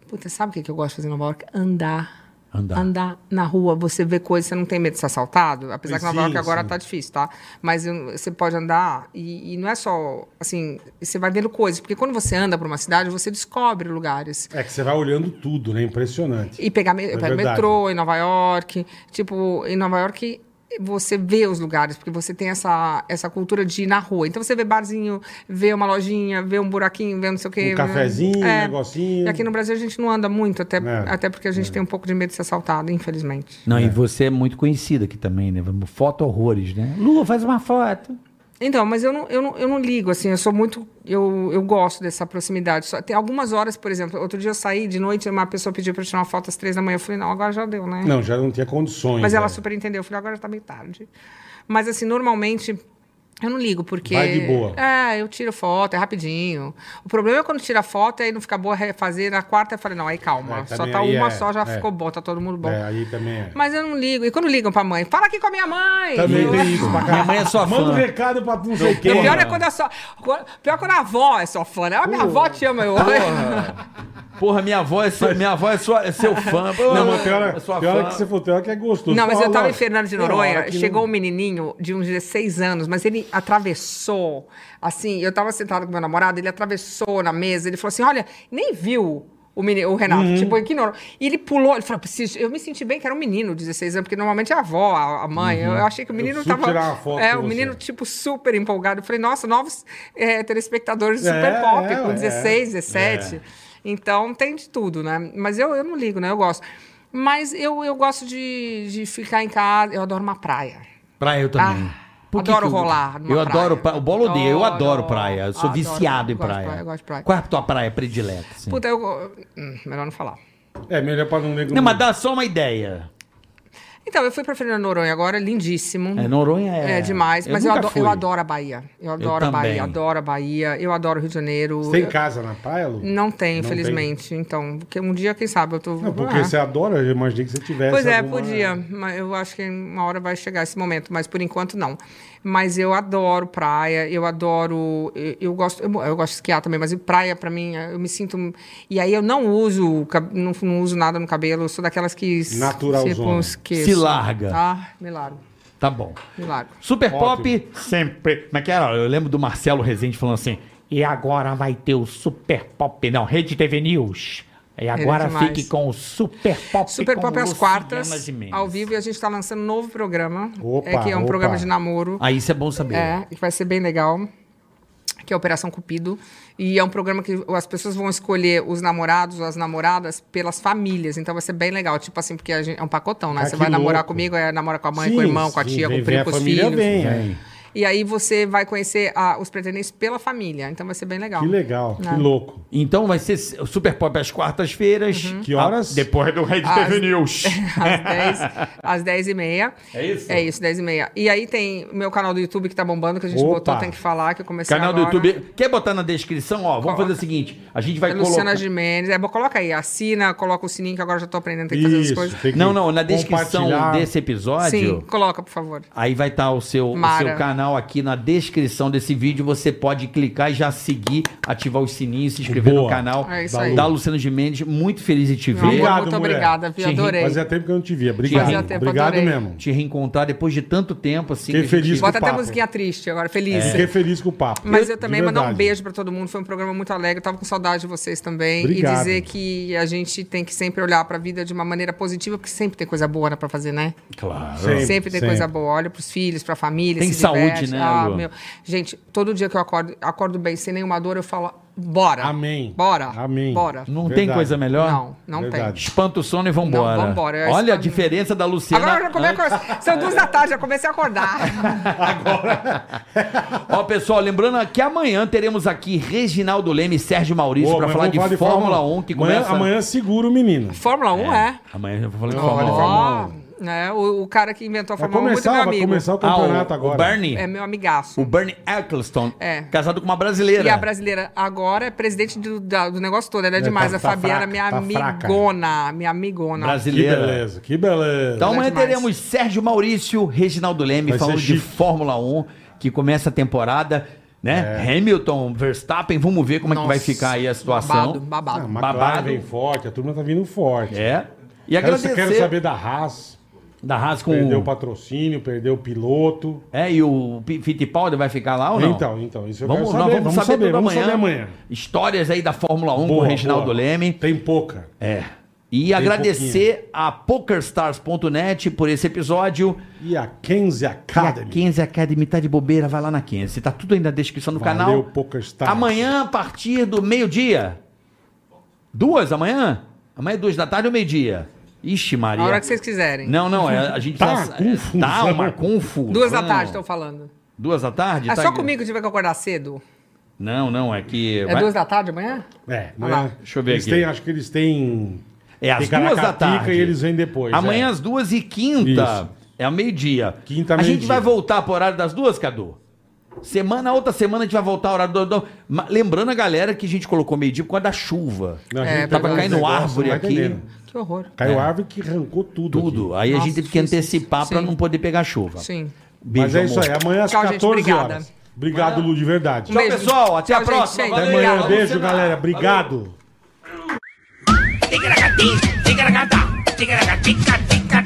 Speaker 4: Puta, sabe o que que eu gosto de fazer em Nova York? Andar.
Speaker 3: Andar.
Speaker 4: Andar na rua, você vê coisas, você não tem medo de ser assaltado. Apesar que Nova
Speaker 2: Sim,
Speaker 4: York agora
Speaker 2: sim.
Speaker 4: tá difícil, tá? Mas eu- você pode andar e, e não é só, assim, você vai vendo coisas. Porque quando você anda por uma cidade, você descobre lugares.
Speaker 2: É que você vai olhando tudo, né? Impressionante.
Speaker 4: E pegar me- eu pego
Speaker 2: É verdade.
Speaker 4: metrô em Nova York. Tipo, em Nova York você vê os lugares, porque você tem essa, essa cultura de ir na rua. Então você vê barzinho, vê uma lojinha, vê um buraquinho, vê não sei o quê.
Speaker 2: Um cafezinho, um
Speaker 4: É.
Speaker 2: negocinho.
Speaker 4: E aqui no Brasil a gente não anda muito, até,
Speaker 2: É.
Speaker 4: até porque a gente tem um pouco de medo de ser assaltado, infelizmente.
Speaker 3: Não, e você é muito conhecida aqui também, né? Foto horrores, né? Lua, faz uma foto.
Speaker 4: Então, mas eu não, eu não, eu não ligo, assim, eu sou muito. Eu, eu gosto dessa proximidade. Só, tem algumas horas, por exemplo, outro dia eu saí de noite, uma pessoa pediu pra eu tirar uma foto às três da manhã. Eu falei, não, agora já deu, né?
Speaker 2: Não, já não tinha condições.
Speaker 4: Mas ela
Speaker 2: né?
Speaker 4: super entendeu. Eu falei, agora já tá meio tarde. Mas, assim, normalmente Eu não ligo, porque.
Speaker 2: Vai de boa.
Speaker 4: É, eu tiro foto, é rapidinho. O problema é quando tira foto e aí não fica boa refazer na quarta, eu falei, não, aí calma.
Speaker 2: É,
Speaker 4: só
Speaker 2: também
Speaker 4: tá
Speaker 2: aí
Speaker 4: uma
Speaker 2: é,
Speaker 4: só, já
Speaker 2: é.
Speaker 4: ficou bom, tá todo mundo bom.
Speaker 2: É, aí também é.
Speaker 4: Mas é eu não ligo. E quando ligam pra mãe, fala aqui com a minha mãe.
Speaker 2: Também
Speaker 4: Eu-
Speaker 2: tem isso pra cá.
Speaker 3: Minha mãe é sua
Speaker 2: Manda
Speaker 3: fã.
Speaker 2: um recado pra não sei quem.
Speaker 4: Não, pior é quando a sua. quando- Pior quando a avó é sua fã, né? Ah, minha avó te ama, eu.
Speaker 3: Porra, minha avó é seu, minha avó é sua, é seu fã.
Speaker 2: Não, mas tem hora,
Speaker 3: é sua
Speaker 2: tem hora
Speaker 3: fã.
Speaker 2: que você for, tem hora que é gostoso.
Speaker 4: Não, mas eu
Speaker 2: Fala,
Speaker 4: tava em
Speaker 2: lógico.
Speaker 4: Fernando de
Speaker 2: Tem hora
Speaker 4: Noronha,
Speaker 2: que
Speaker 4: chegou
Speaker 2: não-
Speaker 4: um menininho de uns 16 anos, mas ele atravessou, assim, eu tava sentado com meu namorado, ele atravessou na mesa, ele falou assim, olha, nem viu o, meni- o Renato,
Speaker 2: Uhum.
Speaker 4: tipo, ignorou. E ele pulou, ele falou, preciso, eu me senti bem que era um menino de 16 anos, porque normalmente é a avó, a, a mãe, eu achei que o menino
Speaker 2: Uhum. preciso
Speaker 4: tava...
Speaker 2: tirar uma foto
Speaker 4: é,
Speaker 2: com
Speaker 4: o
Speaker 2: você.
Speaker 4: menino, tipo, super empolgado. Eu falei, nossa, novos eh, telespectadores do
Speaker 2: É,
Speaker 4: Super Pop,
Speaker 2: é,
Speaker 4: com
Speaker 2: é.
Speaker 4: 16, 17.
Speaker 2: É.
Speaker 4: Então tem de tudo, né? Mas eu, eu não ligo, né? Eu gosto. Mas eu, eu gosto de, de ficar em casa. Eu adoro uma praia.
Speaker 3: Praia eu também.
Speaker 4: Ah, adoro rolar numa
Speaker 3: Eu
Speaker 4: praia.
Speaker 3: adoro praia. O bolo odeia. Eu adoro
Speaker 4: Adoro,
Speaker 3: praia. Eu sou
Speaker 4: adoro,
Speaker 3: viciado em
Speaker 4: gosto de
Speaker 3: praia.
Speaker 4: praia, eu gosto de praia.
Speaker 3: Qual é a tua praia predileta? assim?
Speaker 4: Puta, eu. go- Hum, melhor não falar. um-
Speaker 2: É, melhor pra não nego.
Speaker 3: Não, mas dá só uma ideia.
Speaker 4: Então, eu fui pra Fernando Noronha agora, lindíssimo.
Speaker 3: É, Noronha é.
Speaker 4: É demais, mas eu,
Speaker 3: nunca
Speaker 4: adoro,
Speaker 3: fui.
Speaker 4: eu adoro a Bahia. Eu adoro a
Speaker 3: também.
Speaker 4: Bahia, adoro a Bahia, eu adoro o Rio de Janeiro.
Speaker 2: Você tem
Speaker 4: Eu-
Speaker 2: casa na praia, Lu?
Speaker 4: Não tem,
Speaker 2: Não
Speaker 4: infelizmente. Então, porque um dia, quem sabe, eu tô.
Speaker 2: Não, porque
Speaker 4: Ah.
Speaker 2: você adora, eu imaginei que você tivesse.
Speaker 4: Pois é,
Speaker 2: alguma-
Speaker 4: podia. Mas eu acho que uma hora vai chegar esse momento, mas por enquanto não. Mas eu adoro praia, eu adoro. Eu, eu gosto, eu, eu gosto de esquiar também, mas praia pra mim, eu me sinto. E aí eu não uso, o cab- não, não uso nada no cabelo, eu sou daquelas que. s-
Speaker 2: Naturalzona.
Speaker 4: tipo, esqueço.
Speaker 3: Se larga.
Speaker 4: Ah, me largo,
Speaker 3: Tá bom.
Speaker 4: me largo.
Speaker 3: Super
Speaker 2: Ótimo.
Speaker 3: Pop sempre. Como é que era? Eu lembro do Marcelo Rezende falando assim: e agora vai ter o Super Pop. Não, Rede TV News. E agora
Speaker 4: demais.
Speaker 3: fique com o Super Pop.
Speaker 4: Super
Speaker 3: com
Speaker 4: Pop às
Speaker 3: Luciana
Speaker 4: quartas,
Speaker 3: Gimenez.
Speaker 4: ao vivo, e a gente tá lançando um novo programa.
Speaker 2: Opa,
Speaker 4: é que é um
Speaker 2: opa.
Speaker 4: programa de namoro.
Speaker 3: Ah, isso é bom saber.
Speaker 4: É, que vai ser bem legal. Que é a Operação Cupido. E é um programa que as pessoas vão escolher os namorados ou as namoradas pelas famílias. Então vai ser bem legal. Tipo assim, porque a gente- é um pacotão, né?
Speaker 2: Ah,
Speaker 4: você
Speaker 2: que
Speaker 4: vai namorar
Speaker 2: louco.
Speaker 4: comigo, é, namora com a mãe,
Speaker 2: Sim,
Speaker 4: com o irmão, com a
Speaker 2: sim,
Speaker 4: tia, com
Speaker 2: vem
Speaker 4: o primo,
Speaker 2: ver
Speaker 4: com
Speaker 2: a
Speaker 4: os
Speaker 2: família,
Speaker 4: filhos.
Speaker 2: vem, é.
Speaker 4: E aí você vai conhecer a- os pretendentes pela família. Então vai ser bem legal.
Speaker 2: Que legal, que
Speaker 4: É.
Speaker 2: louco.
Speaker 3: Então vai ser o Super Pop às quartas-feiras.
Speaker 2: Que horas?
Speaker 3: Ah, depois do Rede
Speaker 4: Uhum. Às- é
Speaker 3: TV News.
Speaker 4: às 10, às 10 e meia. É
Speaker 3: isso?
Speaker 4: É isso, 10 e meia. E aí tem meu canal do YouTube que tá bombando, que a gente
Speaker 2: Opa.
Speaker 4: botou, tem que falar, que eu comecei
Speaker 3: Canal do
Speaker 4: agora.
Speaker 3: YouTube. Quer botar na descrição? Ó, vamos fazer o seguinte: a gente vai
Speaker 4: É
Speaker 3: colocar.
Speaker 4: Luciana Gimenez. É, bom, coloca aí, assina, coloca o sininho, que agora eu já tô aprendendo, tem que fazer as coisas.
Speaker 2: tem que
Speaker 3: Não, não, na descrição
Speaker 2: compartilhar.
Speaker 3: desse episódio.
Speaker 4: Sim, coloca, por favor.
Speaker 3: Aí vai estar o, seu, o
Speaker 4: Mara.
Speaker 3: seu canal aqui na descrição desse vídeo. Você pode clicar e já seguir, ativar os sininhos, se inscrever
Speaker 2: Boa.
Speaker 3: no canal
Speaker 4: É isso
Speaker 3: da,
Speaker 4: aí.
Speaker 3: Lu- da Luciana de Mendes. Muito feliz em te
Speaker 4: Meu amor,
Speaker 3: ver,
Speaker 2: Obrigado,
Speaker 4: muito
Speaker 2: mulher.
Speaker 4: obrigada, vi,
Speaker 3: Sim,
Speaker 4: adorei.
Speaker 2: Fazia tempo que eu não te via. Obrigado.
Speaker 3: Fazia
Speaker 4: tempo,
Speaker 2: Obrigado
Speaker 4: adorei.
Speaker 2: mesmo.
Speaker 3: te reencontrar depois de tanto tempo assim.
Speaker 2: Fiquei
Speaker 3: que a gente-
Speaker 2: feliz.
Speaker 4: Bota até
Speaker 2: papo.
Speaker 4: musiquinha triste agora, feliz.
Speaker 2: Fiquei feliz com o papo.
Speaker 4: Mas eu
Speaker 2: De
Speaker 4: também mandar um
Speaker 2: verdade.
Speaker 4: beijo pra todo mundo. Foi um programa muito alegre. Eu tava com saudade de vocês também.
Speaker 2: Obrigado.
Speaker 4: E dizer que a gente tem que sempre olhar pra vida de uma maneira positiva, porque sempre tem coisa boa né, pra fazer, né?
Speaker 3: Claro.
Speaker 2: Sempre,
Speaker 4: Sempre, tem coisa boa. Olha pros filhos, pra família.
Speaker 3: Tem
Speaker 4: se
Speaker 3: saúde,
Speaker 4: diverte.
Speaker 3: né,
Speaker 4: Ah,
Speaker 3: Lu?
Speaker 4: meu. Gente, todo dia que eu acordo, acordo bem, sem nenhuma dor, eu falo, bora.
Speaker 2: Amém.
Speaker 4: Bora.
Speaker 2: Amém.
Speaker 4: Bora.
Speaker 3: Não tem
Speaker 2: Verdade.
Speaker 3: coisa melhor?
Speaker 4: Não, não
Speaker 2: Verdade.
Speaker 3: Espanta o sono e vambora.
Speaker 4: Não, vambora. Eu
Speaker 3: Olha a
Speaker 4: espanto-
Speaker 3: diferença da
Speaker 4: tem.
Speaker 3: Luciana.
Speaker 4: Agora eu já comecei a... São duas da tarde, já comecei a acordar.
Speaker 3: Ó, pessoal, lembrando que amanhã teremos aqui Reginaldo Leme e Sérgio Maurício
Speaker 2: Ô,
Speaker 3: pra
Speaker 2: mas
Speaker 3: falar
Speaker 2: vamos
Speaker 3: de Fórmula 1 que
Speaker 2: amanhã,
Speaker 3: começa...
Speaker 2: Amanhã segura o menino.
Speaker 4: Fórmula 1 é.
Speaker 3: Amanhã eu vou falar de
Speaker 2: Não,
Speaker 3: Fórmula 1.
Speaker 2: olha,
Speaker 4: Ó,
Speaker 2: Fórmula
Speaker 4: né? O, o cara que inventou a
Speaker 2: Vai
Speaker 4: Fórmula 1 é muito
Speaker 2: começar,
Speaker 4: meu
Speaker 2: vai
Speaker 4: amigo.
Speaker 2: começar o campeonato
Speaker 3: Ah, o-
Speaker 2: agora.
Speaker 3: O Bernie.
Speaker 4: É meu amigaço.
Speaker 3: O Bernie Eccleston.
Speaker 4: É.
Speaker 3: Casado com uma brasileira.
Speaker 4: E a brasileira agora é presidente do, da- do negócio todo. Ela é
Speaker 2: É,
Speaker 4: demais.
Speaker 2: tá-
Speaker 4: a
Speaker 2: tá
Speaker 4: Fabiana,
Speaker 2: fraca, tá
Speaker 4: minha
Speaker 2: fraca.
Speaker 4: amigona. Minha amigona.
Speaker 2: Que
Speaker 3: Brasileira.
Speaker 2: beleza, que beleza.
Speaker 3: Então amanhã
Speaker 4: Ela é demais.
Speaker 3: teremos Sérgio Maurício, Reginaldo Leme
Speaker 2: Vai ser
Speaker 3: falando de
Speaker 2: chique.
Speaker 3: Fórmula 1, que começa a temporada, né?
Speaker 2: É.
Speaker 3: Hamilton, Verstappen, vamos ver como é que vai
Speaker 4: Nossa,
Speaker 3: ficar aí a situação.
Speaker 4: Babado, babado.
Speaker 2: Ah, a McLaren
Speaker 3: babado.
Speaker 2: vem forte, a turma tá vindo forte.
Speaker 3: É. E
Speaker 2: Quero,
Speaker 3: agradecer
Speaker 2: quero saber da Haas.
Speaker 3: da Haas com
Speaker 2: Perdeu
Speaker 3: o...
Speaker 2: o patrocínio, perdeu o piloto.
Speaker 3: É, e o P- Fittipaldi vai ficar lá ou não?
Speaker 2: Então, então, isso eu
Speaker 3: Vamos,
Speaker 2: quero
Speaker 3: nós
Speaker 2: saber,
Speaker 3: vamos, saber, tudo
Speaker 2: vamos
Speaker 3: amanhã.
Speaker 2: saber amanhã.
Speaker 3: Histórias aí da Fórmula 1 com
Speaker 2: Boa,
Speaker 3: o Reginaldo
Speaker 2: boa. um
Speaker 3: Leme.
Speaker 2: Tem pouca.
Speaker 3: É. E agradecer a PokerStars.net por esse episódio.
Speaker 2: E a Kenzie
Speaker 3: E a
Speaker 2: Academy.
Speaker 3: Kenzie Academy tá de bobeira, vai lá na Kenzie. Tá tudo aí na descrição do
Speaker 2: Valeu,
Speaker 3: canal.
Speaker 2: PokerStars.
Speaker 3: Amanhã, a partir do meio-dia. Duas amanhã? Amanhã é duas da tarde ou meio-dia? Ixi, Ah, Maria.
Speaker 4: A hora que vocês quiserem.
Speaker 3: Não, não, é- a gente
Speaker 2: Tá
Speaker 3: tá.
Speaker 2: confusão.
Speaker 3: Tá uma confusão.
Speaker 4: Duas da tarde, estão falando.
Speaker 3: Duas da tarde?
Speaker 4: É
Speaker 3: Tá-
Speaker 4: só comigo de ver que eu acordar cedo?
Speaker 3: Não, não, é que.
Speaker 4: É duas da tarde amanhã?
Speaker 2: É,
Speaker 4: Olha
Speaker 2: amanhã.
Speaker 4: lá.
Speaker 3: Deixa eu ver
Speaker 2: eles
Speaker 3: aqui.
Speaker 2: Têm, acho que eles têm.
Speaker 3: É às
Speaker 2: Fica na
Speaker 3: duas da
Speaker 2: catica
Speaker 3: tarde.
Speaker 2: e eles vêm depois,
Speaker 3: Amanhã
Speaker 2: é.
Speaker 3: às duas e quinta.
Speaker 2: Isso.
Speaker 3: É ao meio-dia.
Speaker 2: Quinta,
Speaker 3: A gente
Speaker 2: meio-dia.
Speaker 3: vai voltar pro horário das duas, Cadu? Semana, outra semana a gente vai voltar ao horário do. do- Ma- Lembrando a galera que a gente colocou meio-dia por causa da chuva.
Speaker 2: Não, a
Speaker 4: É,
Speaker 2: gente
Speaker 4: tava
Speaker 2: pegou um
Speaker 4: caindo É.
Speaker 2: negócio,
Speaker 3: árvore
Speaker 2: não tá
Speaker 3: aqui.
Speaker 2: entendendo.
Speaker 4: Que horror.
Speaker 2: Caiu árvore que arrancou tudo.
Speaker 3: Tudo.
Speaker 2: aqui.
Speaker 3: Aí a
Speaker 4: Nossa,
Speaker 3: gente teve que
Speaker 4: difícil.
Speaker 3: antecipar pra
Speaker 4: Sim.
Speaker 3: não poder pegar chuva.
Speaker 4: Sim.
Speaker 3: Beijo,
Speaker 2: Mas é isso
Speaker 3: Ah, amor.
Speaker 2: aí. Amanhã às
Speaker 4: Tchau, gente.
Speaker 2: 14
Speaker 4: Obrigada. Um
Speaker 2: horas. Obrigado, Lu, de verdade.
Speaker 3: Tchau,
Speaker 4: Beijo.
Speaker 3: pessoal. Até a
Speaker 4: Tchau, gente.
Speaker 3: próxima.
Speaker 4: Gente,
Speaker 3: Valeu.
Speaker 2: Até amanhã.
Speaker 3: Vamos
Speaker 2: Beijo,
Speaker 3: cenar.
Speaker 2: galera. Obrigado.
Speaker 6: Ticaracati, ticaracati, ticaracati,